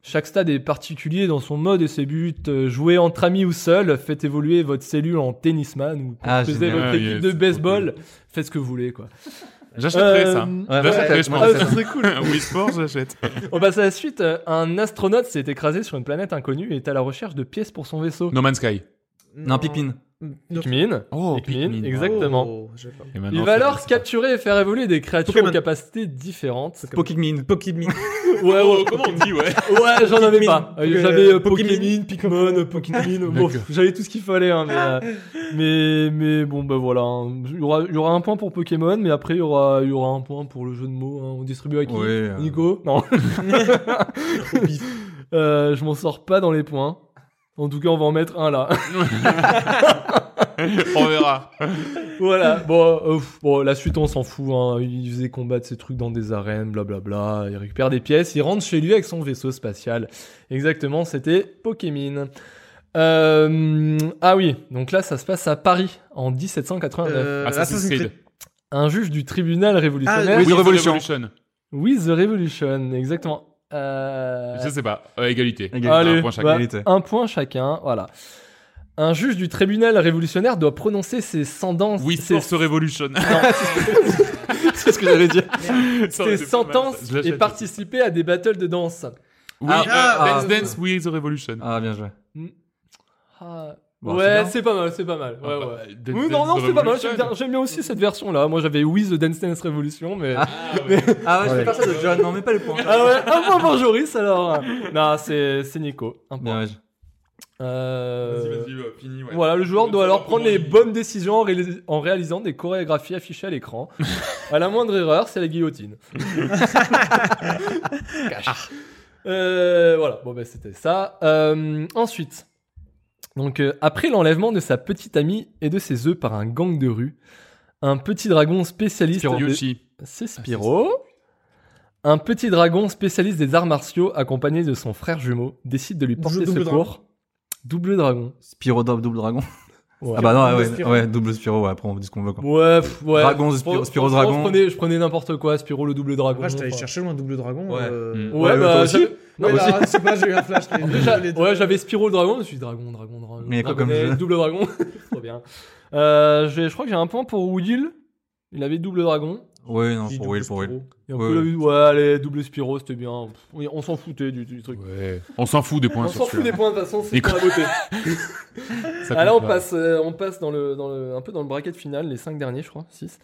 Speaker 3: Chaque stade est particulier dans son mode et ses buts. Euh, Jouez entre amis ou seul, faites évoluer votre cellule en tennisman ou
Speaker 2: Ah,
Speaker 3: construisez
Speaker 2: génial.
Speaker 3: votre
Speaker 1: Ah,
Speaker 3: équipe
Speaker 1: yes,
Speaker 3: de
Speaker 1: trop
Speaker 3: baseball. Faites ce que vous voulez, quoi.
Speaker 1: J'achèterais
Speaker 3: Euh,
Speaker 1: ça.
Speaker 2: Ouais,
Speaker 1: Là,
Speaker 2: ouais,
Speaker 1: ça
Speaker 2: ouais,
Speaker 1: fait, je
Speaker 2: ouais,
Speaker 1: pense.
Speaker 3: Ah,
Speaker 2: ouais,
Speaker 3: ça serait cool.
Speaker 1: [LAUGHS] oui, sport, j'achète.
Speaker 3: On passe à la suite. Euh, Un astronaute s'est écrasé sur une planète inconnue et est à la recherche de pièces pour son vaisseau.
Speaker 1: No Man's Sky.
Speaker 2: Non, Pipine.
Speaker 4: Non.
Speaker 3: Pikmin.
Speaker 1: Oh,
Speaker 3: Pikmin,
Speaker 1: Pikmin.
Speaker 3: exactement.
Speaker 4: Oh, je sais pas.
Speaker 2: Ah
Speaker 1: Et maintenant,
Speaker 3: Il va
Speaker 1: c'est-
Speaker 3: alors capturer et faire évoluer des créatures
Speaker 4: Pokémon.
Speaker 3: aux capacités différentes.
Speaker 2: Pokikmin.
Speaker 4: Pokémon.
Speaker 3: Ouais,
Speaker 1: Oh,
Speaker 3: ouais,
Speaker 1: comment on dit, ouais.
Speaker 3: ouais, j'en avais
Speaker 4: Pikmin.
Speaker 3: pas. Euh,
Speaker 4: Poké-
Speaker 3: J'avais euh,
Speaker 4: Pokémon.
Speaker 3: Pokémon, Pikmin, euh, Pokémon. Bon,
Speaker 1: D'accord.
Speaker 3: j'avais tout ce qu'il fallait, hein, mais, euh, mais, mais bon, bah voilà. hein. Il y aura, il y aura un point pour Pokémon, mais après, il y aura, il y aura un point pour le jeu de mots. hein. On distribue à qui
Speaker 2: Ouais, euh,
Speaker 3: Nico Non. Euh, je m'en sors pas dans les points. En tout cas, on va en mettre un là.
Speaker 1: [LAUGHS] On verra.
Speaker 3: voilà. Bon, euh, pff, bon, la suite, on s'en fout. Hein. Il faisait combattre ses trucs dans des arènes, blablabla. Il récupère des pièces. Il rentre chez lui avec son vaisseau spatial. Exactement, c'était Pokémon. Euh, ah oui, donc là, ça se passe à Paris en 1789.
Speaker 4: Euh,
Speaker 1: Assassin's Creed.
Speaker 3: Un juge du tribunal révolutionnaire.
Speaker 4: Ah,
Speaker 1: With
Speaker 2: The Revolution.
Speaker 3: With the Revolution, exactement. Euh,
Speaker 1: Je sais pas. Euh, égalité.
Speaker 2: Égalité.
Speaker 3: Allez,
Speaker 1: Un point chacun.
Speaker 3: bah,
Speaker 2: Égalité.
Speaker 3: un point chacun, voilà. Un juge du tribunal révolutionnaire doit prononcer ses sentences.
Speaker 1: Oui,
Speaker 3: ses-
Speaker 1: Force Revolution. [LAUGHS]
Speaker 3: c'est ce que j'allais dire.
Speaker 1: Ça aurait
Speaker 3: Ses
Speaker 1: été pas mal,
Speaker 3: sentences
Speaker 1: ça. Je l'achète
Speaker 3: et
Speaker 1: aussi.
Speaker 3: participer à des battles de danse.
Speaker 1: Oui,
Speaker 2: Ah,
Speaker 1: euh,
Speaker 2: ah,
Speaker 1: Dance
Speaker 2: ah,
Speaker 1: Dance with the Revolution.
Speaker 2: Ah, bien joué.
Speaker 3: Ah,
Speaker 2: Bon, c'est
Speaker 3: ouais,
Speaker 2: bien.
Speaker 3: c'est pas mal, c'est pas mal. Ouais,
Speaker 1: Ah, bah,
Speaker 3: ouais.
Speaker 1: Dance
Speaker 3: Oui,
Speaker 1: Dance
Speaker 3: non, non,
Speaker 1: the
Speaker 3: c'est pas mal.
Speaker 1: Revolution.
Speaker 3: J'aime bien, j'aime bien aussi cette version-là. Moi, j'avais With the Dance Dance Revolution, mais. Ah,
Speaker 2: Ah ouais,
Speaker 4: je vais
Speaker 2: faire ça de John. Non, mais pas les points.
Speaker 3: ouais, un point pour Joris, alors. non, c'est, c'est Nico. Un point.
Speaker 2: Bien joué.
Speaker 3: Euh,
Speaker 1: Vas-y, vas-y, ouais, fini, ouais.
Speaker 3: Voilà, le joueur
Speaker 1: Je
Speaker 3: doit
Speaker 1: sais
Speaker 3: alors
Speaker 1: pas
Speaker 3: prendre
Speaker 1: comment
Speaker 3: les
Speaker 1: il-
Speaker 3: bonnes décisions en, réalis- en réalisant des chorégraphies affichées à
Speaker 1: [LAUGHS]
Speaker 3: l'écran. à la moindre erreur, c'est la guillotine. Cache. Euh, voilà, bon bah c'était ça. Euh, ensuite, donc euh, après l'enlèvement de sa petite amie et de ses œufs par un gang
Speaker 1: Ah,
Speaker 3: de rue, un petit dragon spécialiste. des-
Speaker 1: Yoshi.
Speaker 3: C'est Spiro. Un petit dragon spécialiste des arts martiaux, accompagné de son frère jumeau, décide de lui porter
Speaker 4: double
Speaker 3: secours.
Speaker 4: dragon.
Speaker 3: Double dragon.
Speaker 2: Spiro Dou- Double Dragon.
Speaker 3: Ouais.
Speaker 2: Ah bah non,
Speaker 4: Double
Speaker 2: ouais,
Speaker 4: Spyro.
Speaker 2: ouais, double Spiro, ouais, après on dit ce qu'on veut quoi.
Speaker 3: Ouais, pff, ouais.
Speaker 2: Dragon, Spyro-
Speaker 3: Fran-
Speaker 2: Spyro
Speaker 3: franchement,
Speaker 2: Dragon.
Speaker 3: Je prenais, je prenais n'importe quoi, Spyro le double dragon.
Speaker 4: Après, je t'allais
Speaker 3: enfin.
Speaker 4: chercher loin double dragon.
Speaker 2: Ouais.
Speaker 4: euh,
Speaker 1: Mm.
Speaker 3: Ouais,
Speaker 2: Ouais,
Speaker 3: bah,
Speaker 2: toi aussi.
Speaker 3: j'avais-
Speaker 4: Non,
Speaker 3: Ouais,
Speaker 4: mais là, c'est pas, j'ai eu un flash.
Speaker 3: [LAUGHS]
Speaker 4: les
Speaker 3: En
Speaker 4: deux,
Speaker 3: plus, j'a-
Speaker 4: les deux.
Speaker 3: ouais, j'avais Spyro le dragon, je me suis dit dragon, dragon, dragon.
Speaker 2: Mais il y a quoi
Speaker 3: dragonnet,
Speaker 2: comme jeu
Speaker 3: Double dragon, [LAUGHS] trop bien. Euh, j'ai- je crois que j'ai un point pour Will. Il avait double dragon.
Speaker 2: Ouais, non,
Speaker 4: Qui,
Speaker 2: pour
Speaker 4: double
Speaker 2: Will, pour Will.
Speaker 4: Spyro.
Speaker 3: Et un
Speaker 2: Ouais,
Speaker 3: peu,
Speaker 2: ouais.
Speaker 3: la- ouais, allez, double Spyro, c'était bien. Pff, oui, on s'en foutait du, du truc.
Speaker 1: Ouais. On s'en fout des points
Speaker 3: on
Speaker 1: sur
Speaker 3: s'en fout
Speaker 1: celui-là.
Speaker 3: des points de toute façon,
Speaker 1: Et
Speaker 3: c'est pour la beauté.
Speaker 1: Ça
Speaker 3: Alors on
Speaker 1: compte pas.
Speaker 3: passe, euh, on passe dans le, dans le, un peu dans le bracket final, les 5 derniers, je crois, 6.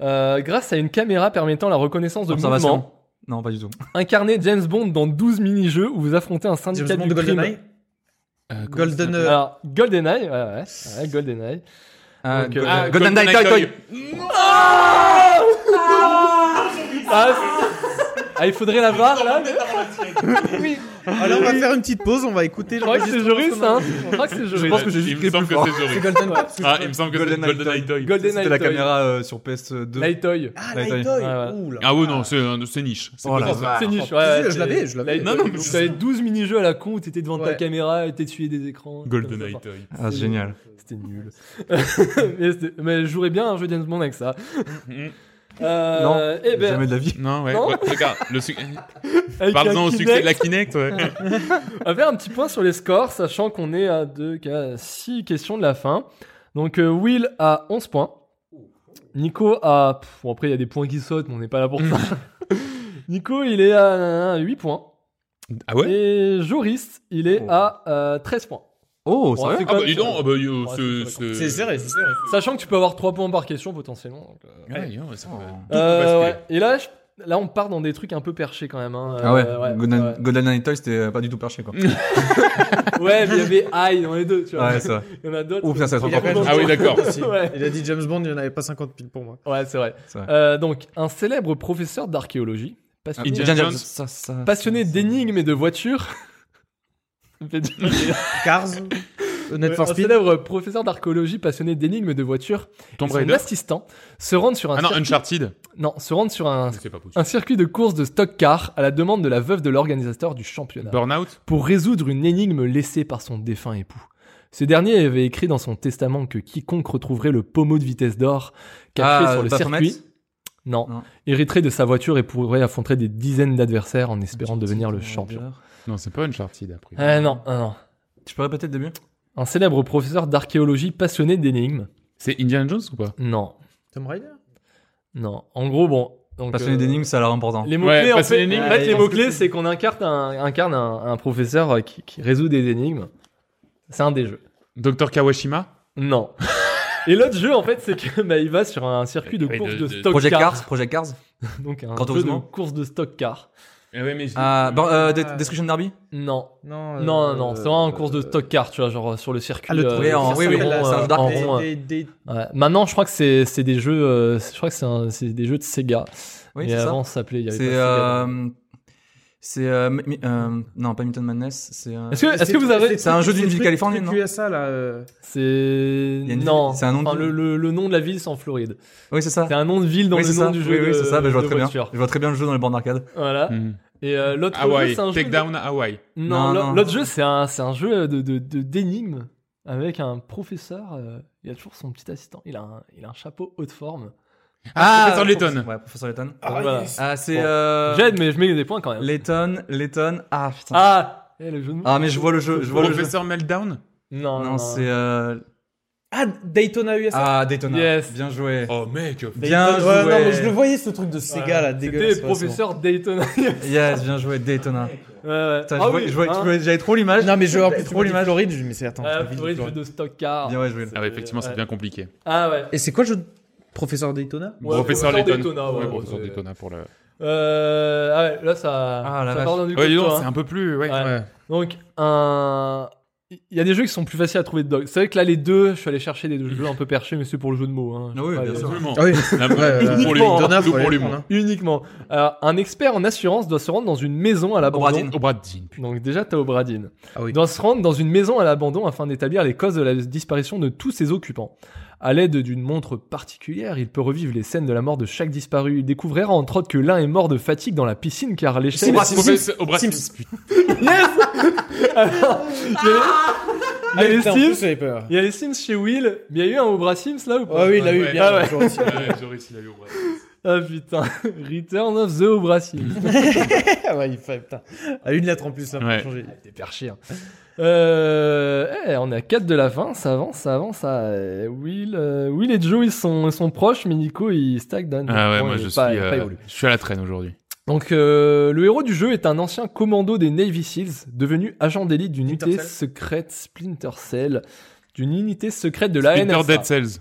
Speaker 3: grâce à une caméra permettant la reconnaissance de
Speaker 2: Observation.
Speaker 3: mouvement,
Speaker 2: Non, pas du tout.
Speaker 3: incarnez James Bond dans 12 mini-jeux où vous affrontez un
Speaker 4: James
Speaker 3: syndicat
Speaker 4: Bond de
Speaker 3: du crime.
Speaker 4: GoldenEye
Speaker 1: Euh, comment ça
Speaker 4: Golden.
Speaker 1: s'appelle
Speaker 4: euh,
Speaker 3: Alors, GoldenEye, ouais, ouais, ouais, GoldenEye.
Speaker 2: Ah,
Speaker 3: Donc,
Speaker 2: Go-
Speaker 3: euh,
Speaker 1: Ah,
Speaker 2: Golden Knight, Toy, Toy.
Speaker 3: Ah Ah, c'est- ah, il faudrait la barre là
Speaker 4: Alors, on va faire une petite pause, on va écouter.
Speaker 3: Je crois que c'est Joris,
Speaker 4: l'enregistrement.
Speaker 3: hein Je crois que c'est Joris.
Speaker 2: pense que j'ai
Speaker 1: Il
Speaker 2: juste
Speaker 1: me
Speaker 2: crié
Speaker 1: semble
Speaker 2: plus
Speaker 1: que
Speaker 2: fort.
Speaker 1: c'est
Speaker 4: C'est
Speaker 1: Joris.
Speaker 4: Golden Cup, c'est
Speaker 1: Ah, il me semble que c'est
Speaker 2: Golden
Speaker 1: Golden
Speaker 2: Knight
Speaker 1: Eye Toy.
Speaker 3: GoldenEye
Speaker 2: C'était la
Speaker 3: Toy.
Speaker 2: caméra euh, sur PS2.
Speaker 3: Light Toy.
Speaker 4: Ah,
Speaker 2: Light
Speaker 4: Light
Speaker 2: Toy.
Speaker 4: Toy.
Speaker 3: Ah, ouais.
Speaker 4: Ouh là
Speaker 1: Ah ouais,
Speaker 4: là.
Speaker 1: non, c'est un- c'est niche. C'est
Speaker 2: Oh
Speaker 1: pour
Speaker 2: là
Speaker 1: ça.
Speaker 2: là.
Speaker 3: C'est niche, ouais.
Speaker 4: Si,
Speaker 3: ouais,
Speaker 4: je l'avais,
Speaker 3: t'es-
Speaker 4: je l'avais.
Speaker 3: t'avais-
Speaker 1: Non, non, mais
Speaker 3: t'avais 12 mini-jeux à la con où t'étais devant ta
Speaker 4: Ouais.
Speaker 3: caméra et t'essuyais des écrans.
Speaker 1: Golden
Speaker 3: Enfin,
Speaker 1: Eye Toy.
Speaker 2: Ah, c'est génial.
Speaker 3: C'était nul. [LAUGHS] mais, c'était- mais je jouerais bien à un jeu James Bond avec ça.
Speaker 1: Mhm.
Speaker 3: Euh,
Speaker 2: Non,
Speaker 3: eh ben,
Speaker 2: jamais de la vie.
Speaker 1: Non, ouais,
Speaker 3: Non.
Speaker 1: ouais, regarde, le
Speaker 3: [LAUGHS]
Speaker 1: suc-
Speaker 3: avec
Speaker 1: pardon
Speaker 3: un
Speaker 1: au succès de la
Speaker 3: Kinect,
Speaker 1: Kinect, ouais.
Speaker 3: [LAUGHS] On va faire un petit point sur les scores, sachant qu'on est à 2, 6 questions de la fin. Donc euh, Will a 11 points. Nico a... pff, bon, après, il y a des points qui sautent, mais on n'est pas là pour ça.
Speaker 2: [LAUGHS]
Speaker 3: Nico, il est à 8 points.
Speaker 1: Ah ouais
Speaker 3: Et Joris, il est
Speaker 2: Oh.
Speaker 3: à euh, 13 points.
Speaker 2: Oh,
Speaker 3: Ouais,
Speaker 2: sérieux
Speaker 1: Ah bah
Speaker 3: comme
Speaker 1: dis
Speaker 3: ça.
Speaker 1: donc, ah bah, yo,
Speaker 3: Ouais,
Speaker 1: ce-
Speaker 3: c'est
Speaker 1: ce-
Speaker 4: C'est serré, c'est serré.
Speaker 3: Sachant que tu peux avoir 3 points par question potentiellement. donc, euh,
Speaker 1: Ouais, yo, ça peut-
Speaker 2: Oh.
Speaker 1: tout peut
Speaker 3: Euh,
Speaker 1: basculer.
Speaker 3: ouais. Et là, je- là, on part dans des trucs un peu perchés quand même. hein.
Speaker 2: Ah ouais,
Speaker 3: Euh, ouais,
Speaker 2: Golden,
Speaker 3: ouais.
Speaker 2: Golden Knight Toy, c'était euh, pas du tout perché quoi.
Speaker 3: Ouais, mais il y avait Aïe dans les deux, tu vois.
Speaker 2: ouais, ça.
Speaker 3: Il y en a d'autres.
Speaker 2: Ouh, putain, ça
Speaker 4: Il a
Speaker 2: encore
Speaker 4: quand même-
Speaker 2: plus.
Speaker 1: Ah oui, d'accord.
Speaker 3: [LAUGHS]
Speaker 4: Si.
Speaker 3: Ouais.
Speaker 4: Il a dit James Bond, il n'y en avait pas 50 piles pour moi.
Speaker 3: Ouais, c'est vrai.
Speaker 2: C'est vrai. Ah,
Speaker 3: Euh, donc, un célèbre professeur d'archéologie, passionné,
Speaker 1: Indiana Jones.
Speaker 2: Ça, ça,
Speaker 3: passionné d'énigmes et de voitures.
Speaker 4: Cars,
Speaker 3: [LAUGHS]
Speaker 4: euh, Need for
Speaker 3: un
Speaker 4: Speed.
Speaker 3: célèbre professeur d'archéologie passionné d'énigmes et de voitures et
Speaker 1: Tomb
Speaker 3: son
Speaker 1: Raider.
Speaker 3: assistant se rendent sur un
Speaker 1: Ah non,
Speaker 3: circuit-
Speaker 1: Uncharted.
Speaker 3: non, se rendent sur un,
Speaker 1: C'est pas possible.
Speaker 3: un circuit de course de stock car à la demande de la veuve de l'organisateur du championnat.
Speaker 1: Euh, Burnout.
Speaker 3: pour résoudre une énigme laissée par son défunt époux. Ce dernier avait écrit dans son testament que quiconque retrouverait le pommeau de vitesse d'or caché
Speaker 2: Ah,
Speaker 3: sur le
Speaker 2: Baphomet
Speaker 3: circuit, non,
Speaker 2: Non.
Speaker 3: hériterait de sa voiture et pourrait affronter des dizaines d'adversaires en espérant devenir le champion.
Speaker 1: Non, c'est pas Uncharted après.
Speaker 3: Ah non, ah non.
Speaker 2: Tu peux répéter le début
Speaker 3: Un célèbre professeur d'archéologie passionné d'énigmes.
Speaker 1: C'est Indiana Jones ou pas
Speaker 3: Non,
Speaker 4: Tomb Raider
Speaker 3: non. En gros, bon. Donc,
Speaker 2: Passionné
Speaker 3: euh,
Speaker 2: d'énigmes, ça a l'air important.
Speaker 3: Les mots-clés,
Speaker 1: Ouais,
Speaker 3: en
Speaker 1: passionné
Speaker 3: fait,
Speaker 1: d'énigmes.
Speaker 3: en fait,
Speaker 2: Ouais,
Speaker 3: les
Speaker 2: je
Speaker 3: mots-clés, c'est qu'on incarne un, incarne un, un professeur euh, qui, qui résout des énigmes. C'est un des jeux.
Speaker 1: Docteur Kawashima.
Speaker 2: [LAUGHS]
Speaker 3: Non. Et l'autre jeu, en fait, c'est que bah, il va sur un circuit de
Speaker 1: Oui,
Speaker 3: course
Speaker 1: de-
Speaker 3: de,
Speaker 1: de-
Speaker 3: stock
Speaker 2: Project
Speaker 3: car.
Speaker 2: Cars, Project Cars.
Speaker 3: Donc un jeu de
Speaker 2: Cantonnement.
Speaker 3: course de stock car.
Speaker 1: Ah ouais, mais je-
Speaker 2: Ah, bon, euh,
Speaker 4: Ah.
Speaker 2: Des- Destruction Derby
Speaker 3: Non,
Speaker 4: Non, euh,
Speaker 3: non, non, non. c'est vraiment une course de
Speaker 4: euh,
Speaker 3: stock car, tu vois, genre euh, sur le circuit.
Speaker 4: Ah, le truc,
Speaker 2: oui, en- oui,
Speaker 3: circuit
Speaker 2: oui,
Speaker 3: rond,
Speaker 2: là, c'est un
Speaker 3: euh,
Speaker 2: jeu d'arcade.
Speaker 3: en rond, euh,
Speaker 4: Des, des- des-
Speaker 3: ouais. Maintenant, je crois que c'est c'est des jeux, euh, je crois que c'est un- c'est des jeux de Sega.
Speaker 2: Oui,
Speaker 3: Mais
Speaker 2: c'est ça.
Speaker 3: avant, ça s'appelait. il y avait
Speaker 2: C'est.
Speaker 3: pas Sega.
Speaker 2: euh, C'est. euh, mi- mi- euh, Non, pas Milton Madness. C'est. euh,
Speaker 3: Est-ce que, est-ce que vous avez
Speaker 2: C'est un jeu d'une
Speaker 4: ces
Speaker 2: ville
Speaker 4: trucs-
Speaker 2: californienne,
Speaker 4: trucs
Speaker 2: non
Speaker 4: USA, là. euh,
Speaker 3: c'est
Speaker 2: y a une-
Speaker 3: non
Speaker 2: c'est un nom de-
Speaker 3: enfin, le, le, le nom de la ville c'est en Floride
Speaker 2: Oui, c'est ça.
Speaker 3: c'est un nom de ville dans
Speaker 2: oui,
Speaker 3: le
Speaker 2: c'est
Speaker 3: nom
Speaker 2: ça.
Speaker 3: du jeu
Speaker 2: oui, oui,
Speaker 3: de-
Speaker 2: c'est ça. Ben, je vois
Speaker 3: de
Speaker 2: très bien.
Speaker 3: voiture.
Speaker 2: Je vois très bien le jeu dans les bandes d'arcade.
Speaker 3: voilà
Speaker 1: Hmm.
Speaker 3: et euh, l'autre jeu
Speaker 1: Hawaii.
Speaker 3: c'est un jeu de-
Speaker 1: Takedown Hawaii.
Speaker 3: Non,
Speaker 2: Non,
Speaker 3: l'au-
Speaker 2: non.
Speaker 3: l'autre jeu, c'est un, c'est un jeu de, de, de- d'énigmes avec un professeur. euh, il a toujours son petit assistant. Il a un, il a un chapeau haute forme.
Speaker 1: Ah, Professeur
Speaker 2: prof-
Speaker 1: Layton.
Speaker 2: Ouais, Professeur Layton.
Speaker 3: Ah, voilà. yes.
Speaker 2: Ah, c'est.
Speaker 3: Bon.
Speaker 2: euh,
Speaker 3: J'aide, mais je mets des points quand même.
Speaker 2: Layton, Layton. Ah, putain.
Speaker 3: Ah Eh, le jeu de mots.
Speaker 2: Ah, mais je vois le jeu. Je vois le jeu.
Speaker 1: Professeur Meltdown.
Speaker 3: Non, non,
Speaker 2: Non,
Speaker 3: non.
Speaker 2: c'est. euh,
Speaker 4: Ah, Daytona USA
Speaker 2: Ah, Daytona.
Speaker 3: Yes.
Speaker 2: Bien joué.
Speaker 1: Oh mec.
Speaker 2: Bien
Speaker 4: Ouais,
Speaker 2: joué.
Speaker 4: non, mais je le voyais, ce truc de Sega,
Speaker 3: Voilà.
Speaker 4: là, dégueulasse.
Speaker 3: C'était
Speaker 4: ouais, c'est
Speaker 3: professeur Daytona. ouais,
Speaker 2: Yes, bien joué, Daytona.
Speaker 3: [LAUGHS] ouais.
Speaker 2: Putain,
Speaker 3: Ah
Speaker 2: je vois-
Speaker 3: oui,
Speaker 2: je vois-
Speaker 3: hein.
Speaker 2: tu vois- j'avais trop l'image.
Speaker 4: bon. Non, mais je vois
Speaker 2: J'avais
Speaker 4: trop l'image horrible, je me dis, mais c'est attends.
Speaker 3: Ah,
Speaker 4: c'est
Speaker 3: oui,
Speaker 4: Floride.
Speaker 3: jeu de stock car.
Speaker 2: Bien ouais, joué.
Speaker 1: Ah ouais, effectivement, c'est
Speaker 3: Ouais.
Speaker 1: bien compliqué.
Speaker 3: Ah ouais.
Speaker 4: Et c'est quoi le jeu de professeur Daytona
Speaker 3: Ouais,
Speaker 1: professeur
Speaker 3: professeur
Speaker 1: Layton.
Speaker 3: Daytona, ouais,
Speaker 1: Ouais,
Speaker 3: ouais,
Speaker 1: professeur
Speaker 3: c'est-
Speaker 1: Daytona pour le.
Speaker 3: Euh, ah ouais, là, ça,
Speaker 2: Ah, la
Speaker 3: ça
Speaker 2: vache.
Speaker 3: part dans du
Speaker 1: Ouais, dis
Speaker 3: costaud,
Speaker 1: donc,
Speaker 3: hein.
Speaker 1: c'est un peu plus. Ouais.
Speaker 3: Ouais.
Speaker 4: Ouais.
Speaker 3: Donc, un. Il y a des jeux qui sont plus faciles à trouver dedans. C'est vrai que là, les deux, je suis allé chercher des jeux un peu perchés, mais c'est pour le jeu de mots. Hein.
Speaker 2: Ah oui,
Speaker 3: Ouais,
Speaker 2: bien
Speaker 3: euh,
Speaker 2: sûr.
Speaker 1: Absolument.
Speaker 4: Ah oui,
Speaker 1: Là,
Speaker 4: ouais,
Speaker 1: nous, pour les
Speaker 3: Uniquement.
Speaker 4: Daytona,
Speaker 1: nous,
Speaker 4: faut
Speaker 1: pour
Speaker 4: aller
Speaker 1: les
Speaker 4: le prendre,
Speaker 1: mots.
Speaker 4: hein.
Speaker 3: Uniquement. Alors, un expert en assurance doit se rendre dans une maison à l'abandon.
Speaker 2: Obradine.
Speaker 1: Au bras de jean.
Speaker 3: Donc déjà, t'as Obradine.
Speaker 4: Ah oui.
Speaker 3: Doit se rendre dans une maison à l'abandon afin d'établir les causes de la disparition de tous ses occupants. À l'aide d'une montre particulière, il peut revivre les scènes de la mort de chaque disparu. Il découvrira entre autres que l'un est mort de fatigue dans la piscine car l'échelle...
Speaker 1: Au bras- au bras-
Speaker 4: Sims.
Speaker 3: Ah, Il y a les
Speaker 4: Ah, putain, en
Speaker 3: Sims-
Speaker 4: plus, j'avais peur.
Speaker 3: il y a les Sims chez Will, mais il y a eu un Obra Sims là ou pas
Speaker 4: Ah oui, il l'a eu,
Speaker 1: Ouais,
Speaker 4: bien.
Speaker 3: ouais.
Speaker 4: toujours aussi.
Speaker 1: Ouais, j'aurais s'il a eu au bras.
Speaker 3: Ah putain, [LAUGHS] Return of the Obra Sims.
Speaker 4: [LAUGHS] Ah ouais, il fait, putain. À une lettre en plus, là, pour
Speaker 1: Ouais.
Speaker 4: changer.
Speaker 3: T'es perché. hein. Euh, eh, on est à 4 de la fin, ça avance, ça avance. ça- euh, Will, euh, Will et Joe, ils sont, ils sont proches, mais Nico, il stagne.
Speaker 1: Ah ouais,
Speaker 3: Bon,
Speaker 1: moi
Speaker 3: il
Speaker 1: je
Speaker 3: est
Speaker 1: suis,
Speaker 3: pas- il est
Speaker 1: euh,
Speaker 3: pas évolué.
Speaker 1: je suis à la traîne aujourd'hui.
Speaker 3: Donc, euh, le héros du jeu est un ancien commando des Navy Seals, devenu agent d'élite d'une
Speaker 4: Splinter
Speaker 3: unité
Speaker 4: Cell.
Speaker 3: secrète Splinter Cell, d'une unité secrète de la
Speaker 1: Splinter
Speaker 3: NSA.
Speaker 1: Dead Cells.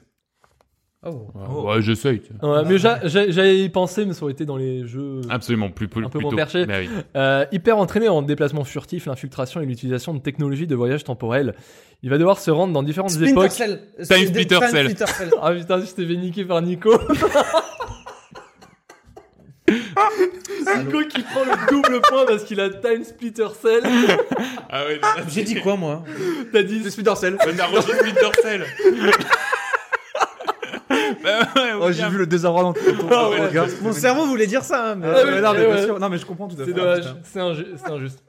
Speaker 4: Oh.
Speaker 1: Ouais, ouais, j'essaye. tu vois.
Speaker 3: Ouais, mais j'a- j'a- j'allais y penser, mais ça aurait été dans les jeux.
Speaker 1: Absolument, plus, plus
Speaker 3: Un peu
Speaker 1: plutôt.
Speaker 3: reperché.
Speaker 1: Mais oui.
Speaker 3: Euh, hyper entraîné en déplacement furtif, l'infiltration et l'utilisation de technologies de voyage temporel, il va devoir se rendre dans différentes
Speaker 4: Splinter
Speaker 3: époques.
Speaker 4: Cell. C'est
Speaker 1: Time
Speaker 4: des-
Speaker 1: Splitter
Speaker 4: Time
Speaker 1: Cell.
Speaker 4: Splitter Cell.
Speaker 3: Ah putain, je t'ai fait niquer
Speaker 4: [LAUGHS]
Speaker 3: par Nico. Nico qui prend le double point parce qu'il a Time Splitter Cell.
Speaker 1: Ah ouais,
Speaker 4: J'ai dit quoi, moi
Speaker 3: T'as dit.
Speaker 2: Splinter Cell.
Speaker 1: Naruto Splinter Cell. [LAUGHS] bah ouais,
Speaker 2: Oh, j'ai vu le désarroi dans ton [LAUGHS]
Speaker 3: Ah ouais,
Speaker 2: regard.
Speaker 4: Mon cerveau voulait dire ça, hein, mais...
Speaker 3: Ah oui,
Speaker 2: Ouais, non, mais
Speaker 3: ouais.
Speaker 2: bien sûr. Non, mais je comprends tout à fait. Ah,
Speaker 3: C'est dommage,
Speaker 2: putain.
Speaker 3: c'est inju- c'est injuste.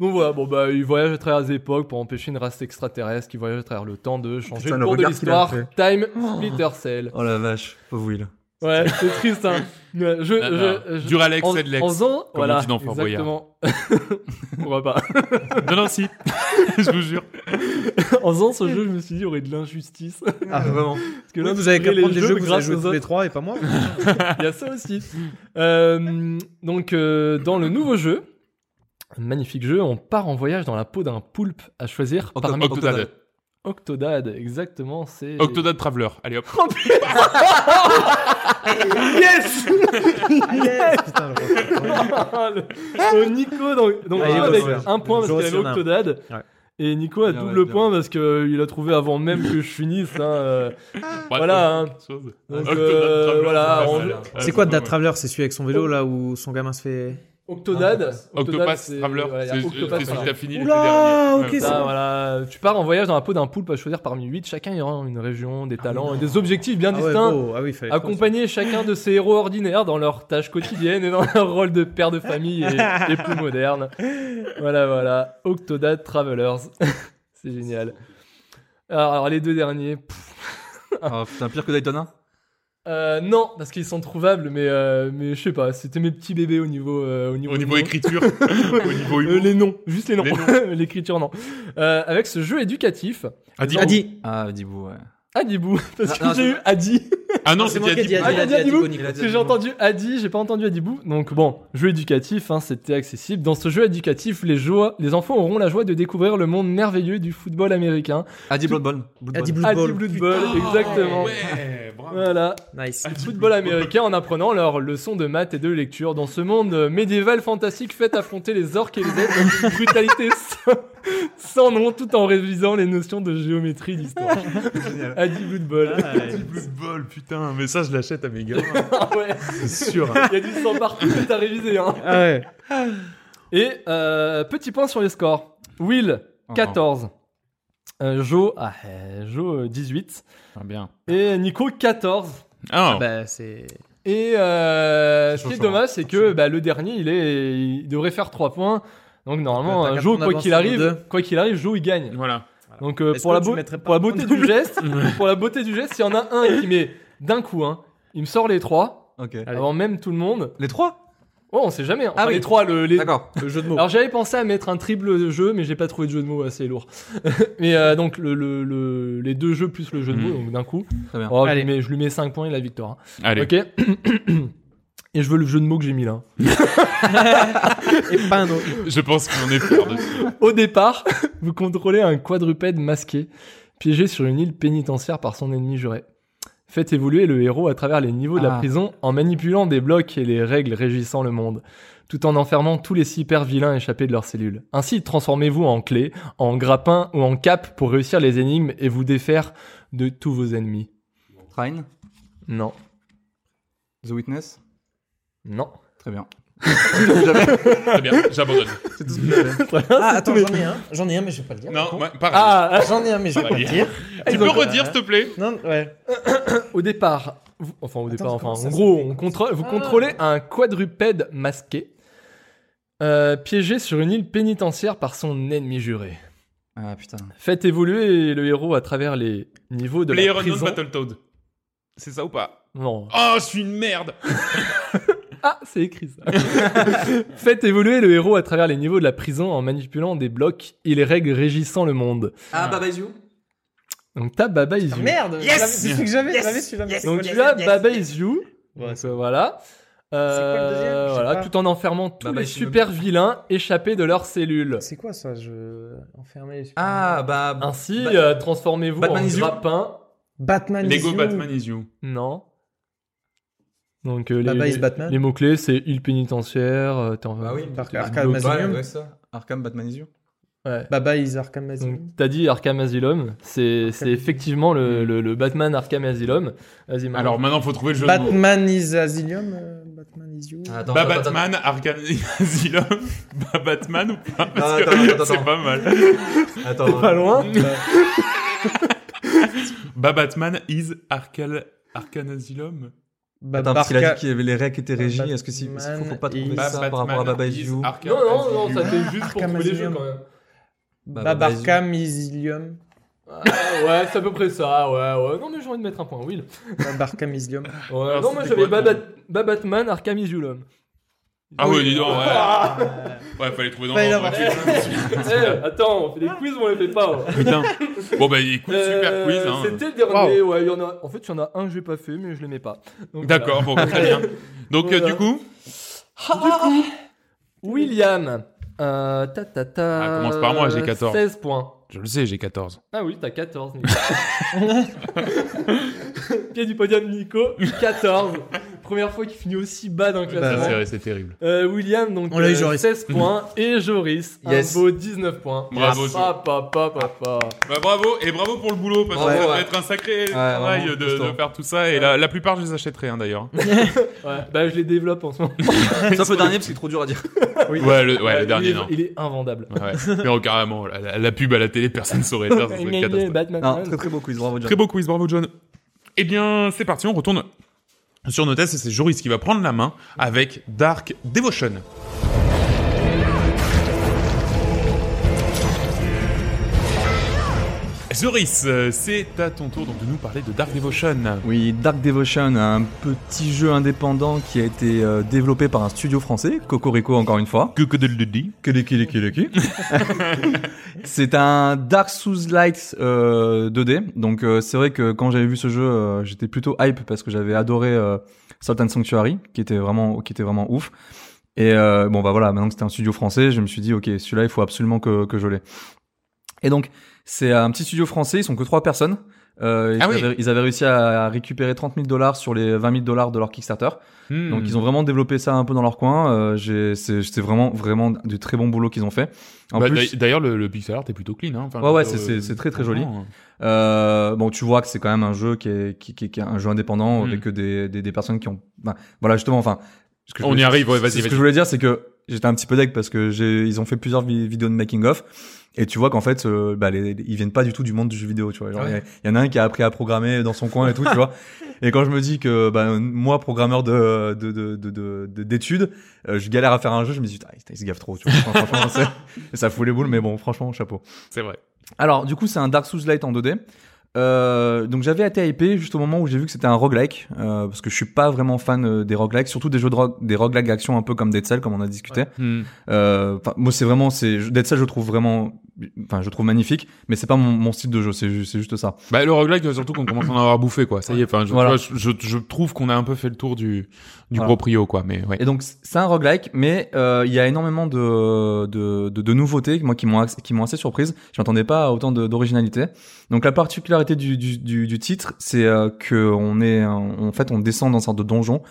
Speaker 3: Donc voilà, bon bah il voyage à travers les époques pour empêcher une race extraterrestre qui voyage à travers le temps de changer
Speaker 2: Putain,
Speaker 3: le
Speaker 2: le
Speaker 3: cours de
Speaker 2: regard qu'il a
Speaker 3: l'histoire. Time Splitter Cell.
Speaker 2: Oh la vache, pauvre Will.
Speaker 3: Ouais, c'est triste hein. Ouais, Je,
Speaker 1: Ah,
Speaker 3: je, je-
Speaker 1: Duralex,
Speaker 3: en,
Speaker 1: Sedlex.
Speaker 3: en faisant- voilà,
Speaker 1: dit dans Fort Boyard.
Speaker 3: exactement. [LAUGHS] On va pas.
Speaker 1: Non, non,
Speaker 3: [LAUGHS]
Speaker 1: si. je vous jure.
Speaker 3: En faisant ce jeu, je me suis dit, il y aurait de l'injustice.
Speaker 4: Ah,
Speaker 2: vraiment.
Speaker 3: Parce que
Speaker 4: Ouais,
Speaker 3: là,
Speaker 4: vous avez qu'à
Speaker 3: les
Speaker 4: prendre des
Speaker 3: jeux
Speaker 4: jeux que vous avez
Speaker 3: grâce
Speaker 4: joués
Speaker 3: aux
Speaker 4: tous les
Speaker 3: autres.
Speaker 4: trois et pas moi.
Speaker 3: Il y a ça aussi. Euh, donc, euh, dans le nouveau jeu, un magnifique jeu, on part en voyage dans la peau d'un poulpe à choisir
Speaker 2: Octo-
Speaker 3: parmi
Speaker 2: Octo-
Speaker 1: Octodad.
Speaker 3: Octodad. Exactement, c'est.
Speaker 1: Octodad Traveler. Allez hop.
Speaker 4: yes Ah,
Speaker 1: [LAUGHS]
Speaker 4: Yes Putain, je
Speaker 3: [LAUGHS] Le- au Nico, donc, donc
Speaker 4: Ah,
Speaker 3: Nico
Speaker 4: il est
Speaker 3: avec
Speaker 4: bosseur.
Speaker 3: un point
Speaker 4: Je
Speaker 3: parce qu'il avait
Speaker 4: retiens un.
Speaker 3: Octodad.
Speaker 4: Ouais.
Speaker 3: Et Nico a
Speaker 2: Bien,
Speaker 3: double
Speaker 2: ouais, bien.
Speaker 3: point parce qu'il a trouvé avant même que je finisse. hein, euh, voilà, hein.
Speaker 1: Chose.
Speaker 3: Donc,
Speaker 1: Octodad
Speaker 3: euh,
Speaker 1: Traveler,
Speaker 3: voilà,
Speaker 1: c'est pas
Speaker 3: on-
Speaker 1: mal, hein.
Speaker 4: C'est quoi
Speaker 1: Ouais,
Speaker 4: Dad
Speaker 1: ouais.
Speaker 4: Traveler C'est celui avec son vélo là où son gamin se fait.
Speaker 3: Octodad. Octodad,
Speaker 1: Octopath
Speaker 3: c'est-
Speaker 1: Traveler.
Speaker 3: voilà, il y a
Speaker 1: C'est
Speaker 3: Octopath,
Speaker 1: c'est celui
Speaker 3: voilà.
Speaker 1: que t'as fini l'été
Speaker 4: Oula,
Speaker 1: dernier.
Speaker 4: ok,
Speaker 1: Ouais.
Speaker 4: c'est
Speaker 3: Ça,
Speaker 4: bon.
Speaker 3: voilà. Tu pars en voyage dans la peau d'un poulpe à choisir parmi 8. Chacun ira une région, des talents et des objectifs bien
Speaker 4: Ah ouais,
Speaker 3: distincts.
Speaker 4: oh, ah oui, fallait.
Speaker 3: Accompagner chacun de ses héros ordinaires dans leurs tâches quotidiennes et dans leur rôle de père de famille et, et plus moderne. Voilà, voilà. Octodad Travelers. [LAUGHS] C'est génial. Alors, alors, les deux derniers. pff,
Speaker 2: Ah putain, pire que Daytona
Speaker 3: euh, non, parce qu'ils sont trouvables, mais, euh, mais je sais pas. C'était mes petits bébés au niveau, euh, au niveau,
Speaker 1: Au niveau
Speaker 4: [LAUGHS]
Speaker 3: nom.
Speaker 1: écriture, au niveau
Speaker 3: Euh,
Speaker 1: humour.
Speaker 3: les noms, juste les noms.
Speaker 1: Les
Speaker 3: [LAUGHS] L'écriture, non. Euh, avec ce jeu éducatif,
Speaker 1: Ah, dis-
Speaker 4: Ah, dit
Speaker 2: Ah, Dibou, ouais.
Speaker 3: Adibou, [LAUGHS] parce
Speaker 2: Non,
Speaker 3: que
Speaker 2: non,
Speaker 3: j'ai
Speaker 2: c'est-
Speaker 3: eu Adi.
Speaker 1: Ah non,
Speaker 4: C'est moi qui ai
Speaker 1: c'était
Speaker 4: dit
Speaker 1: Adibou.
Speaker 3: Adibou.
Speaker 4: Adi, Adi,
Speaker 3: Adibou.
Speaker 4: Nico.
Speaker 3: Parce que j'ai entendu Adi, j'ai pas entendu Adibou. Donc bon, jeu éducatif, hein, c'était accessible. Dans ce jeu éducatif, les, joies- les enfants auront la joie de découvrir le monde merveilleux du football américain.
Speaker 2: Adi Blood Bowl. Blood
Speaker 4: Adi
Speaker 2: Bowl.
Speaker 4: Blue
Speaker 3: Adi
Speaker 4: Ball.
Speaker 3: Blood Ball, exactement.
Speaker 1: Ah, Ouais, bravo.
Speaker 3: Voilà,
Speaker 4: Nice.
Speaker 1: [LAUGHS]
Speaker 3: du football américain en apprenant leur leçon de maths et de lecture. Dans ce monde euh, médiéval fantastique, faites affronter les orques et les elfes avec une brutalité [LAUGHS] sans, sans nom, tout en révisant les notions de géométrie d'histoire.
Speaker 2: Génial.
Speaker 3: Adi Blood Ball.
Speaker 4: Ah.
Speaker 1: Blue Ball, putain, mais ça je l'achète à mes gars,
Speaker 3: [LAUGHS] Ah ouais,
Speaker 1: c'est sûr.
Speaker 3: il y a du sang partout, mais t'as révisé, hein.
Speaker 4: Ah ouais.
Speaker 3: Et euh, petit point sur les scores. Will,
Speaker 2: Oh,
Speaker 3: 14. Euh, Joe, ah, euh, Joe, euh, 18.
Speaker 1: Ah, bien.
Speaker 3: Et Nico, 14.
Speaker 1: Ah,
Speaker 4: Bah, c'est.
Speaker 3: Et euh,
Speaker 2: C'est
Speaker 3: ce qui est
Speaker 2: chaud,
Speaker 3: dommage, c'est que bah, le dernier, il, est, il devrait faire 3 points. Donc normalement,
Speaker 4: Bah, T'as
Speaker 3: euh,
Speaker 4: quatre
Speaker 3: Joe,
Speaker 4: points
Speaker 3: quoi
Speaker 4: d'avance
Speaker 3: qu'il
Speaker 4: sur les deux.
Speaker 3: arrive, quoi qu'il arrive, Joe, il gagne.
Speaker 1: voilà.
Speaker 3: Donc euh,
Speaker 4: Est-ce
Speaker 3: pour,
Speaker 4: que
Speaker 3: la
Speaker 4: tu
Speaker 3: beau-
Speaker 4: mettrais pas
Speaker 3: pour la
Speaker 4: un point
Speaker 3: beauté
Speaker 4: de [LAUGHS]
Speaker 3: du geste, pour la beauté du geste, s'il y en a un qui met d'un coup, hein, il me sort les trois
Speaker 2: Ok.
Speaker 4: Allez. Ah
Speaker 3: avant même tout le monde.
Speaker 2: Les trois
Speaker 3: Oh, on sait jamais. hein. Enfin,
Speaker 2: oui.
Speaker 3: les trois, le, les,
Speaker 2: D'accord.
Speaker 4: Le jeu de mots.
Speaker 3: Alors j'avais pensé à mettre un triple de jeu, mais j'ai pas trouvé de jeu de mots assez lourd. [LAUGHS] mais euh, donc le, le- le- les deux jeux plus le jeu de mots,
Speaker 1: Mhm.
Speaker 3: donc d'un coup.
Speaker 2: Hmm. Très bien.
Speaker 3: Oh, je,
Speaker 4: Allez.
Speaker 3: lui mets, je lui mets 5 points et la victoire. hein.
Speaker 1: Allez.
Speaker 3: Ok. [COUGHS] et je veux le jeu de mots que j'ai mis là.
Speaker 4: Et pas un autre. [LAUGHS]
Speaker 1: Je pense qu'on est fiers de ça.
Speaker 3: Au départ, [LAUGHS] vous contrôlez un quadrupède masqué, piégé sur une île pénitentiaire par son ennemi juré. Faites évoluer le héros à travers les niveaux de la
Speaker 2: Ah.
Speaker 3: prison en manipulant des blocs et les règles régissant le monde, tout en enfermant tous les super vilains échappés de leur cellule. Ainsi, transformez-vous en clé, en grappin ou en cap pour réussir les énigmes et vous défaire de tous vos ennemis.
Speaker 2: Trine,
Speaker 3: Non.
Speaker 2: The Witness.
Speaker 3: Non.
Speaker 2: Très bien.
Speaker 1: Très bien, j'abandonne.
Speaker 4: Ah, attends, j'en ai un. J'en ai un, mais je vais pas le dire.
Speaker 1: Non,
Speaker 4: Bon. euh,
Speaker 1: ouais, pareil.
Speaker 3: Ah,
Speaker 4: J'en ai un, mais je vais
Speaker 1: Ah,
Speaker 4: pas le
Speaker 1: bah,
Speaker 4: dire.
Speaker 1: tu
Speaker 4: ils
Speaker 1: peux
Speaker 4: ont-
Speaker 1: redire, s'il te plaît
Speaker 4: Non, ouais.
Speaker 3: au départ, vous- enfin au
Speaker 4: Attends,
Speaker 3: départ, enfin
Speaker 4: comment ça
Speaker 3: en gros,
Speaker 4: s'appelle
Speaker 3: on contrôle, vous
Speaker 4: Ah.
Speaker 3: contrôlez un quadrupède masqué, euh, piégé sur une île pénitentiaire par son ennemi juré.
Speaker 2: Ah putain.
Speaker 3: Faites évoluer le héros à travers les niveaux de la
Speaker 1: PlayerUnknown's
Speaker 3: prison.
Speaker 1: Battletoad. C'est ça ou pas
Speaker 3: Non.
Speaker 1: Oh, je suis une merde
Speaker 3: Ah, c'est écrit ça. [LAUGHS] Faites évoluer le héros à travers les niveaux de la prison en manipulant des blocs et les règles régissant le monde.
Speaker 5: Ah, Baba Is You
Speaker 3: Donc t'as Baba Is You.
Speaker 4: Ah, Merde
Speaker 1: Yes
Speaker 4: j'avais- C'est ce que j'avais, j'avais celui-là.
Speaker 5: Yes
Speaker 3: Donc tu as Baba Is You.
Speaker 4: Ouais.
Speaker 3: Donc, euh, voilà. Euh,
Speaker 4: C'est quoi le deuxième Je sais
Speaker 3: voilà,
Speaker 4: pas.
Speaker 3: tout en enfermant tous
Speaker 5: Baba
Speaker 3: les
Speaker 5: Shinobi.
Speaker 3: super vilains échappés de leur cellule.
Speaker 4: C'est quoi ça Je. Enfermé. je sais pas.
Speaker 2: Ah bah.
Speaker 3: Ainsi,
Speaker 2: Ba-
Speaker 3: euh, transformez-vous
Speaker 2: Batman
Speaker 3: en
Speaker 2: is you.
Speaker 3: grappin.
Speaker 4: Batman.
Speaker 1: Lego
Speaker 4: is you.
Speaker 1: Batman is you.
Speaker 3: Non. Donc euh,
Speaker 4: Baba
Speaker 3: les,
Speaker 4: is Batman.
Speaker 3: les mots-clés, c'est île pénitentiaire. euh, t'es en-
Speaker 2: Bah oui.
Speaker 4: Arc-
Speaker 1: Ah,
Speaker 2: t'es-
Speaker 4: Arkham
Speaker 2: Ouais,
Speaker 4: Asylum.
Speaker 2: ouais, ça. Arkham Batman is You.
Speaker 3: Ouais.
Speaker 4: Baba is Arkham Asylum.
Speaker 3: Donc, t'as dit Arkham Asylum, c'est c'est effectivement le, le- le Batman Arkham Asylum. Vas-y, Manon.
Speaker 1: Alors maintenant, faut trouver le jeu de mots.
Speaker 4: Batman is Asylum. euh, Batman is you.
Speaker 2: Ah.
Speaker 5: Attends,
Speaker 1: Bah
Speaker 5: attends,
Speaker 1: Batman, Arkham Asylum, [LAUGHS] bah Batman ou pas Parce
Speaker 2: attends,
Speaker 1: que
Speaker 2: attends,
Speaker 1: c'est
Speaker 2: attends.
Speaker 1: pas mal.
Speaker 2: Attends.
Speaker 3: pas loin.
Speaker 1: Bah Batman is Arkham, Arkham Asylum.
Speaker 4: Bah,
Speaker 2: Attends, parce qu'il a
Speaker 4: Barca-
Speaker 2: dit qu'il y avait les règles qui étaient régies.
Speaker 4: Batman
Speaker 2: Est-ce que si, faut, faut pas trouver
Speaker 4: is-
Speaker 1: Bah
Speaker 2: ça par rapport à Baba is You
Speaker 1: Arkham
Speaker 3: Non, non, non,
Speaker 1: Asylum.
Speaker 3: ça fait juste pour
Speaker 4: Arkham
Speaker 3: trouver les jeux
Speaker 4: Asylum.
Speaker 3: quand même.
Speaker 4: Bah,
Speaker 2: Baba is You.
Speaker 4: Barkham is Ilium.
Speaker 3: Ah, ouais, c'est à peu près ça, ouais, ouais. Non, mais j'ai envie de mettre un point, Will.
Speaker 4: Bah, Barkham is Ilium.
Speaker 3: Ouais,
Speaker 1: Alors,
Speaker 3: non, moi
Speaker 1: c'était
Speaker 3: j'avais
Speaker 1: quoi,
Speaker 3: Baba- Batman Arkham Asylum.
Speaker 1: Ah oui, dis donc, ouais. Ouais, fallait trouver dans
Speaker 4: Fallait
Speaker 1: l'ordre.
Speaker 4: l'avoir
Speaker 3: Eh, attends, on fait des quiz, on les fait pas. hein ouais.
Speaker 1: Putain. Bon bah écoute, super
Speaker 3: Euh,
Speaker 1: quiz. Hein.
Speaker 3: C'était le dernier, ouais. il Y en, a... en fait, il y en a un que j'ai pas fait, mais je les mets pas. Donc,
Speaker 1: D'accord, bon, bah, très bien. Donc euh,
Speaker 3: Voilà.
Speaker 1: du coup,
Speaker 3: William. Euh, ta, ta, ta,
Speaker 1: Ah, commence par moi, j'ai 14.
Speaker 3: 16 points.
Speaker 1: je le sais, j'ai 14.
Speaker 3: Ah oui, t'as 14,
Speaker 4: [LAUGHS]
Speaker 3: Nico. Pied du podium, Nico. 14. Première fois qu'il finit aussi bas dans le
Speaker 4: Bah,
Speaker 1: Ça,
Speaker 3: classement.
Speaker 1: Ah, c'est vrai, c'est terrible.
Speaker 3: Euh, William, donc
Speaker 4: On l'a eu,
Speaker 3: euh,
Speaker 4: Joris.
Speaker 3: 16
Speaker 4: [LAUGHS]
Speaker 3: points. Et Joris,
Speaker 2: Yes.
Speaker 3: un beau 19 points.
Speaker 1: Bravo,
Speaker 3: Ah,
Speaker 1: Jo.
Speaker 3: papa, papa, papa.
Speaker 1: Bah bravo et bravo pour le boulot parce que
Speaker 2: Ouais,
Speaker 1: ça doit
Speaker 2: ouais.
Speaker 1: être un sacré
Speaker 2: vraiment,
Speaker 1: travail de, de
Speaker 2: costaud.
Speaker 1: faire tout ça et la, la plupart je les achèterai hein, d'ailleurs.
Speaker 3: Ouais, bah, je les développe en ce moment.
Speaker 2: Sauf le dernier parce qu'il est trop dur à dire.
Speaker 1: Ouais, le, ouais,
Speaker 3: Il
Speaker 1: le
Speaker 3: est-
Speaker 1: dernier non.
Speaker 3: Il est invendable.
Speaker 1: Ouais. Mais oh, carrément, la, la- la pub à la télé, personne ne saurait faire.
Speaker 3: [LAUGHS]
Speaker 1: ça serait Bah, une catastrophe.
Speaker 3: Batman.
Speaker 2: Non, très très beau quiz. Bravo John.
Speaker 1: Très beau quiz, bravo John. Eh bien, c'est parti, on retourne sur nos tests et c'est Joris qui va prendre la main avec Dark Devotion. Joris, euh, c'est à ton tour donc de nous parler de Dark Devotion.
Speaker 2: Oui, Dark Devotion, un petit jeu indépendant qui a été euh, développé par un studio français, Cocorico encore une fois.
Speaker 1: Que que de le dit
Speaker 2: Que des kills, kills, kills. C'est un Dark Souls-like euh, 2D. Donc euh, c'est vrai que quand j'avais vu ce jeu, euh, j'étais plutôt hype parce que j'avais adoré euh, Sultan Sanctuary, qui était vraiment, qui était vraiment ouf. Et euh, bon bah voilà, maintenant que c'était un studio français, je me suis dit ok, celui-là il faut absolument que, que je l'ai. Et donc c'est un petit studio français, ils sont que trois personnes. Euh, ils,
Speaker 1: Ah oui.
Speaker 2: avaient, ils avaient réussi à récupérer 30 000 dollars sur les 20 000 dollars de leur Kickstarter.
Speaker 1: Hmm.
Speaker 2: Donc ils ont vraiment développé ça un peu dans leur coin. Euh, j'ai- c'est c'est vraiment vraiment du très bon boulot qu'ils ont fait. En plus,
Speaker 1: Bah, D'ailleurs, le, le pixel art est plutôt clean. Hein. Enfin,
Speaker 2: Ouais, ouais,
Speaker 1: plutôt,
Speaker 2: c'est- c'est-
Speaker 1: euh,
Speaker 2: c'est très, très joli.
Speaker 1: franchement,
Speaker 2: euh, bon, tu vois que c'est quand même un jeu qui est qui, qui, qui est un jeu indépendant
Speaker 1: Mm.
Speaker 2: avec des, des des personnes qui ont. ben, voilà justement. Enfin, ce que je
Speaker 1: On
Speaker 2: voulais-
Speaker 1: y arrive, ouais, vas-y,
Speaker 2: c'est Ce que
Speaker 1: vas-y.
Speaker 2: je voulais dire, c'est que j'étais un petit peu deg parce que j'ai ils ont fait plusieurs vi- vidéos de making of. Et tu vois qu'en fait, euh, bah, les- ils viennent pas du tout du monde du jeu vidéo, tu vois. Genre,
Speaker 1: Ah
Speaker 2: Il
Speaker 1: ouais.
Speaker 2: y, a- il y en a un qui a appris à programmer dans son coin et
Speaker 1: [LAUGHS]
Speaker 2: tout, tu vois. Et quand je me dis que, bah, moi, programmeur de, de, de, de- de- de- d'études, euh, je galère à faire un jeu, je me dis, putain, ils se gaffent trop, tu vois. Enfin,
Speaker 1: [LAUGHS]
Speaker 2: franchement, c'est- ça fout les boules, mais bon, franchement, chapeau.
Speaker 1: C'est vrai.
Speaker 2: Alors, du coup, c'est un Dark Souls Light en 2D. Euh, donc j'avais été hypé juste au moment où j'ai vu que c'était un roguelike euh, parce que je suis pas vraiment fan euh, des roguelikes surtout des jeux de rogue des roguelike d'action un peu comme Dead Cell comme on a discuté
Speaker 1: Hmm.
Speaker 2: euh, enfin, moi, c'est vraiment, c'est Dead Cell, je trouve vraiment, enfin, je trouve magnifique, mais c'est pas mon, mon style de jeu, c'est ju- c'est juste ça.
Speaker 1: Bah, le roguelike, surtout qu'on commence à en avoir bouffé, quoi. Ça y est, enfin, je,
Speaker 2: Voilà.
Speaker 1: tu vois, je, je- je trouve qu'on a un peu fait le tour du, du
Speaker 2: Voilà.
Speaker 1: proprio, quoi. Mais ouais.
Speaker 2: Et donc, c'est un roguelike, mais euh, il y a énormément de, de, de, de nouveautés, moi, qui m'ont ac- qui m'ont assez surprise. Je m'attendais pas à autant de- d'originalité. Donc, la particularité du, du, du, du titre, c'est euh, que on est, euh, en fait, on descend dans un sorte de donjon,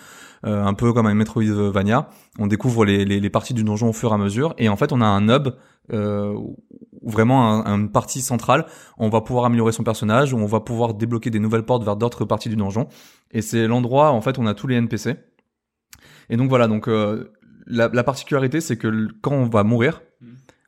Speaker 2: euh, un peu comme un Metroidvania. On découvre les, les, les parties du donjon au fur et à mesure, et en fait, on a un hub. Euh, où vraiment un- une partie centrale, on va pouvoir améliorer son personnage, où on va pouvoir débloquer des nouvelles portes vers d'autres parties du donjon. Et c'est l'endroit, en fait, on a tous les NPC. Et donc voilà, donc euh, la, la particularité, c'est que l- quand on va mourir,
Speaker 1: Mm.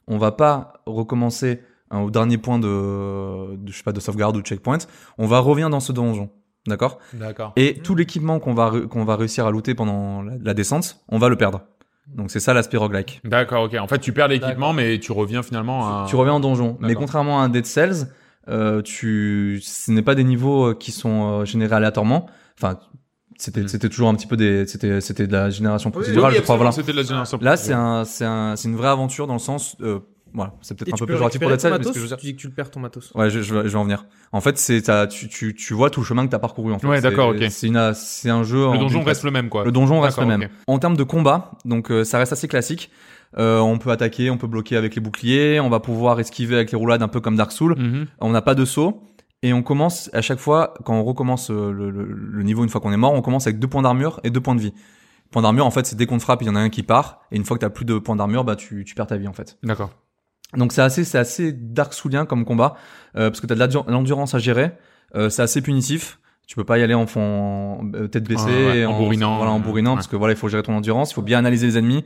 Speaker 2: on va pas recommencer hein, au dernier point de, de- je sais pas, de sauvegarde ou de checkpoint. On va revenir dans ce donjon. D'accord
Speaker 1: D'accord.
Speaker 2: Et tout l'équipement qu'on va, re- qu'on va réussir à looter pendant la, la descente, on va le perdre.
Speaker 1: Mm.
Speaker 2: Donc c'est ça l'aspect roguelike.
Speaker 1: D'accord, ok. En fait, tu perds l'équipement,
Speaker 3: D'accord.
Speaker 1: mais tu reviens finalement à.
Speaker 2: Tu reviens en donjon. Mais
Speaker 1: Ah. D'accord.
Speaker 2: contrairement à un Dead Cells, euh, tu, ce n'est pas des niveaux euh, qui sont euh, générés aléatoirement. Enfin, c'était,
Speaker 1: Mhm.
Speaker 2: c'était toujours un petit peu des, c'était, c'était de la génération
Speaker 1: Oui,
Speaker 2: procédurale,
Speaker 1: oui,
Speaker 2: je crois.
Speaker 1: absolument,
Speaker 2: Voilà.
Speaker 1: C'était de la génération.
Speaker 2: Là, c'est un, c'est un, c'est une vraie aventure dans le sens, euh, voilà, c'est peut-être
Speaker 4: Et
Speaker 2: un
Speaker 4: tu
Speaker 2: peu
Speaker 4: peux
Speaker 2: péjoratif pour
Speaker 4: récupérer
Speaker 2: Dead
Speaker 4: ton matos
Speaker 2: Cells, mais ce que je veux dire.
Speaker 4: Tu dis que tu le perds ton matos.
Speaker 2: Ouais, je, je, vais- je vais en venir. En fait, c'est, t'as- tu, tu, tu vois tout le chemin que t'as parcouru. En fait.
Speaker 1: Ouais,
Speaker 2: C'est-
Speaker 1: d'accord, ok.
Speaker 2: C'est une, c'est un jeu. en
Speaker 1: Le donjon
Speaker 2: une
Speaker 1: reste le même, quoi.
Speaker 2: le donjon reste le
Speaker 1: D'accord,
Speaker 2: même.
Speaker 1: ok.
Speaker 2: En termes de combat, donc euh, ça reste assez classique. Euh, on peut attaquer, on peut bloquer avec les boucliers, on va pouvoir esquiver avec les roulades un peu comme Dark Souls.
Speaker 1: Mhm.
Speaker 2: Mm-hmm. On n'a pas de saut. Et on commence à chaque fois, quand on recommence euh, le, le- le niveau une fois qu'on est mort, on commence avec deux points d'armure et deux points de vie. Points d'armure, en fait, c'est dès qu'on te frappe, il y en a un qui part. Et une fois que t'as plus de points d'armure, bah tu, tu perds ta vie en fait.
Speaker 1: D'accord.
Speaker 2: Donc c'est assez, c'est assez Dark Soulien comme combat euh, parce que t'as de l'addu- l'endurance à gérer. euh, c'est assez punitif. Tu peux pas y aller en, fond- en, euh, tête baissée,
Speaker 1: Ah ouais,
Speaker 2: et
Speaker 1: en bourrinant.
Speaker 2: voilà, en bourrinant,
Speaker 1: Ouais.
Speaker 2: parce que voilà, il faut gérer ton endurance, il faut bien analyser les ennemis,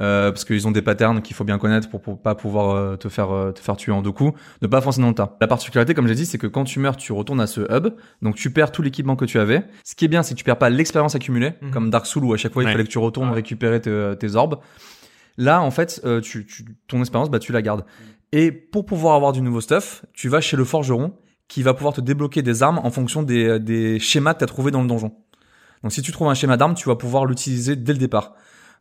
Speaker 2: euh, parce qu'ils ont des patterns qu'il faut bien connaître pour, pour pas pouvoir euh, te faire euh, te faire tuer en deux coups, ne pas foncer dans le tas. La particularité, comme j'ai dit, c'est que quand tu meurs, tu retournes à ce hub, donc tu perds tout l'équipement que tu avais. Ce qui est bien, c'est que tu perds pas l'expérience accumulée,
Speaker 4: Mhm.
Speaker 2: comme Dark Souls où à chaque fois il
Speaker 1: Ouais.
Speaker 2: fallait que tu retournes
Speaker 1: Ouais.
Speaker 2: récupérer tes, euh, tes orbes. Là, en fait, euh, tu, tu- ton expérience, bah, tu la gardes. Et pour pouvoir avoir du nouveau stuff, tu vas chez le forgeron qui va pouvoir te débloquer des armes en fonction des, euh, des schémas que tu as trouvé dans le donjon. Donc si tu trouves un schéma d'arme, tu vas pouvoir l'utiliser dès le départ.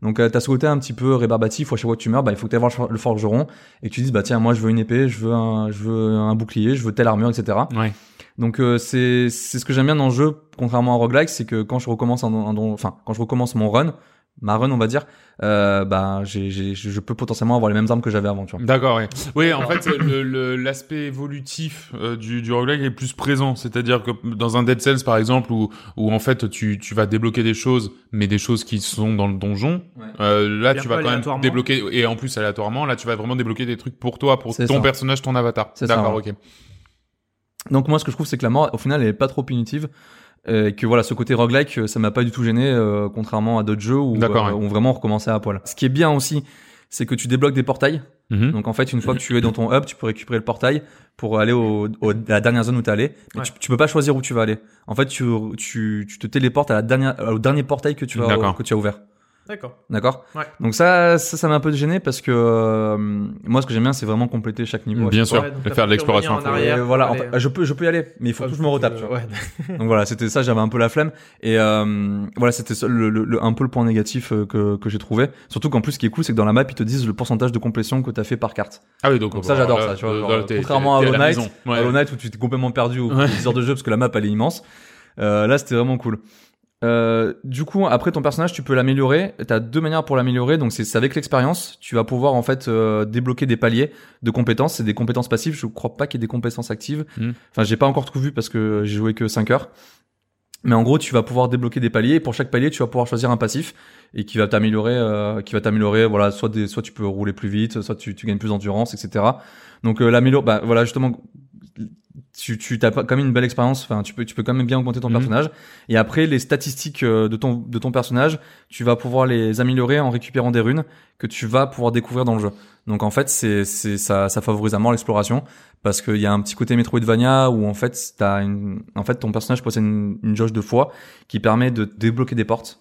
Speaker 2: Donc euh, t'as ce côté un petit peu rébarbatif où à chaque fois que tu meurs, bah, il faut que tu voir le for- le forgeron et que tu dises bah tiens moi je veux une épée, je veux un, je veux un bouclier, je veux telle armure, etc.
Speaker 1: Ouais.
Speaker 2: Donc euh, c'est c'est ce que j'aime bien dans le jeu, contrairement à roguelike, c'est que quand je recommence un, un- un- enfin quand je recommence mon run, ma run on va dire, euh, bah j'ai, j'ai- je peux potentiellement avoir les mêmes armes que j'avais avant. Tu vois.
Speaker 1: D'accord, ouais. Oui, en fait, le- le- l'aspect évolutif euh, du, du roguelike est plus présent. C'est-à-dire que dans un Dead Cells, par exemple, où, où en fait, tu, tu vas débloquer des choses, mais des choses qui sont dans le donjon,
Speaker 2: Ouais.
Speaker 1: euh, là,
Speaker 4: Et un
Speaker 1: tu
Speaker 4: peu
Speaker 1: vas quand même
Speaker 4: aléatoirement.
Speaker 1: débloquer, et en plus, aléatoirement, là, tu vas vraiment débloquer des trucs pour toi, pour
Speaker 2: C'est
Speaker 1: ton
Speaker 2: ça.
Speaker 1: personnage, ton avatar.
Speaker 2: C'est ça,
Speaker 1: D'accord,
Speaker 2: ouais.
Speaker 1: ok.
Speaker 2: Donc moi ce que je trouve c'est que la mort au final elle est pas trop punitive. Et que voilà, ce côté roguelike, euh, ça m'a pas du tout gêné, euh, contrairement à d'autres jeux où,
Speaker 1: D'accord,
Speaker 2: euh,
Speaker 1: ouais.
Speaker 2: où vraiment on recommençait à poil. Ce qui est bien aussi, c'est que tu débloques des portails
Speaker 1: Mhm.
Speaker 2: Donc en fait, une fois que tu es dans ton hub, tu peux récupérer le portail pour aller au, au- à la dernière zone où t'es allé. Mais
Speaker 4: Ouais.
Speaker 2: tu, tu peux pas choisir où tu vas aller. En fait, tu, tu, tu te téléportes à la dernière, au dernier portail que tu as,
Speaker 1: D'accord.
Speaker 2: que tu as ouvert.
Speaker 4: D'accord.
Speaker 2: D'accord
Speaker 4: Ouais.
Speaker 2: Donc ça, ça, ça m'a un peu gêné parce que euh, moi, ce que j'aime bien, c'est vraiment compléter chaque niveau. à
Speaker 1: Bien
Speaker 2: chaque
Speaker 1: sûr,
Speaker 2: fois.
Speaker 4: Ouais, donc t'as
Speaker 1: faire de
Speaker 4: pu revenir
Speaker 1: l'exploration.
Speaker 4: en
Speaker 1: à fond.
Speaker 4: arrière. euh.
Speaker 2: Et voilà, en
Speaker 4: Allez.
Speaker 2: fait, je peux, je peux y aller, mais il faut
Speaker 4: Ah,
Speaker 2: que je me retape. tu vois.
Speaker 4: Ouais.
Speaker 2: Donc voilà, c'était ça, j'avais un peu la flemme. Et euh, voilà, c'était ça, le, le- le- un peu le point négatif euh, que, que j'ai trouvé. Surtout qu'en plus, ce qui est cool, c'est que dans la map, ils te disent le pourcentage de complétion que t'as fait par carte.
Speaker 1: Ah oui, donc,
Speaker 2: Donc
Speaker 1: bah,
Speaker 2: ça, j'adore
Speaker 1: là,
Speaker 2: ça, tu vois,
Speaker 1: là,
Speaker 2: genre,
Speaker 1: t'es-
Speaker 2: contrairement
Speaker 1: t'es
Speaker 2: à
Speaker 1: la
Speaker 2: Hollow Knight,
Speaker 1: maison. Ouais.
Speaker 2: Hollow Knight où tu t'es complètement perdu au bout
Speaker 1: Ouais.
Speaker 2: de 10 heures de jeu parce que la map elle est immense. Euh, là c'était vraiment cool. Euh, du coup, après ton personnage, tu peux l'améliorer. T'as deux manières pour l'améliorer. Donc c'est c'est avec l'expérience, tu vas pouvoir en fait euh, débloquer des paliers de compétences. C'est des compétences passives. Je crois pas qu'il y ait des compétences actives.
Speaker 1: Mm.
Speaker 2: Enfin, j'ai pas encore tout vu parce que j'ai joué que 5 heures. Mais en gros, tu vas pouvoir débloquer des paliers. Et pour chaque palier, tu vas pouvoir choisir un passif et qui va t'améliorer, euh, qui va t'améliorer. Voilà, soit des, soit tu peux rouler plus vite, soit tu, tu gagnes plus d'endurance, etc. Donc euh, l'amélioration, bah voilà justement, tu tu t'as pas- quand même une belle expérience. Enfin, tu peux tu peux quand même bien augmenter ton
Speaker 1: Mhm.
Speaker 2: personnage. Et après les statistiques euh, de ton de ton personnage, tu vas pouvoir les améliorer en récupérant des runes que tu vas pouvoir découvrir dans le jeu. Donc en fait c'est c'est ça ça favorise à mort l'exploration parce qu'il y a un petit côté Metroidvania où en fait t'as une en fait ton personnage possède une, une jauge de foi qui permet de débloquer des portes.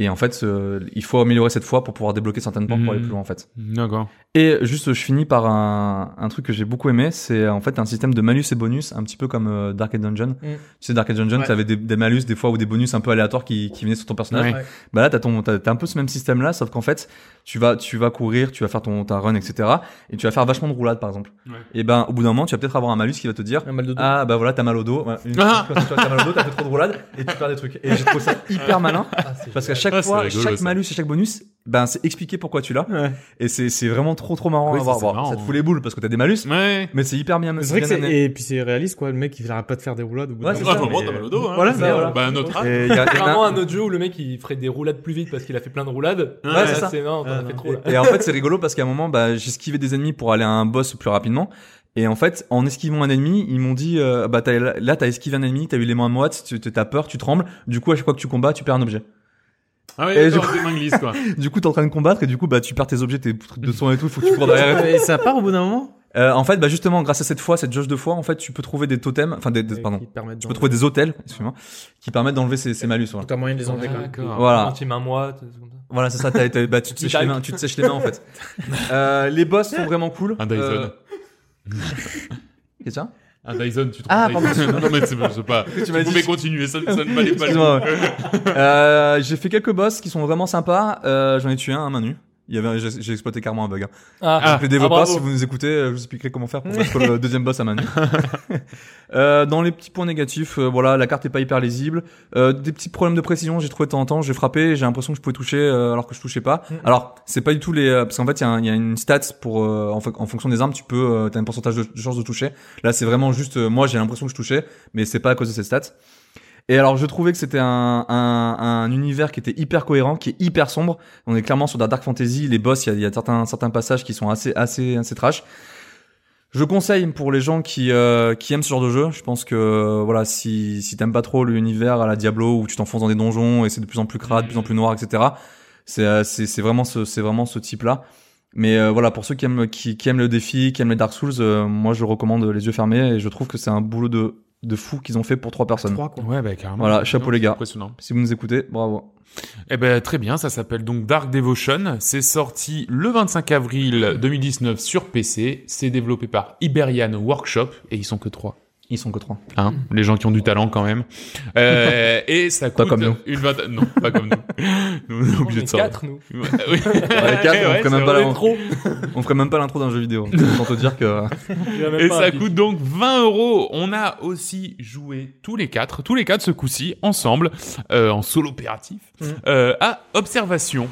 Speaker 2: Et en fait, euh, il faut améliorer cette foi pour pouvoir débloquer certaines portes pour aller
Speaker 1: Mhm.
Speaker 2: plus loin en fait.
Speaker 1: D'accord.
Speaker 2: Et juste, je finis par un, un truc que j'ai beaucoup aimé, c'est en fait un système de malus et bonus, un petit peu comme euh, Dark and Dungeon.
Speaker 1: Mm.
Speaker 2: Tu sais, Dark and Dungeon,
Speaker 4: Ouais.
Speaker 2: t'avais des, des malus des fois ou des bonus un peu aléatoires qui, qui venaient sur ton personnage.
Speaker 1: Ouais.
Speaker 4: Ouais.
Speaker 2: Bah là, t'as ton, t'as, t'as un peu ce même système là, sauf qu'en fait, tu vas, tu vas courir, tu vas faire ton, ta run, etc. Et tu vas faire vachement de roulades, par exemple.
Speaker 1: Ouais.
Speaker 2: Et ben, au bout d'un moment, tu vas peut-être avoir un malus qui va te dire,
Speaker 4: Un mal de dos.
Speaker 2: ah bah voilà, t'as mal au dos. Voilà,
Speaker 1: [LAUGHS]
Speaker 2: une-
Speaker 1: Ah
Speaker 2: quand t'as mal au dos, t'as fait trop de roulades et tu perds des trucs. Et j'ai trouvé ça hyper malin. Parce qu'à chaque
Speaker 1: Ah, c'est
Speaker 2: fois,
Speaker 1: rigolo,
Speaker 2: chaque
Speaker 1: ça.
Speaker 2: malus et chaque bonus, ben c'est expliqué pourquoi tu l'as.
Speaker 4: Ouais.
Speaker 2: Et c'est c'est vraiment trop trop marrant
Speaker 1: Oui,
Speaker 2: à
Speaker 1: ça,
Speaker 2: voir.
Speaker 1: c'est
Speaker 2: voir.
Speaker 1: marrant,
Speaker 2: Ça te fout
Speaker 1: hein.
Speaker 2: les boules parce que t'as des malus,
Speaker 1: Ouais.
Speaker 2: mais c'est hyper bien.
Speaker 4: C'est vrai que
Speaker 2: bien
Speaker 1: [LAUGHS]
Speaker 4: c'est
Speaker 2: amené.
Speaker 4: et puis c'est réaliste quoi le mec il arrête pas de faire des roulades au bout
Speaker 2: Ouais,
Speaker 4: d'un
Speaker 2: c'est
Speaker 1: Ah,
Speaker 4: moment,
Speaker 1: bon,
Speaker 2: ça,
Speaker 4: mais-
Speaker 1: t'as mal au dos, hein.
Speaker 4: Voilà,
Speaker 2: c'est
Speaker 4: mais
Speaker 2: ça,
Speaker 4: voilà.
Speaker 1: Bah, un autre.
Speaker 2: Et il y a- il y en a-
Speaker 3: Contrairement à un autre jeu où le mec il ferait des roulades plus vite parce qu'il a fait plein de roulades.
Speaker 1: Ouais,
Speaker 3: Là,
Speaker 2: c'est ça.
Speaker 3: C'est non, t'en
Speaker 4: Ah,
Speaker 3: as fait
Speaker 4: non.
Speaker 3: trop là.
Speaker 2: Et en fait, c'est rigolo parce qu'à un moment, bah, j'esquivais des ennemis pour aller à un boss plus rapidement. Et en fait, en esquivant un ennemi, ils m'ont dit, euh, bah, t'as- là, t'as esquivé un ennemi, t'as eu les mains moites, tu- t'as peur, tu trembles. Du coup, à chaque fois que tu combats, tu perds un objet. [LAUGHS]
Speaker 1: Ah ouais,
Speaker 2: Et
Speaker 1: d'accord, des minglis, quoi.
Speaker 2: Du coup, t'es en train de combattre et du coup, bah, tu perds tes objets, tes trucs
Speaker 1: [LAUGHS]
Speaker 2: de soins et tout. Faut que tu cours derrière.
Speaker 4: Et ça part au bout d'un moment
Speaker 2: Euh, en fait, bah justement, grâce à cette fois, cette jauge de foi, en fait, tu peux trouver des totems, enfin, des, des- pardon,
Speaker 4: Qui te permettent
Speaker 2: tu peux trouver des hôtels, excuse-moi, qui permettent d'enlever ces, ces malus. Voilà,
Speaker 4: T'as moyen de les enlever quand même.
Speaker 1: D'accord.
Speaker 2: Voilà.
Speaker 3: Anti main moi, tout ça comme ça.
Speaker 2: Voilà, c'est ça. t'as- t'as- bah, tu te sèches les mains, tu te sèches les mains en [LAUGHS] fait. Euh, les boss sont vraiment cool.
Speaker 1: Un Dyson.
Speaker 2: Euh, Qu'est-ce que hein ça
Speaker 1: Un Dyson, tu trouves
Speaker 2: Ah,
Speaker 1: un Dyson Non, mais c'est je sais pas.
Speaker 2: [LAUGHS] tu
Speaker 1: Tu
Speaker 2: m'as dit-
Speaker 1: pouvais continuer, ça ne ça ne valait pas le
Speaker 2: Excuse-moi. Euh, j'ai fait quelques boss qui sont vraiment sympas. Euh, J'en ai tué un à main nue. Il y avait, j'ai j'ai exploité carrément un bug. hein.
Speaker 1: Ah,
Speaker 2: Donc les développeurs,
Speaker 3: bravo.
Speaker 2: si vous nous écoutez, euh, je vous expliquerai comment faire pour battre le deuxième boss à Manu. euh, dans les petits points négatifs, euh, voilà, la carte est pas hyper lisible. Euh, des petits problèmes de précision, j'ai trouvé de temps en temps, j'ai frappé, j'ai l'impression que je pouvais toucher euh, alors que je touchais pas.
Speaker 4: Mm.
Speaker 2: Alors, c'est pas du tout les... euh, parce qu'en fait, il y, a un- il y a une stat pour... euh, en, fa- en fonction des armes, tu peux... Euh, t'as un pourcentage de, de chance de toucher. Là, c'est vraiment juste... euh, moi, j'ai l'impression que je touchais, mais c'est pas à cause de cette stat. Et alors, je trouvais que c'était un, un, un univers qui était hyper cohérent, qui est hyper sombre. On est clairement sur de la dark fantasy. Les boss, il y a, il y a certains, certains passages qui sont assez, assez, assez trash. Je conseille pour les gens qui, euh, qui aiment ce genre de jeu. Je pense que euh, voilà, si, si t'aimes pas trop l'univers à la Diablo où tu t'enfonces dans des donjons et c'est de plus en plus crade, de plus en plus noir, etc. C'est euh, c'est c'est vraiment ce c'est vraiment ce type là. Mais euh, voilà, pour ceux qui aiment qui, qui aiment le défi, qui aiment les Dark Souls, euh, moi je recommande les yeux fermés et je trouve que c'est un boulot de de fou qu'ils ont fait pour trois personnes.
Speaker 4: Trois, quoi.
Speaker 1: Ouais, bah carrément.
Speaker 2: Voilà, chapeau,
Speaker 1: Non,
Speaker 2: les
Speaker 1: c'est
Speaker 2: gars.
Speaker 1: Impressionnant.
Speaker 2: Si vous nous écoutez, bravo.
Speaker 1: Eh ben très bien, ça s'appelle donc Dark Devotion, c'est sorti le 25 avril 2019 sur PC, c'est développé par Iberian Workshop et ils sont que trois.
Speaker 2: Ils sont que [LAUGHS] trois.
Speaker 1: Hein, les gens qui ont du talent quand même.
Speaker 2: [LAUGHS]
Speaker 1: Euh, et ça
Speaker 2: Pas
Speaker 1: coûte
Speaker 2: comme nous.
Speaker 1: une vingtaine. Non, pas comme
Speaker 2: [LAUGHS]
Speaker 1: nous. nous. On est obligés de sortir.
Speaker 3: 4 nous.
Speaker 1: Ouais, [LAUGHS] oui.
Speaker 2: quatre, on
Speaker 1: Ouais,
Speaker 2: ferait même
Speaker 1: c'est
Speaker 2: pas la-
Speaker 1: vrai.
Speaker 3: Trop.
Speaker 2: On ferait même pas l'intro d'un
Speaker 4: [LAUGHS]
Speaker 2: jeu vidéo. Autant te dire que
Speaker 1: Et ça coûte donc 20 euros. On a aussi joué tous les quatre, tous les quatre ce coup-ci, ensemble, euh, en solo opératif,
Speaker 4: Mhm.
Speaker 1: euh, à Observation.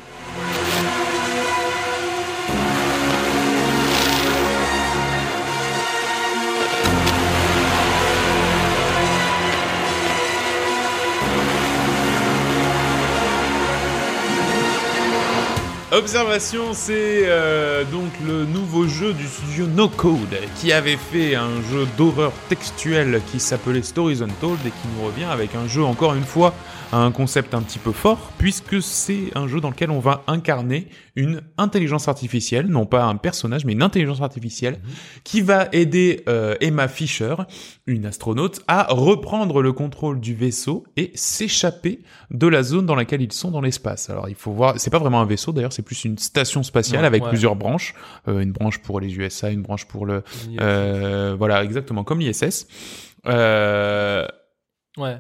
Speaker 1: Observation, c'est euh, donc le nouveau jeu du studio No Code qui avait fait un jeu d'horreur textuelle qui s'appelait Stories Untold et qui nous revient avec un jeu encore une fois à un concept un petit peu fort puisque c'est un jeu dans lequel on va incarner une intelligence artificielle, non pas un personnage mais une intelligence artificielle
Speaker 3: Mhm.
Speaker 1: qui va aider euh, Emma Fisher, une astronaute, à reprendre le contrôle du vaisseau et s'échapper de la zone dans laquelle ils sont dans l'espace. Alors il faut voir, c'est pas vraiment un vaisseau d'ailleurs, c'est plus une station spatiale
Speaker 3: Ouais,
Speaker 1: avec
Speaker 3: ouais.
Speaker 1: plusieurs branches, Euh, une branche pour les USA, une branche pour le, euh, voilà exactement comme l'ISS. Euh,
Speaker 3: Ouais.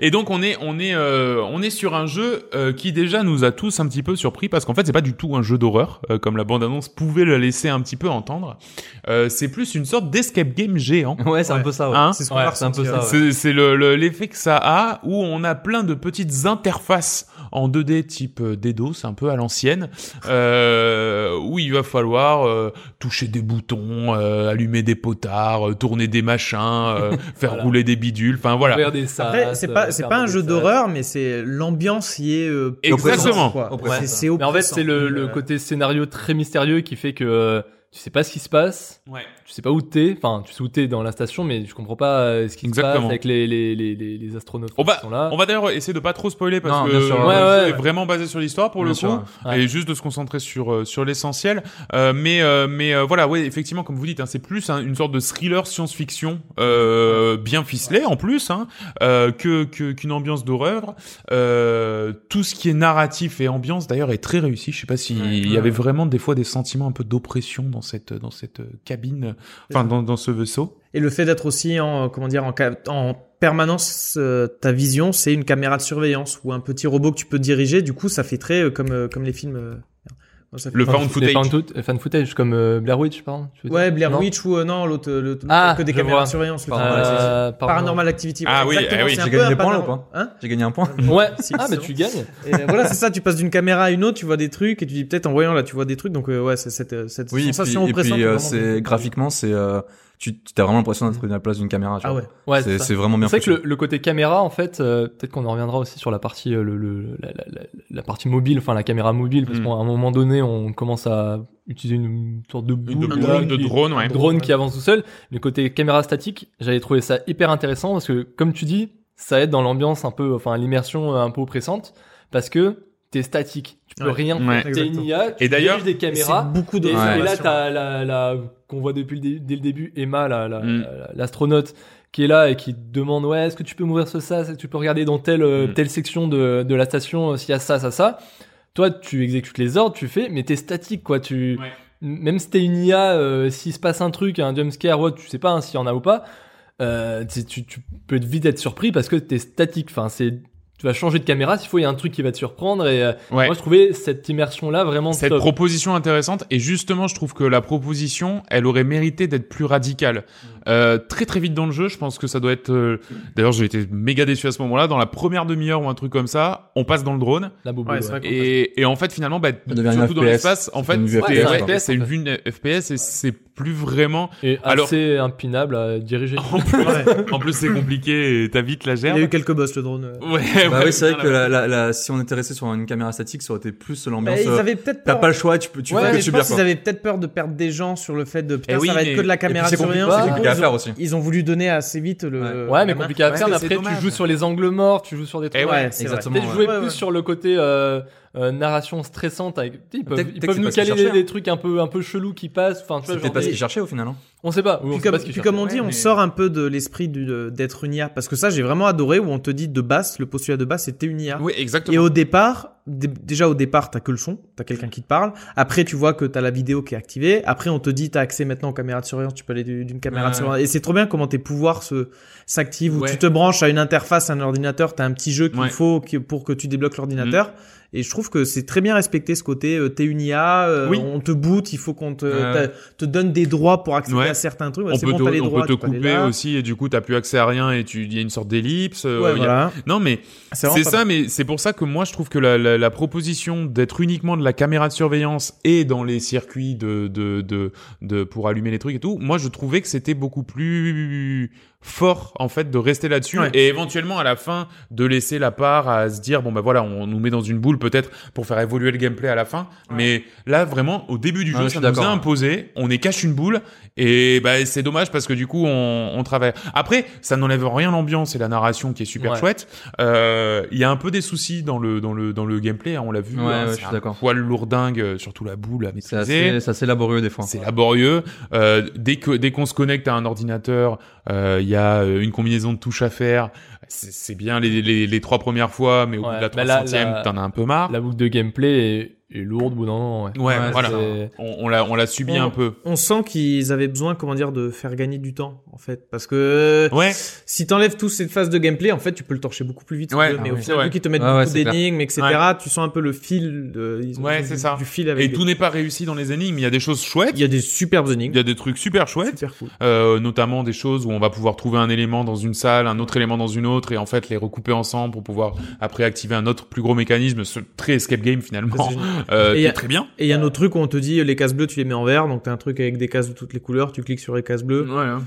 Speaker 1: et donc on est on est euh, on est sur un jeu euh, qui déjà nous a tous un petit peu surpris parce qu'en fait c'est pas du tout un jeu d'horreur euh, comme la bande annonce pouvait le laisser un petit peu entendre. Euh, c'est plus une sorte d'escape game géant.
Speaker 2: [LAUGHS] ouais, c'est
Speaker 4: Ouais.
Speaker 2: un peu ça. Ouais.
Speaker 1: Hein
Speaker 4: C'est ce qu'on
Speaker 3: Ouais,
Speaker 4: a
Speaker 2: c'est un peu
Speaker 4: ressenti,
Speaker 2: ça,
Speaker 4: ouais.
Speaker 1: c'est
Speaker 2: ouais.
Speaker 1: c'est le- le- l'effet que ça a où on a plein de petites interfaces en 2D type euh, DDoS un peu à l'ancienne euh, où il va falloir euh, toucher des boutons, euh, allumer des potards, euh, tourner des machins, euh, faire
Speaker 3: Voilà.
Speaker 1: rouler des bidules, enfin voilà.
Speaker 3: Regardez ça.
Speaker 4: Après, c'est pas, c'est pas un jeu d'horreur, mais c'est l'ambiance y est. euh,
Speaker 1: Exactement.
Speaker 4: quoi.
Speaker 2: Oppressante.
Speaker 4: C'est- C'est
Speaker 3: Mais en fait, c'est le, le
Speaker 4: oppressant.
Speaker 3: côté scénario très mystérieux qui fait que euh, tu sais pas ce qui se passe,
Speaker 1: Ouais.
Speaker 3: tu sais pas où t'es, enfin tu sais où t'es dans la station, mais tu comprends pas euh, ce qui se
Speaker 1: Exactement.
Speaker 3: passe avec les, les, les, les, les astronautes
Speaker 1: On va-
Speaker 3: qui sont là.
Speaker 1: On va d'ailleurs essayer de pas trop spoiler parce
Speaker 2: Non,
Speaker 1: que
Speaker 2: bien sûr,
Speaker 1: le
Speaker 3: ouais,
Speaker 1: jeu
Speaker 3: ouais.
Speaker 1: est vraiment basé sur l'histoire pour
Speaker 2: Bien
Speaker 1: le
Speaker 2: sûr,
Speaker 1: coup
Speaker 3: hein. ouais. Ouais.
Speaker 1: et juste de se concentrer sur euh, sur l'essentiel. Euh, mais euh, mais euh, voilà, ouais, effectivement, comme vous dites, hein, c'est plus hein, une sorte de thriller science-fiction euh, bien ficelé en plus hein, euh, que que- qu'une ambiance d'horreur. Euh, tout ce qui est narratif et ambiance d'ailleurs est très réussi. Je sais pas s'il y avait vraiment des fois des sentiments un peu d'oppression dans cette dans cette euh, cabine, enfin dans dans ce vaisseau.
Speaker 4: Et le fait d'être aussi en, euh, comment dire, en, ca- en permanence, euh, ta vision, c'est une caméra de surveillance ou un petit robot que tu peux diriger. Du coup, ça fait très euh, comme, euh, comme les films. euh, comment ça fait
Speaker 1: Le
Speaker 3: Enfin,
Speaker 1: found
Speaker 3: les
Speaker 1: footage.
Speaker 3: found foot- euh, found footage, comme euh, Blair Witch, pardon. tu veux
Speaker 4: Ouais,
Speaker 3: dire
Speaker 4: Blair
Speaker 3: Non
Speaker 4: Witch ou euh, non, l'autre, le, le-
Speaker 3: Ah,
Speaker 4: que des
Speaker 3: je
Speaker 4: caméras
Speaker 3: vois.
Speaker 4: de surveillance. Le
Speaker 2: Paranormal
Speaker 4: film.
Speaker 2: Activity.
Speaker 3: Euh,
Speaker 4: Paranormal Activity.
Speaker 1: Ah oui,
Speaker 4: Exactement,
Speaker 1: eh oui.
Speaker 4: c'est un
Speaker 2: J'ai
Speaker 4: peu
Speaker 2: gagné
Speaker 4: un
Speaker 2: des points, là, ou
Speaker 4: panor-
Speaker 2: pas
Speaker 4: Hein
Speaker 2: J'ai gagné un point.
Speaker 3: Ouais.
Speaker 4: [LAUGHS] Si,
Speaker 3: ah, mais
Speaker 4: c'est
Speaker 3: tu gagnes.
Speaker 4: Et, euh, voilà, c'est ça, tu passes d'une caméra à une autre, tu vois des trucs, et tu dis peut-être en voyant là, tu vois des trucs, donc euh, ouais, c'est cette, euh, cette
Speaker 2: Oui, et puis,
Speaker 4: sensation
Speaker 2: et
Speaker 4: oppressante.
Speaker 2: puis, euh,
Speaker 4: vraiment.
Speaker 2: c'est graphiquement, c'est euh, tu tu- t'as vraiment l'impression d'être à la place d'une caméra. Tu
Speaker 4: Ah
Speaker 2: vois.
Speaker 4: ouais.
Speaker 3: Ouais,
Speaker 2: c'est
Speaker 3: ça.
Speaker 2: c'est vraiment bien.
Speaker 3: C'est vrai que
Speaker 2: foutu.
Speaker 3: le, le côté caméra, en fait, euh, peut-être qu'on en reviendra aussi sur la partie, euh, le, le- la, la- la- la partie mobile, enfin la caméra mobile, parce
Speaker 1: Mm.
Speaker 3: qu'à un moment donné, on commence à utiliser une sorte de boule,
Speaker 1: de,
Speaker 4: boule
Speaker 3: là,
Speaker 1: drone, de
Speaker 3: qui-
Speaker 1: drone, ouais.
Speaker 3: un drone qui avance tout seul. Le côté caméra statique, j'avais trouvé ça hyper intéressant parce que, comme tu dis, ça aide dans l'ambiance un peu, enfin l'immersion euh, un peu oppressante. parce que t'es statique, tu peux
Speaker 4: Ouais.
Speaker 3: rien
Speaker 1: Ouais.
Speaker 3: faire. T'es une
Speaker 4: Exactement.
Speaker 3: IA, tu
Speaker 1: Et d'ailleurs,
Speaker 3: diriges des caméras.
Speaker 4: C'est beaucoup
Speaker 3: Et,
Speaker 4: de.
Speaker 3: et
Speaker 2: Ouais.
Speaker 3: là, t'as la, la- qu'on voit depuis le dé- dès le début, Emma, la- la-
Speaker 1: Mm.
Speaker 3: la- l'astronaute, qui est là et qui demande ouais, est-ce que tu peux m'ouvrir ce ça, est-ce que tu peux regarder dans telle euh,
Speaker 1: Mm.
Speaker 3: telle section de, de la station euh, s'il y a ça, ça, ça. Toi, tu exécutes les ordres, tu fais, mais t'es statique quoi. Tu
Speaker 1: Ouais.
Speaker 3: même si t'es une IA, euh, s'il se passe un truc, un jumpscare, ouais, tu sais pas hein, s'il y en a ou pas. euh, tu, tu- tu peux vite être surpris parce que t'es statique. Enfin, c'est tu vas changer de caméra s'il faut, il y a un truc qui va te surprendre. Et euh,
Speaker 1: Ouais.
Speaker 3: moi, je trouvais cette immersion là vraiment
Speaker 1: Cette
Speaker 3: top.
Speaker 1: proposition intéressante et justement je trouve que la proposition elle aurait mérité d'être plus radicale Euh, très très vite dans le jeu je pense que ça doit être euh, d'ailleurs j'ai été méga déçu à ce moment là dans la première demi-heure ou un truc comme ça on passe dans le drone
Speaker 3: La boubou,
Speaker 4: Ouais, c'est
Speaker 3: ouais.
Speaker 4: vrai qu'on passe-
Speaker 1: et, et en fait finalement bah,
Speaker 2: devient une
Speaker 1: surtout dans
Speaker 2: FPS.
Speaker 1: l'espace en
Speaker 2: C'est
Speaker 1: fait
Speaker 2: une vue
Speaker 1: c'était-
Speaker 3: FPS,
Speaker 1: ouais,
Speaker 3: quoi.
Speaker 1: c'est une vue FPS et c'est plus vraiment
Speaker 3: Et
Speaker 1: Alors- Oh,
Speaker 3: assez impinable à diriger.
Speaker 1: en plus,
Speaker 4: Ouais.
Speaker 1: en plus, c'est compliqué et t'as vite la
Speaker 4: Il y
Speaker 1: gerbe
Speaker 4: a eu quelques boss le drone. euh.
Speaker 1: ouais,
Speaker 2: Bah
Speaker 1: ouais,
Speaker 2: oui, c'est vrai
Speaker 1: putain,
Speaker 2: que
Speaker 1: la-
Speaker 2: la, la, la- si on était resté sur une caméra statique, ça aurait été plus l'ambiance.
Speaker 4: Bah, ils
Speaker 2: euh,
Speaker 4: avaient peut-être
Speaker 2: T'as
Speaker 4: peur.
Speaker 2: pas le choix, tu peux, tu
Speaker 4: Ouais,
Speaker 2: peux
Speaker 4: mais
Speaker 2: que
Speaker 4: je
Speaker 2: subir
Speaker 4: pense qu'ils
Speaker 2: quoi. Et
Speaker 4: avaient peut-être peur de perdre des gens sur le fait de putain
Speaker 1: Eh oui,
Speaker 4: ça va
Speaker 1: mais-
Speaker 4: être que de la
Speaker 2: puis
Speaker 4: caméra
Speaker 2: c'est
Speaker 4: de
Speaker 2: compliqué,
Speaker 4: surveillance.
Speaker 2: c'est compliqué à
Speaker 4: Ils ont-
Speaker 2: faire aussi.
Speaker 4: Ils ont voulu donner assez vite le.
Speaker 3: Ouais,
Speaker 4: la
Speaker 3: mais
Speaker 4: marque.
Speaker 3: compliqué à
Speaker 1: Ouais,
Speaker 3: faire.
Speaker 1: mais
Speaker 3: mais
Speaker 1: c'est
Speaker 3: après,
Speaker 1: dommage.
Speaker 3: tu joues sur les angles morts, tu joues sur des trucs.
Speaker 1: Eh ouais,
Speaker 4: Ouais, c'est vrai.
Speaker 2: exactement.
Speaker 3: Peut-être jouer
Speaker 4: Ouais,
Speaker 3: plus
Speaker 4: ouais.
Speaker 3: sur le côté euh, euh, narration stressante. Avec... Ils peuvent,
Speaker 2: Peut-être-
Speaker 3: ils
Speaker 2: peut-être
Speaker 3: peuvent
Speaker 2: c'est
Speaker 3: nous
Speaker 2: pas ce qu'ils
Speaker 3: caler des,
Speaker 2: cherchaient,
Speaker 3: des trucs un peu un peu chelous qui passent. Enfin, tu vois,
Speaker 2: C'était
Speaker 3: genre
Speaker 2: pas ce
Speaker 3: des-
Speaker 2: qu'ils cherchaient au final. Hein.
Speaker 3: on sait pas. ou on
Speaker 4: Puis
Speaker 3: sait
Speaker 4: comme,
Speaker 3: pas ce qu'ils
Speaker 4: puis
Speaker 3: cherchaient.
Speaker 4: comme on dit,
Speaker 1: Ouais, mais-
Speaker 4: on sort un peu de l'esprit du- de- d'être une IA. Parce que ça, j'ai vraiment adoré où on te dit de base, le postulat de base, c'était une IA.
Speaker 1: oui
Speaker 4: Et
Speaker 1: exactement
Speaker 4: au départ, dé- déjà au départ, t'as que le son, t'as quelqu'un qui te parle. Après, tu vois que t'as la vidéo qui est activée. Après, on te dit t'as accès maintenant aux caméras de surveillance. Tu peux aller du- d'une caméra
Speaker 2: Ouais.
Speaker 4: de surveillance. Et c'est trop bien comment tes pouvoirs se s'activent. Ou
Speaker 1: Ouais.
Speaker 4: tu te branches à une interface, à un ordinateur. T'as un petit jeu qu'il
Speaker 1: Ouais. Mm.
Speaker 4: faut qui- pour que tu débloques l'ordinateur. Et je trouve que c'est très bien respecté ce côté. euh, T'es une IA, euh,
Speaker 1: Oui.
Speaker 4: on te boot, il faut qu'on te,
Speaker 2: Ouais.
Speaker 4: t'a- te donne des droits pour accéder
Speaker 1: Ouais.
Speaker 4: à certains trucs. Ouais,
Speaker 1: on
Speaker 4: c'est
Speaker 1: peut,
Speaker 4: bon,
Speaker 1: te,
Speaker 4: t'as les
Speaker 1: on
Speaker 4: droits,
Speaker 1: peut te
Speaker 4: tu peux aller
Speaker 1: couper
Speaker 4: là.
Speaker 1: aussi et du coup t'as plus accès à rien et tu il y a une sorte d'ellipse euh,
Speaker 4: Ouais,
Speaker 1: il y a- [LAUGHS]
Speaker 4: voilà.
Speaker 1: non mais
Speaker 4: C'est vraiment
Speaker 1: C'est
Speaker 4: pas
Speaker 1: ça, mais c'est pour ça que moi je trouve que la, la- la proposition d'être uniquement de la caméra de surveillance et dans les circuits de, de, de, de- pour allumer les trucs et tout, moi je trouvais que c'était beaucoup plus fort en fait de rester là-dessus
Speaker 4: Ouais.
Speaker 1: et éventuellement à la fin de laisser la part à se dire bon bah voilà on nous met dans une boule peut-être pour faire évoluer le gameplay à la fin, mais là vraiment au début du
Speaker 2: Ouais,
Speaker 1: jeu
Speaker 2: je
Speaker 1: ça
Speaker 2: suis
Speaker 1: nous a
Speaker 2: d'accord.
Speaker 1: imposé, on est cache une boule et bah c'est dommage parce que du coup on, on travaille. Après ça n'enlève rien l'ambiance et la narration qui est super
Speaker 3: Ouais.
Speaker 1: chouette. Euh, Il y a un peu des soucis dans le dans le dans le gameplay, hein, on l'a vu.
Speaker 2: Ouais,
Speaker 1: hein,
Speaker 2: ouais,
Speaker 1: c'est
Speaker 2: je suis
Speaker 1: un
Speaker 2: d'accord.
Speaker 1: Poil lourdingue, euh, surtout la boule à
Speaker 2: C'est
Speaker 1: maîtriser.
Speaker 2: assez, c'est assez laborieux des fois.
Speaker 1: C'est laborieux. Euh, dès que dès qu'on se connecte à un ordinateur, euh, il y a euh, une combinaison de touches à faire. C'est c'est bien les, les, les trois premières fois, mais au bout
Speaker 3: Ouais,
Speaker 1: de la
Speaker 3: bah là,
Speaker 1: 300e,
Speaker 3: la-
Speaker 1: t'en as un peu marre.
Speaker 3: La boucle de gameplay est, est lourde, bout d'un moment. Ouais.
Speaker 1: Ouais,
Speaker 2: Ouais,
Speaker 1: voilà.
Speaker 3: c'est-
Speaker 1: On, on l'a on l'a subi
Speaker 4: On-
Speaker 1: un peu.
Speaker 4: on sent qu'ils avaient besoin, comment dire, de faire gagner du temps, en fait. Parce que
Speaker 1: Ouais.
Speaker 4: si t'enlèves toute cette phase de gameplay, en fait, tu peux le torcher beaucoup plus vite. ce
Speaker 1: Ouais,
Speaker 4: jeu. mais
Speaker 1: ah
Speaker 4: au
Speaker 1: oui,
Speaker 4: final,
Speaker 1: c'est
Speaker 4: vu qu'ils te mettent
Speaker 2: Ouais, ouais,
Speaker 4: beaucoup
Speaker 2: c'est clair.
Speaker 4: d'énigmes, etc., tu sens un peu le fil de, ils ont
Speaker 1: Ouais,
Speaker 4: du-
Speaker 1: c'est ça.
Speaker 4: du fil avec.
Speaker 1: Et
Speaker 4: des-
Speaker 1: tout n'est pas réussi dans les énigmes. Il y a des choses
Speaker 4: Il
Speaker 1: chouettes.
Speaker 4: y a des superbes
Speaker 1: Il y
Speaker 4: énigmes.
Speaker 1: a des trucs super chouettes.
Speaker 4: Super cool.
Speaker 1: euh, notamment des choses où on va pouvoir trouver un élément dans une salle, un autre élément dans une autre, et en fait les recouper ensemble pour pouvoir après activer un autre plus gros mécanisme, ce très escape game
Speaker 4: Ça,
Speaker 1: finalement,
Speaker 4: c'est génial.
Speaker 1: euh,
Speaker 4: Et
Speaker 1: qui
Speaker 4: y
Speaker 1: est
Speaker 4: a-
Speaker 1: très bien.
Speaker 4: Et il y a un autre truc où on te dit les cases bleues, tu les mets en vert, donc t'as un truc avec des cases de toutes les couleurs, tu cliques sur les cases bleues.
Speaker 3: hein.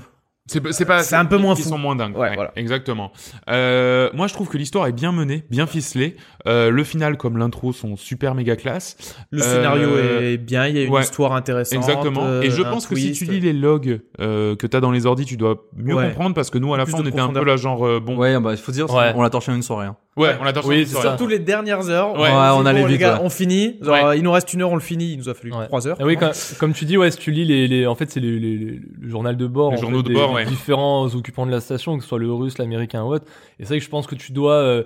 Speaker 1: C'est pas- c'est pas
Speaker 4: C'est un peu moins
Speaker 1: ils
Speaker 4: fou.
Speaker 1: sont moins dingues.
Speaker 4: Ouais, voilà.
Speaker 1: Exactement. Euh, moi, je trouve que l'histoire est bien menée, bien ficelée. Euh, le final comme l'intro sont super méga classe.
Speaker 4: Le
Speaker 1: Euh,
Speaker 4: scénario est bien, il y a une
Speaker 1: ouais.
Speaker 4: histoire intéressante.
Speaker 1: Exactement.
Speaker 4: euh,
Speaker 1: et je
Speaker 4: un
Speaker 1: pense que si
Speaker 4: twist.
Speaker 1: tu lis les logs euh, que t'as dans les ordi, tu dois mieux
Speaker 4: Ouais.
Speaker 1: comprendre parce que nous à la
Speaker 4: Plus
Speaker 1: fin
Speaker 4: de
Speaker 1: on était un peu
Speaker 4: profondeur.
Speaker 1: là genre euh, bon. Ouais,
Speaker 2: Ouais, bah il faut dire,
Speaker 3: Ouais.
Speaker 2: on l'a torché en une soirée. hein.
Speaker 1: on attend.
Speaker 3: Oui, c'est ça.
Speaker 4: Surtout les dernières heures.
Speaker 1: Ouais,
Speaker 4: on,
Speaker 2: on
Speaker 4: dit,
Speaker 2: allait
Speaker 4: bon, les
Speaker 2: vite,
Speaker 4: gars,
Speaker 2: ouais.
Speaker 4: on finit. Genre, euh,
Speaker 1: Ouais.
Speaker 4: il nous reste une heure, on le finit. Il nous a fallu
Speaker 3: Ouais.
Speaker 4: trois heures.
Speaker 3: Ah oui, comme, comme tu dis, ouais, si tu lis les, les- en fait, c'est les- les- les- le journal de bord,
Speaker 1: Les
Speaker 3: en
Speaker 1: journaux
Speaker 3: fait,
Speaker 1: de
Speaker 3: des-
Speaker 1: bord,
Speaker 3: des
Speaker 1: ouais.
Speaker 3: différents occupants de la station, que ce soit le russe, l'américain ou autre. Et c'est vrai que je pense que tu dois euh,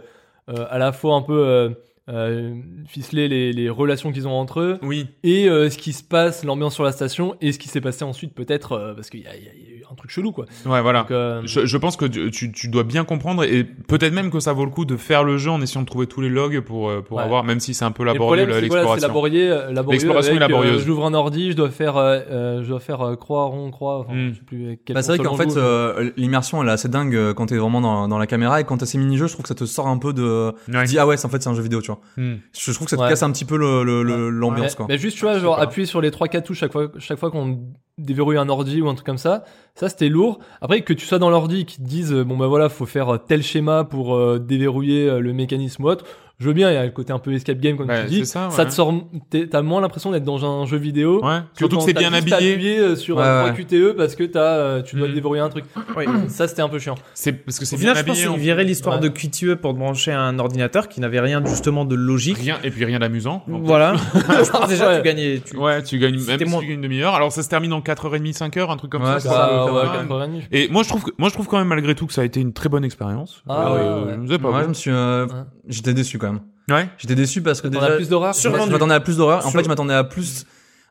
Speaker 3: euh, à la fois un peu euh, euh, ficeler les, les relations qu'ils ont entre eux
Speaker 1: Oui.
Speaker 3: et euh, ce qui se passe, l'ambiance sur la station et ce qui s'est passé ensuite peut-être euh, parce qu'il y, a il y a eu un truc chelou quoi.
Speaker 1: Ouais, voilà.
Speaker 3: Donc, euh,
Speaker 1: Ah, Je, je pense que tu, tu- tu dois bien comprendre et peut-être même que ça vaut le coup de faire le jeu en essayant de trouver tous les logs pour, euh, pour
Speaker 3: Ouais.
Speaker 1: avoir, même si c'est un peu
Speaker 3: et le
Speaker 1: laborieux
Speaker 3: problème c'est que, voilà, c'est
Speaker 1: l'exploration.
Speaker 3: laborieux, euh, laborieux
Speaker 1: L'exploration
Speaker 3: avec,
Speaker 1: est laborieuse.
Speaker 3: euh, j'ouvre un ordi, je dois faire, euh, euh, je dois faire euh, croix rond croix. Enfin,
Speaker 1: Mm.
Speaker 3: je sais plus avec quelle
Speaker 2: Bah, c'est vrai qu'en
Speaker 3: console on
Speaker 2: fait,
Speaker 3: joue.
Speaker 2: euh, l'immersion elle est assez dingue euh, quand t'es vraiment dans, dans la caméra et quand t'as ces mini-jeux, je trouve que ça te sort un peu de.
Speaker 1: Ouais.
Speaker 2: Tu dis, ah ouais, c'est- en fait, c'est un jeu vidéo, tu vois.
Speaker 1: Hmm.
Speaker 2: Je je trouve que ça te
Speaker 3: Ouais.
Speaker 2: casse un petit peu le- le- le- l'ambiance,
Speaker 3: mais,
Speaker 2: quoi.
Speaker 3: mais Bah, juste, tu vois, genre
Speaker 1: pas.
Speaker 3: appuyer sur les trois quatre touches chaque fois, chaque fois qu'on déverrouille un ordi ou un truc comme ça, ça c'était lourd. Après que tu sois dans l'ordi qui te dise euh, bon bah voilà, faut faire euh, tel schéma pour euh, déverrouiller euh, le mécanisme ou autre. je veux bien, il y a le côté un peu escape game, comme
Speaker 1: Ouais,
Speaker 3: tu dis.
Speaker 1: c'est ça, ouais.
Speaker 3: te sort, t'es- t'as moins l'impression d'être dans un jeu vidéo.
Speaker 1: Ouais. Surtout que
Speaker 3: quand
Speaker 1: c'est
Speaker 3: t'as
Speaker 1: bien
Speaker 3: juste à
Speaker 1: habillé.
Speaker 3: appuyer, euh, sur
Speaker 2: Ouais,
Speaker 3: un
Speaker 2: ouais.
Speaker 3: point QTE parce que t'as, euh, tu dois
Speaker 1: Mm.
Speaker 3: déverrouiller un truc.
Speaker 4: Oui.
Speaker 3: Ça, c'était un peu chiant.
Speaker 1: C'est parce que c'est
Speaker 4: Au
Speaker 1: bien
Speaker 4: final, je
Speaker 1: habillé.
Speaker 4: pense qu'ils
Speaker 1: en-
Speaker 4: viraient l'histoire
Speaker 3: Ouais.
Speaker 4: de QTE pour brancher un ordinateur qui n'avait rien justement de logique.
Speaker 1: Rien et puis rien d'amusant. en plus.
Speaker 4: Voilà. [LAUGHS] je pense déjà
Speaker 3: Ouais.
Speaker 4: tu gagnais. Tu...
Speaker 1: Ouais, tu gagnes même
Speaker 4: C'était
Speaker 1: si
Speaker 4: moins-
Speaker 1: tu gagnes une demi-heure. Alors ça se termine en 4h30, 5h, un truc comme
Speaker 2: Ouais,
Speaker 1: ça.
Speaker 2: c'est
Speaker 1: ça
Speaker 2: ça,
Speaker 1: doit
Speaker 3: Ah,
Speaker 1: faire
Speaker 3: ouais,
Speaker 1: mal.
Speaker 3: quatre heures et demie.
Speaker 1: Et moi je trouve que moi je trouve quand même malgré tout que ça a été une très bonne expérience. Euh,
Speaker 3: Ah, ouais,
Speaker 1: je sais pas.
Speaker 2: Moi, je
Speaker 1: vous.
Speaker 2: me suis, euh,
Speaker 3: Ouais.
Speaker 2: j'étais déçu quand même.
Speaker 1: Ouais.
Speaker 2: J'étais déçu parce que
Speaker 3: T'en as
Speaker 2: déjà,
Speaker 3: plus d'horreur
Speaker 2: je
Speaker 4: Survendu.
Speaker 2: m'attendais à plus d'horreur. En
Speaker 4: Sur-
Speaker 2: fait, je m'attendais à plus.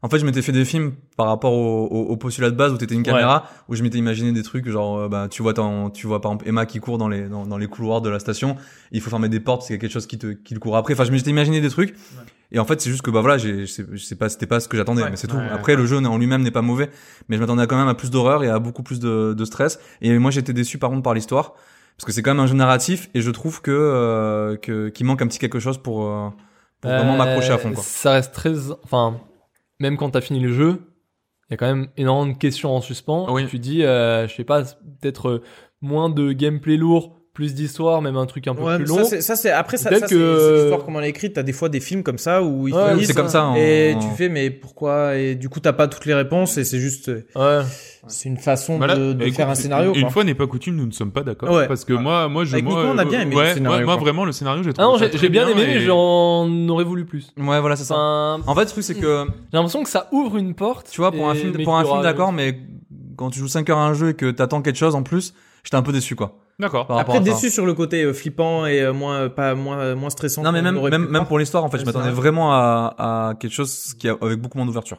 Speaker 2: En fait, je m'étais fait des films par rapport au, au, au postulat de base où t'étais une caméra, où je m'étais imaginé des trucs genre, euh, bah, tu vois, ton- tu vois par exemple Emma qui court dans les dans, dans les couloirs de la station. Il faut fermer des portes parce qu'il y a quelque chose qui te qui le court après. Enfin, je m'étais imaginé des trucs. Et en fait, c'est juste que bah voilà, j'ai- je sais, je sais pas, c'était pas ce que j'attendais,
Speaker 4: Ouais.
Speaker 2: mais c'est tout.
Speaker 1: Ouais.
Speaker 2: Après, le jeu en lui-même n'est pas mauvais, mais je m'attendais quand même à plus d'horreur et à beaucoup plus de, de stress. Et moi, j'étais déçu par contre par l'histoire, parce que c'est quand même un jeu narratif et je trouve que euh, que qu'il manque un petit quelque chose pour, euh, pour vraiment
Speaker 3: Euh,
Speaker 2: m'accrocher à fond. Quoi.
Speaker 3: Ça reste très. Enfin, même quand t'as fini le jeu, il y a quand même énormément de questions en suspens.
Speaker 1: Oui.
Speaker 3: Tu dis, euh, je sais pas, c'est peut-être euh, moins de gameplay lourd, plus d'histoire, même un truc un peu
Speaker 4: Ouais, mais
Speaker 3: plus
Speaker 4: ça,
Speaker 3: long.
Speaker 4: c'est- ça c'est après ça,
Speaker 3: Peut-être
Speaker 4: ça c'est
Speaker 3: que-
Speaker 4: c'est l'histoire comment elle est écrite. T'as des fois des films comme ça où ils
Speaker 3: Ouais,
Speaker 4: finissent
Speaker 2: C'est comme ça. en-
Speaker 4: et
Speaker 2: en-
Speaker 4: tu fais mais pourquoi et du coup t'as pas toutes les réponses et c'est juste euh,
Speaker 3: Ouais.
Speaker 4: c'est une façon
Speaker 1: Voilà.
Speaker 4: de, de
Speaker 2: Bah,
Speaker 1: Écoute,
Speaker 4: faire un scénario.
Speaker 1: Une
Speaker 4: quoi.
Speaker 1: fois n'est pas coutume, nous ne sommes pas d'accord.
Speaker 4: Ouais.
Speaker 1: Parce que moi, moi, je,
Speaker 4: Avec
Speaker 1: moi,
Speaker 4: Nico, on
Speaker 1: euh,
Speaker 4: a bien aimé
Speaker 1: ouais,
Speaker 4: le scénario,
Speaker 1: ouais, moi,
Speaker 4: quoi.
Speaker 1: vraiment, le scénario, j'ai
Speaker 3: Ah
Speaker 1: trouvé
Speaker 3: non,
Speaker 1: ça
Speaker 3: j'ai
Speaker 1: très
Speaker 3: j'ai bien, aimé,
Speaker 1: et-
Speaker 3: mais j'en aurais voulu plus.
Speaker 2: Ouais, voilà, c'est ça.
Speaker 3: Enfin,
Speaker 2: En fait, le truc c'est que
Speaker 3: j'ai l'impression que ça ouvre une porte.
Speaker 2: tu vois pour un
Speaker 3: et-
Speaker 2: film
Speaker 3: mais
Speaker 2: pour un
Speaker 3: qu'il y
Speaker 2: film
Speaker 3: aura-
Speaker 2: d'accord, mais quand tu joues 5 heures à un jeu et que t'attends quelque chose en plus, j'étais un peu déçu quoi.
Speaker 1: D'accord.
Speaker 2: par rapport
Speaker 4: Après
Speaker 2: à ça.
Speaker 4: déçu sur le côté euh, flippant et euh, moins euh, pas moins euh, moins stressant.
Speaker 2: Non mais
Speaker 4: qu'on
Speaker 2: même
Speaker 4: aurait pu
Speaker 2: même, même
Speaker 4: croire.
Speaker 2: pour l'histoire en fait,
Speaker 4: Ouais,
Speaker 2: je
Speaker 4: c'est
Speaker 2: m'attendais
Speaker 4: vrai.
Speaker 2: vraiment à, à quelque chose qui a, avec beaucoup moins d'ouverture.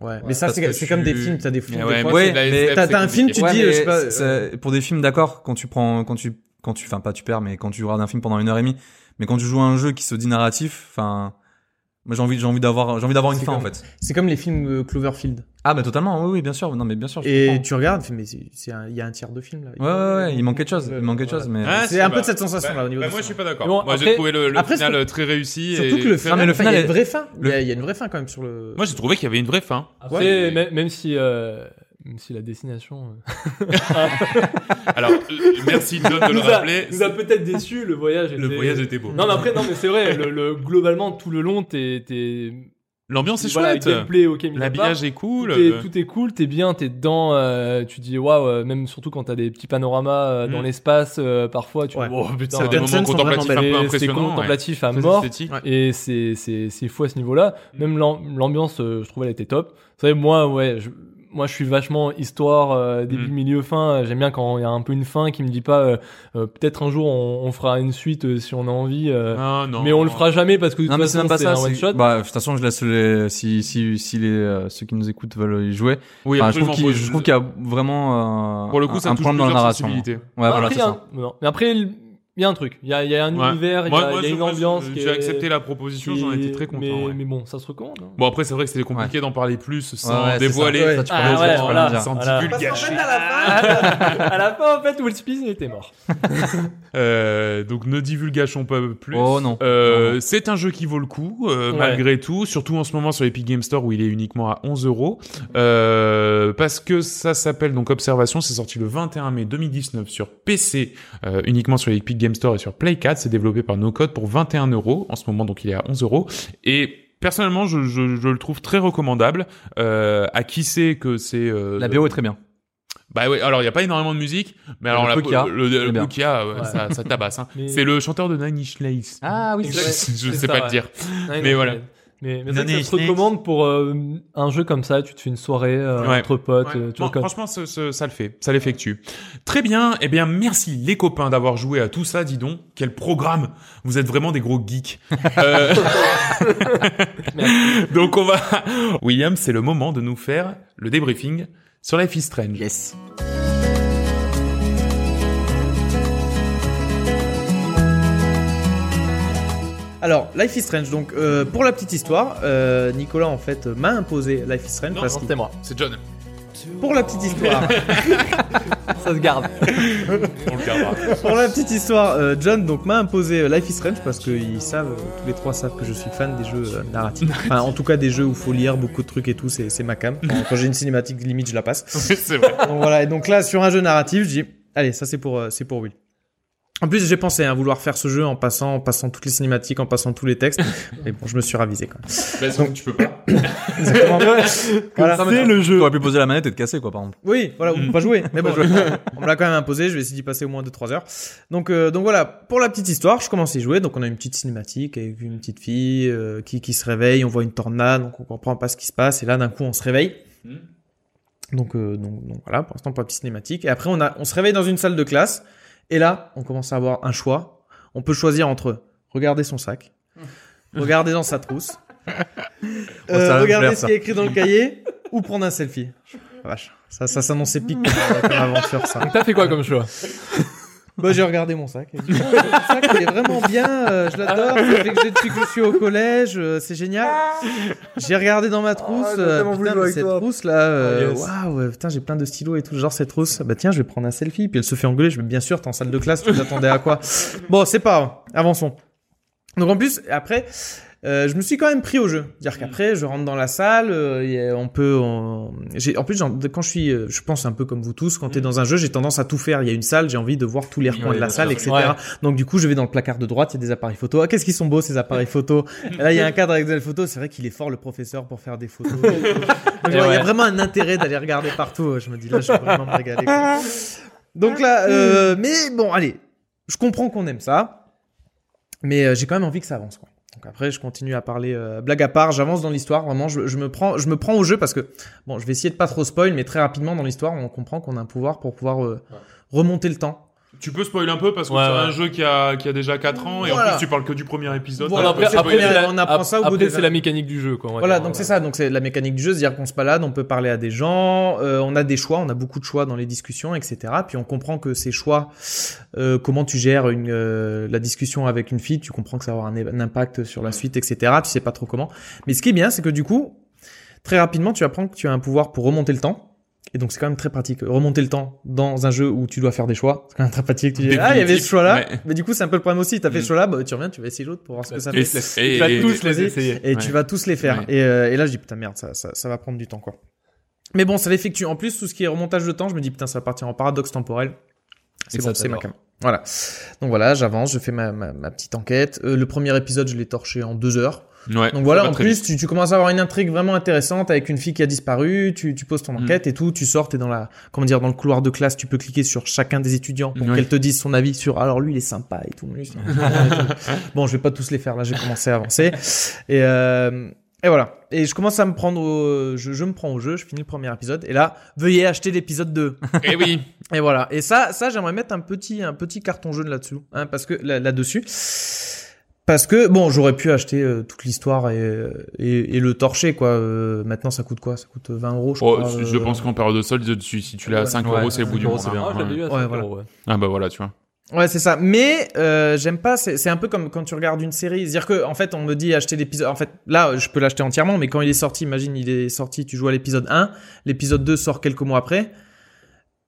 Speaker 4: Ouais. Mais ça
Speaker 2: parce
Speaker 4: c'est
Speaker 2: que
Speaker 4: c'est comme
Speaker 2: tu-
Speaker 4: des films. T'as des films.
Speaker 1: Mais
Speaker 4: des
Speaker 1: ouais,
Speaker 4: fois,
Speaker 1: mais
Speaker 2: ouais,
Speaker 1: c'est de la
Speaker 2: mais
Speaker 1: SF,
Speaker 4: t'as-
Speaker 1: c'est
Speaker 4: t'as un film,
Speaker 1: compliqué.
Speaker 4: tu dis,
Speaker 2: mais
Speaker 4: euh, je sais pas,
Speaker 2: c'est- c'est- pour des films d'accord quand tu prends quand tu quand tu enfin pas tu perds mais quand tu regardes un film pendant une heure et demie, mais quand tu joues à un jeu qui se dit narratif, enfin moi j'ai envie j'ai envie d'avoir j'ai envie d'avoir une
Speaker 4: C'est
Speaker 2: fin en
Speaker 4: comme-
Speaker 2: fait.
Speaker 4: C'est comme les films euh, Cloverfield.
Speaker 2: Ah bah totalement oui oui bien sûr non mais bien sûr. je
Speaker 4: Et
Speaker 2: comprends.
Speaker 4: tu regardes, tu fais, mais c'est- c'est un- il y a un tiers de film là.
Speaker 2: ouais, ouais ouais il manque quelque chose il manque quelque chose mais
Speaker 1: Ah,
Speaker 4: C'est un
Speaker 1: bah-
Speaker 4: peu de cette sensation
Speaker 1: bah,
Speaker 4: là au niveau
Speaker 1: bah,
Speaker 4: de
Speaker 1: moi, je
Speaker 4: ça.
Speaker 1: suis pas d'accord.
Speaker 3: Mais bon,
Speaker 1: moi, j'ai
Speaker 3: après-
Speaker 1: trouvé le, le
Speaker 4: après,
Speaker 1: final
Speaker 4: surtout-
Speaker 1: euh, très réussi.
Speaker 4: Surtout
Speaker 1: et
Speaker 4: que le
Speaker 1: très
Speaker 4: final,
Speaker 2: mais le
Speaker 4: enfin, il y a
Speaker 2: final
Speaker 4: une
Speaker 2: est-
Speaker 4: vraie fin. Il y,
Speaker 2: le-
Speaker 4: a, il y a une vraie fin quand même sur le.
Speaker 1: Moi, j'ai trouvé qu'il y avait une vraie fin.
Speaker 3: Après,
Speaker 1: Ouais.
Speaker 3: même, même si. euh, Même si la destination euh,
Speaker 1: Alors, euh, merci John de le
Speaker 3: nous, a,
Speaker 1: rappeler.
Speaker 3: nous a peut-être déçu, le voyage était...
Speaker 1: Le voyage était beau.
Speaker 3: Non, mais après, non, mais c'est vrai, le, le- globalement, tout le long, t'es. t'es-
Speaker 1: L'ambiance est
Speaker 3: voilà,
Speaker 1: chouette.
Speaker 3: le gameplay, ok, mis à part.
Speaker 1: L'habillage est cool.
Speaker 3: Tout est,
Speaker 1: euh,
Speaker 3: tout est cool, t'es bien, t'es dedans, euh, tu dis waouh, euh, même surtout quand t'as des petits panoramas euh, dans
Speaker 1: Mm.
Speaker 3: l'espace, euh, parfois tu
Speaker 4: Ouais.
Speaker 3: dis oh putain,
Speaker 1: Ça a des
Speaker 3: euh,
Speaker 4: Scènes
Speaker 1: moments
Speaker 4: sont
Speaker 1: contemplatifs un
Speaker 3: c'est-
Speaker 1: peu
Speaker 3: c'est
Speaker 1: impressionnants. ouais.
Speaker 3: contemplatif à
Speaker 1: Très
Speaker 3: mort.
Speaker 1: esthétique.
Speaker 3: Et c'est c'est c'est fou à ce niveau-là.
Speaker 1: Mm.
Speaker 3: Même l'am- l'ambiance, euh, je trouvais elle était top. Vous savez, moi ouais, je, moi je suis vachement histoire euh, début
Speaker 1: Mm.
Speaker 3: milieu fin. J'aime bien quand il y a un peu une fin qui me dit pas euh, euh, peut-être un jour on, on fera une suite euh, si on a envie, euh,
Speaker 1: Ah, non.
Speaker 3: mais on le fera jamais parce que de
Speaker 2: Non
Speaker 3: toute
Speaker 2: mais c'est
Speaker 3: façon
Speaker 2: même pas
Speaker 3: c'est
Speaker 2: ça.
Speaker 3: un one
Speaker 2: c'est-
Speaker 3: shot.
Speaker 2: Bah, de toute façon, je laisse les si si si les euh, ceux qui nous écoutent veulent y jouer.
Speaker 1: Oui,
Speaker 2: Enfin, je trouve
Speaker 1: absolument.
Speaker 2: qu'il je trouve qu'il y a vraiment euh,
Speaker 1: Pour le coup,
Speaker 2: un,
Speaker 1: ça
Speaker 2: un
Speaker 1: touche
Speaker 2: problème dans la
Speaker 1: plusieurs
Speaker 2: narration. hein. Ouais,
Speaker 1: sensibilités. hein,
Speaker 2: voilà,
Speaker 3: après,
Speaker 2: c'est
Speaker 3: il y a un-
Speaker 2: ça.
Speaker 3: non. Mais après, il il y a un truc. Il y a, il y a un
Speaker 1: Ouais.
Speaker 3: univers, il y
Speaker 1: Moi-
Speaker 3: a,
Speaker 1: moi,
Speaker 3: il y a
Speaker 1: je-
Speaker 3: une
Speaker 1: moi,
Speaker 3: ambiance.
Speaker 1: je-
Speaker 3: qui
Speaker 1: J'ai
Speaker 3: est-
Speaker 1: accepté la proposition,
Speaker 3: qui-
Speaker 1: j'en étais très content.
Speaker 3: Mais,
Speaker 1: ouais.
Speaker 3: mais bon, ça se recommande. hein.
Speaker 1: Bon, après, c'est vrai que c'était compliqué d'en parler plus sans
Speaker 2: Ouais, ouais, c'est
Speaker 1: dévoiler.
Speaker 2: ça.
Speaker 4: Ouais.
Speaker 2: Ça, tu peux
Speaker 3: Ah,
Speaker 2: le dire,
Speaker 3: ouais,
Speaker 2: tu peux le
Speaker 3: voilà.
Speaker 2: dire.
Speaker 1: sans
Speaker 3: Voilà.
Speaker 1: divulguer.
Speaker 3: [LAUGHS]
Speaker 2: Ah,
Speaker 3: à la fin, en fait, Will Smith il
Speaker 1: [LAUGHS]
Speaker 3: était mort.
Speaker 1: Euh, donc ne divulgachons pas plus.
Speaker 2: Oh, non.
Speaker 1: Euh,
Speaker 2: Non, non.
Speaker 1: C'est un jeu qui vaut le coup, euh,
Speaker 3: Ouais.
Speaker 1: malgré tout. Surtout en ce moment sur Epic Game Store où il est uniquement à 11 euros. Euh, Parce que ça s'appelle donc Observation. C'est sorti le 21 mai 2019 sur PC, euh, uniquement sur Epic Game Store et sur Play 4. C'est développé par NoCode pour 21 euros. En ce moment, donc il est à 11 euros. Et personnellement, je, je- je le trouve très recommandable. Euh, à qui c'est que c'est... euh,
Speaker 2: La BO est très bien.
Speaker 1: bah oui, alors il y a pas énormément de musique, mais
Speaker 2: Le
Speaker 1: alors la-
Speaker 2: peu qu'il y a,
Speaker 1: le, le
Speaker 2: c'est bien.
Speaker 1: peu qu'il y a, ouais,
Speaker 3: Ouais.
Speaker 1: ça, ça tabasse. [LAUGHS] hein.
Speaker 3: Mais-
Speaker 1: C'est le chanteur de Nine Inch Nails.
Speaker 2: Ah oui,
Speaker 1: [LAUGHS] je,
Speaker 3: vrai.
Speaker 1: je
Speaker 3: C'est
Speaker 1: sais
Speaker 3: ça,
Speaker 1: pas
Speaker 3: ouais.
Speaker 1: le dire.
Speaker 3: Ouais,
Speaker 1: Mais
Speaker 3: non,
Speaker 1: voilà.
Speaker 3: Mais, mais c'est vrai que
Speaker 2: Nanny
Speaker 3: ça se recommande pour euh, un jeu comme ça. Tu te fais une soirée euh,
Speaker 1: Ouais.
Speaker 3: entre potes.
Speaker 1: Ouais.
Speaker 3: euh, tu
Speaker 1: Bon,
Speaker 3: vois, comme-
Speaker 1: franchement, ce- ce- ça le fait, ça l'effectue. Très bien, eh bien merci les copains d'avoir joué à tout ça, dis donc. Quel programme Vous êtes vraiment des gros geeks. Euh, [LAUGHS] donc on va... William, c'est le moment de nous faire le débriefing sur Life is Strange.
Speaker 2: Yes.
Speaker 4: Alors, Life is Strange. Donc, euh, pour la petite histoire, euh, Nicolas en fait euh, m'a imposé Life is Strange
Speaker 1: Non,
Speaker 4: parce que
Speaker 3: C'était moi.
Speaker 1: C'est John,
Speaker 4: pour la petite histoire,
Speaker 3: Ça se garde.
Speaker 1: on le gardera.
Speaker 4: pour la petite histoire, euh, John donc m'a imposé euh, Life is Strange parce que ils savent, euh, tous les trois savent que je suis fan des jeux euh, narratifs. Enfin, en tout cas, des jeux où faut lire beaucoup de trucs et tout. C'est c'est ma cam. Enfin, quand j'ai une cinématique limite, je la passe.
Speaker 1: [LAUGHS] c'est vrai.
Speaker 4: Donc voilà, et donc là, sur un jeu narratif, je dis, allez, ça c'est pour, euh, c'est pour Will. En plus, j'ai pensé à vouloir faire ce jeu en passant, en passant toutes les cinématiques, en passant tous les textes. Mais bon, je me suis ravisé, [LAUGHS] quoi.
Speaker 1: Bah, sauf que tu peux pas.
Speaker 4: Exactement. Voilà.
Speaker 2: C'est le jeu. T'aurais pu poser la manette et te casser, quoi, par exemple.
Speaker 4: Oui, voilà, on
Speaker 1: Mm.
Speaker 4: peut [LAUGHS] pas jouer. Mais bon, on me l'a quand même imposé. Je vais essayer d'y passer au moins 2-3 heures. Donc, euh, donc voilà, pour la petite histoire, je commence à y jouer. Donc on a une petite cinématique avec une petite fille euh, qui, qui se réveille. On voit une tornade, donc on comprend pas ce qui se passe. Et là, d'un coup, on se réveille.
Speaker 1: Mm.
Speaker 4: Donc, euh, donc, donc voilà, pour l'instant, pas de petite cinématique. Et après, on, a, on se réveille dans une salle de classe. Et là, on commence à avoir un choix. On peut choisir entre regarder son sac, regarder dans sa trousse,
Speaker 2: Oh, ça va
Speaker 4: euh,
Speaker 2: me
Speaker 4: regarder
Speaker 2: plaire,
Speaker 4: ce
Speaker 2: ça.
Speaker 4: qui est écrit dans le cahier, ou prendre un selfie. Ah, Vache, ça, ça s'annonce épique comme, comme aventure, ça.
Speaker 3: T'as fait quoi comme choix
Speaker 4: Bah, j'ai regardé mon sac. et j'ai dit, Oh, mon sac, il est vraiment bien. euh, je l'adore. Ça fait que j'ai- depuis que je suis au collège. euh, c'est génial. J'ai regardé dans ma trousse.
Speaker 2: Ah, j'ai
Speaker 4: euh,
Speaker 2: tellement voulu
Speaker 4: putain,
Speaker 2: jouer
Speaker 4: mais
Speaker 2: avec
Speaker 4: cette
Speaker 2: toi.
Speaker 4: trousse là. euh,
Speaker 2: Ah, yes.
Speaker 4: Waouh, euh, putain, j'ai plein de stylos et tout. Genre cette trousse. Bah, tiens, je vais prendre un selfie. Puis elle se fait engueuler. Je vais bien sûr, t'es en salle de classe. Tu t'attendais à quoi Bon, c'est pas grave. Avançons. Donc, en plus, après. euh, je me suis quand même pris au jeu,
Speaker 3: Mm.
Speaker 4: dire qu'après je rentre dans la salle, euh, et, euh, on peut, on- j'ai, en plus j'en- quand je suis, euh, je pense un peu comme vous tous, quand t'es
Speaker 3: Mm.
Speaker 4: dans un jeu, j'ai tendance à tout faire. Il y a une salle, j'ai envie de voir tous les recoins
Speaker 2: Ouais,
Speaker 4: de la
Speaker 2: bien
Speaker 4: salle, etc.
Speaker 3: sûr. Ouais.
Speaker 4: Donc du coup, je vais dans le placard de droite, il y a des appareils photo. Ah, qu'est-ce qu'ils sont beaux ces appareils photo Et Là, il y a un cadre avec des photos. C'est vrai qu'il est fort le professeur pour faire des photos.
Speaker 3: [LAUGHS]
Speaker 4: Donc,
Speaker 3: Et
Speaker 4: ouais, Il y
Speaker 3: ouais.
Speaker 4: a vraiment un intérêt d'aller regarder partout. Je me dis là, je vais vraiment me régaler. quoi. Donc là, euh, mais bon, allez, je comprends qu'on aime ça, mais euh, j'ai quand même envie que ça avance. Quoi. Donc après, je continue à parler euh, blague à part. J'avance dans l'histoire. Vraiment, je, je me prends, je me prends au jeu parce que bon, je vais essayer de pas trop spoil, mais très rapidement dans l'histoire, on comprend qu'on a un pouvoir pour pouvoir euh, remonter le temps.
Speaker 1: Tu peux spoiler un peu parce que
Speaker 3: Ouais,
Speaker 1: c'est
Speaker 3: ouais.
Speaker 1: un jeu qui a, qui a déjà 4 ans et
Speaker 4: Voilà.
Speaker 1: en plus tu parles que du premier épisode.
Speaker 4: Voilà,
Speaker 1: donc tu peux
Speaker 4: après-
Speaker 1: spoiler.
Speaker 4: après,
Speaker 3: c'est la-
Speaker 4: on apprend ça au bout
Speaker 3: après,
Speaker 4: des
Speaker 3: c'est la mécanique du jeu, quoi. on va
Speaker 4: Voilà,
Speaker 3: dire,
Speaker 4: donc c'est
Speaker 3: ouais.
Speaker 4: ça, donc c'est la mécanique du jeu, c'est-à-dire qu'on se balade, on peut parler à des gens, euh, on a des choix, on a beaucoup de choix dans les discussions, etc. Puis on comprend que ces choix, euh, comment tu gères une, euh, la discussion avec une fille, tu comprends que ça va avoir un, é- un impact sur la suite, etc. Tu sais pas trop comment. Mais ce qui est bien, c'est que du coup, très rapidement, tu apprends que tu as un pouvoir pour remonter le temps. Et donc c'est quand même très pratique. Remonter le temps dans un jeu où tu dois faire des choix, c'est quand même très pratique. Tu dis, ah, il y avait ce
Speaker 1: Définitif,
Speaker 4: choix-là.
Speaker 1: ouais.
Speaker 4: Mais du coup, c'est un peu le problème aussi. T'as fait
Speaker 1: Mm.
Speaker 4: ce choix-là, bah, tu reviens, tu vas essayer l'autre pour voir ce que ça fait.
Speaker 1: Et- et-
Speaker 3: Tu vas
Speaker 1: et-
Speaker 3: tous les
Speaker 4: choisis.
Speaker 3: essayer.
Speaker 4: Et
Speaker 1: Ouais.
Speaker 4: tu vas tous les faire.
Speaker 1: Ouais.
Speaker 4: Et, euh, et là, je dis putain merde, ça, ça, ça va prendre du temps quoi. Mais bon, ça l'effectue. En plus, tout ce qui est remontage de temps, je me dis putain, ça va partir en paradoxe temporel.
Speaker 3: Et
Speaker 4: C'est
Speaker 3: ça,
Speaker 4: bon, c'est ma
Speaker 3: t'adores.
Speaker 4: cam. Voilà. Donc voilà, j'avance, je fais ma, ma, ma petite enquête. Euh, le premier épisode, je l'ai torché en deux heures.
Speaker 1: Ouais,
Speaker 4: Donc voilà,
Speaker 1: ça va
Speaker 4: en
Speaker 1: très
Speaker 4: plus, tu, tu commences à avoir une intrigue vraiment intéressante avec une fille qui a disparu. Tu, tu poses ton
Speaker 1: Mm.
Speaker 4: enquête et tout. Tu sors, t'es dans la comment dire dans le couloir de classe. Tu peux cliquer sur chacun des étudiants pour
Speaker 1: Oui.
Speaker 4: qu'elle te dise son avis sur. Alors lui, il est sympa et tout. mais lui, c'est-
Speaker 1: [LAUGHS]
Speaker 4: bon, je vais pas tous les faire là. J'ai commencé à avancer et euh, et voilà. Et je commence à me prendre au je, je me prends au jeu. Je finis le premier épisode et là, veuillez acheter l'épisode 2.
Speaker 1: vite. Eh oui.
Speaker 4: Et voilà. Et ça, ça j'aimerais mettre un petit, un petit carton jaune là-dessus, hein, parce que là- là-dessus, parce que bon, j'aurais pu acheter euh, toute l'histoire et, euh, et, et le torcher quoi. Euh, maintenant, ça coûte quoi Ça coûte 20 euros, je
Speaker 1: Oh,
Speaker 4: crois.
Speaker 1: je
Speaker 4: euh,
Speaker 1: pense qu'en période de solde, tu- si tu l'as à 5
Speaker 3: Ouais,
Speaker 1: euros, c'est le bout du monde.
Speaker 3: c'est bien.
Speaker 1: hein.
Speaker 3: Ah, je l'avais eu à
Speaker 4: Ouais,
Speaker 3: 5
Speaker 4: voilà.
Speaker 3: euros, ouais.
Speaker 1: Ah bah voilà, tu vois.
Speaker 4: Ouais, c'est ça. Mais euh, j'aime pas. C'est c'est un peu comme quand tu regardes une série. C'est-à-dire que en fait, on me dit acheter l'épisode. En fait, là, je peux l'acheter entièrement, mais quand il est sorti, imagine, il est sorti, tu joues à l'épisode 1, l'épisode 2 sort quelques mois après.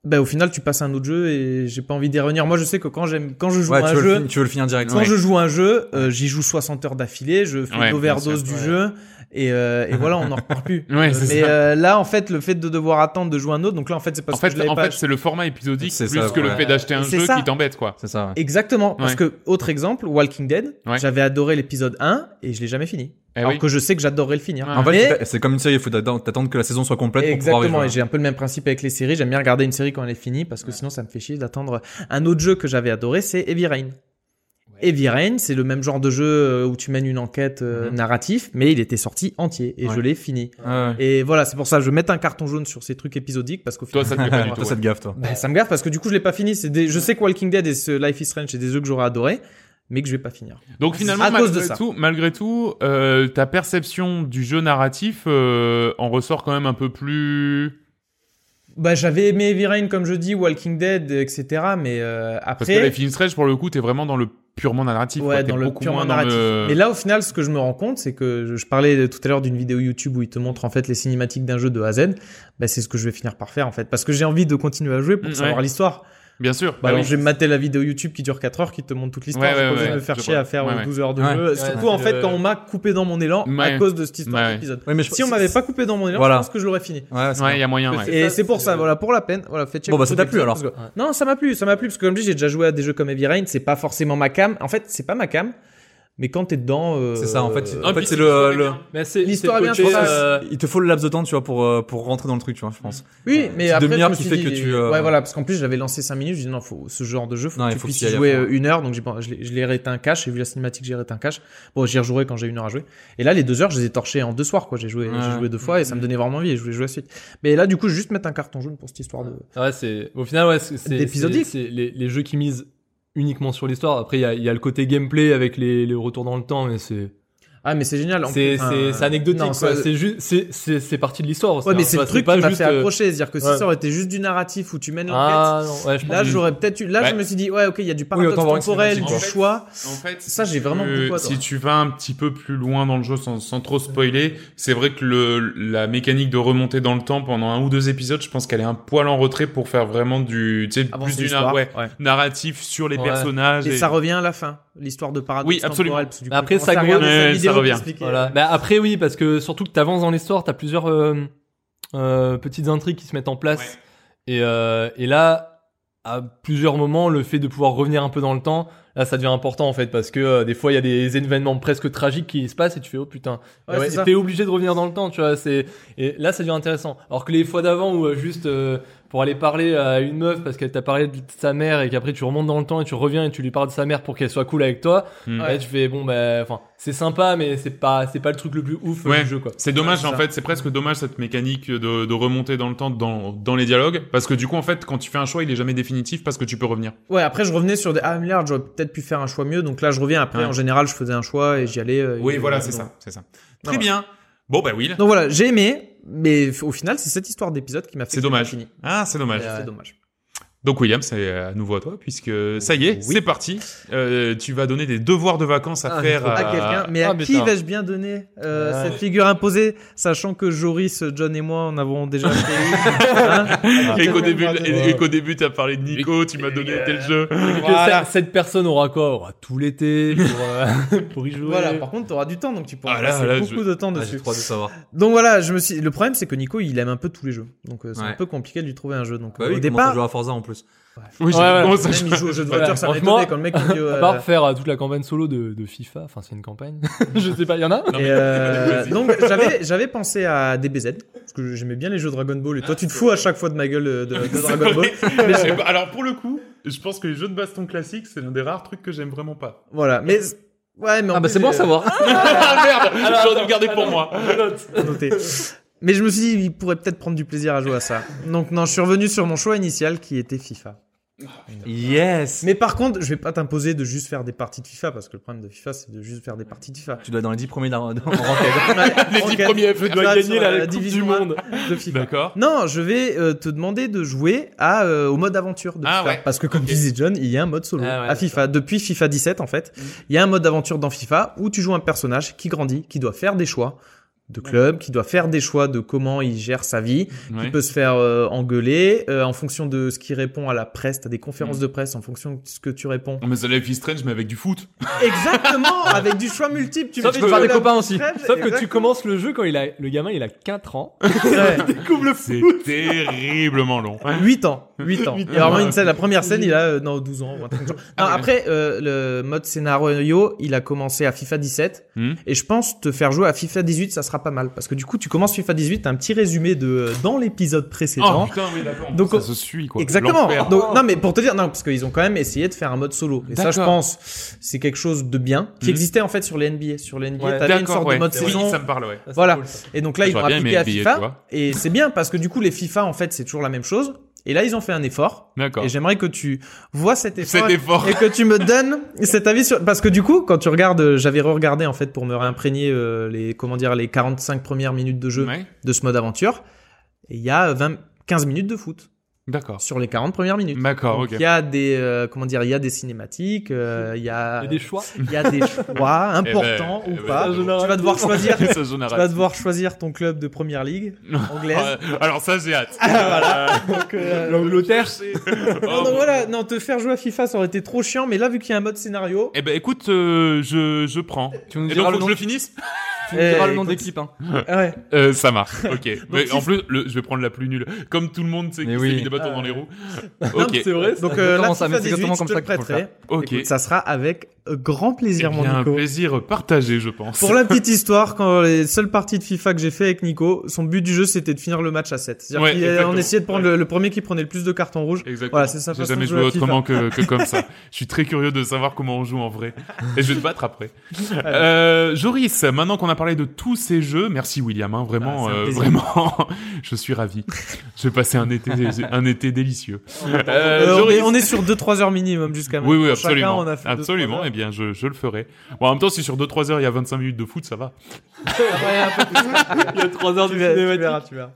Speaker 4: Ben, au final, tu passes à un autre jeu et j'ai pas envie d'y revenir. Moi, je sais que quand j'aime, quand je joue
Speaker 2: Ouais,
Speaker 4: à un
Speaker 2: tu veux,
Speaker 4: jeu,
Speaker 2: le, fin- tu veux le finir direct.
Speaker 4: Quand
Speaker 2: Ouais.
Speaker 4: je joue à un jeu, euh, j'y joue 60 heures d'affilée, je fais
Speaker 1: Ouais,
Speaker 4: une overdose
Speaker 1: bien
Speaker 4: du
Speaker 3: sûr.
Speaker 4: jeu, et, euh, et voilà, on en reparle plus.
Speaker 1: Ouais, [LAUGHS] c'est
Speaker 4: Mais
Speaker 1: ça.
Speaker 4: euh, là, en fait, le fait de devoir attendre de jouer un autre, donc là, en fait, c'est parce
Speaker 1: en fait,
Speaker 4: que je l'avais
Speaker 1: en
Speaker 4: pas
Speaker 1: fait, c'est le format épisodique
Speaker 2: C'est
Speaker 1: plus
Speaker 2: ça,
Speaker 1: que le
Speaker 3: ouais.
Speaker 1: fait d'acheter un
Speaker 4: C'est
Speaker 1: jeu
Speaker 4: ça.
Speaker 1: qui t'embête, quoi.
Speaker 2: C'est ça, ouais.
Speaker 4: Exactement, parce
Speaker 1: Ouais.
Speaker 4: que autre exemple, Walking Dead,
Speaker 1: Ouais.
Speaker 4: j'avais adoré l'épisode 1 et je l'ai jamais fini.
Speaker 1: Eh
Speaker 4: alors
Speaker 1: oui.
Speaker 4: que je sais que j'adorerais le finir.
Speaker 1: Ouais.
Speaker 2: En
Speaker 4: Mais-
Speaker 2: fait, c'est- c'est comme une série, il faut t'attendre t'attendre que la saison soit complète pour
Speaker 4: Exactement, et
Speaker 2: pouvoir y jouer.
Speaker 1: hein.
Speaker 4: j'ai un peu le même principe avec les séries, j'aime bien regarder une série quand elle est finie parce que sinon ça me fait chier d'attendre. Un autre jeu que j'avais adoré, c'est Heavy Rain. Heavy Rain, c'est le même genre de jeu euh, où tu mènes une enquête euh,
Speaker 1: Mm-hmm.
Speaker 2: Mhm.
Speaker 4: narrative, mais il était sorti entier et
Speaker 2: Ouais.
Speaker 4: je l'ai fini.
Speaker 2: Ouais, ouais.
Speaker 4: Et voilà, c'est pour ça que je vais mettre un carton jaune sur ces trucs épisodiques parce qu'au
Speaker 1: Toi,
Speaker 4: final.
Speaker 1: ça te plaît
Speaker 2: [LAUGHS]
Speaker 1: pas du
Speaker 2: Toi,
Speaker 1: tout.
Speaker 2: ça te gaffe, toi.
Speaker 4: [LAUGHS] Bah, ça me gaffe parce que du coup, je l'ai pas fini. C'est des... Je sais que Walking Dead et ce Life is Strange, c'est des jeux que j'aurais adoré, mais que je vais pas finir.
Speaker 1: ouais. Donc finalement,
Speaker 4: à cause de
Speaker 1: malgré,
Speaker 4: ça.
Speaker 1: tout, malgré tout, euh, ta perception du jeu narratif euh, en ressort quand même un peu plus.
Speaker 4: Bah, j'avais aimé Heavy Rain, comme je dis, Walking Dead, etc. Mais euh,
Speaker 1: Parce
Speaker 4: après.
Speaker 1: que les films Strange, pour le coup, t'es vraiment dans le purement narratif.
Speaker 4: Ouais,
Speaker 1: quoi. T'es
Speaker 4: dans le
Speaker 1: beaucoup
Speaker 4: purement
Speaker 1: moins dans
Speaker 4: narratif.
Speaker 1: le-
Speaker 4: Mais là, au final, ce que je me rends compte, c'est que je, je parlais tout à l'heure d'une vidéo YouTube où il te montre en fait les cinématiques d'un jeu de A à Z. Bah, c'est ce que je vais finir par faire en fait, parce que j'ai envie de continuer à jouer pour
Speaker 1: Mm,
Speaker 4: savoir
Speaker 1: ouais.
Speaker 4: l'histoire.
Speaker 1: Bien sûr.
Speaker 4: Bah,
Speaker 1: Bah
Speaker 4: alors,
Speaker 1: oui.
Speaker 4: je vais me mater la vidéo YouTube qui dure 4 heures, qui te montre toute l'histoire.
Speaker 1: Ouais,
Speaker 4: j'ai
Speaker 1: ouais,
Speaker 4: pas besoin
Speaker 1: ouais,
Speaker 4: de me faire
Speaker 1: je
Speaker 4: chier
Speaker 1: vois.
Speaker 4: à faire euh,
Speaker 1: Ouais.
Speaker 4: 12 heures de
Speaker 2: Ouais.
Speaker 4: jeu.
Speaker 3: Ouais,
Speaker 4: Surtout, en
Speaker 3: c'est
Speaker 4: fait,
Speaker 3: le-
Speaker 4: quand on m'a coupé dans mon élan à
Speaker 1: Ouais.
Speaker 4: cause de cette histoire
Speaker 1: Ouais, ouais.
Speaker 4: d'épisode.
Speaker 2: Oui, mais
Speaker 4: Si on m'avait pas coupé dans mon élan,
Speaker 2: Voilà.
Speaker 4: je pense que je l'aurais fini.
Speaker 2: Ah Ouais, c'est
Speaker 1: Ouais,
Speaker 2: bien.
Speaker 1: il y a moyen.
Speaker 3: Le
Speaker 1: ouais.
Speaker 3: fait-
Speaker 4: Et
Speaker 3: ça,
Speaker 4: c'est pour
Speaker 3: c'est
Speaker 4: ça,
Speaker 3: le-
Speaker 4: voilà, pour la peine. Voilà, faites check
Speaker 2: Bon, bah, ça t'a
Speaker 4: Project
Speaker 2: plu, alors.
Speaker 4: X, parce que-
Speaker 3: Ouais.
Speaker 4: Non, ça m'a plu, ça m'a plu, parce que comme je dis, j'ai déjà joué à des jeux comme Heavy Rain, c'est pas forcément ma cam. En fait, c'est pas ma cam, mais quand t'es dedans. euh,
Speaker 2: C'est ça, en fait, c'est-
Speaker 1: Ah,
Speaker 2: en fait,
Speaker 1: puis
Speaker 2: c'est
Speaker 1: si
Speaker 2: le,
Speaker 1: tu
Speaker 2: le-
Speaker 1: fais
Speaker 3: Mais c'est
Speaker 4: L'histoire
Speaker 3: c'est le
Speaker 4: est bien, je
Speaker 3: côté,
Speaker 4: pense.
Speaker 3: euh,
Speaker 2: il te faut le laps de temps, tu vois, pour euh, pour rentrer dans le truc, tu vois, je pense.
Speaker 4: Oui, mais
Speaker 2: petite
Speaker 4: après,
Speaker 2: demi-heure
Speaker 4: je me
Speaker 2: qui
Speaker 4: suis
Speaker 2: fait
Speaker 4: dit-
Speaker 2: que tu, euh,
Speaker 4: Ouais, voilà, parce qu'en plus, je l'avais lancé 5 minutes, je dis non, faut, ce genre de jeu, faut
Speaker 2: Non,
Speaker 4: que
Speaker 2: il
Speaker 4: tu
Speaker 2: faut
Speaker 4: puisses
Speaker 2: qu'il y
Speaker 4: y
Speaker 2: aille à
Speaker 4: jouer
Speaker 2: fond.
Speaker 4: euh, une heure, donc j'ai pas- je l'ai- je l'ai réteint cache, j'ai vu la cinématique, j'ai réteint cache. Bon, j'y rejouerai quand j'ai une heure à jouer. Et là, les deux heures, je les ai torchées en deux soirs, quoi. J'ai joué,
Speaker 2: Ouais.
Speaker 4: j'ai joué deux fois et ça me donnait vraiment envie et je voulais jouer à la suite. Mais là, du coup, je vais juste mettre un carton jaune pour cette histoire de.
Speaker 3: Ouais, c'est au final ouais, c'est- c'est
Speaker 4: D'épisodique.
Speaker 3: c'est- c'est les, les jeux qui misent uniquement sur l'histoire. Après il y a, il y a le côté gameplay avec les, les retours dans le temps, mais c'est
Speaker 4: Ah, mais c'est génial. en
Speaker 3: c'est
Speaker 4: plus, un-
Speaker 3: c'est- c'est anecdotique.
Speaker 4: Non,
Speaker 3: quoi.
Speaker 4: ça-
Speaker 3: C'est juste c'est c'est c'est partie de l'histoire.
Speaker 4: Ouais, mais
Speaker 3: hein,
Speaker 4: c'est le
Speaker 3: tu vois,
Speaker 4: truc
Speaker 3: pas
Speaker 4: qui m'a
Speaker 3: juste,
Speaker 4: fait
Speaker 3: euh,
Speaker 4: accrocher. C'est-à-dire que
Speaker 3: ouais.
Speaker 4: si ça aurait été juste du narratif où tu mènes l'enquête,
Speaker 3: Ah non, ouais, je pense.
Speaker 4: là,
Speaker 3: que-
Speaker 4: j'aurais peut-être eu, là, je
Speaker 1: Ouais.
Speaker 4: me suis dit, ouais, ok, il y a du paradoxe
Speaker 2: autant avoir une
Speaker 4: temporel,
Speaker 2: cinématique,
Speaker 4: du
Speaker 1: quoi.
Speaker 4: choix.
Speaker 1: En fait,
Speaker 4: Ça,
Speaker 1: si
Speaker 4: j'ai vraiment
Speaker 1: tu-
Speaker 4: beaucoup à toi.
Speaker 1: Euh, Si tu vas un petit peu plus loin dans le jeu sans, sans trop spoiler, c'est vrai que le, la mécanique de remonter dans le temps pendant un ou deux épisodes, je pense qu'elle est un poil en retrait pour faire vraiment du, tu sais,
Speaker 4: Avancer
Speaker 1: plus du
Speaker 4: l'histoire.
Speaker 1: nar- ouais, narratif sur les
Speaker 3: Ouais.
Speaker 1: personnages.
Speaker 4: Et ça revient à la fin, l'histoire de paradoxe
Speaker 1: Oui, absolument.
Speaker 4: temporel, parce que du
Speaker 3: Mais
Speaker 4: coup,
Speaker 3: après,
Speaker 4: on
Speaker 3: ça
Speaker 4: commence à
Speaker 3: revient.
Speaker 4: regarder cette
Speaker 1: Ouais,
Speaker 4: vidéo
Speaker 1: ça revient.
Speaker 4: t'expliquer.
Speaker 3: Voilà. Bah, après oui parce que surtout que t'avances dans l'histoire, t'as plusieurs euh, euh, petites intrigues qui se mettent en place et euh, et là à plusieurs moments le fait de pouvoir revenir un peu dans le temps là ça devient important en fait parce que euh, des fois il y a des événements presque tragiques qui se passent et tu fais oh putain
Speaker 4: Ouais,
Speaker 3: Et ouais,
Speaker 4: c'est ça.
Speaker 3: t'es obligé de revenir dans le temps tu vois c'est et là ça devient intéressant alors que les fois d'avant où euh, juste euh, pour aller parler à une meuf parce qu'elle t'a parlé de sa mère et qu'après tu remontes dans le temps et tu reviens et tu lui parles de sa mère pour qu'elle soit cool avec toi
Speaker 1: Hmm.
Speaker 3: là, tu fais bon bah enfin c'est sympa mais c'est pas c'est pas le truc le plus ouf euh,
Speaker 1: Ouais.
Speaker 3: du jeu quoi
Speaker 1: C'est dommage
Speaker 4: Ouais, c'est
Speaker 1: en
Speaker 4: ça.
Speaker 1: fait, c'est presque dommage cette mécanique de, de remonter dans le temps dans, dans les dialogues, parce que du coup en fait quand tu fais un choix il est jamais définitif parce que tu peux revenir.
Speaker 4: Ouais, après, je revenais sur des, ah, merde, j'aurais peut-être pu faire un choix mieux, donc là, je reviens. Après,
Speaker 1: Ouais.
Speaker 4: en général, je faisais un choix et j'y allais. euh,
Speaker 1: Oui
Speaker 4: et-
Speaker 1: voilà c'est
Speaker 4: donc-
Speaker 1: ça, c'est ça.
Speaker 4: Non,
Speaker 1: Très
Speaker 4: ouais.
Speaker 1: bien. Bon bah Will,
Speaker 4: Donc voilà, j'ai aimé, mais f- au final, c'est cette histoire d'épisode qui m'a fait.
Speaker 1: c'est
Speaker 4: que j'ai pas
Speaker 1: dommage.
Speaker 4: fini.
Speaker 1: Ah c'est dommage.
Speaker 4: C'est dommage.
Speaker 1: Donc William, c'est euh, à nouveau à toi puisque ça y est,
Speaker 4: Oui.
Speaker 1: c'est parti. Euh, tu vas donner des devoirs de vacances à
Speaker 3: Ah,
Speaker 1: faire
Speaker 3: à
Speaker 4: À
Speaker 1: à-
Speaker 4: quelqu'un, mais
Speaker 3: Ah,
Speaker 4: à qui
Speaker 3: putain.
Speaker 4: vais-je bien donner euh,
Speaker 3: Ah.
Speaker 4: cette figure imposée, sachant que Joris, John et moi en avons déjà acheté une, hein
Speaker 1: Et qu'au début,
Speaker 4: Ouais.
Speaker 1: et- et qu'au début, t'as parlé de Nico, tu m'as donné tel jeu.
Speaker 3: Que
Speaker 4: Voilà.
Speaker 3: cette, cette personne aura quoi aura tout l'été pour, euh, [LAUGHS] pour y jouer
Speaker 4: Voilà, par contre, t'auras du temps, donc tu pourras
Speaker 1: Ah là,
Speaker 4: passer
Speaker 1: là,
Speaker 4: beaucoup
Speaker 1: je-
Speaker 4: de temps
Speaker 2: Ah,
Speaker 4: dessus.
Speaker 2: J'ai trop hâte de savoir.
Speaker 4: Donc voilà, je me suis. Le problème, c'est que Nico, il aime un peu tous les jeux, donc euh, c'est
Speaker 2: Ouais.
Speaker 4: un peu compliqué de lui trouver un jeu. Donc
Speaker 2: Bah
Speaker 4: euh,
Speaker 2: oui,
Speaker 4: au
Speaker 2: il commence à
Speaker 4: départ,
Speaker 2: jouer à Forza en plus.
Speaker 1: Oui, j'ai
Speaker 3: Ouais, ouais.
Speaker 1: commencé à
Speaker 4: même
Speaker 1: jouer.
Speaker 4: il joue au jeu de
Speaker 3: Voilà.
Speaker 4: voiture, ça m'a
Speaker 3: Franchement,
Speaker 4: étonné quand le mec me dit. euh,
Speaker 3: à part faire euh, toute la campagne solo de, de FIFA enfin c'est une campagne [LAUGHS] je sais pas il y en a
Speaker 1: Non,
Speaker 4: Et
Speaker 1: mais- [LAUGHS]
Speaker 4: euh,
Speaker 1: Vas-y.
Speaker 4: donc j'avais j'avais pensé à DBZ parce que j'aimais bien les jeux Dragon Ball et toi tu te fous à chaque fois de ma gueule euh, de, de
Speaker 1: C'est
Speaker 4: Dragon Ball
Speaker 1: vrai. Mais je
Speaker 4: euh,
Speaker 1: sais pas. Alors pour le coup, je pense que les jeux de baston classiques, c'est l'un des rares trucs que j'aime vraiment pas. [LAUGHS]
Speaker 4: voilà mais ouais
Speaker 2: bah,
Speaker 4: mais en plus, j'ai-
Speaker 3: savoir
Speaker 1: Ah merde, j'aurais dû le garder pour moi.
Speaker 4: noté. mais je me suis dit il pourrait peut-être prendre du plaisir à jouer à ça donc non je suis revenu sur mon choix initial qui était FIFA
Speaker 2: Yes.
Speaker 4: mais par contre je vais pas t'imposer de juste faire des parties de FIFA parce que le problème de FIFA c'est de juste faire des parties de FIFA
Speaker 2: Tu dois être dans les 10 premiers d'ar- d'ar-
Speaker 1: [LAUGHS]
Speaker 4: [LAUGHS] Eh,
Speaker 1: Les dix premiers
Speaker 4: je
Speaker 1: FR.
Speaker 4: dois
Speaker 3: gagner la Coupe
Speaker 4: division
Speaker 3: du
Speaker 4: un [LAUGHS]
Speaker 3: Monde.
Speaker 4: de FIFA
Speaker 1: D'accord.
Speaker 4: Non, je vais euh, te demander de jouer à, euh, au mode aventure de
Speaker 1: Ah
Speaker 4: FIFA.
Speaker 1: ouais.
Speaker 4: Parce que comme
Speaker 1: Ok.
Speaker 4: disait John, il y a un mode solo
Speaker 3: Ah ouais,
Speaker 4: à FIFA. Depuis FIFA 17 en fait, il y a un mode aventure dans FIFA où tu joues un personnage qui grandit, qui doit faire des choix de club, qui doit faire des choix de comment il gère sa vie, qui
Speaker 1: Ouais.
Speaker 4: peut se faire euh, engueuler euh, en fonction de ce qu'il répond à la presse, t'as des
Speaker 3: Mm.
Speaker 4: conférences de presse en fonction de ce que tu
Speaker 3: [LAUGHS]
Speaker 4: réponds.
Speaker 1: Mais c'est Life is Strange, mais avec du foot.
Speaker 4: Exactement, avec du choix multiple, tu
Speaker 3: Sauf
Speaker 4: tu
Speaker 3: que-
Speaker 4: peux
Speaker 3: Sauf
Speaker 4: la-
Speaker 3: copains aussi
Speaker 4: Trêve,
Speaker 3: sauf que tu
Speaker 4: exactement.
Speaker 3: commences le jeu quand il a le gamin il a 4 ans
Speaker 4: Ouais.
Speaker 3: découvre le
Speaker 1: C'est terriblement long.
Speaker 4: 8 ans, 8 ans.
Speaker 1: Huit
Speaker 4: Il y a vraiment
Speaker 1: ans.
Speaker 4: une scène, la première scène, il a euh, non, 12 ans ou un truc comme ça.
Speaker 3: Ah
Speaker 4: Non,
Speaker 1: ouais.
Speaker 4: après, euh, le mode scénario, il a commencé à FIFA 17.
Speaker 1: Hmm.
Speaker 4: Et je pense te faire jouer à FIFA 18, ça sera pas mal. Parce que du coup, tu commences FIFA 18, t'as un petit résumé de euh, dans l'épisode
Speaker 1: Oh
Speaker 4: précédent.
Speaker 1: putain, oui d'accord.
Speaker 4: Donc,
Speaker 1: ça
Speaker 4: on-
Speaker 1: se suit quoi.
Speaker 4: Exactement.
Speaker 1: L'enfer.
Speaker 4: Donc, non, mais pour te dire, non, parce qu'ils ont quand même essayé de faire un mode solo. Et ça, je
Speaker 1: D'accord.
Speaker 4: pense, c'est quelque chose de bien qui
Speaker 1: Hmm.
Speaker 4: existait en fait sur les NBA. Sur les NBA,
Speaker 3: Ouais,
Speaker 4: t'avais une
Speaker 1: D'accord,
Speaker 4: sorte
Speaker 1: ouais.
Speaker 4: de mode
Speaker 1: Oui,
Speaker 4: saison.
Speaker 1: ça me parle, ouais.
Speaker 4: Voilà.
Speaker 3: Ah, cool,
Speaker 4: Et donc là, ils ont
Speaker 1: J'aurais bien
Speaker 4: appliqué
Speaker 1: aimé
Speaker 4: à
Speaker 1: NBA, tu
Speaker 4: FIFA.
Speaker 1: vois.
Speaker 4: Et c'est bien parce que du coup, les FIFA, en fait, c'est toujours la même chose. Et là, ils ont fait un effort.
Speaker 1: D'accord.
Speaker 4: Et j'aimerais que tu vois cet effort
Speaker 1: Cet effort.
Speaker 4: et que tu me donnes cet avis sur parce que du coup quand tu regardes euh, j'avais regardé en fait pour me réimprégner euh, les comment dire les 45 premières minutes de jeu
Speaker 1: Ouais.
Speaker 4: de ce mode aventure et il y a euh, 20 15 minutes de foot.
Speaker 1: D'accord.
Speaker 4: sur les 40 premières minutes.
Speaker 2: Ah,
Speaker 1: D'accord,
Speaker 4: Donc,
Speaker 1: ok.
Speaker 4: Il y a des euh, comment dire, il y a des cinématiques, euh, il y a
Speaker 3: Il y a des choix.
Speaker 4: il y a des choix
Speaker 1: ben,
Speaker 4: importants
Speaker 1: eh
Speaker 4: ou
Speaker 1: ben,
Speaker 4: pas.
Speaker 1: ça, je
Speaker 4: tu vas devoir
Speaker 1: [LAUGHS]
Speaker 4: choisir, tu
Speaker 1: Ça, j'en ai
Speaker 4: vas
Speaker 1: raté.
Speaker 4: devoir choisir ton club de première ligue anglaise. [LAUGHS]
Speaker 1: Ah, Alors ça, j'ai hâte.
Speaker 4: Donc, euh,
Speaker 3: L'Angleterre.
Speaker 4: non,
Speaker 1: Oh.
Speaker 4: donc voilà, non, te faire jouer à FIFA ça aurait été trop chiant, mais là vu qu'il y a un
Speaker 1: [COUGHS]
Speaker 4: mode scénario,
Speaker 1: Eh ben écoute, euh, je, je prends.
Speaker 2: Tu nous
Speaker 1: Et
Speaker 2: diras
Speaker 1: donc, faut
Speaker 2: le
Speaker 1: que
Speaker 2: nom
Speaker 1: je le
Speaker 2: de-
Speaker 1: finisse
Speaker 2: tu nous diras
Speaker 4: Eh,
Speaker 2: le nom de
Speaker 4: écoute.
Speaker 2: l'équipe. Hein.
Speaker 4: ah ouais.
Speaker 1: Euh, Ça
Speaker 4: [LAUGHS]
Speaker 1: marche, ok. Mais
Speaker 4: si-
Speaker 1: en plus, le- je vais prendre la plus nulle. Comme tout le monde sait
Speaker 2: Mais
Speaker 1: qu'il
Speaker 2: oui.
Speaker 1: s'est mis des bâtons
Speaker 4: Euh.
Speaker 1: dans les
Speaker 4: [LAUGHS]
Speaker 1: roues.
Speaker 3: Non,
Speaker 1: Ok,
Speaker 3: C'est vrai. ça.
Speaker 4: Donc euh, là
Speaker 2: exactement ça, mais
Speaker 4: FIFA
Speaker 2: c'est
Speaker 4: 18,
Speaker 2: exactement
Speaker 4: je
Speaker 2: comme
Speaker 4: te
Speaker 2: ça
Speaker 4: le
Speaker 2: qu'il faut le
Speaker 4: prêterai.
Speaker 1: ok.
Speaker 4: Écoute, ça sera avec euh, grand
Speaker 1: Eh
Speaker 4: plaisir,
Speaker 1: bien,
Speaker 4: mon
Speaker 1: un
Speaker 4: Nico.
Speaker 1: plaisir partagé, je pense.
Speaker 4: Pour la petite histoire, quand les seules parties de FIFA que j'ai fait avec Nico, son but du jeu c'était de finir le match à 7. C'est-à-dire
Speaker 1: Ouais,
Speaker 4: qu'il-
Speaker 1: exactement.
Speaker 4: on essayait de prendre le, le premier qui prenait le plus de cartons rouges.
Speaker 1: Exactement.
Speaker 4: Voilà, c'est sa
Speaker 1: J'ai
Speaker 4: façon
Speaker 1: jamais
Speaker 4: de
Speaker 1: joué
Speaker 4: jouer à FIFA.
Speaker 1: autrement que, que comme
Speaker 4: [LAUGHS]
Speaker 1: ça. Je suis très curieux de savoir comment on joue en vrai. Et je vais te battre
Speaker 4: [LAUGHS]
Speaker 1: après. Euh, Joris, maintenant qu'on a parlé de tous ces jeux, merci William, hein, vraiment,
Speaker 4: Ah, c'est un
Speaker 1: euh,
Speaker 4: plaisir.
Speaker 1: vraiment, [LAUGHS] je suis ravi. Je vais passer un
Speaker 4: [LAUGHS]
Speaker 1: été, un été délicieux. Euh,
Speaker 4: Euh, on,
Speaker 1: Joris.
Speaker 4: est, on est sur 2-3 heures minimum jusqu'à maintenant.
Speaker 1: Oui, oui,
Speaker 4: Chacun,
Speaker 1: absolument.
Speaker 4: on a fait deux,
Speaker 1: absolument,
Speaker 4: trois
Speaker 1: eh
Speaker 4: heures.
Speaker 1: bien, je, je le ferai. Bon, en même temps, si sur 2-3 heures, il y a 25 minutes de foot, ça va.
Speaker 4: Ouais, un peu plus.
Speaker 3: Il y a 3 heures de
Speaker 4: Tu verras, tu
Speaker 3: cinématique.
Speaker 4: verras, tu
Speaker 1: Ah,
Speaker 4: verras.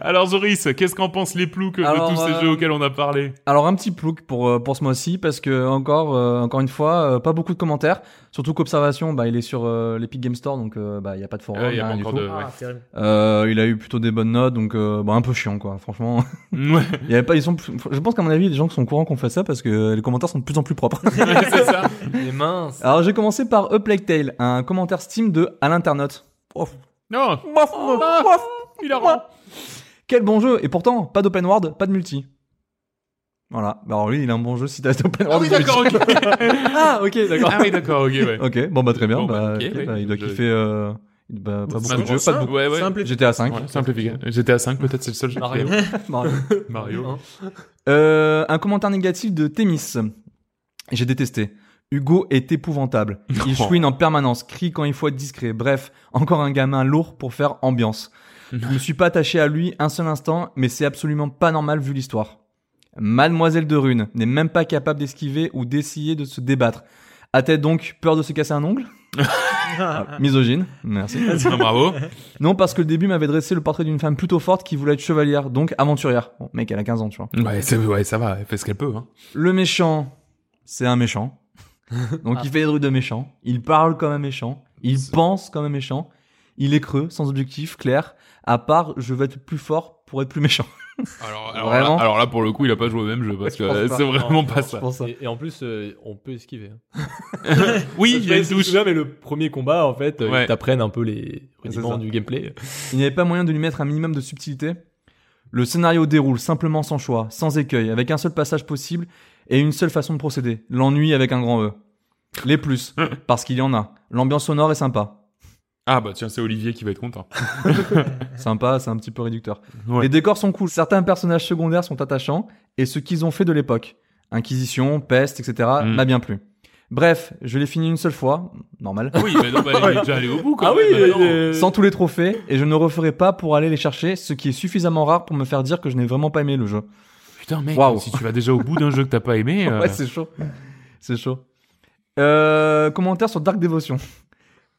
Speaker 1: Alors, Joris, qu'est-ce qu'en pensent les ploucs
Speaker 2: Alors,
Speaker 1: de tous ces
Speaker 2: euh,
Speaker 1: jeux auxquels on a parlé
Speaker 2: Alors un petit plouc pour euh, pour ce mois-ci parce que encore euh, encore une fois euh, pas beaucoup de commentaires surtout qu'observation bah il est sur euh, l'Epic Game Store donc euh, bah il y a pas de forum
Speaker 1: Ouais, il y a
Speaker 2: rien
Speaker 1: pas
Speaker 2: du
Speaker 1: encore
Speaker 2: tout.
Speaker 1: de-
Speaker 4: Ah, terrible.
Speaker 2: Euh, il a eu plutôt des bonnes notes donc euh, bah, un peu chiant quoi franchement [LAUGHS]
Speaker 1: Ouais, [LAUGHS]
Speaker 2: il y avait pas ils sont plus- je pense qu'à mon avis les gens qui sont au courant qu'on fait ça parce que les commentaires sont de plus en plus propres. [LAUGHS]
Speaker 1: c'est ça.
Speaker 3: Mais mince.
Speaker 2: Alors j'ai commencé par A Plague Tale un commentaire Steam de à l'internaute. Oh,
Speaker 1: Non,
Speaker 2: bof,
Speaker 1: Ah.
Speaker 2: bof.
Speaker 1: il a rond.
Speaker 2: Quel bon jeu Et pourtant, pas d'open world, pas de multi. Voilà. Bah alors lui, il a un bon jeu si t'as d'open
Speaker 1: Ah
Speaker 2: world.
Speaker 1: oui, d'accord, ok.
Speaker 2: Ah ok, d'accord.
Speaker 1: Ah oui, d'accord, ok,
Speaker 2: [LAUGHS]
Speaker 1: ouais.
Speaker 2: ok, bon bah très bien.
Speaker 1: Bon, bah,
Speaker 2: bah,
Speaker 1: ok,
Speaker 2: ok,
Speaker 1: oui.
Speaker 2: bah, il doit
Speaker 1: Je-
Speaker 2: kiffer euh, bah, pas beaucoup de
Speaker 1: Maintenant,
Speaker 2: jeux, pas de
Speaker 1: simple, Ouais, ouais.
Speaker 4: Simple.
Speaker 2: beaucoup. GTA 5.
Speaker 1: Ouais, simple efficace. GTA 5, peut-être, c'est le seul jeu. qui
Speaker 3: Mario.
Speaker 1: est-
Speaker 2: Mario.
Speaker 1: Mario.
Speaker 3: Hein.
Speaker 2: [LAUGHS] Euh, un commentaire négatif de Thémis. J'ai détesté. Hugo est épouvantable.
Speaker 1: [LAUGHS]
Speaker 2: Il chouine en permanence, crie quand il faut être discret. Bref, encore un gamin lourd pour faire ambiance. Je me suis pas attaché à lui un seul instant, mais c'est absolument pas normal vu l'histoire. Mademoiselle de Rune n'est même pas capable d'esquiver ou d'essayer de se débattre. A-t-elle donc peur de se casser un
Speaker 1: [LAUGHS]
Speaker 2: ongle Ah, Misogyne, merci.
Speaker 1: Ah, bravo.
Speaker 2: Non, parce que le début m'avait dressé le portrait d'une femme plutôt forte qui voulait être chevalière, donc aventurière. Bon, mec, elle a 15 ans, tu vois.
Speaker 1: Ouais, c'est- ouais, ça va, elle fait ce qu'elle peut. Hein.
Speaker 2: Le méchant, c'est un méchant. Donc il fait des trucs de méchant. Il parle comme un méchant. Il pense comme un méchant. Il est creux, sans objectif, clair. À part, je veux être plus fort pour être plus méchant.
Speaker 1: Alors,
Speaker 2: alors là- Vraiment
Speaker 1: alors là, pour le coup, il a pas joué au même jeu parce
Speaker 2: je
Speaker 1: que
Speaker 2: pense
Speaker 1: euh,
Speaker 2: pas.
Speaker 1: c'est vraiment pas
Speaker 2: Je
Speaker 1: ça.
Speaker 2: pense.
Speaker 3: Et, et en plus, euh, on peut esquiver. hein.
Speaker 1: Oui, il y a une
Speaker 3: Je sais pas si
Speaker 1: touche.
Speaker 3: tu te souviens, mais le premier combat, en fait, euh,
Speaker 1: Ouais.
Speaker 3: ils t'apprennent un peu les rudiments
Speaker 2: ça.
Speaker 3: du gameplay.
Speaker 2: Il n'y avait pas moyen de lui mettre un minimum de subtilité. Le scénario déroule simplement sans choix, sans écueil, avec un seul passage possible et une seule façon de procéder. L'ennui avec un grand E. Les plus, parce qu'il y en a. L'ambiance sonore est sympa.
Speaker 1: Ah bah tiens, c'est Olivier qui va être content.
Speaker 2: Sympa, c'est un petit peu réducteur.
Speaker 1: Ouais.
Speaker 2: Les décors sont cool, certains personnages secondaires sont attachants, et ce qu'ils ont fait de l'époque, Inquisition, Peste, etc.,
Speaker 1: Mm.
Speaker 2: m'a bien plu. Bref, je l'ai fini une seule fois, normal,
Speaker 1: Oui, mais non, bah, il est déjà allé au bout quand
Speaker 3: Ah oui,
Speaker 1: même,
Speaker 3: euh,
Speaker 1: non.
Speaker 3: euh,
Speaker 2: sans tous les trophées, et je ne referai pas pour aller les chercher, ce qui est suffisamment rare pour me faire dire que je n'ai vraiment pas aimé le jeu.
Speaker 1: Putain, mec,
Speaker 2: Waouh.
Speaker 1: si tu vas déjà au bout d'un jeu que t'as pas aimé. euh,
Speaker 2: [LAUGHS] Ouais, c'est chaud. C'est chaud. Euh, commentaire sur Dark Devotion.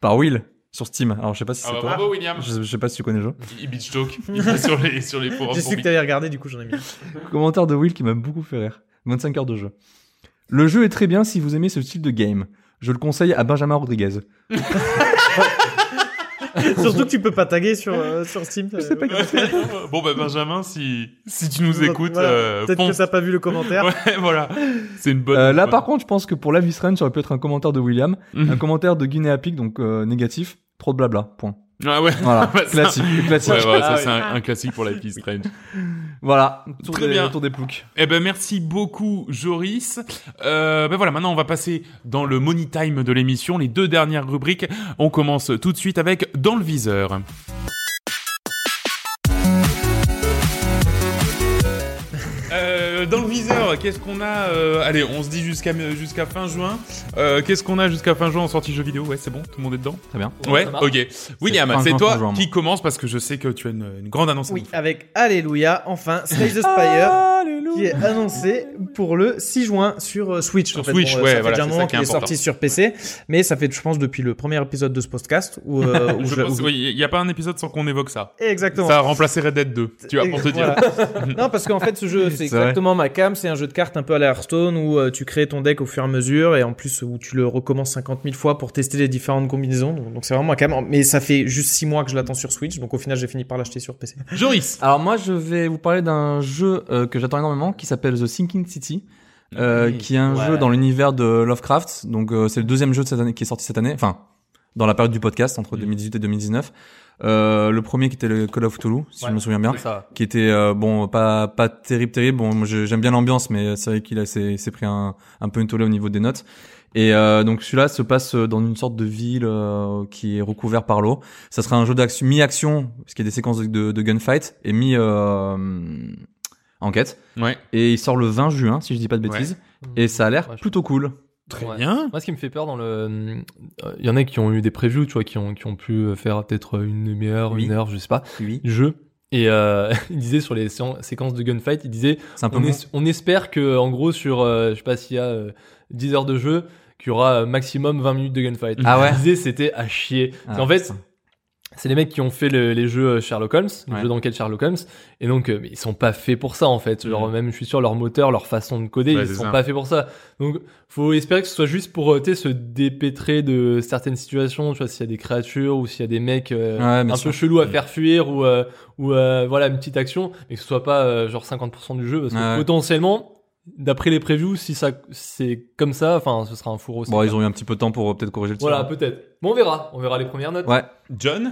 Speaker 2: Par Will, sur Steam. Alors, je sais pas si
Speaker 1: Ah
Speaker 2: c'est
Speaker 1: bah,
Speaker 2: toi.
Speaker 1: bravo, William.
Speaker 2: Je, je sais pas si tu connais le jeu.
Speaker 1: [LAUGHS] Il bitch
Speaker 2: [LAUGHS]
Speaker 1: talk. Il va sur les, sur les forums
Speaker 4: J'ai
Speaker 1: pour
Speaker 4: su que
Speaker 1: bitch-
Speaker 4: t'avais regardé, du coup j'en ai mis. [LAUGHS]
Speaker 2: Commentaire de Will qui m'a beaucoup fait rire. 25 heures de jeu. Le jeu est très bien si vous aimez ce style de game. Je le conseille à Benjamin Rodriguez.
Speaker 4: Surtout que tu peux pas taguer sur, euh, sur Steam. Je
Speaker 2: sais pas comment
Speaker 1: bon bah Benjamin, si, si tu nous écoutes, euh,
Speaker 4: Peut-être que
Speaker 1: fonce.
Speaker 4: t'as pas vu le
Speaker 1: [LAUGHS]
Speaker 4: commentaire.
Speaker 1: Ouais, voilà. C'est une bonne.
Speaker 2: Euh, là,
Speaker 1: bonne-
Speaker 2: par contre, je pense que pour la Visren, ça aurait pu être un commentaire de William.
Speaker 1: Mhm.
Speaker 2: Un commentaire de Guinea Pig, donc euh, négatif. Trop de blabla. Point.
Speaker 1: [LAUGHS] Ah ouais. [LAUGHS]
Speaker 2: Voilà.
Speaker 1: Bah, ça-
Speaker 2: classique. classique.
Speaker 1: Ouais, voilà,
Speaker 3: Ah
Speaker 1: ça
Speaker 3: oui.
Speaker 1: c'est un, un classique pour la piste Strange.
Speaker 2: Voilà. Tour
Speaker 1: Très
Speaker 2: des,
Speaker 1: bien.
Speaker 2: Tour des ploucs.
Speaker 1: Eh ben merci beaucoup Joris. Euh, ben voilà, maintenant on va passer dans le money time de l'émission, les deux dernières rubriques. On commence tout de suite avec dans le viseur. Euh, dans le viseur, qu'est-ce qu'on a euh, Allez, on se dit jusqu'à jusqu'à fin juin. Euh, qu'est-ce qu'on a jusqu'à fin juin en sortie jeux vidéo Ouais, c'est bon, tout le monde est dedans.
Speaker 2: Très bien.
Speaker 1: Ouais,
Speaker 3: ça marche.
Speaker 1: ok. William,
Speaker 2: fin
Speaker 1: c'est
Speaker 2: juin,
Speaker 1: toi
Speaker 2: fin juin,
Speaker 1: qui
Speaker 2: moi.
Speaker 1: commence parce que je sais que tu as une, une grande annonce. à nous
Speaker 4: Oui, avec Alléluia, enfin, Slay the Spire. qui est annoncé pour le 6 juin sur euh, Switch.
Speaker 1: Sur
Speaker 4: en fait.
Speaker 1: Switch,
Speaker 4: euh,
Speaker 1: ouais,
Speaker 4: ça fait
Speaker 1: voilà,
Speaker 4: déjà un
Speaker 1: c'est ça
Speaker 4: moment
Speaker 1: qui est
Speaker 4: qu'il est
Speaker 1: important.
Speaker 4: sorti sur PC, mais ça fait, je pense, depuis le premier épisode de ce podcast où, euh,
Speaker 1: [LAUGHS]
Speaker 4: où
Speaker 1: Je
Speaker 4: je-
Speaker 1: pense-
Speaker 4: où-
Speaker 1: oui, il n'y a pas un épisode sans qu'on évoque ça.
Speaker 4: Exactement.
Speaker 1: Ça a remplacé Red Dead 2, tu vois, pour te dire.
Speaker 4: Voilà. non, parce qu'en fait, ce
Speaker 1: [LAUGHS]
Speaker 4: jeu, c'est
Speaker 2: C'est vrai.
Speaker 4: exactement ma cam. C'est un jeu de cartes un peu à la Hearthstone où euh, tu crées ton deck au fur et à mesure et en plus où tu le recommences 50 000 fois pour tester les différentes combinaisons. Donc, donc c'est vraiment ma cam. Mais ça fait juste 6 mois que je l'attends sur Switch. Donc au final, j'ai fini par l'acheter sur PC.
Speaker 1: Joris
Speaker 2: Alors moi, je vais vous parler d'un jeu euh, que j'attends énormément, qui s'appelle The Sinking City, euh,
Speaker 1: Mmh.
Speaker 2: qui est un
Speaker 3: Mm-hmm. Ouais.
Speaker 2: jeu dans l'univers de Lovecraft. Donc euh, c'est le deuxième jeu de cette année qui est sorti cette année, enfin dans la période du podcast entre
Speaker 3: Mm.
Speaker 1: Mmh.
Speaker 2: 2018 et 2019. Euh, le premier qui était le Call of Cthulhu, si
Speaker 3: Ouais.
Speaker 2: je me souviens bien,
Speaker 3: C'est ça.
Speaker 2: qui était euh, bon pas pas terrible terrible. Bon, moi, je- j'aime bien l'ambiance, mais c'est vrai qu'il a s'est s'est pris un un peu une tollée au niveau des notes. Et euh, donc celui-là se passe euh, dans une sorte de ville euh, qui est recouverte par l'eau. Ça sera un jeu d'action mi-action, parce qu'il y a des séquences de, de- de gunfight et mi euh, enquête.
Speaker 1: Ouais.
Speaker 2: Et il sort le 20 juin, si je dis pas de bêtises. Et ça a l'air
Speaker 3: Mmh. Ouais, je-
Speaker 2: plutôt cool.
Speaker 1: Très
Speaker 3: Ouais.
Speaker 1: bien.
Speaker 3: Moi, ce qui me fait peur dans le, il y en a qui ont eu des previews, tu vois, qui ont, qui ont pu euh, faire peut-être une demi-heure,
Speaker 2: Oui.
Speaker 3: une heure, je sais pas,
Speaker 2: Oui.
Speaker 3: du jeu. Et euh, [LAUGHS] il disait sur les séan- séquences de gunfight, il disait,
Speaker 2: C'est un peu
Speaker 3: on,
Speaker 2: mou.
Speaker 3: es- on espère que, en gros, sur, euh, je sais pas s'il y a euh, 10 heures de jeu, qu'il y aura euh, maximum 20 minutes de gunfight.
Speaker 2: Ah ouais
Speaker 3: Il disait, c'était à chier.
Speaker 2: Ah,
Speaker 3: en fait,
Speaker 2: putain.
Speaker 3: c'est les mecs qui ont fait le- les jeux euh, Sherlock Holmes, les
Speaker 2: Ouais.
Speaker 3: jeux d'enquête Sherlock Holmes, et donc euh, mais ils sont pas faits pour ça en fait.
Speaker 2: Mm.
Speaker 3: Genre même je suis sûr leur moteur, leur façon de coder,
Speaker 1: Ouais,
Speaker 3: ils
Speaker 1: c'est
Speaker 3: sont
Speaker 1: ça.
Speaker 3: pas faits pour ça. Donc faut espérer que ce soit juste pour euh, tu sais, se dépêtrer de certaines situations, tu vois s'il y a des créatures ou s'il y a des mecs euh,
Speaker 2: Ouais, bien
Speaker 3: un
Speaker 2: sûr.
Speaker 3: peu chelous à
Speaker 1: Mm.
Speaker 3: faire fuir ou euh, ou euh, voilà une petite action et que ce soit pas euh, genre 50% du jeu parce que
Speaker 2: Ouais.
Speaker 3: potentiellement d'après les previews si ça c'est comme ça, enfin ce sera un fourreau. c'est
Speaker 2: Bon,
Speaker 3: clair.
Speaker 2: ils ont eu un petit peu de temps pour euh, peut-être corriger le tir.
Speaker 3: Voilà, peut-être. Bon, on verra, on verra les premières notes.
Speaker 2: Ouais.
Speaker 1: John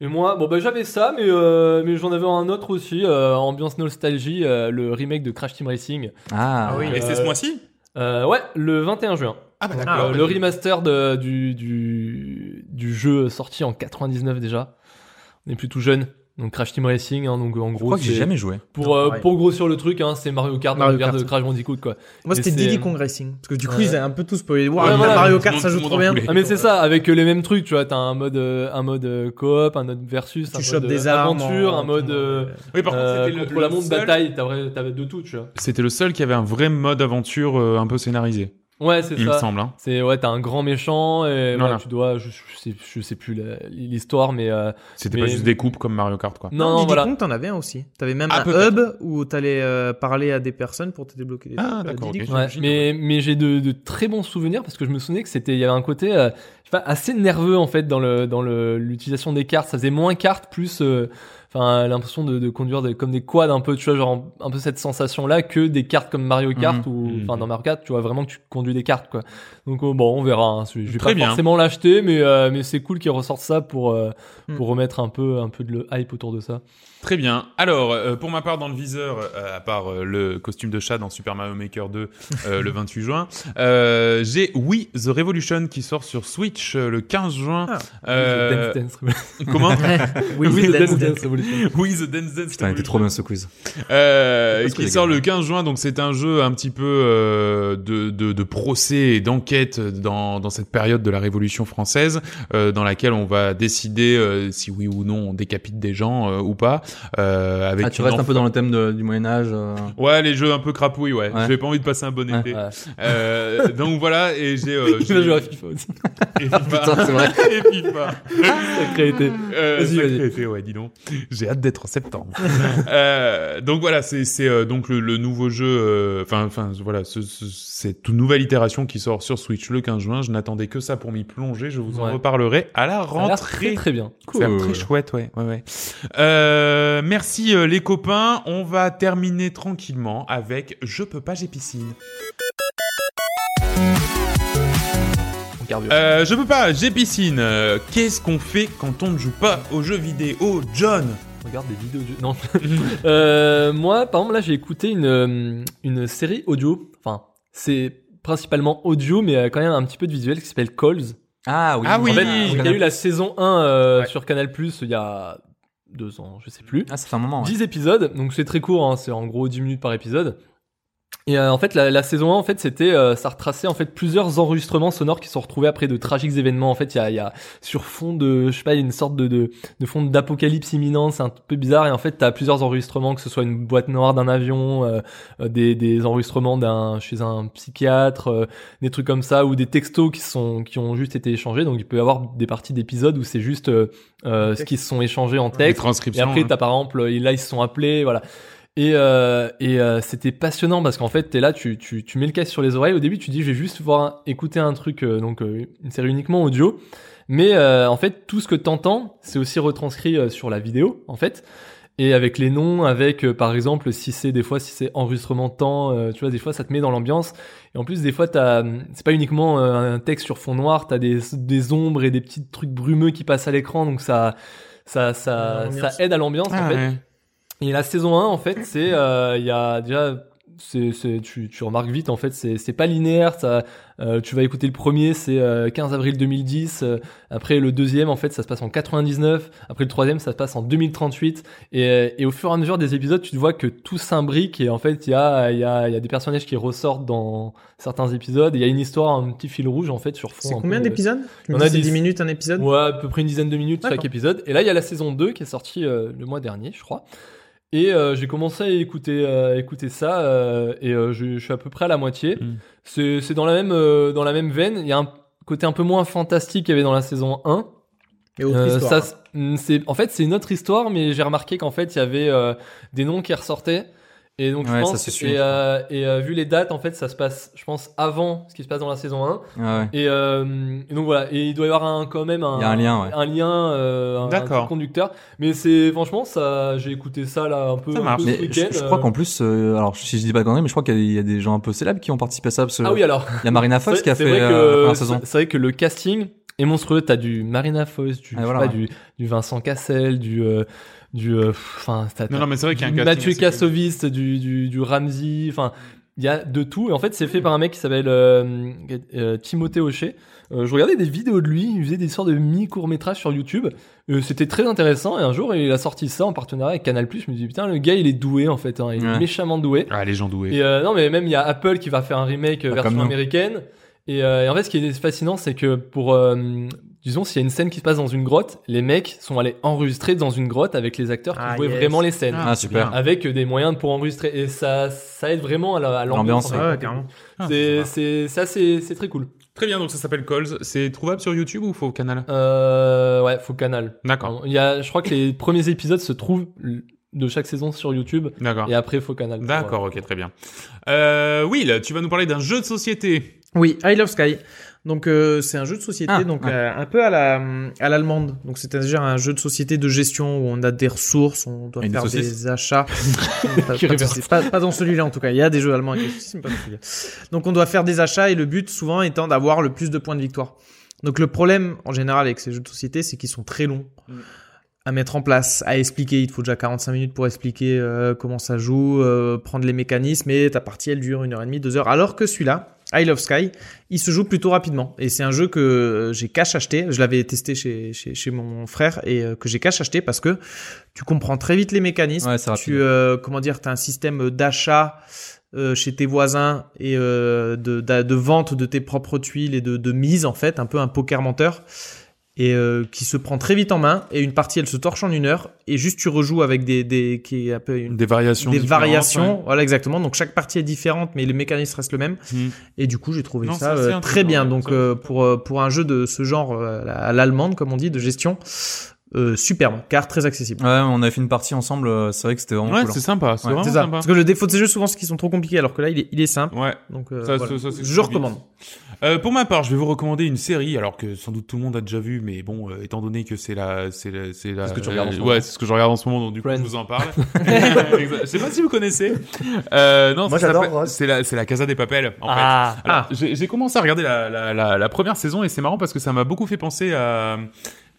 Speaker 3: Et moi, bon bah j'avais ça, mais, euh, mais j'en avais un autre aussi, euh, ambiance nostalgie, euh, le remake de Crash Team Racing.
Speaker 2: Ah.
Speaker 4: Ah oui.
Speaker 1: Et c'est ce mois-ci
Speaker 3: Euh, ouais, le 21 juin.
Speaker 1: Ah bah
Speaker 3: Donc,
Speaker 1: d'accord.
Speaker 3: euh, le remaster de- du, du, du jeu sorti en 99 déjà. On est plus tout jeune. Donc Crash Team Racing, hein, donc en
Speaker 2: Je
Speaker 3: gros,
Speaker 2: crois que j'ai
Speaker 3: c'est-
Speaker 2: jamais joué.
Speaker 3: pour, euh,
Speaker 4: Ouais.
Speaker 3: pour grossir le truc, hein, c'est Mario Kart dans
Speaker 4: Mario
Speaker 3: l'univers
Speaker 4: Kart.
Speaker 3: de Crash Bandicoot quoi.
Speaker 4: Moi,
Speaker 3: Et
Speaker 4: c'était
Speaker 3: c'est-
Speaker 4: Diddy Kong Racing. Parce que du coup,
Speaker 3: Ouais.
Speaker 4: ils avaient un peu tous spoilé. Waouh,
Speaker 3: Ouais, voilà,
Speaker 4: Mario
Speaker 1: tout le
Speaker 4: Kart,
Speaker 1: monde-
Speaker 4: ça
Speaker 1: tout
Speaker 4: joue
Speaker 1: le monde
Speaker 4: trop bien.
Speaker 1: enculé.
Speaker 3: Ah mais c'est ça, avec les mêmes trucs, tu vois, t'as un mode euh, un mode euh, coop, un mode versus, un
Speaker 4: Tu
Speaker 3: mode
Speaker 4: chopes
Speaker 3: euh,
Speaker 4: des armes.
Speaker 3: aventure,
Speaker 4: en-
Speaker 3: un mode euh,
Speaker 1: Oui, par contre,
Speaker 3: euh,
Speaker 1: c'était le,
Speaker 3: contre
Speaker 1: le
Speaker 3: la montre
Speaker 1: seul-
Speaker 3: bataille, t'as vrai- t'avais de tout, tu vois.
Speaker 1: C'était le seul qui avait un vrai mode aventure euh, un peu scénarisé,
Speaker 3: Ouais, c'est
Speaker 1: il me
Speaker 3: ça.
Speaker 1: semble. hein.
Speaker 3: C'est ouais, t'as un grand méchant et
Speaker 1: Voilà.
Speaker 3: ouais, tu dois, je, je sais, je sais plus la- l'histoire, mais euh,
Speaker 1: C'était pas
Speaker 3: Mais-
Speaker 1: juste des coupes comme Mario Kart, quoi.
Speaker 3: non, non,
Speaker 4: Diddy
Speaker 3: voilà.
Speaker 4: Kong, t'en avais un aussi. T'avais même
Speaker 1: Ah,
Speaker 4: un
Speaker 1: peut-être.
Speaker 4: hub où t'allais euh, parler à des personnes pour te débloquer des
Speaker 1: Ah,
Speaker 4: trucs. Euh,
Speaker 1: d'accord,
Speaker 4: Diddy
Speaker 1: ok.
Speaker 4: Kong.
Speaker 3: Ouais,
Speaker 1: j'imagine,
Speaker 3: mais mais j'ai de, de très bons souvenirs parce que je me souvenais que c'était, il y avait un côté, euh, je sais pas, assez nerveux en fait dans le dans le l'utilisation des cartes. Ça faisait moins cartes, plus, euh, enfin, l'impression de, de conduire des- comme des quads un peu, tu vois, genre un peu cette sensation là que des cartes comme Mario Kart ou
Speaker 1: Mhm.
Speaker 3: enfin dans Mario Kart, tu vois vraiment que tu conduis des cartes quoi. Donc euh, bon, on verra. hein. Je je vais
Speaker 1: Très
Speaker 3: pas
Speaker 1: bien.
Speaker 3: forcément l'acheter, mais euh, mais c'est cool qu'ils ressortent ça pour euh,
Speaker 4: Mhm.
Speaker 3: pour remettre un peu un peu de le hype autour de ça.
Speaker 1: Très bien. Alors, euh, pour ma part, dans le viseur, euh, à part euh, le costume de chat dans Super Mario Maker 2 euh,
Speaker 3: [LAUGHS]
Speaker 1: le 28 juin, euh, j'ai oui The Revolution qui sort sur Switch euh, le 15 juin.
Speaker 4: Ah.
Speaker 1: Euh,
Speaker 3: Dance Dance Revolution.
Speaker 1: comment
Speaker 4: [LAUGHS]
Speaker 3: Oui,
Speaker 1: [LAUGHS] Oui,
Speaker 3: [LAUGHS] Dance
Speaker 1: Dance
Speaker 3: Dance Revolution.
Speaker 1: Oui The Dance Dance.
Speaker 2: Putain, il était trop bien ce quiz.
Speaker 1: Euh,
Speaker 2: Parce que
Speaker 1: qui
Speaker 2: les
Speaker 1: sort
Speaker 2: gars-
Speaker 1: le 15 juin, donc c'est un jeu un petit peu euh, de, de, de procès et d'enquête dans, dans cette période de la Révolution française, euh, dans laquelle on va décider euh, si oui ou non on décapite des gens euh, ou pas. Euh, avec
Speaker 2: Ah, tu
Speaker 1: une
Speaker 2: restes un
Speaker 1: enf-
Speaker 2: peu dans le thème de- du Moyen Âge. euh.
Speaker 1: Ouais, les jeux un peu crapouilles, ouais.
Speaker 2: Ouais.
Speaker 1: J'avais pas envie de passer un bon
Speaker 2: Ouais.
Speaker 1: été.
Speaker 3: Ouais.
Speaker 1: Euh, donc voilà, et j'ai...
Speaker 2: [LAUGHS]
Speaker 1: euh,
Speaker 3: Il a joué à FIFA aussi.
Speaker 1: et FIFA.
Speaker 2: Putain, c'est vrai.
Speaker 1: [LAUGHS] et FIFA.
Speaker 3: Sacré été.
Speaker 1: Euh,
Speaker 3: Vas-y,
Speaker 1: sacré
Speaker 3: vas-y.
Speaker 1: été, ouais, dis donc. J'ai hâte d'être en septembre. [LAUGHS] Euh, donc voilà, c'est c'est, euh, donc le, le nouveau jeu. euh, Enfin, enfin voilà, ce- ce- cette nouvelle itération qui sort sur Switch le 15 juin. Je n'attendais que ça pour m'y plonger. Je vous en
Speaker 3: Ouais.
Speaker 1: reparlerai à la
Speaker 3: Ça a l'air très
Speaker 1: rentrée.
Speaker 3: très bien.
Speaker 1: Ça a l'air très chouette, ouais, ouais, ouais. Euh, merci euh, les copains. On va terminer tranquillement avec Je peux pas, j'ai piscine.
Speaker 3: En cardio.
Speaker 1: Euh, je peux pas, j'ai piscine. Euh, Qu'est-ce qu'on fait quand on ne joue pas aux jeux vidéo, John
Speaker 3: Regarde des vidéos.
Speaker 1: [LAUGHS]
Speaker 3: de- Non. [LAUGHS] Euh, moi, par exemple, là, j'ai écouté une, euh, une série audio. Enfin, c'est principalement audio, mais euh, quand même un petit peu de visuel qui s'appelle Calls.
Speaker 2: Ah oui.
Speaker 1: Ah oui.
Speaker 3: En fait,
Speaker 1: oui.
Speaker 3: il y a eu la saison 1 euh,
Speaker 4: Ouais.
Speaker 3: sur Canal Plus il y a deux ans, je sais plus.
Speaker 2: Ah, ça fait un moment. ouais.
Speaker 3: 10 épisodes, donc c'est très court, hein, c'est en gros 10 minutes par épisode. Et euh, en fait, la, la saison 1, en fait, c'était, euh, ça retraçait en fait plusieurs enregistrements sonores qui sont retrouvés après de tragiques événements. En fait, il y a, il y a sur fond de, je sais pas, il y a une sorte de, de, de fond d'apocalypse imminente. C'est un peu bizarre. Et en fait, t'as plusieurs enregistrements, que ce soit une boîte noire d'un avion, euh, euh, des, des enregistrements d'un chez un psychiatre, euh, des trucs comme ça, ou des textos qui sont qui ont juste été échangés. Donc, il peut y avoir des parties d'épisodes où c'est juste euh, euh, ce qui se sont échangés en
Speaker 1: Les
Speaker 3: texte. Et
Speaker 1: transcriptions.
Speaker 3: après,
Speaker 1: hein.
Speaker 3: t'as par exemple, euh, là, ils se sont appelés, voilà. Et, euh, et euh, c'était passionnant parce qu'en fait, t'es là, tu, tu, tu mets le casque sur les oreilles. Au début, tu dis, je vais juste voir un- écouter un truc, euh, donc euh, une série uniquement audio. Mais euh, en fait, tout ce que t'entends, c'est aussi retranscrit euh, sur la vidéo, en fait. Et avec les noms, avec euh, par exemple, si c'est des fois, si c'est enregistrement de temps, euh, tu vois, des fois, ça te met dans l'ambiance. Et en plus, des fois, t'as, hum, c'est pas uniquement euh, un texte sur fond noir, t'as des, des ombres et des petits trucs brumeux qui passent à l'écran, donc ça, ça, ça, ça
Speaker 4: L'ambiance.
Speaker 3: aide à l'ambiance, en
Speaker 1: Ah,
Speaker 3: fait.
Speaker 1: ouais.
Speaker 3: Et la saison 1, en fait, c'est, euh, il y a déjà, c'est, c'est- tu, tu remarques vite, en fait, c'est, c'est pas linéaire. Ça, euh, tu vas écouter le premier, c'est euh, 15 avril 2010. euh, après le deuxième, en fait, ça se passe en 99. Après le troisième, ça se passe en 2038. Et, euh, et au fur et à mesure des épisodes, tu te vois que tout s'imbrique. Et en fait, il y a, il y a, il y a des personnages qui ressortent dans certains épisodes. et Il y a une histoire, un petit fil rouge, en fait, sur fond.
Speaker 4: C'est
Speaker 3: un
Speaker 4: combien
Speaker 3: peu de-
Speaker 4: d'épisodes Tu me
Speaker 3: On a
Speaker 4: dis c'est
Speaker 3: 10.
Speaker 4: 10 minutes un épisode
Speaker 3: Ouais, à peu près une dizaine de minutes chaque
Speaker 4: D'accord.
Speaker 3: épisode. Et là, il y a la saison 2 qui est sortie euh, le mois dernier, je crois. Et euh, j'ai commencé à écouter, euh, à écouter ça euh, et euh, je, je suis à peu près à la moitié.
Speaker 2: Hmm.
Speaker 1: Mm.
Speaker 3: C'est c'est dans, la même euh, dans la même veine. Il y a un côté un peu moins fantastique qu'il y avait dans la saison 1.
Speaker 4: Et autre
Speaker 3: Euh,
Speaker 4: histoire.
Speaker 3: ça, c'est- mm, c'est en fait c'est une autre histoire, mais j'ai remarqué qu'en fait il y avait euh, des noms qui ressortaient. Et donc je
Speaker 2: Ouais, ça
Speaker 3: pense
Speaker 2: se suit,
Speaker 3: et,
Speaker 2: je crois.
Speaker 3: euh, et, euh, vu les dates en fait ça se passe je pense avant ce qui se passe dans la saison 1
Speaker 2: Ah ouais.
Speaker 3: et, euh, et donc voilà et il doit y avoir un, quand même un,
Speaker 2: Il y a un lien,
Speaker 1: Ah,
Speaker 2: ouais.
Speaker 3: un lien, euh, un,
Speaker 1: D'accord.
Speaker 3: un fil conducteur. Mais c'est franchement, ça, j'ai écouté ça là un peu,
Speaker 1: Ça
Speaker 3: un peu
Speaker 1: marche.
Speaker 3: ce
Speaker 2: Mais
Speaker 3: week-end.
Speaker 2: je, je crois
Speaker 3: euh.
Speaker 2: qu'en plus, euh, alors si je dis pas de conneries, mais je crois qu'il y a- il y, a des gens un peu célèbres qui ont participé à ça. Parce que
Speaker 3: Ah oui, alors.
Speaker 2: il y a Marina Fox
Speaker 3: C'est-
Speaker 2: qui a
Speaker 3: c'est
Speaker 2: fait
Speaker 3: vrai que-
Speaker 2: euh, la
Speaker 3: c'est-
Speaker 2: saison.
Speaker 3: C'est vrai que le casting est monstrueux. T'as du Marina Foïs,
Speaker 2: Ah,
Speaker 3: du, je sais
Speaker 2: voilà,
Speaker 3: pas,
Speaker 2: ouais.
Speaker 3: du, du Vincent Cassel, du, euh, du, euh, pff, enfin, t'as-
Speaker 1: Non,
Speaker 3: t'as
Speaker 1: non, mais c'est vrai qu'il y a un
Speaker 3: du
Speaker 1: casting
Speaker 3: Mathieu
Speaker 1: assez connu.
Speaker 3: Kassovitz, du, du, du Ramsey, enfin, il y a de tout. Et en fait, c'est fait par un mec qui s'appelle euh, euh, Timothée Hochet. Euh, je regardais des vidéos de lui, il faisait des sortes de mini-courts-métrages sur YouTube. Euh, C'était très intéressant. Et un jour, il a sorti ça en partenariat avec Canal+. Je me dis, putain, le gars, il est doué, en fait. hein. Il est
Speaker 2: Ouais.
Speaker 3: méchamment doué.
Speaker 1: Ah, les gens doués.
Speaker 3: Et euh, non, mais même il y a Apple qui va faire un remake euh,
Speaker 2: Ah,
Speaker 3: version
Speaker 2: comme nous.
Speaker 3: américaine. Et, euh, et en fait, ce qui est fascinant, c'est que pour, euh, disons, s'il y a une scène qui se passe dans une grotte, les mecs sont allés enregistrer dans une grotte avec les acteurs qui
Speaker 4: Ah,
Speaker 3: jouaient
Speaker 4: yes.
Speaker 3: vraiment les scènes,
Speaker 2: Ah, super.
Speaker 1: bien.
Speaker 3: avec des moyens pour enregistrer. Et ça, ça aide vraiment à la- à
Speaker 2: L'ambiance,
Speaker 3: l'ambiance. en fait.
Speaker 4: Ah ouais, carrément.
Speaker 1: Ah,
Speaker 3: C'est-
Speaker 1: ça
Speaker 3: c'est ça, c'est c'est très cool.
Speaker 1: Très bien, donc ça s'appelle Calls. C'est trouvable sur YouTube ou faut au canal
Speaker 3: Euh, ouais, faut
Speaker 2: Ah.
Speaker 3: Canal.
Speaker 1: D'accord.
Speaker 3: Il y a, je crois que les premiers épisodes se trouvent de chaque saison sur YouTube.
Speaker 1: Ah,
Speaker 2: Ah.
Speaker 1: D'accord.
Speaker 3: Et après, faut Canal.
Speaker 1: D'accord, ok, très bien. Euh, Will, tu vas nous parler d'un jeu de société.
Speaker 4: Oui, I Love Sky. Donc euh, c'est un jeu de société,
Speaker 2: Ah,
Speaker 4: donc
Speaker 2: ouais.
Speaker 4: euh, un peu à la à l'allemande. Donc c'est-à-dire un jeu de société de gestion où on a des ressources, on doit
Speaker 2: Et des
Speaker 4: faire
Speaker 2: saucisses.
Speaker 4: des
Speaker 3: [LAUGHS]
Speaker 4: achats. pas,
Speaker 3: Qui
Speaker 4: pas de
Speaker 3: reverse.
Speaker 4: soucis. Pas- pas dans celui-là en tout cas. Il y a des jeux allemands avec des saucisses, mais pas dans celui-là. Donc on doit faire des achats et le but souvent étant d'avoir le plus de points de victoire. Donc le problème en général avec ces jeux de société, c'est qu'ils sont très longs
Speaker 1: Mm.
Speaker 4: à mettre en place, à expliquer. Il te faut déjà 45 minutes pour expliquer euh, comment ça joue, euh, prendre les mécanismes et ta partie elle dure une heure et demie, deux heures. Alors que celui-là, I Love Sky, il se joue plutôt rapidement et c'est un jeu que euh, j'ai cash acheté. Je l'avais testé chez, chez, chez mon frère et euh, que j'ai cash acheté parce que tu comprends très vite les mécanismes.
Speaker 2: Ouais, c'est
Speaker 4: Tu
Speaker 2: rapide.
Speaker 4: euh, comment dire, t'as un système d'achat euh, chez tes voisins et euh, de, d'a- de vente de tes propres tuiles et de, de mise en fait, un peu un poker menteur et euh, qui se prend très vite en main. Et une partie, elle se torche en une heure et juste tu rejoues avec des, des qui est un peu une
Speaker 1: Des variations.
Speaker 4: des
Speaker 1: différentes,
Speaker 4: variations,
Speaker 1: ouais.
Speaker 4: voilà exactement. Donc chaque partie est différente, mais le mécanisme reste le même.
Speaker 1: Hmm.
Speaker 4: Et du coup, j'ai trouvé
Speaker 1: Non,
Speaker 4: ça
Speaker 1: c'est
Speaker 4: euh,
Speaker 1: assez
Speaker 4: très bien.
Speaker 1: intriguant,
Speaker 4: Donc
Speaker 1: ça.
Speaker 4: euh, pour euh, pour un jeu de ce genre euh, à l'allemande, comme on dit, de gestion, euh, superbe, car très accessible.
Speaker 2: Ouais, on a fait une partie ensemble. euh, C'est vrai que c'était vraiment
Speaker 1: Ouais,
Speaker 2: cool.
Speaker 1: c'est sympa. C'est
Speaker 2: Ouais,
Speaker 1: vraiment
Speaker 4: C'est ça.
Speaker 1: Ah, sympa.
Speaker 4: Parce que le défaut de ces jeux, souvent, c'est qu'ils sont trop compliqués, alors que là, il est, il est simple.
Speaker 1: Ouais.
Speaker 4: Donc, euh,
Speaker 1: Ça,
Speaker 4: voilà.
Speaker 1: ça, ça, c'est
Speaker 4: je
Speaker 1: vite.
Speaker 4: recommande.
Speaker 1: Euh, pour ma part, je vais vous recommander une série, alors que sans doute tout le monde a déjà vu, mais bon, euh, étant donné que c'est la, c'est la, c'est la. euh,
Speaker 3: C'est ce que tu regardes en ce moment.
Speaker 1: Ouais, c'est ce que je regarde en ce moment, donc du coup,
Speaker 3: Friends.
Speaker 1: je vous en
Speaker 3: [LAUGHS]
Speaker 1: parle. Exact. je sais pas si vous connaissez. Euh, non,
Speaker 5: Moi,
Speaker 1: ça
Speaker 5: j'adore,
Speaker 1: s'appelle-
Speaker 5: Ross.
Speaker 1: C'est la, c'est la Casa des Papels, en fait.
Speaker 3: Ah,
Speaker 1: Alors,
Speaker 4: Ah.
Speaker 1: J'ai j'ai commencé à regarder la, la, la, la première saison et c'est marrant parce que ça m'a beaucoup fait penser à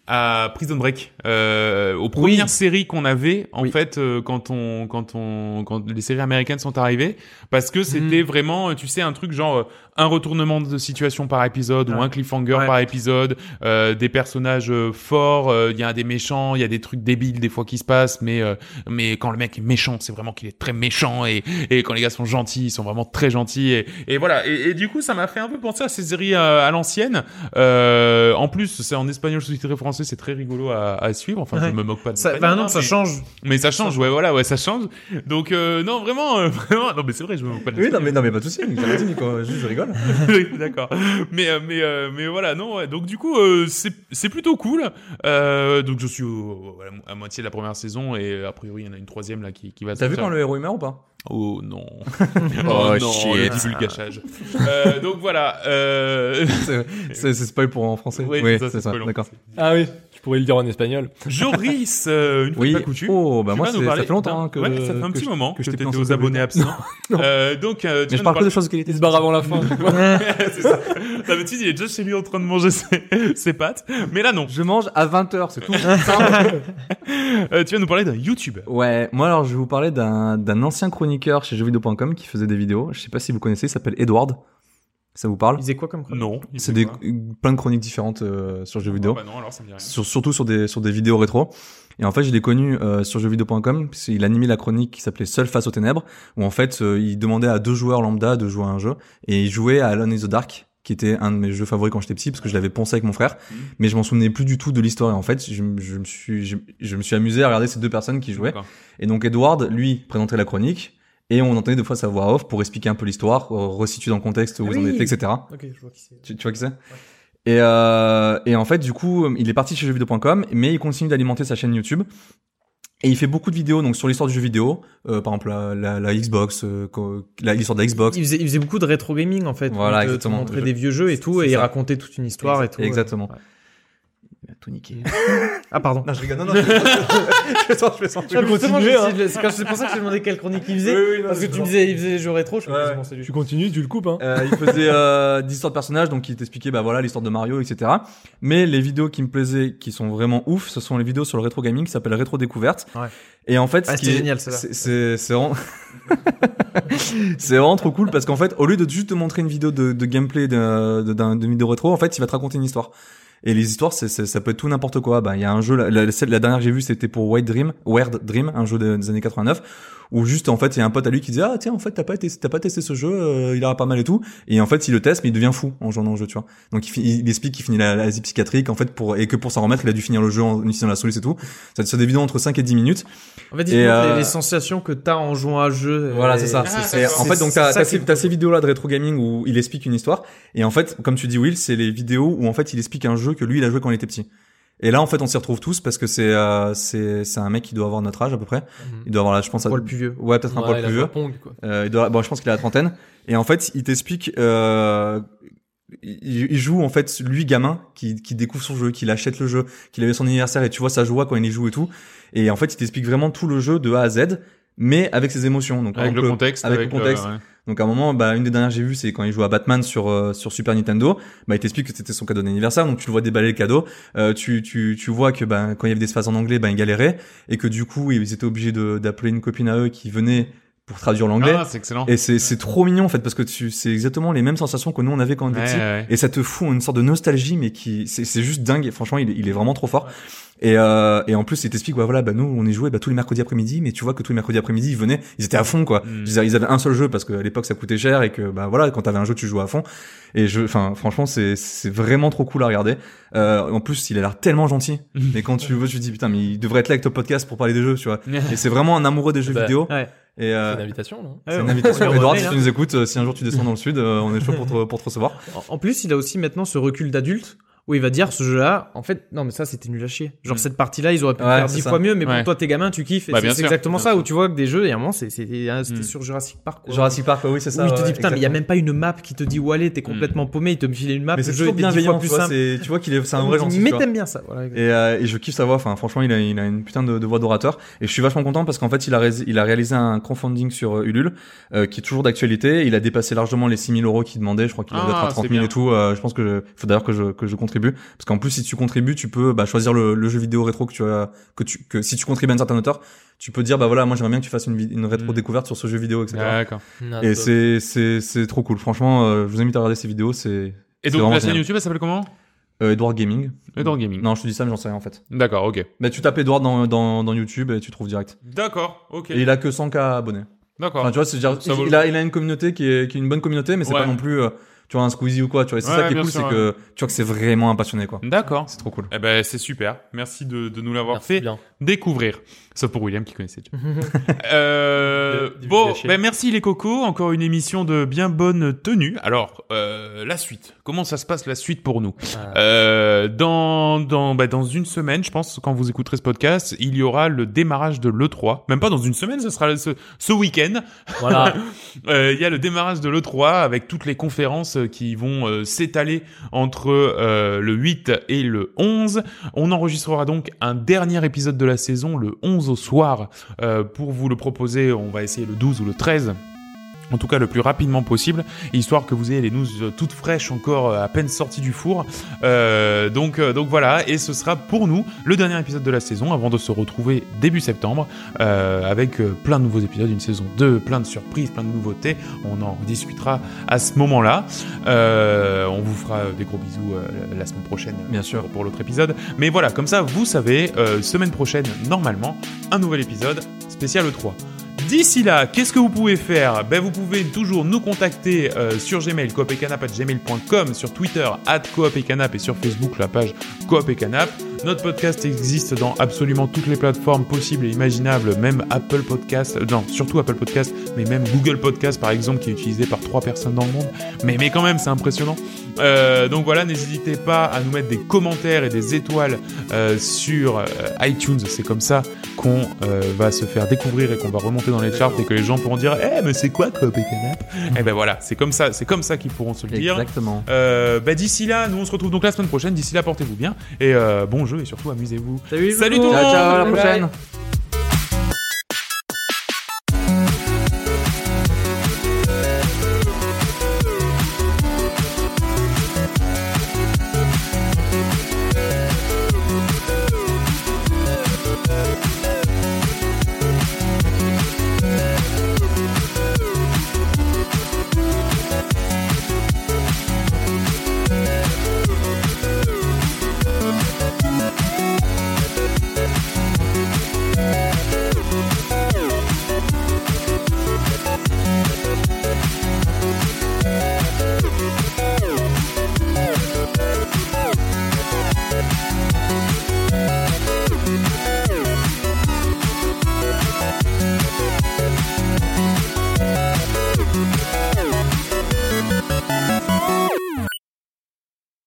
Speaker 1: à Prison Break, euh, aux premières
Speaker 4: Oui.
Speaker 1: séries qu'on avait en
Speaker 4: Oui.
Speaker 1: fait euh, quand on quand on quand les séries américaines sont arrivées, parce que c'était
Speaker 4: Mhm.
Speaker 1: vraiment, euh, tu sais, un truc genre euh, un retournement de situation par épisode ou
Speaker 4: Ouais.
Speaker 1: un cliffhanger
Speaker 4: Ouais.
Speaker 1: par épisode, euh, des personnages euh, forts, euh, il y a des méchants, il y a des trucs débiles des fois qui se passent, mais euh, mais quand le mec est méchant, c'est vraiment qu'il est très méchant et et quand les gars sont gentils, ils sont vraiment très gentils et, et voilà. Et, et du coup, ça m'a fait un peu penser à ces séries euh, à l'ancienne. Euh, en plus, c'est en espagnol sous-titré français, c'est très rigolo à, à suivre. Enfin,
Speaker 4: Ouais.
Speaker 1: je me moque pas. De
Speaker 4: Ça,
Speaker 1: l'Espagne,
Speaker 4: enfin,
Speaker 1: hein,
Speaker 4: non, ça
Speaker 1: mais-
Speaker 4: change.
Speaker 1: Mais ça change, ouais, voilà, ouais, ça change. Donc euh, non, vraiment, euh, [LAUGHS] vraiment, non, mais c'est vrai, je me moque pas. de
Speaker 2: Oui, non,
Speaker 1: l'Espagne.
Speaker 2: mais, non, mais pas de soucis, t'as dit, Nico, euh, juste, je rigole.
Speaker 1: [LAUGHS] Oui, D'accord. Mais euh, mais euh, mais voilà, non. ouais. Donc du coup, euh, c'est c'est plutôt cool. Euh, donc je suis au- à la- à moitié de la première saison et euh, a priori il y en a une troisième là qui qui va.
Speaker 2: T'as vu
Speaker 1: sortir.
Speaker 2: quand le héros est mort ou pas
Speaker 1: Oh
Speaker 2: [LAUGHS]
Speaker 1: non.
Speaker 2: Oh,
Speaker 1: oh non,
Speaker 2: shit.
Speaker 1: le divulgachage. euh, donc voilà. Euh... [LAUGHS]
Speaker 2: C'est c'est- c'est spoil pour en français.
Speaker 1: ouais,
Speaker 2: oui,
Speaker 1: c'est ça,
Speaker 2: c'est ça,
Speaker 1: spoilant.
Speaker 2: d'accord.
Speaker 3: Ah oui, je pourrais le dire en espagnol.
Speaker 1: Joris, euh, une fois
Speaker 2: Oui.
Speaker 1: pas coutume.
Speaker 2: Oh, bah
Speaker 1: tu
Speaker 2: moi,
Speaker 1: vas nous
Speaker 2: c'est- ça
Speaker 1: parler-
Speaker 2: fait longtemps hein, que.
Speaker 1: Ouais, ça fait un
Speaker 2: que
Speaker 1: petit
Speaker 2: je-
Speaker 1: moment
Speaker 2: que
Speaker 1: que,
Speaker 2: je t'ai
Speaker 1: t'étais
Speaker 2: pris en
Speaker 1: aux
Speaker 2: sous-sol.
Speaker 1: abonnés absents.
Speaker 2: [LAUGHS] Non.
Speaker 1: Euh, donc, euh, tu
Speaker 2: Mais
Speaker 1: vas
Speaker 2: je
Speaker 1: nous
Speaker 2: parle que
Speaker 1: parler-
Speaker 2: de choses de qualité.
Speaker 3: Il se barre avant
Speaker 2: [LAUGHS]
Speaker 3: la fin.
Speaker 4: Eh,
Speaker 1: [LAUGHS] c'est ça. D'habitude, il est déjà chez lui en train de manger ses, [LAUGHS] ses pâtes. Mais là, non.
Speaker 2: Je mange à 20h, [LAUGHS] c'est tout.
Speaker 1: Euh, tu vas nous parler d'un youtubeur.
Speaker 2: Ouais, moi alors je vais vous parler d'un d'un ancien chroniqueur chez jeuxvideo.com qui faisait des vidéos. Je sais pas si vous connaissez, il s'appelle Edward. Ça vous
Speaker 4: Ils
Speaker 2: parle
Speaker 4: faisaient quoi comme quoi
Speaker 1: Non. il
Speaker 2: C'est
Speaker 1: fait
Speaker 2: des
Speaker 1: quoi
Speaker 2: plein de chroniques différentes euh, sur jeux vidéo.
Speaker 1: Ah bah non, alors ça me dit rien.
Speaker 2: Sur- surtout sur des, sur des vidéos rétro. Et en fait, je l'ai connu euh, sur jeuxvideo.com, parce qu'il animait la chronique qui s'appelait Seul face aux ténèbres, où en fait, euh, il demandait à deux joueurs lambda de jouer à un jeu, et il jouait à Alone in the Dark, qui était un de mes jeux favoris quand j'étais petit, parce que je l'avais poncé avec mon frère,
Speaker 1: Mhm.
Speaker 2: mais je m'en souvenais plus du tout de l'histoire, et en fait, je, m- je me suis, je, je me suis amusé à regarder ces deux personnes qui jouaient,
Speaker 1: D'accord.
Speaker 2: et donc Edward, lui, présentait la chronique, et on entendait deux fois sa voix off pour expliquer un peu l'histoire, euh, resituer dans le contexte où
Speaker 4: Ah
Speaker 2: ils en
Speaker 4: oui.
Speaker 2: étaient, etc.
Speaker 4: Ok, je vois qui c'est.
Speaker 2: Tu, tu vois qui c'est et, euh, et en fait, du coup, il est parti de chez jeuxvideo.com, mais il continue d'alimenter sa chaîne YouTube. Et il fait beaucoup de vidéos donc sur l'histoire du jeu vidéo, euh, par exemple la, la, la Xbox, euh, co- la- l'histoire de la Xbox.
Speaker 4: Ils faisaient, ils faisaient beaucoup de rétro gaming en fait. euh,
Speaker 2: Voilà,
Speaker 4: Ils te- te
Speaker 2: exactement.
Speaker 4: montraient
Speaker 2: Je-
Speaker 4: des vieux jeux et tout,
Speaker 2: c'est
Speaker 4: et ils
Speaker 2: ça.
Speaker 4: racontaient toute une histoire et tout. ouais.
Speaker 2: Exactement.
Speaker 4: Ouais.
Speaker 2: Il a tout niqué.
Speaker 4: Ah, pardon.
Speaker 2: Non, je rigole. [LAUGHS] Non, non. je fais sens, je fais sens.
Speaker 4: Ah, justement,
Speaker 3: continuer,
Speaker 1: hein.
Speaker 4: je-
Speaker 2: hein.
Speaker 4: C'est c'est quand- c'est pour ça que je te demandais quelle chronique il faisait. Parce que tu me disais, il faisait les jeux rétro, je
Speaker 2: Ouais,
Speaker 4: pensais
Speaker 2: ouais.
Speaker 4: bon, c'est lui.
Speaker 3: Tu continues, tu le coupes. Hein.
Speaker 2: Euh, il faisait euh, des histoires de personnages, donc il t'expliquait bah voilà l'histoire de Mario, etc. Mais les vidéos qui me plaisaient, qui sont vraiment ouf, ce sont les vidéos sur le rétro gaming qui s'appellent rétro découverte.
Speaker 4: Ouais.
Speaker 2: Et en fait,
Speaker 4: Ah,
Speaker 2: ce qui
Speaker 4: c'était
Speaker 2: est-
Speaker 4: génial, celle-là.
Speaker 2: c'est c'est c'est vraiment... [LAUGHS] c'est vraiment trop cool parce qu'en fait, au lieu de juste te montrer une vidéo de, de gameplay d'un de, d'un- d'une vidéo rétro, en fait, il va te raconter une histoire. Et les histoires, c'est c'est- ça peut être tout n'importe quoi. Bah, il y a un jeu, la, la, celle- la dernière que j'ai vue, c'était pour White Dream, Weird Dream, un jeu de- des années 89, où juste en fait, il y a un pote à lui qui disait ah tiens, en fait, t'as pas, testé- t'as pas testé ce jeu, euh, il aura pas mal et tout. Et en fait, il le teste, mais il devient fou en jouant au jeu, tu vois. Donc il, fi- il explique qu'il finit la- l'asile psychiatrique, en fait, pour et que pour s'en remettre, il a dû finir le jeu en utilisant la soluce et tout. Ça, ça des vidéos entre 5 et 10 minutes.
Speaker 4: En fait, ils
Speaker 2: Et,
Speaker 4: te montraient
Speaker 2: euh,
Speaker 4: les sensations que t'as en jouant à un jeu.
Speaker 2: Voilà,
Speaker 4: et-
Speaker 2: c'est ça.
Speaker 1: Ah,
Speaker 2: C'est-
Speaker 1: d'accord.
Speaker 2: en fait, donc
Speaker 4: C'est
Speaker 2: t'as
Speaker 4: ça
Speaker 2: t'as
Speaker 4: qui
Speaker 2: ces,
Speaker 4: me-
Speaker 2: t'as ces vidéos-là de rétro gaming où il explique une histoire. Et en fait, comme tu dis, Will, c'est les vidéos où en fait il explique un jeu que lui il a joué quand il était petit. Et là, en fait, on s'y retrouve tous parce que c'est euh, c'est c'est un mec qui doit avoir notre âge à peu près. Il doit avoir là, je pense, à...
Speaker 4: Mhm. Un poil plus vieux.
Speaker 2: ouais, peut-être un poil plus vieux.
Speaker 3: Pong, quoi.
Speaker 2: Euh, il doit- bon, je pense qu'il a la trentaine. Et en fait, il t'explique. Euh, il il joue en fait lui gamin qui, qui découvre son jeu, qu'il achète le jeu, qu'il avait son anniversaire et tu vois sa joie quand il y joue et tout. Et en fait, il t'explique vraiment tout le jeu de A à Z, mais avec ses émotions. Donc, par
Speaker 1: Avec le
Speaker 2: exemple,
Speaker 1: contexte.
Speaker 2: avec le contexte.
Speaker 1: euh, ouais.
Speaker 2: donc à un moment, bah, une des dernières que j'ai vu, c'est quand il joue à Batman sur euh, sur Super Nintendo. Bah, il t'explique que c'était son cadeau d'anniversaire, donc tu le vois déballer le cadeau. Euh, tu tu tu vois que bah, quand il y avait des phases en anglais, bah, il galérait et que du coup, ils étaient obligés de- d'appeler une copine à eux qui venait pour traduire l'anglais.
Speaker 1: Ah, c'est excellent.
Speaker 2: Et c'est, c'est trop mignon en fait parce que tu, c'est exactement les mêmes sensations que nous on avait quand on était
Speaker 1: Ouais,
Speaker 2: petits.
Speaker 1: ouais.
Speaker 2: Et ça te fout une sorte de nostalgie mais qui c'est, c'est juste dingue. Et franchement, il, est- il est vraiment trop fort. Et, euh, et en plus, il t'explique ouais, voilà, bah nous on y jouait bah, tous les mercredis après-midi, mais tu vois que tous les mercredis après-midi ils venaient, ils étaient à fond quoi.
Speaker 1: Mm.
Speaker 2: Je veux dire, Ils avaient un seul jeu parce qu'à l'époque ça coûtait cher et que bah voilà quand t'avais un jeu tu jouais à fond. Et je, enfin franchement c'est c'est vraiment trop cool à regarder. Euh, en plus il a l'air tellement gentil. Mais quand tu veux tu te dis putain mais il devrait être là avec ton podcast pour parler des jeux tu vois. Et c'est vraiment un amoureux des jeux
Speaker 3: Bah,
Speaker 2: vidéo.
Speaker 4: ouais.
Speaker 2: Et
Speaker 3: C'est
Speaker 2: euh,
Speaker 3: une invitation, là.
Speaker 4: Ouais,
Speaker 2: c'est une
Speaker 4: on-
Speaker 2: invitation,
Speaker 4: on
Speaker 2: Edouard,
Speaker 4: remet,
Speaker 2: si
Speaker 4: hein.
Speaker 2: tu nous écoutes, euh, si un jour tu descends dans le sud, euh, on est chaud pour te, pour te recevoir.
Speaker 4: En- En plus, il a aussi maintenant ce recul d'adulte où il va dire ce jeu-là, en fait, non, mais ça, c'était nul à chier. Genre,
Speaker 1: Mm.
Speaker 4: cette partie-là, ils auraient pu le
Speaker 2: Ouais,
Speaker 4: faire
Speaker 2: c'est
Speaker 4: dix
Speaker 2: ça.
Speaker 4: fois mieux, mais
Speaker 1: Ouais.
Speaker 4: pour toi, t'es gamin, tu kiffes. Et
Speaker 1: Bah,
Speaker 4: c'est
Speaker 1: bien
Speaker 4: c'est
Speaker 1: sûr,
Speaker 4: exactement
Speaker 1: bien
Speaker 4: ça
Speaker 1: sûr.
Speaker 4: où tu vois que des jeux, et à un moment, c'est- c'était hein, c'était
Speaker 1: Mm.
Speaker 4: sur Jurassic Park. quoi.
Speaker 2: Jurassic Park, bah oui, c'est ça.
Speaker 4: Où il te
Speaker 2: ouais,
Speaker 4: dit, putain, mais il y a
Speaker 2: exactement. Mm.
Speaker 4: même pas une map qui te dit où aller, t'es complètement paumé, il te file une map, le
Speaker 2: Mais c'est
Speaker 4: jeu
Speaker 2: toujours
Speaker 4: était dix
Speaker 2: bienveillant,
Speaker 4: fois
Speaker 2: tu
Speaker 4: plus
Speaker 2: vois,
Speaker 4: simple.
Speaker 2: c'est- tu vois qu'il est, c'est un vrai gentil. tu
Speaker 4: Mais
Speaker 2: vois.
Speaker 4: t'aimes bien ça. Voilà.
Speaker 2: Et, euh, et je kiffe sa voix. Enfin, franchement, il a, il a une putain de, de voix d'orateur. Et je suis vachement content parce qu'en fait, il a, rés- il a réalisé un crowdfunding sur euh, Ulule euh, qui est toujours d'actualité. Il a dépassé largement les 6000 euros qu'il demandait. Je crois qu'il doit
Speaker 1: Ah,
Speaker 2: être à
Speaker 1: c'est
Speaker 2: 30 000
Speaker 1: bien.
Speaker 2: et tout. Euh, je pense que je- faut d'ailleurs que je, que je contribues. Parce qu'en plus, si tu contribues, tu peux bah, choisir le, le jeu vidéo rétro que tu as, que tu, que si tu contribues à un certain auteur, tu peux dire bah voilà, moi j'aimerais bien que tu fasses une, vi- une rétro
Speaker 1: Mm.
Speaker 2: découverte sur ce jeu vidéo, etc.
Speaker 1: D'accord.
Speaker 3: Ah,
Speaker 2: Et c'est c'est c'est trop cool. Franchement, euh, je vous invite à regarder ces vidéos. C'est
Speaker 1: Et
Speaker 2: C'est
Speaker 1: donc,
Speaker 2: vraiment
Speaker 1: la chaîne
Speaker 2: génial.
Speaker 1: YouTube, elle s'appelle comment
Speaker 2: euh, Edward Gaming.
Speaker 1: Edward Gaming.
Speaker 2: Non, je te dis ça, mais j'en sais rien en fait.
Speaker 1: D'accord, ok.
Speaker 2: Mais tu tapes Edward dans, dans, dans YouTube et tu trouves direct.
Speaker 1: D'accord, ok.
Speaker 2: Et il a que 100k abonnés.
Speaker 1: D'accord.
Speaker 2: Enfin, tu vois, c'est dire,
Speaker 1: Ça vaut le
Speaker 2: il, a, il a une communauté qui est, qui est une bonne communauté, mais c'est
Speaker 1: Ouais.
Speaker 2: pas non plus, euh, tu vois, un Squeezie ou quoi, tu vois. Et c'est
Speaker 1: Ouais,
Speaker 2: ça qui est
Speaker 1: bien
Speaker 2: cool,
Speaker 1: sûr,
Speaker 2: c'est que, tu vois, que c'est vraiment un passionné, quoi.
Speaker 1: D'accord.
Speaker 2: C'est trop cool.
Speaker 1: Eh ben, c'est super. Merci de, de nous l'avoir
Speaker 3: Merci
Speaker 1: fait
Speaker 3: bien.
Speaker 1: découvrir. Sauf pour William qui connaissait. déjà.
Speaker 4: [LAUGHS]
Speaker 1: Euh,
Speaker 3: De- du
Speaker 1: bon,
Speaker 3: gâchis.
Speaker 1: ben, merci les cocos. Encore une émission de bien bonne tenue. Alors, euh, la suite. Comment ça se passe la suite pour nous
Speaker 3: Ah.
Speaker 1: Euh, dans dans bah, dans une semaine, je pense, quand vous écouterez ce podcast, il y aura le démarrage de l'E3. Même pas dans une semaine, ce sera ce, ce week-end.
Speaker 3: Voilà.
Speaker 1: Euh, il y a le démarrage de l'E3 avec toutes les conférences euh, qui vont euh, s'étaler entre euh, le 8 et le 11. On enregistrera donc un dernier épisode de la saison le 11 au soir euh, pour vous le proposer. On va essayer le 12 ou le 13. En tout cas, le plus rapidement possible, histoire que vous ayez les news euh, toutes fraîches encore euh, à peine sorties du four. Euh, donc, euh, donc voilà, et ce sera pour nous le dernier épisode de la saison avant de se retrouver début septembre euh, avec euh, plein de nouveaux épisodes, une saison 2, plein de surprises, plein de nouveautés. On en discutera à ce moment-là. Euh, on vous fera euh, des gros bisous euh, la semaine prochaine, euh,
Speaker 2: Bien sûr.
Speaker 1: pour l'autre épisode. Mais voilà, comme ça, vous savez, euh, semaine prochaine, normalement, un nouvel épisode spécial E3. D'ici là, qu'est-ce que vous pouvez faire ben, Vous pouvez toujours nous contacter euh, sur Gmail, coopetcanap.gmail.com, sur Twitter, at coopetcanap, et sur Facebook, la page Coop et Canap. Notre podcast existe dans absolument toutes les plateformes possibles et imaginables, même Apple Podcast, euh, non, surtout Apple Podcast, mais même Google Podcast par exemple, qui est utilisé par trois personnes dans le monde. Mais, mais quand même, c'est impressionnant. Euh, donc voilà, n'hésitez pas à nous mettre des commentaires et des étoiles euh, sur euh, iTunes. C'est comme ça qu'on euh, va se faire découvrir et qu'on va remonter dans les charts et que les gens pourront dire Eh, mais c'est quoi Coop et Canap Eh ben voilà, c'est comme ça, c'est comme ça qu'ils pourront se le dire.
Speaker 2: Exactement.
Speaker 1: Euh, bah, d'ici là, nous on se retrouve donc la semaine prochaine. D'ici là, portez-vous bien et euh, bon jeu et surtout amusez-vous. Salut tout le monde.
Speaker 2: Ciao, ciao, à la prochaine.